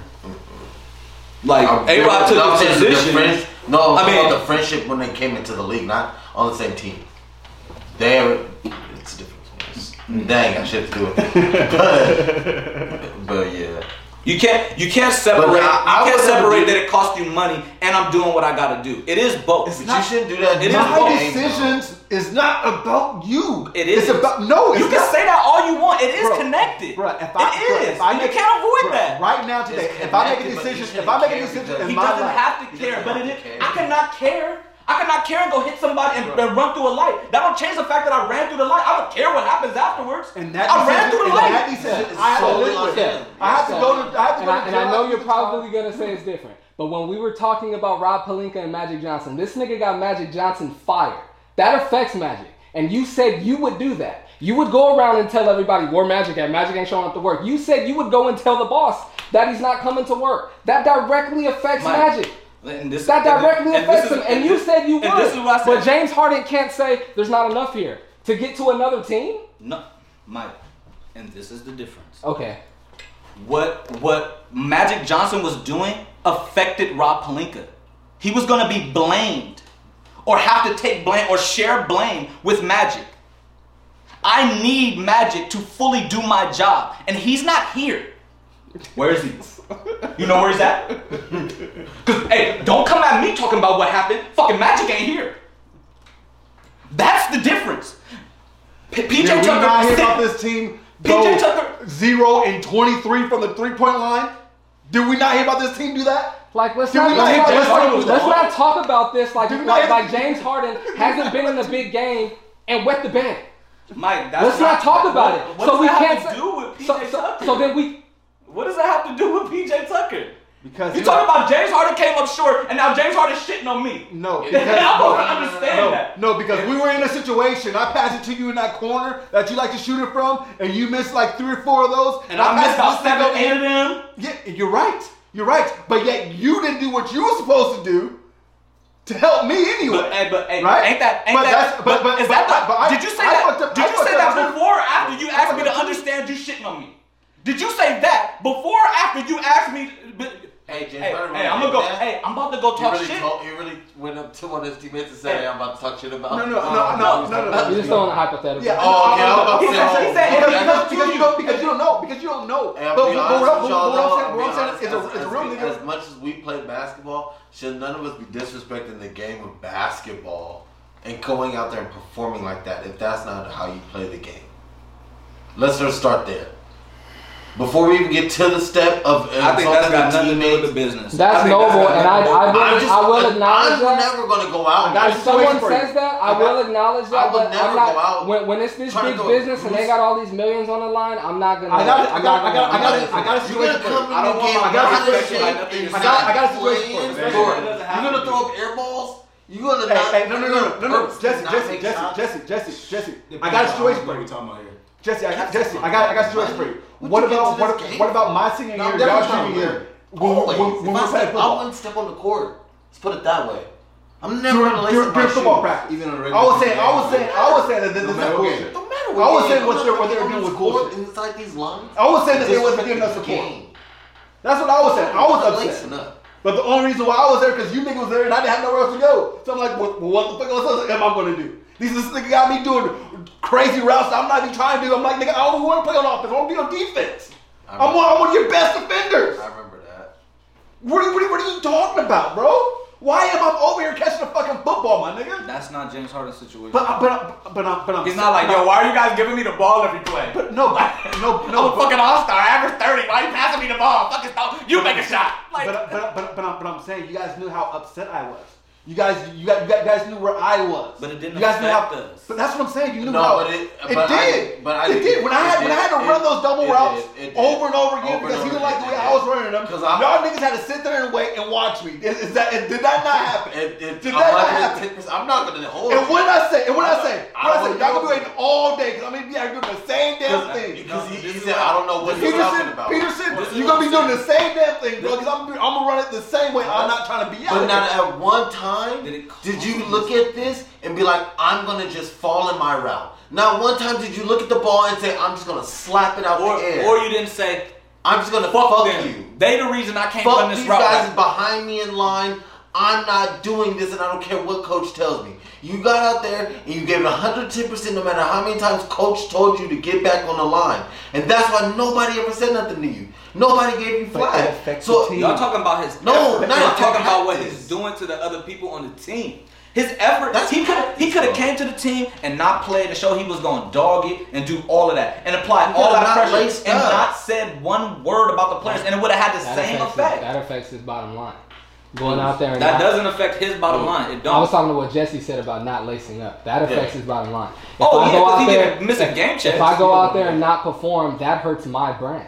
S7: Like
S2: I'm-
S7: A Rod took
S2: I'm
S7: the
S2: saying the
S7: position.
S2: friends- No,
S7: I
S2: I mean
S7: mean-
S2: the friendship when they came into the league, not on the same team. They're it's different. It's,
S7: Mm.
S2: dang, I should do it. But, but yeah,
S7: You can't you can't separate
S2: But I- I
S7: you can't
S2: would never
S7: separate
S2: do-
S7: that it cost you money and I'm doing what I gotta do. It is both.
S2: but you shouldn't do that.
S7: it
S2: to
S7: is
S2: the
S7: my
S2: game, though.
S4: is not about you.
S7: It is.
S4: It's about no. It's
S7: you can
S4: not.
S7: say that all you want. It is
S4: Bro,
S7: connected.
S4: Bruh, if I,
S7: it
S4: bruh,
S7: is.
S4: if I
S7: And
S4: make-
S7: you can't avoid
S4: bruh,
S7: that.
S4: Right now, today,
S2: It's
S4: if I make a
S2: connected, but
S4: decision,
S2: you
S4: if I make a
S2: shouldn't care
S4: decision
S2: because
S4: in
S7: He
S4: my
S7: doesn't
S4: life,
S7: have to
S2: He doesn't
S7: care, but it
S2: have
S7: is.
S2: to care.
S7: I cannot care. I cannot care and go hit somebody and, and run through a light. That don't change the fact that I ran through the light. I don't care what happens afterwards.
S4: and that
S7: I
S4: decision,
S7: ran through the
S4: and
S7: light.
S4: that decision,
S2: It's
S4: I have to
S2: solely
S4: live
S2: on
S4: with
S2: him.
S4: it. I have to
S5: So-
S4: go to. I have to
S5: and,
S4: go
S5: I,
S4: to
S5: and I
S4: jail.
S5: know you're probably gonna say it's different, but when we were talking about Rob Palinka and Magic Johnson, this nigga got Magic Johnson fired. That affects Magic, and you said you would do that. You would go around and tell everybody where Magic at. Magic ain't showing up to work. You said you would go and tell the boss that he's not coming to work. That directly affects
S7: Mike,
S5: Magic.
S7: And this,
S5: That
S7: and thi-
S5: directly
S7: and this
S5: affects
S7: is-
S5: him, and you
S7: this-
S5: said you would.
S7: and This is what I said.
S5: But James Harden can't say there's not enough here to get to another team.
S7: no, Mike. And this is the difference.
S5: Okay.
S7: What what Magic Johnson was doing affected Rob Palinka. He was gonna be blamed, or have to take blame, or share blame with Magic. I need Magic to fully do my job, and he's not here. Where is he? You know where he's at? 'Cause, hey, don't come at me talking about what happened. Fucking Magic ain't here. That's the difference. P- PJ
S4: Did we
S7: Tucker.
S4: not hear
S7: sit-
S4: about this team
S7: PJ
S4: go
S7: Tucker-
S4: zero and twenty-three from the three-point line? Did we not hear about this team do that?
S5: Like let's
S4: Dude,
S5: not,
S4: we
S5: let's,
S4: like
S5: not,
S4: James
S5: let's,
S4: Harden
S5: not,
S4: was
S5: let's
S4: the
S5: not talk about this like
S4: Dude, we
S5: like,
S4: like-
S5: like James Harden hasn't been in the big game and wet the bed.
S7: Mike, that's
S5: Let's not talk about
S7: what-
S5: it.
S7: What
S5: so
S7: does
S5: we
S7: that
S5: can't
S7: have
S5: say-
S7: to do with PJ
S5: so, so,
S7: Tucker?
S5: so then we
S7: what does that have to do with PJ Tucker?
S4: Because
S7: you
S4: he-
S7: talking about James Harden came up short, and now James Harden's shitting on me.
S4: No, because-
S7: I
S4: no, no,
S7: don't
S4: no,
S7: understand
S4: No,
S7: that.
S4: no, because we were in a situation. I passed it to you in that corner that you like to shoot it from, and you missed like three or four of those.
S7: And I missed
S4: passed
S7: out
S4: it to
S7: seven,
S4: this
S7: eight
S4: nigga,
S7: of them.
S4: and- Yeah, you're right. You're right. But yet you didn't do what you were supposed to do to help me anyway.
S7: But, hey, but hey,
S4: Right?
S7: ain't that ain't
S4: But
S7: that?
S4: that's- but-
S7: but,
S4: but-
S7: is
S4: but-
S7: that? the,
S4: but I-
S7: did you say
S4: I
S7: that?
S4: fucked up-
S7: did
S4: I
S7: you
S4: fucked
S7: say that
S4: up too.
S7: before or after you
S4: I
S7: asked me to
S4: fucked up too.
S7: understand you shitting on me? Did you say that before or after you asked me? b-
S2: Hey, hey, Jay
S7: Hey,
S2: Herman,
S7: hey, I'm gonna go.
S2: yeah.
S7: Hey, I'm about to go
S2: He
S7: talk
S2: really
S7: shit.
S2: told- he really went up to one of his teammates and said,
S7: Hey.
S2: "Hey, I'm about to talk shit about."
S4: No, no, no, no, no, no.
S5: You just throwing a hypothetical.
S4: Yeah,
S2: Oh, okay, I'm about to
S7: He said,
S2: say. oh,
S7: he said,
S2: okay, I
S4: because,
S2: got
S4: because
S2: you.
S4: you don't because you don't know because you don't know.
S2: And I'll
S4: but
S2: be
S4: but
S2: honest
S4: what I'm,
S2: with
S4: but
S2: y'all,
S4: what
S2: though,
S4: I'm
S2: I'll
S4: saying, what
S2: be
S4: I'm saying
S2: honest,
S4: is
S2: as-
S4: a, is a
S2: as
S4: real
S2: we-
S4: nigga.
S2: As much as we play basketball, should none of us be disrespecting the game of basketball and going out there and performing like that if that's not how you play the game? Let's just start there. Before we even get to the step of
S7: I think that's
S2: insulting
S7: got
S2: the
S7: nothing to do
S2: teammates,
S7: with the business.
S5: That's
S4: think that's
S5: noble,
S4: not
S5: and I, I,
S4: noble.
S5: will,
S2: I'm just-
S5: I will
S2: I'm
S5: acknowledge that.
S2: never gonna go out.
S4: I
S5: If
S4: got
S5: someone
S4: situation for
S5: says
S4: you.
S5: that, I
S4: I
S5: will acknowledge that.
S2: I would
S5: but
S2: never
S5: I'm not,
S2: go out
S5: when, when it's this
S2: trying to
S5: big
S2: go
S5: business and they
S2: loose.
S5: got all these millions on the line, I'm not gonna.
S4: I got it. I
S5: I'm
S4: got.
S5: not
S4: I got. I
S5: gonna-
S4: got. it. I got a
S2: You're gonna
S4: situation for you.
S2: come
S4: I don't
S2: in the
S4: want
S2: game.
S4: my. I got a
S2: with
S4: situation.
S2: hot
S4: for you.
S2: shit and
S4: I got. I got a
S2: stop
S4: situation for you.
S2: playing
S4: Jordan.
S2: You're gonna throw up air balls. You're gonna
S4: Hey,
S2: not.
S4: hey, no, no,
S2: you're
S4: no,
S2: gonna
S4: no, no,
S2: burst,
S4: Jesse,
S2: not
S4: Jesse,
S2: make
S4: Jesse,
S2: shots.
S4: Jesse, Jesse, Jesse. I got a situation for
S3: What are we
S4: you,
S3: talking about here?
S4: Jesse. I got, Jesse, I got, I got a situation for you.
S2: Would
S4: What
S2: you get
S4: about
S2: to this
S4: what,
S2: game?
S4: what about my senior
S2: No,
S4: year,
S2: I'm
S4: y'all
S2: definitely trying
S4: junior
S2: to
S4: year?
S2: win.
S4: When,
S2: Always.
S4: when, when,
S2: If
S4: we
S2: I
S4: play
S2: step- I
S4: football,
S2: wouldn't step on the court. Let's put it that way. I'm never gonna
S4: during,
S2: lace
S4: during,
S2: my
S4: during football
S2: shoe.
S4: practice,
S3: Even in a
S4: I
S3: regular
S4: was saying, I
S3: game,
S4: was saying, I was saying that this
S3: No
S4: is
S3: matter what
S4: bullshit.
S3: game.
S2: Don't matter
S4: I was
S2: what. I'm
S4: saying what
S2: not
S4: they're- what they're
S2: on
S4: doing
S2: this
S4: was
S2: court
S4: bullshit.
S2: Inside these lines.
S4: I was saying that they
S2: Disrespecting
S4: wasn't giving us
S2: the
S4: support.
S2: game.
S4: That's what I was saying. I was
S2: Lacing up.
S4: upset. But the only reason why I was there because you niggas was there and I didn't have nowhere else to go. So I'm like, what, what the fuck else am I gonna do? These this nigga got me doing crazy routes that I'm not even trying to do. I'm like, nigga, I don't want to play on offense. I want to be on defense. I'm, one, I'm one of your best defenders.
S2: I remember that.
S4: What are, what, are, what are you talking about, bro? Why am I over here catching a fucking football, my nigga?
S7: That's not James Harden's situation.
S4: But I, but I, but I, but I'm.
S7: He's not like, yo, why are you guys giving me the ball every play?
S4: But no, but- no, no. but-
S7: all star, average 30. Why are you passing me the ball? Fucking stop. You make a shot.
S4: but, but, but, but, I'm, but I'm saying you guys knew how upset I was. You guys, you guys, you guys knew where I was.
S7: But it didn't
S4: you guys knew how,
S7: affect us.
S4: But that's what I'm saying. You knew
S2: No,
S4: how.
S2: but it- but I-
S4: did.
S2: but I
S4: it
S2: did-
S4: did. When
S2: it
S4: I had when
S2: did.
S4: I had to
S2: It-
S4: run those double
S2: it
S4: routes
S2: did. It did.
S4: over and over again
S2: Over
S4: because
S2: and
S4: he
S2: over
S4: didn't like the way
S2: again.
S4: I was running them.
S2: 'Cause I'm-
S4: Y'all niggas had to sit there and wait and watch me. Is, is that did that not happen?
S2: It, it,
S4: did
S2: I'm not
S4: that not
S2: gonna
S4: happen?
S2: take this- I'm not gonna hold
S4: And what did I say? And what did I say?
S2: I
S4: What did I say?
S2: don't
S4: Y'all gonna
S2: know.
S4: be waiting all day because I'm gonna be out here doing the same damn thing.
S2: Because he, he said, I don't know what you're talking
S4: Peterson,
S2: about.
S4: Peterson,
S2: This is
S4: you're
S2: what
S4: gonna be
S2: I'm
S4: doing
S2: saying.
S4: the same damn thing, bro. Because I'm, I'm gonna run it the same way. I'm not trying to be out.
S2: But
S4: here.
S2: not at one time
S7: Did
S2: did,
S7: it
S2: you look at this and be like, I'm gonna just fall in my route. Not one time did you look at the ball and say, I'm just gonna slap it out
S7: Or,
S2: the air.
S7: or you didn't say,
S2: I'm just gonna
S7: fuck,
S2: fuck,
S7: them.
S2: you.
S7: They the reason I can't run
S2: Fuck
S7: this
S2: these
S7: route.
S2: guys behind me in line. I'm not doing this, and I don't care what coach tells me. You got out there and you gave it 110% no matter how many times coach told you to get back on the line. And that's why nobody ever said nothing to you. Nobody gave you
S1: But it
S2: flag.
S1: affects
S2: So
S1: the team.
S7: Y'all talking about his
S2: No,
S7: effort.
S2: no,
S7: Y'all talking
S2: that's
S7: about what
S2: tactics.
S7: he's doing to the other people on the team. His effort.
S2: That's
S7: he could he
S2: tactics,
S7: could have
S2: though.
S7: came to the team and not played and show he was going to dog it and do all of that and apply
S2: He
S7: all
S2: could've
S7: that
S2: not
S7: pressure
S2: laced
S7: and
S2: up.
S7: not said one word about the players and it would have had the
S5: that
S7: same
S5: affects His,
S7: effect.
S5: that affects his bottom line. Going out there and
S7: That
S5: not-
S7: doesn't affect his bottom line. It
S5: Oh. I was
S7: don't.
S5: talking to what Jesse said about not lacing up. That affects his bottom line. If
S7: Oh,
S5: I
S7: yeah,
S5: go
S7: 'cause
S5: out
S7: he
S5: there,
S7: didn't miss a game check.
S5: If I go out there and not perform, that hurts my brand.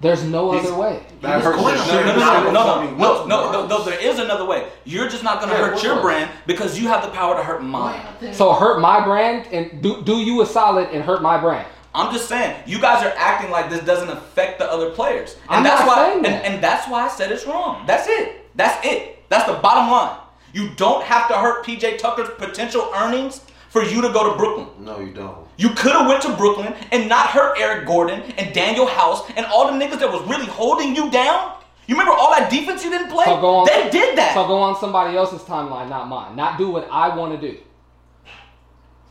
S5: There's no other way.
S2: He was going out there and not
S7: No, no, no, no,
S2: performing
S7: no, no,
S2: what's
S7: no, no,
S2: worse.
S7: no, There is another way. You're just not gonna
S2: Yeah,
S7: hurt your
S2: what?
S7: brand because you have the power to hurt mine.
S5: So hurt my brand and do do you a solid and hurt my brand.
S7: I'm just saying, you guys are acting like this doesn't affect the other players, and
S5: I'm
S7: that's
S5: not
S7: why,
S5: saying
S7: and,
S5: that.
S7: and that's why I said it's wrong. That's it. That's it. That's the bottom line. You don't have to hurt PJ Tucker's potential earnings for you to go to Brooklyn.
S2: No, you don't.
S7: You could have went to Brooklyn and not hurt Eric Gordon and Daniel House and all the niggas that was really holding you down. You remember all that defense you didn't play?
S5: So go on.
S7: They did that.
S5: So go on somebody else's timeline, not mine. Not do what I want to do.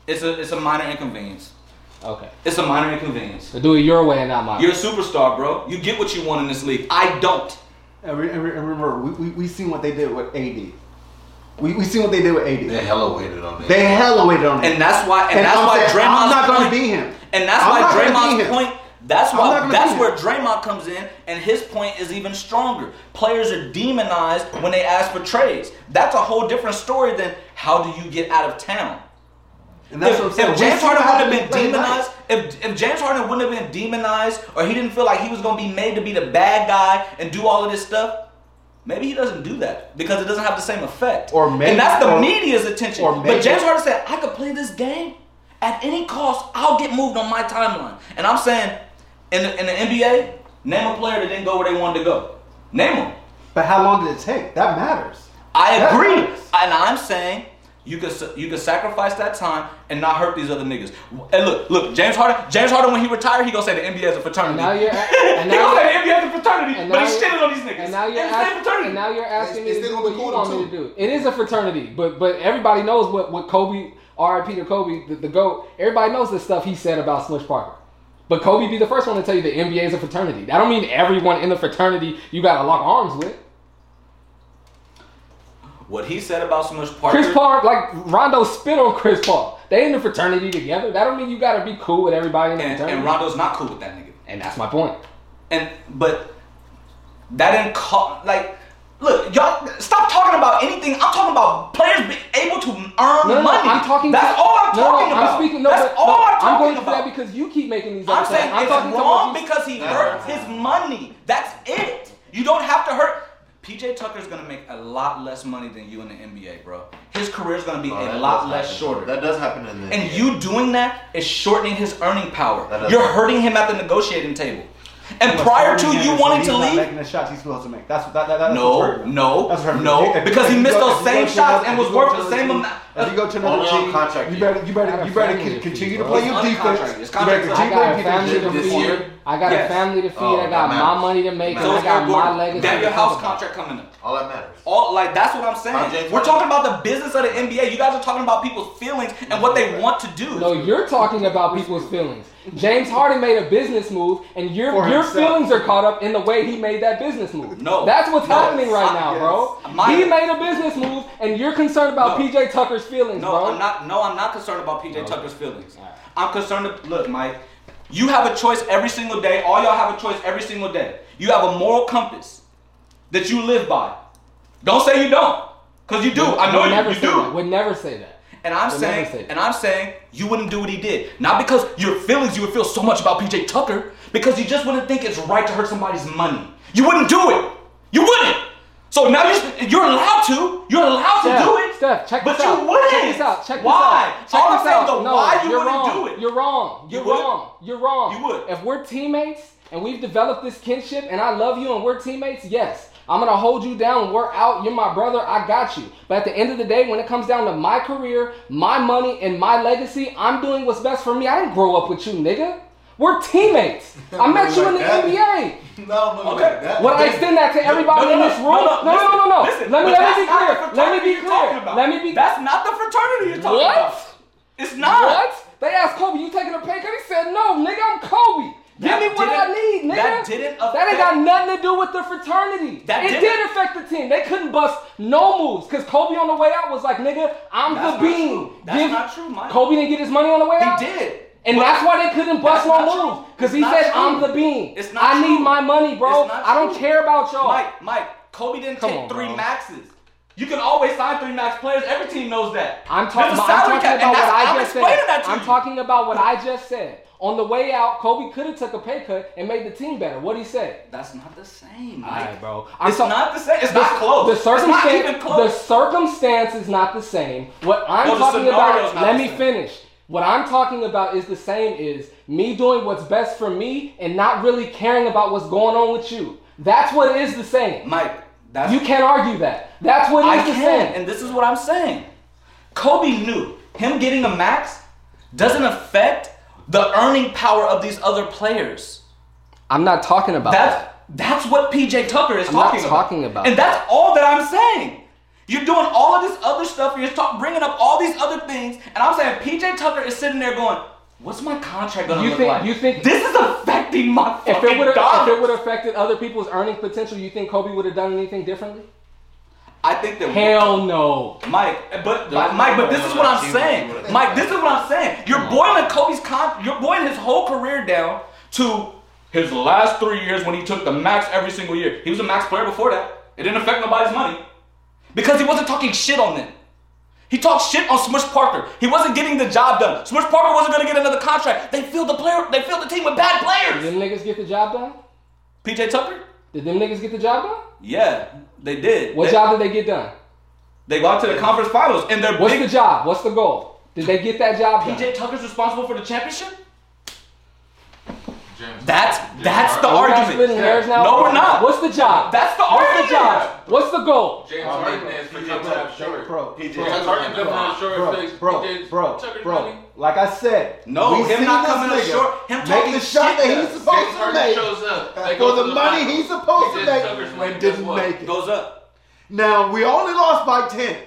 S7: it's a it's a minor inconvenience.
S5: Okay.
S7: It's a minor inconvenience.
S5: So do it your way and not mine.
S7: You're a superstar, bro. You get what you want in this league. I don't.
S1: And, re- and, re- and remember, we, we, we seen what they did with AD. We, we seen what they did with AD.
S2: They hella waited on it.
S1: They hella waited on him.
S7: And that's why. And,
S1: And
S7: that's
S1: I'm
S7: why
S1: saying,
S7: Draymond's
S1: I'm not gonna
S7: point,
S1: be him.
S7: And that's
S1: I'm not gonna
S7: why
S1: be
S7: Draymond's
S1: him.
S7: point. That's
S1: I'm not
S7: why.
S1: gonna
S7: That's
S1: be
S7: where
S1: him.
S7: Draymond comes in, and his point is even stronger. Players are demonized when they ask for trades. That's a whole different story than how do you get out of town.
S1: And that's
S7: if,
S1: what I'm saying.
S7: if
S1: We
S7: James
S1: seen
S7: Harden
S1: how
S7: would
S1: they
S7: have been
S1: played
S7: demonized, if, if James Harden wouldn't have been demonized, or he didn't feel like he was gonna be made to be the bad guy and do all of this stuff, maybe he doesn't do that because it doesn't have the same effect.
S1: Or maybe-
S7: and that's the
S1: or-
S7: media's attention.
S1: or
S7: but
S1: maybe-
S7: James Harden said, "I could play this game at any cost. I'll get moved on my timeline." And I'm saying, in the, in the NBA, name a player that didn't go where they wanted to go. Name them.
S1: But how long did it take? That matters.
S7: I
S1: That
S7: agree.
S1: matters.
S7: And I'm saying You could sa- you could sacrifice that time and not hurt these other niggas. And look, look, James Harden, James Harden when he retired, he gonna say the NBA is a fraternity.
S5: Now you're and
S7: he
S5: now
S7: gonna
S5: you're,
S7: say the NBA is a fraternity,
S5: and
S7: but
S5: now
S7: he's
S5: you're-
S7: shitting on these niggas.
S5: and now you're
S7: it's the same
S5: asking
S7: fraternity.
S5: and now you're asking me
S6: It's-
S5: to
S6: it's
S5: do
S6: gonna
S5: what
S6: be
S5: you
S6: cool
S5: want
S6: too.
S5: me to do. It is a fraternity, but but everybody knows what what Kobe R.I.P. to Kobe the, the goat. Everybody knows the stuff he said about Smush Parker. But Kobe be the first one to tell you the NBA is a fraternity. That don't mean everyone in the fraternity you gotta lock arms with.
S7: What he said about Smush Parker.
S5: Chris Paul, like Rondo spit on Chris Paul. They in the fraternity together. That don't mean you gotta be cool with everybody in the
S7: and,
S5: fraternity.
S7: and Rondo's not cool with that nigga.
S5: And that's my point.
S7: And but that didn't call like look y'all stop talking about anything. I'm talking about players being able to earn
S5: No, no, no,
S7: money.
S5: I'm talking.
S7: That's all I'm
S5: no, no,
S7: talking
S5: no,
S7: about.
S5: I'm speaking. No,
S7: That's
S5: but,
S7: all
S5: no,
S7: I'm talking
S5: going
S7: about.
S5: for that because you keep making these.
S7: I'm
S5: other
S7: saying
S5: claims. I'm
S7: it's
S5: talking to
S7: wrong
S5: what you-
S7: because he hurt his money. That's it. You don't have to hurt. PJ Tucker's gonna make a lot less money than you in the NBA, bro. His career's gonna be
S2: Oh, that
S7: a
S2: does
S7: lot less
S2: happen.
S7: shorter.
S2: That does happen in the
S7: And you doing that is shortening his earning power.
S2: That does
S7: You're
S2: happen.
S7: hurting him at the negotiating table. And prior to you wanting to
S4: he's not
S7: leave,
S4: making the shots he's supposed to make. That's that, that, that's what's
S7: No,
S4: hurting.
S7: no,
S4: That's hurting. If
S7: no,
S4: you-
S7: because he
S4: if you
S7: missed
S4: go-
S7: those
S4: if you
S7: same
S4: go to another-
S7: shots and
S4: if
S7: was
S4: you go
S7: worth
S4: to
S7: the
S4: another
S7: same
S4: team-
S7: amount.
S4: If you go to another
S2: Only on
S4: team,
S2: contract
S4: you
S2: year.
S4: better you better
S5: Not
S4: you
S5: a
S4: better
S5: family
S4: con-
S5: issue,
S4: continue to
S5: bro.
S4: play your
S7: It's on contract.
S4: defense.
S7: It's
S4: You better
S5: I got
S4: continue
S7: contract.
S5: a
S4: to play
S5: family
S4: your
S5: to
S2: this
S4: defense.
S2: year?
S5: feed. I got
S7: Yes.
S5: a family to feed.
S2: Oh,
S5: I got
S2: that
S5: my
S2: matters.
S5: money to make.
S7: So
S5: and I
S7: is Eric
S5: got
S7: Gordon.
S5: my legacy.
S7: That
S5: to
S7: your
S5: think
S7: house
S5: about.
S7: contract coming up.
S2: all that matters.
S7: All Oh, like that's what I'm
S2: Not
S7: saying.
S2: James
S7: We're
S2: Harden.
S7: talking about the business of the NBA. You guys are talking about people's feelings and what they want to do.
S5: No, you're talking about people's feelings. James Harden made a business move, and your
S4: For
S5: your
S4: himself.
S5: feelings are caught up in the way he made that business move.
S7: No.
S5: that's what's
S7: No.
S5: happening right now,
S4: Yes.
S5: bro.
S7: My-
S5: he made a business move, and you're concerned about
S7: No.
S5: PJ Tucker's feelings,
S7: No,
S5: bro.
S7: I'm not. No, I'm not concerned about PJ Tucker's feelings. I'm concerned. ab- Look, Mike, you have a choice every single day. All y'all have a choice every single day. You have a moral compass that you live by. Don't say you don't, cause you do. I know
S5: Would
S7: you.
S5: never
S7: You
S5: say
S7: do.
S5: That. Would never say that.
S7: And I'm
S5: We'll
S7: saying,
S5: never say that.
S7: and I'm saying, you wouldn't do what he did. Not because your feelings, you would feel so much about PJ Tucker, because you just wouldn't think it's right to hurt somebody's money. You wouldn't do it. You wouldn't. So now you're, you're allowed to. You're allowed
S5: Steph,
S7: to do it.
S5: Steph, check
S7: but
S5: this
S7: you
S5: out.
S7: wouldn't.
S5: Check this out. Check
S7: why?
S5: this out. Check
S7: All
S5: this
S7: I'm saying
S5: out.
S7: is the
S5: no,
S7: why you
S5: you're
S7: wouldn't
S5: wrong.
S7: do it.
S5: You're wrong.
S7: You
S5: You're
S7: would?
S5: wrong. You're wrong.
S7: You would.
S5: If we're teammates and we've developed this kinship and I love you and we're teammates, yes. I'm gonna hold you down. When We're out. You're my brother. I got you. But at the end of the day, when it comes down to my career, my money, and my legacy, I'm doing what's best for me. I didn't grow up with you, nigga. We're teammates. I met you in the
S6: Like that.
S5: NBA.
S6: No, no,
S7: Okay.
S6: like that.
S5: Would I extend that to everybody in this room? No, no, no, no.
S7: Listen,
S5: Let me let me
S7: but that's
S5: be
S7: not the
S5: clear. Let
S7: fraternity
S5: me be
S7: you're talking
S5: clear.
S7: about.
S5: Let me be.
S7: That's not the fraternity you're talking about.
S5: What?
S7: It's not.
S5: What? They asked Kobe, you taking a pay cut? He said, no, nigga, I'm Kobe. Give
S7: That
S5: me what I
S7: didn't-
S5: need, nigga.
S7: that didn't
S5: That ain't
S7: affect-
S5: got nothing to do with the fraternity.
S7: That
S5: it
S7: didn't-
S5: did affect the team. They couldn't bust no moves because Kobe on the way out was like, nigga, I'm
S7: That's
S5: the
S7: not
S5: bean.
S7: true. That's
S5: Give-
S7: not true, Mike.
S5: Kobe didn't get his money on the way out.
S7: He did.
S5: And
S7: But-
S5: that's why they couldn't bust
S7: That's
S5: no
S7: not
S5: moves.
S7: true.
S5: Because
S7: It's
S5: he
S7: not
S5: said, I'm
S7: true.
S5: the bean.
S7: It's not
S5: I need
S7: true.
S5: my money, bro.
S7: It's not
S5: I don't
S7: true.
S5: care about y'all.
S7: Mike, Mike, Kobe didn't
S5: Come
S7: take
S5: on,
S7: three
S5: bro.
S7: maxes. You can always sign three max players. Every team knows that.
S5: I'm,
S7: There's
S5: talk-
S7: a
S5: I'm
S7: salary
S5: talking
S7: cap, and
S5: about what
S7: that's-
S5: I
S7: I'm
S5: just said.
S7: explaining that to
S5: I'm
S7: you.
S5: talking about what I just said. On the way out, Kobe could have took a pay cut and made the team better. What he say?
S7: That's not the same,
S5: All
S7: Mike.
S5: right, bro. I'm
S7: it's
S5: so-
S7: not the same. It's not close.
S5: The
S7: It's not
S5: circumstance,
S7: even close.
S5: the circumstance is not the same. What I'm
S7: No, the
S5: talking
S7: scenario's
S5: about,
S7: not
S5: let
S7: the
S5: me
S7: same.
S5: finish. What I'm talking about is the same. Is me doing what's best for me and not really caring about what's going on with you. That's what is the same.
S7: Mike, that's
S5: You can't argue that. That's what
S7: I
S5: is the
S7: can,
S5: same.
S7: and this is what I'm saying. Kobe knew him getting a max doesn't affect the earning power of these other players.
S5: I'm not talking about
S7: That's
S5: that.
S7: that's what PJ Tucker is
S5: Oh. I'm not
S7: talking about.
S5: talking about
S7: And that's all that I'm saying. You're doing all of this other stuff. You're talk, bringing up all these other things, and I'm saying PJ Tucker is sitting there going, "What's my contract gonna
S5: You
S7: look
S5: think-
S7: like?
S5: you think-
S7: this is affecting my
S5: If
S7: fucking
S5: it would have
S7: dollar."
S5: if it would have affected other people's earning potential, you think Kobe would have done anything differently?
S7: I think that
S5: Hell no.
S7: Mike, eh, but but- Mike, but this is what I'm saying. Mike, this is what I'm saying. You're boiling Kobe's con. You're boiling his whole career down to his last three years when he took the max every single year. He was a max player before that. It didn't affect nobody's money because he wasn't talking shit on them. He talked shit on Smush Parker. He wasn't getting the job done. Smush Parker wasn't gonna get another contract. They filled the player. They filled the team with bad
S5: Did
S7: players.
S5: them niggas get the job done?
S7: PJ Tucker.
S5: Did them niggas get the job done?
S7: Yeah, they did.
S5: What
S7: they,
S5: job did they get done?
S7: They got to the conference finals and their
S5: What's
S7: big
S5: the job? What's the goal? Did they get that job done?
S7: PJ Tucker's responsible for the championship?
S8: James.
S7: That's that's the
S5: Are we not
S7: argument.
S5: splitting hairs now?
S7: No, we're not.
S5: What's the job?
S7: That's the
S5: What's the
S7: argument.
S5: job? What's the goal?
S8: James
S9: Oh,
S8: Harden
S9: man.
S8: is for
S9: He
S8: jumping
S9: jumped
S8: up
S9: up.
S8: short.
S9: Bro.
S8: James
S2: Bro.
S8: Harden jumping up short.
S9: Bro,
S8: fix
S9: bro,
S8: PJ's
S9: bro,
S8: Tucker
S9: bro.
S8: money.
S9: Like I said,
S4: No,
S7: Him
S4: see
S7: not
S4: this
S7: coming up
S4: nigga.
S7: short. Him
S4: Make
S7: talking
S4: the shot
S7: shit
S4: that he's
S7: does.
S8: James
S4: supposed to
S8: Harden
S4: make.
S8: shows up. They
S4: For
S8: go to
S4: the money
S8: finals.
S4: he's supposed to
S8: PJ Tucker's
S4: make,
S8: winning,
S4: and
S8: guess
S4: didn't
S8: what?
S4: make it.
S7: goes up.
S4: Now, we only lost by 10.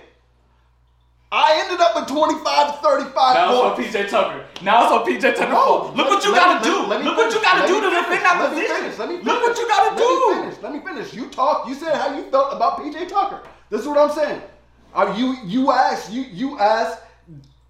S4: I ended up with 25 to 35
S8: Now
S4: points.
S8: it's on PJ Tucker. Now it's on PJ Tucker.
S4: No,
S8: look what you
S4: let-
S8: gotta
S4: let-
S8: do.
S4: let me
S8: Look what you
S4: finish.
S8: gotta
S4: Let
S8: do
S4: me
S8: to
S4: finish.
S8: defend that
S4: Let me
S8: position.
S4: finish. Let me
S8: Look what you gotta
S4: Let me
S8: do.
S4: finish. Let me finish. You talked. You said how you felt about PJ Tucker. This is what I'm saying. Are you you asked you you asked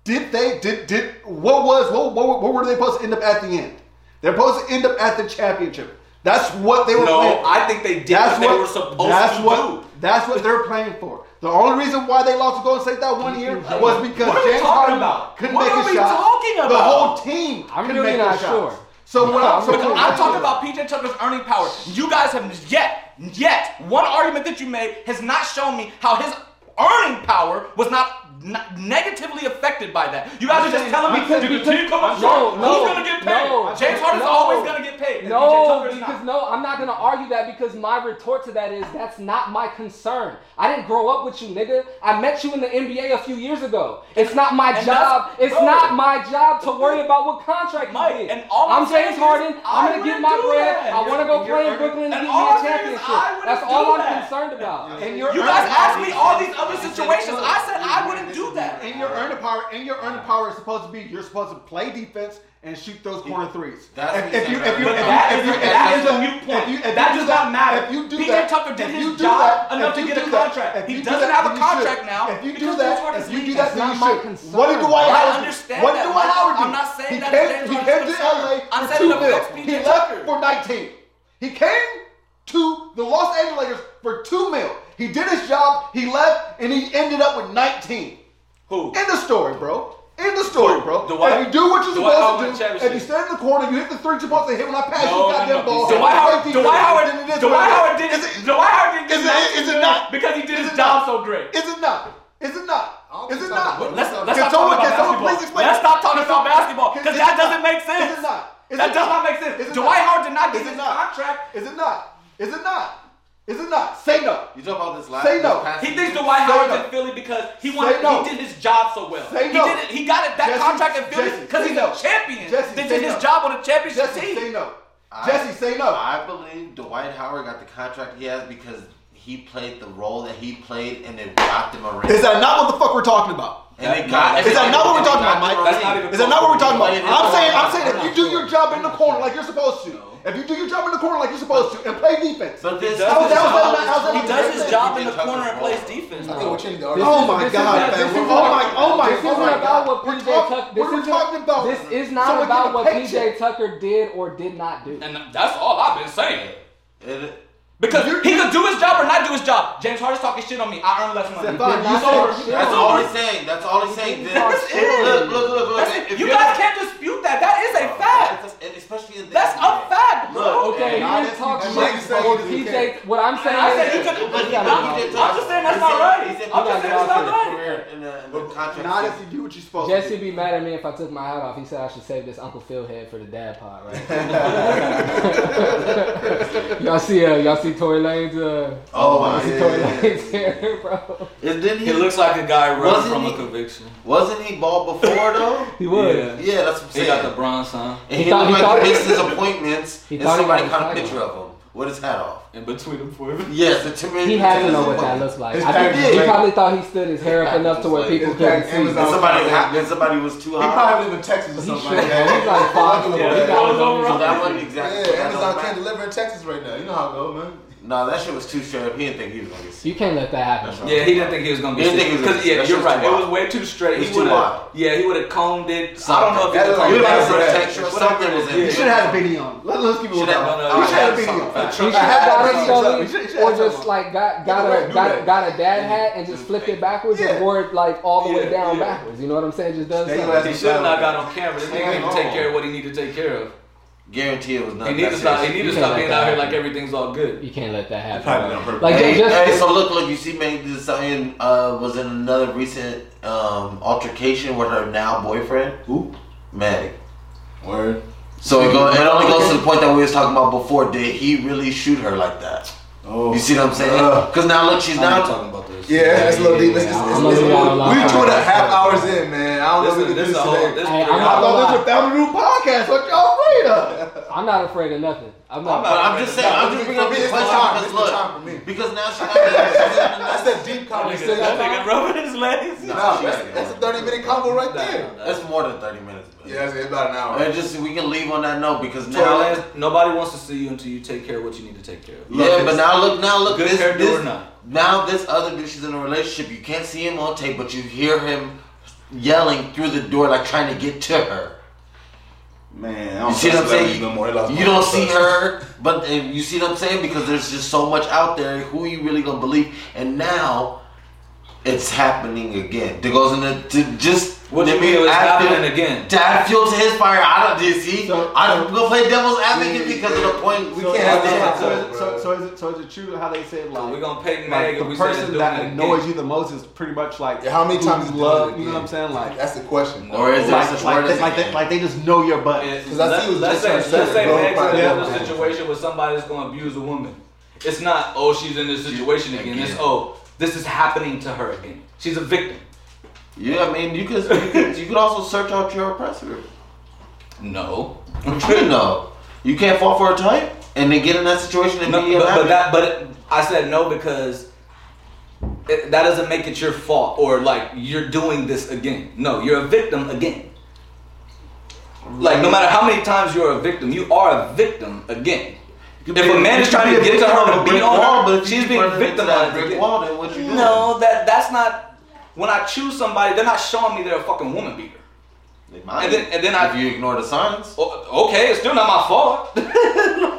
S4: did they did did what was what what, what were they supposed to end up at the end? They're supposed to end up at the championship. That's what they were.
S7: No,
S4: playing.
S7: I think they did what they were supposed
S4: that's
S7: to
S4: what,
S7: do.
S4: That's what they're playing for. The only reason why they lost to Golden State that one year was because
S7: What are we
S4: James
S7: talking
S4: Harden
S7: about?
S4: couldn't
S7: What
S4: make
S7: are
S4: a
S7: we
S4: shot.
S7: talking
S4: The
S7: about?
S4: whole team.
S5: I'm
S4: couldn't
S5: really
S4: make the
S5: not
S4: shots.
S5: sure.
S4: So what? I'm, so
S7: Because
S4: what
S7: I'm talking about PJ Tucker's earning power. You guys have yet, yet, one argument that you made has not shown me how his earning power was not, not negatively affected by that. You guys are just telling me
S5: Because-
S8: Did the
S5: because-
S8: team come up
S5: no,
S8: short?
S5: no,
S8: Who's gonna get paid?
S5: no,
S8: James Harden's
S5: no.
S8: always gonna get paid. and PJ
S5: No,
S8: Tucker is
S5: because
S8: not.
S5: no, I'm not gonna argue that because my retort to that is that's not my concern. I didn't grow up with you, nigga. I met you in the NBA a few years ago. It's not my
S7: And
S5: job.
S7: that's-
S5: It's
S7: bro.
S5: not my job to worry about what contract
S7: Mike,
S5: you get.
S7: and all I'm
S5: I'm James
S7: saying is
S5: Harden.
S7: I
S5: I'm gonna get
S7: wouldn't
S5: my
S7: do
S5: bread.
S7: that.
S5: I want to go
S7: And you're-
S5: play in Brooklyn and
S7: and
S5: get
S7: all
S5: me
S7: I'm
S5: a
S7: saying is
S5: championship.
S7: I wouldn't
S5: That's
S7: do
S5: all
S7: that.
S5: I'm concerned about.
S7: You guys asked me all these other situations. I said I wouldn't do that.
S4: In your earning power, in your earning power is supposed to be you're supposed to play defense and shoot those corner threes.
S2: That's
S4: if, if you if you
S7: But
S4: if you-
S7: that
S4: if
S7: is-
S4: you-
S7: that
S4: if
S7: is
S4: you-
S7: a mute point.
S4: if you- if
S7: That
S4: you
S7: does
S4: do
S7: not matter.
S4: If you do
S7: PJ
S4: that,
S7: Tucker did
S4: if
S7: his
S4: you do
S7: job
S4: that,
S7: enough
S4: if
S7: to
S4: you
S7: get a
S4: do that,
S7: contract.
S4: if
S7: He
S4: you do
S7: doesn't
S4: that,
S7: have a
S4: then you should.
S7: contract now
S4: If you do
S7: because James
S4: that,
S7: Harden's
S4: if you do
S7: leaving.
S4: that,
S5: That's
S4: then you
S5: not my
S4: should.
S5: concern.
S4: What did Dwight
S7: I
S4: Howard
S7: understand
S4: do? What
S7: that.
S4: did Dwight Howard do?
S7: I'm not saying
S4: he
S7: that
S4: came,
S7: James
S4: he
S7: Harden's
S4: came to
S7: concern.
S4: LA
S7: I'm
S4: for
S7: saying
S4: two
S7: it affects
S4: mil.
S7: PJ
S4: He left
S7: Tucker.
S4: for 19. He came to the Los Angeles Lakers for two mil. He did his job. He left, and he ended up with 19.
S7: Who?
S4: End the story, bro. End the story, bro.
S7: Dwight-
S4: if you do what you're
S7: Dwight Howard
S4: supposed
S7: won
S4: to
S7: the
S4: do, if you stand in the corner, you hit the three you're supposed to hit when I pass
S8: No,
S4: you
S8: no,
S4: goddamn
S8: no.
S4: ball.
S7: Dwight Howard,
S4: Play defense,
S7: Dwight
S4: then
S7: Howard,
S4: it is
S7: Dwight
S4: what it is.
S7: Howard did
S4: Is
S7: it. Dwight Howard didn't
S4: is it-
S8: Not
S4: is it
S8: good
S4: not-
S8: Because he did
S4: is
S8: his
S4: it
S8: job
S4: not-
S8: so great.
S4: Is it not? Is it not? Is it not?
S7: Let's, let's
S4: Can
S7: stop
S4: someone- can
S7: talking about
S4: someone
S7: basketball.
S4: please explain-
S7: Let's stop talking
S4: Can
S7: about
S4: someone-
S7: basketball because
S4: is
S7: that
S4: it
S7: doesn't
S4: not?
S7: make sense.
S4: Is it not? Is
S7: that
S4: it
S7: does
S4: not?
S7: not make sense.
S4: Is it
S7: Dwight
S4: not?
S7: Howard did not get
S4: Is it
S7: his
S4: not?
S7: contract.
S4: Is it not? Is it not? Is it not? Say no.
S2: You talk about this last.
S4: Say no.
S2: This past
S7: He
S2: season.
S7: thinks Dwight
S4: Say
S7: Howard's
S4: no.
S7: in Philly because he wanted,
S4: no.
S7: he did his job so well.
S4: Say
S7: he
S4: no.
S7: did it, he got it, that
S4: Jesse,
S7: contract in Philly
S4: Jesse,
S7: because
S4: say
S7: he's
S4: no.
S7: a champion.
S4: Jesse,
S7: they
S4: say
S7: did his
S4: no.
S7: job on a championship
S4: Jesse,
S7: team.
S4: say no.
S2: I-
S4: Jesse, say no.
S2: I believe Dwight Howard got the contract he has because he played the role that he played and it got them a ring.
S3: Is that not what the fuck we're talking about?
S2: and it got.
S7: Is
S2: and
S3: that
S2: it-
S3: not what we're
S2: and it
S3: talking
S2: got
S3: about, Mike?
S2: them a ring.
S7: That's not even
S3: Is that not what we're talking about?
S2: Played it
S3: I'm
S2: the
S3: saying,
S2: role.
S3: I'm saying, if you do your job in the corner like you're supposed to, if you do your job in the corner like you're supposed to, and play defense.
S2: But this
S7: does
S2: how
S7: his
S2: is that-
S7: job.
S2: how is that-
S7: He
S2: how is that-
S7: does his job in the
S2: He did
S7: corner and
S2: Tucker's
S7: plays
S2: role.
S7: defense.
S3: I think we're changing the
S5: This
S3: argument.
S5: is-
S3: Oh my
S5: this is
S3: God,
S5: not-
S3: man.
S5: this
S3: We're-
S5: is
S3: oh
S5: not-
S3: my- oh my-
S5: This
S3: oh
S5: isn't
S3: my
S5: about
S3: God.
S5: what
S3: We're
S5: PJ
S3: talk-
S5: Tucker.
S3: what
S5: This
S3: are we
S5: isn't-
S3: talking about?
S5: This is not
S3: Someone
S5: about
S3: getting a
S5: what PJ
S3: paycheck.
S5: Tucker did or did not do.
S7: And that's all I've been saying.
S2: It-
S7: Because he could do his job or not do his job. James Harden's talking shit on me. I earn less money.
S4: Stefan,
S7: It's
S4: you said
S7: over.
S5: shit
S2: That's
S7: It's
S5: on
S2: all
S7: over.
S2: he's saying. That's all he's saying.
S5: didn't talk
S2: This-
S5: shit.
S2: Look, look, look, look.
S7: That's-
S2: If
S7: you
S2: you're-
S7: guys can't dispute that. That is a fact.
S2: That's- that's- Especially in this
S7: That's a
S2: game.
S7: fact, bro.
S2: Look,
S5: Okay,
S2: and
S5: you didn't talk
S4: and
S5: shit.
S4: Mike said
S5: but
S4: he
S5: PJ, what I'm saying
S7: I said he
S5: is,
S7: could-
S2: But he-
S5: Yeah,
S2: but he
S5: no.
S2: did talk-
S7: I'm just saying that's
S2: he
S7: not
S2: said-
S7: right.
S2: he said
S7: I'm
S2: he got
S7: just saying it's not
S2: drafted in
S7: right.
S2: the career and the- and the contract
S4: Not
S2: season.
S4: if you do what you're supposed to.
S5: Jesse be mad at me if I took my hat off. He said I should save this Uncle Phil head for the dad pod, right? y'all see, uh, y'all see Tory Lane's, uh,
S2: Oh my
S5: y'all see Tory Lane's hair, bro.
S2: And then he
S7: He looks like a guy running
S2: Wasn't
S7: from
S2: he-
S7: a conviction.
S2: wasn't he bald before though?
S5: He would.
S7: Yeah.
S2: yeah, that's what I'm
S7: He
S2: saying.
S7: got the bronze, huh?
S2: and he,
S5: He thought-
S2: looked like
S5: he thought-
S2: he missed his appointments.
S5: He
S2: and
S5: thought he
S2: somebody
S5: got
S2: caught a
S5: his
S2: picture of him with his hat off.
S7: In between them four.
S2: Yes, it's a
S5: He had to know what that looked like.
S4: His
S5: I
S4: package
S5: think he
S4: was like-
S5: probably thought he stood his hair up
S2: package
S5: enough to
S2: was
S5: where
S2: like-
S5: people
S4: his
S5: couldn't
S4: package-
S5: see.
S4: Amazon-
S5: He
S2: And somebody, ha- and somebody was too
S4: He
S2: hot.
S4: probably live in Texas or something
S5: should.
S4: like that.
S5: He's like five.
S4: Yeah,
S5: he
S4: it
S5: got
S8: was
S5: one of
S8: over
S5: these-
S2: So that wasn't exactly. that
S3: Yeah,
S2: don't
S3: Amazon
S2: matter.
S3: can't deliver in Texas right now. You know how it goes, man.
S2: No, that shit was too straight up. He didn't think he was gonna get sick.
S5: You can't let that happen.
S2: That's
S5: bro.
S2: right.
S7: Yeah, he didn't think he was gonna be.
S2: He didn't think he was gonna-
S7: Because yeah,
S2: that
S7: you're
S2: shit's
S7: right.
S2: too
S7: It
S2: wild.
S7: was way too straight.
S2: It was
S7: he
S2: too
S7: would
S2: wild.
S7: have. Yeah, he would have combed it. I don't know if
S2: That's like- you
S7: he could comb it.
S2: had
S7: Whatever
S2: some
S7: it is.
S2: texture,
S7: Whatever
S2: something
S7: it
S2: was
S7: is.
S2: in
S4: You
S7: Yeah.
S4: should have had a beanie on. Let, let's keep it
S2: Should have-
S4: real.
S2: I
S7: no, you
S4: You
S2: would
S4: should have a
S2: something.
S4: beanie on.
S7: He
S5: He should
S4: I
S5: have
S4: had
S5: got
S4: to
S5: a
S4: see something.
S5: Sony
S4: You should- you should
S5: or
S4: have something
S5: just
S4: on.
S5: like got got
S4: Yeah,
S5: a
S4: do
S5: got,
S4: that.
S5: got a dad hat and just flipped it backwards
S4: Yeah.
S5: and wore it like all the way
S7: Yeah,
S5: down
S7: yeah.
S5: backwards. You know what I'm saying? Just does something.
S4: Stay your ass
S7: He should have
S4: inside.
S7: not got on camera. This nigga need to take care of what he needed to take care of.
S2: Guarantee it was
S7: He
S2: nothing.
S7: needs to stop. He
S5: You
S7: needs to
S5: can't
S7: stop
S5: let
S7: being
S5: that
S7: out here
S5: happen.
S7: like everything's all good.
S5: You can't let that happen.
S4: Probably on purpose.
S5: Like
S2: Hey,
S5: just
S2: hey, so look, look, you see, Meg this something uh, was in another recent um, altercation with her now boyfriend,
S4: Who?
S2: Meg.
S4: Word.
S2: So it go, it only goes to point that we was talking about before. Did he really shoot her like that?
S10: Oh,
S2: You see what I'm saying?
S10: Uh,
S2: Because now look, she's
S3: I'm
S2: not.
S3: not talking about this.
S10: yeah, that's a little deep. It's, it's,
S5: Yeah,
S10: it's,
S5: I'm not gonna lie.
S10: we two and a half hours in.
S3: in, man. I don't know if we
S1: This,
S3: can do
S1: this is
S3: this
S1: a whole. This,
S3: today.
S5: Hey, I'm
S10: I
S5: not gonna
S10: thought this was a
S5: lie.
S10: family room podcast. What y'all afraid of?
S5: I'm not afraid of nothing. I'm not.
S2: But I'm just saying. I'm just bringing up this question because
S3: It's time for me.
S2: look, because now she's not. She's in the-
S3: That's that
S1: that nigga,
S3: deep
S1: that
S3: conversation.
S1: nigga rubbing his legs.
S3: Nah, that's, that's a 30 minute combo right there.
S2: That's more than thirty minutes. But.
S3: Yeah, it's about an hour.
S2: And just we can leave on that note because now.
S1: Now, nobody wants to see you until you take care of what you need to take care of.
S2: yeah, but now look, now look,
S1: Good
S2: this,
S1: hairdo
S2: this-
S1: or not.
S2: now this other dude, she's in a relationship. You can't see him on tape, but you hear him yelling through the door, like trying to get to her.
S10: Man, I
S2: You
S10: don't
S2: see what I'm
S10: trust
S2: saying?
S10: ladies no more. They lost
S2: You
S10: my
S2: don't
S10: trust.
S2: see her, but uh, you see what I'm saying because there's just so much out there. Who you really gonna believe? And now it's happening again. It goes into to just.
S1: What
S2: let
S1: you mean it was
S2: add
S1: happening
S2: fuel-
S1: again?
S2: To add fuel to his fire, I don't. You see,
S4: So-
S2: I'm gonna play devil's advocate because of the point.
S10: We
S4: So,
S10: can't
S4: so-
S10: have this
S2: Yeah.
S4: so- so,
S10: happen,
S4: is it, so, so is it so is it true how they said like
S1: We're gonna pay Meg
S4: like
S1: if we
S4: the
S1: say this
S4: person
S1: doing
S4: that
S1: it
S4: annoys
S1: again.
S4: you the most is pretty much like
S3: Yeah, how many
S4: who
S3: times
S4: you
S3: is
S4: love?
S3: doing it
S4: You know what I'm saying? Like
S3: That's the question.
S2: Or is
S4: like,
S2: there such
S4: like,
S2: word as
S4: they, like,
S2: again?
S4: they, like they just know your butt.
S1: Because
S3: I see it was
S1: let's
S3: just
S1: say,
S3: her
S1: let's say
S3: bro,
S1: Meg's in
S3: probably
S1: another
S3: not.
S1: situation where somebody's gonna abuse a woman. It's not oh she's in this situation again. It's
S2: Again.
S1: oh this is happening to her again. She's a victim.
S2: Yeah, I mean, you could you could, you could also search out your oppressor.
S1: No,
S2: What you know? You can't fall for a type and then get in that situation and
S1: no
S2: be
S1: but, but
S2: unhappy.
S1: that but it, I said no because it, that doesn't make it your fault or like you're doing this again. No, you're a victim again. Like no matter how many times you're a victim, you are a victim again. If a man is trying to get to her and beat on her,
S2: if
S1: she's
S2: you
S1: being
S2: run into
S1: victimized
S2: that brick
S1: again.
S2: wall, then what you doing?
S1: No, that that's not. When I choose somebody, they're not showing me they're a fucking woman beater.
S2: They might.
S1: And then- and then I-
S2: if you ignore the signs.
S1: O- Oh, okay, it's still not my fault.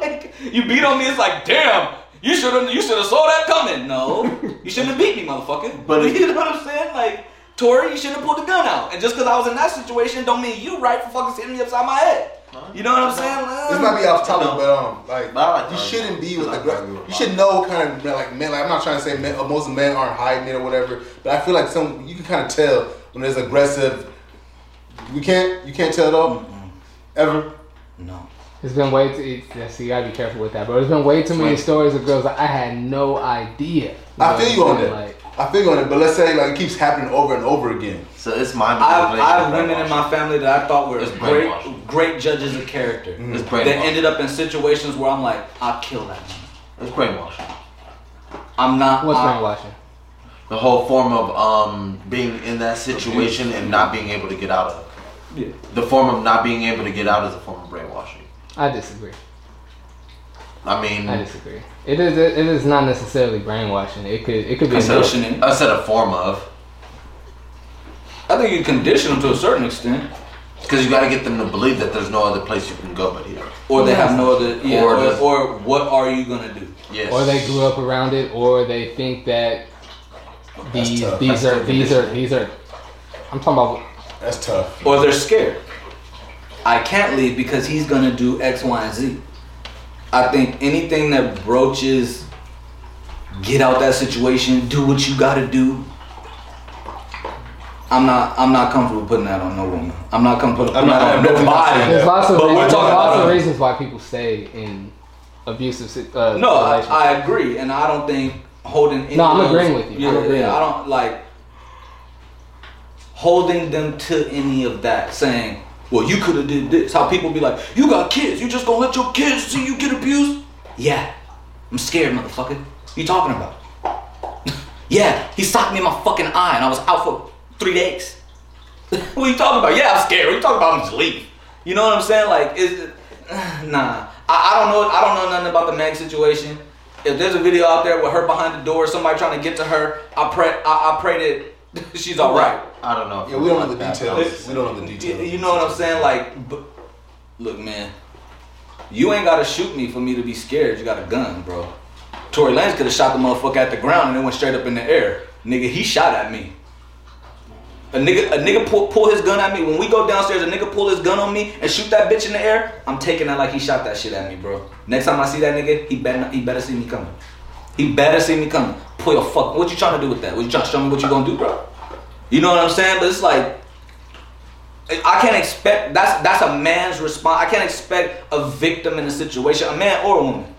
S1: like you beat on me, it's like damn. You should have you should have saw that coming. No, you shouldn't have beat me, motherfucker.
S2: But
S1: But
S2: it-
S1: you know what I'm saying? Like Tori, you shouldn't have pulled the gun out. And just because I was in that situation, don't mean you right for fucking hitting me upside my head. You know what I'm saying?
S3: This
S1: Like,
S3: might be off topic, but um, like,
S2: But I like
S3: you
S2: Barbie.
S3: shouldn't be with
S2: I
S3: the
S2: like Barbie
S3: girl.
S2: with
S3: You should know what kind of like men. Like, I'm not trying to say men, uh, most men aren't high men or whatever, but I feel like some you can kind of tell when there's aggressive. We can't. You can't tell though. Ever.
S1: no.
S5: It's been way too. Yeah, see, you gotta be careful with that, bro. There's been way too many stories of girls that I had no idea.
S3: I feel you on
S5: it.
S3: that. I feel you on it, but let's say like it keeps happening over and over again.
S2: So it's my.
S1: I, I have women in my family that I thought were
S2: It's
S1: great,
S2: brainwashing. Mm.
S1: great judges of character.
S2: It's
S1: That
S2: brainwashing.
S1: ended up in situations where I'm like, I'll kill that. man.
S2: It's brainwashing.
S1: I'm not.
S5: What's
S1: I-
S5: wrong watching?
S2: The whole form of um being in that situation and not being able to get out of.
S1: Yeah.
S2: it. The form of not being able to get out is a form of brainwashing.
S5: I disagree.
S2: I mean,
S5: I disagree. It is. It is not necessarily brainwashing. It could. It could be.
S2: I
S5: a
S2: said,
S5: notion.
S1: Conditioning.
S2: I said a form of
S1: I think you condition them to a certain extent,
S2: because you got to get them to believe that there's no other place you can go but here.
S1: or they have no other. Yeah,
S2: Or
S1: or,
S2: just-
S1: or what are you gonna do?
S2: Yes.
S5: Or they grew up around it, or they think that these these are these are these are. I'm talking about
S3: That's tough.
S1: Or they're scared. I can't leave because he's gonna do X, Y, and Z. I think anything that broaches get out that situation, do what you gotta do. I'm not. I'm not comfortable putting that on no woman. I'm not comfortable putting
S3: not-
S1: that on
S3: I'm definitely not
S1: nobody.
S3: saying
S5: There's lots of
S1: But
S5: reasons,
S1: we're talking
S5: there's lots
S1: about
S5: of
S1: a-
S5: reasons why people stay in abusive si- uh,
S1: No, I,
S5: relationships.
S1: I agree, and I don't think holding. Any
S5: No, I'm
S1: of those-
S5: agreeing with you.
S1: Yeah,
S5: I'm agreeing
S1: yeah,
S5: with
S1: I don't like holding them to any of that. Saying, "Well, you could have did this." How people be like, "You got kids. You just gonna let your kids see you get abused?" Yeah, I'm scared, motherfucker. You talking about? yeah, he socked me in my fucking eye, and I was out for three days. what are you talking about? Yeah, I'm scared. What you talking about? I'm just leave. You know what I'm saying? Like, is nah. I, I don't know. I don't know nothing about the Meg situation. If there's a video out there with her behind the door, somebody trying to get to her, I pray. I, I pray that she's all right.
S2: I don't know. if
S3: Yeah, we don't know the
S2: like that.
S3: details. We don't know the
S1: You,
S3: details.
S1: you know what I'm saying? Like, but, look, man, you ain't gotta shoot me for me to be scared. You got a gun, bro. Tory Lanez could have shot the motherfucker at the ground and it went straight up in the air. Nigga, he shot at me. A nigga, a nigga pull, pull his gun at me. When we go downstairs, a nigga pull his gun on me and shoot that bitch in the air. I'm taking that like he shot that shit at me, bro. Next time I see that nigga, he better, he better see me coming. He better see me coming. Pull your fuck. What you trying to do with that? What you trying to show me? What you gonna do, bro? You know what I'm saying? But it's like I can't expect that's that's a man's response. I can't expect a victim in a situation, a man or a woman.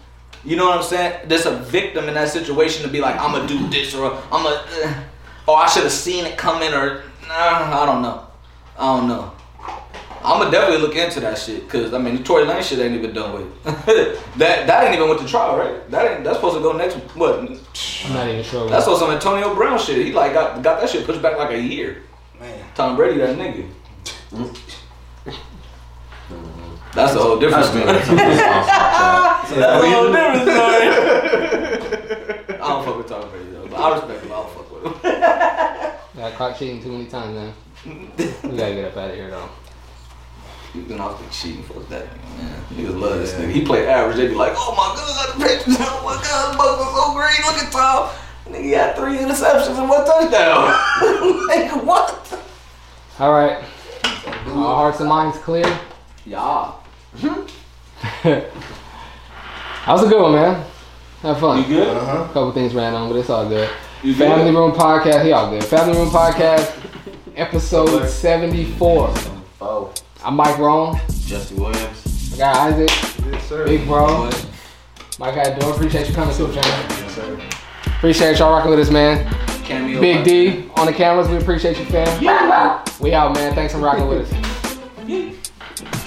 S1: You know what I'm saying? There's a victim in that situation to be like, I'm gonna do this or I'm gonna, eh, or I should have seen it coming or nah, I don't know, I don't know. I'm gonna definitely look into that shit because I mean the Tory Lane shit ain't even done with. that that ain't even went to trial, right? That ain't that's supposed to go next. What?
S5: I'm not even sure.
S1: That's on some Antonio Brown shit. He like got got that shit pushed back like a year.
S11: Man.
S1: Tom Brady, that nigga. Mm-hmm. That's a whole different
S12: That's
S1: story.
S12: been that's been awesome, Chad.
S1: That's a whole different story. I don't fuck with Tom Brady though, but I respect him. I don't fuck with him.
S5: Got caught cheating too many times, man. we gotta get up out of here though.
S1: He's been off the cheating for that nigga, man. Niggas love this nigga. He play average. They be like, oh my god, the Patriots, oh my god, the Bucks are so great. Look at Tom. Nigga he had three interceptions and one touchdown. like what?
S5: All right, all hearts and minds clear.
S1: Yeah.
S5: that was a good one, man. Have fun.
S1: You good?
S3: Uh-huh.
S5: A couple things ran on, but it's all good.
S1: You good?
S5: Family Room Podcast, he all good. Family Room Podcast, episode 74.
S12: Oh,
S5: I'm Mike Rome.
S12: Jesse Williams.
S5: I got Isaac,
S4: Yes, sir.
S5: Big Bro. My guy Dorn, appreciate you coming through, John. Appreciate y'all rocking with us, man.
S1: Cameo.
S5: Big D on the cameras, we appreciate you, fam. We out, man. Thanks for rocking with us.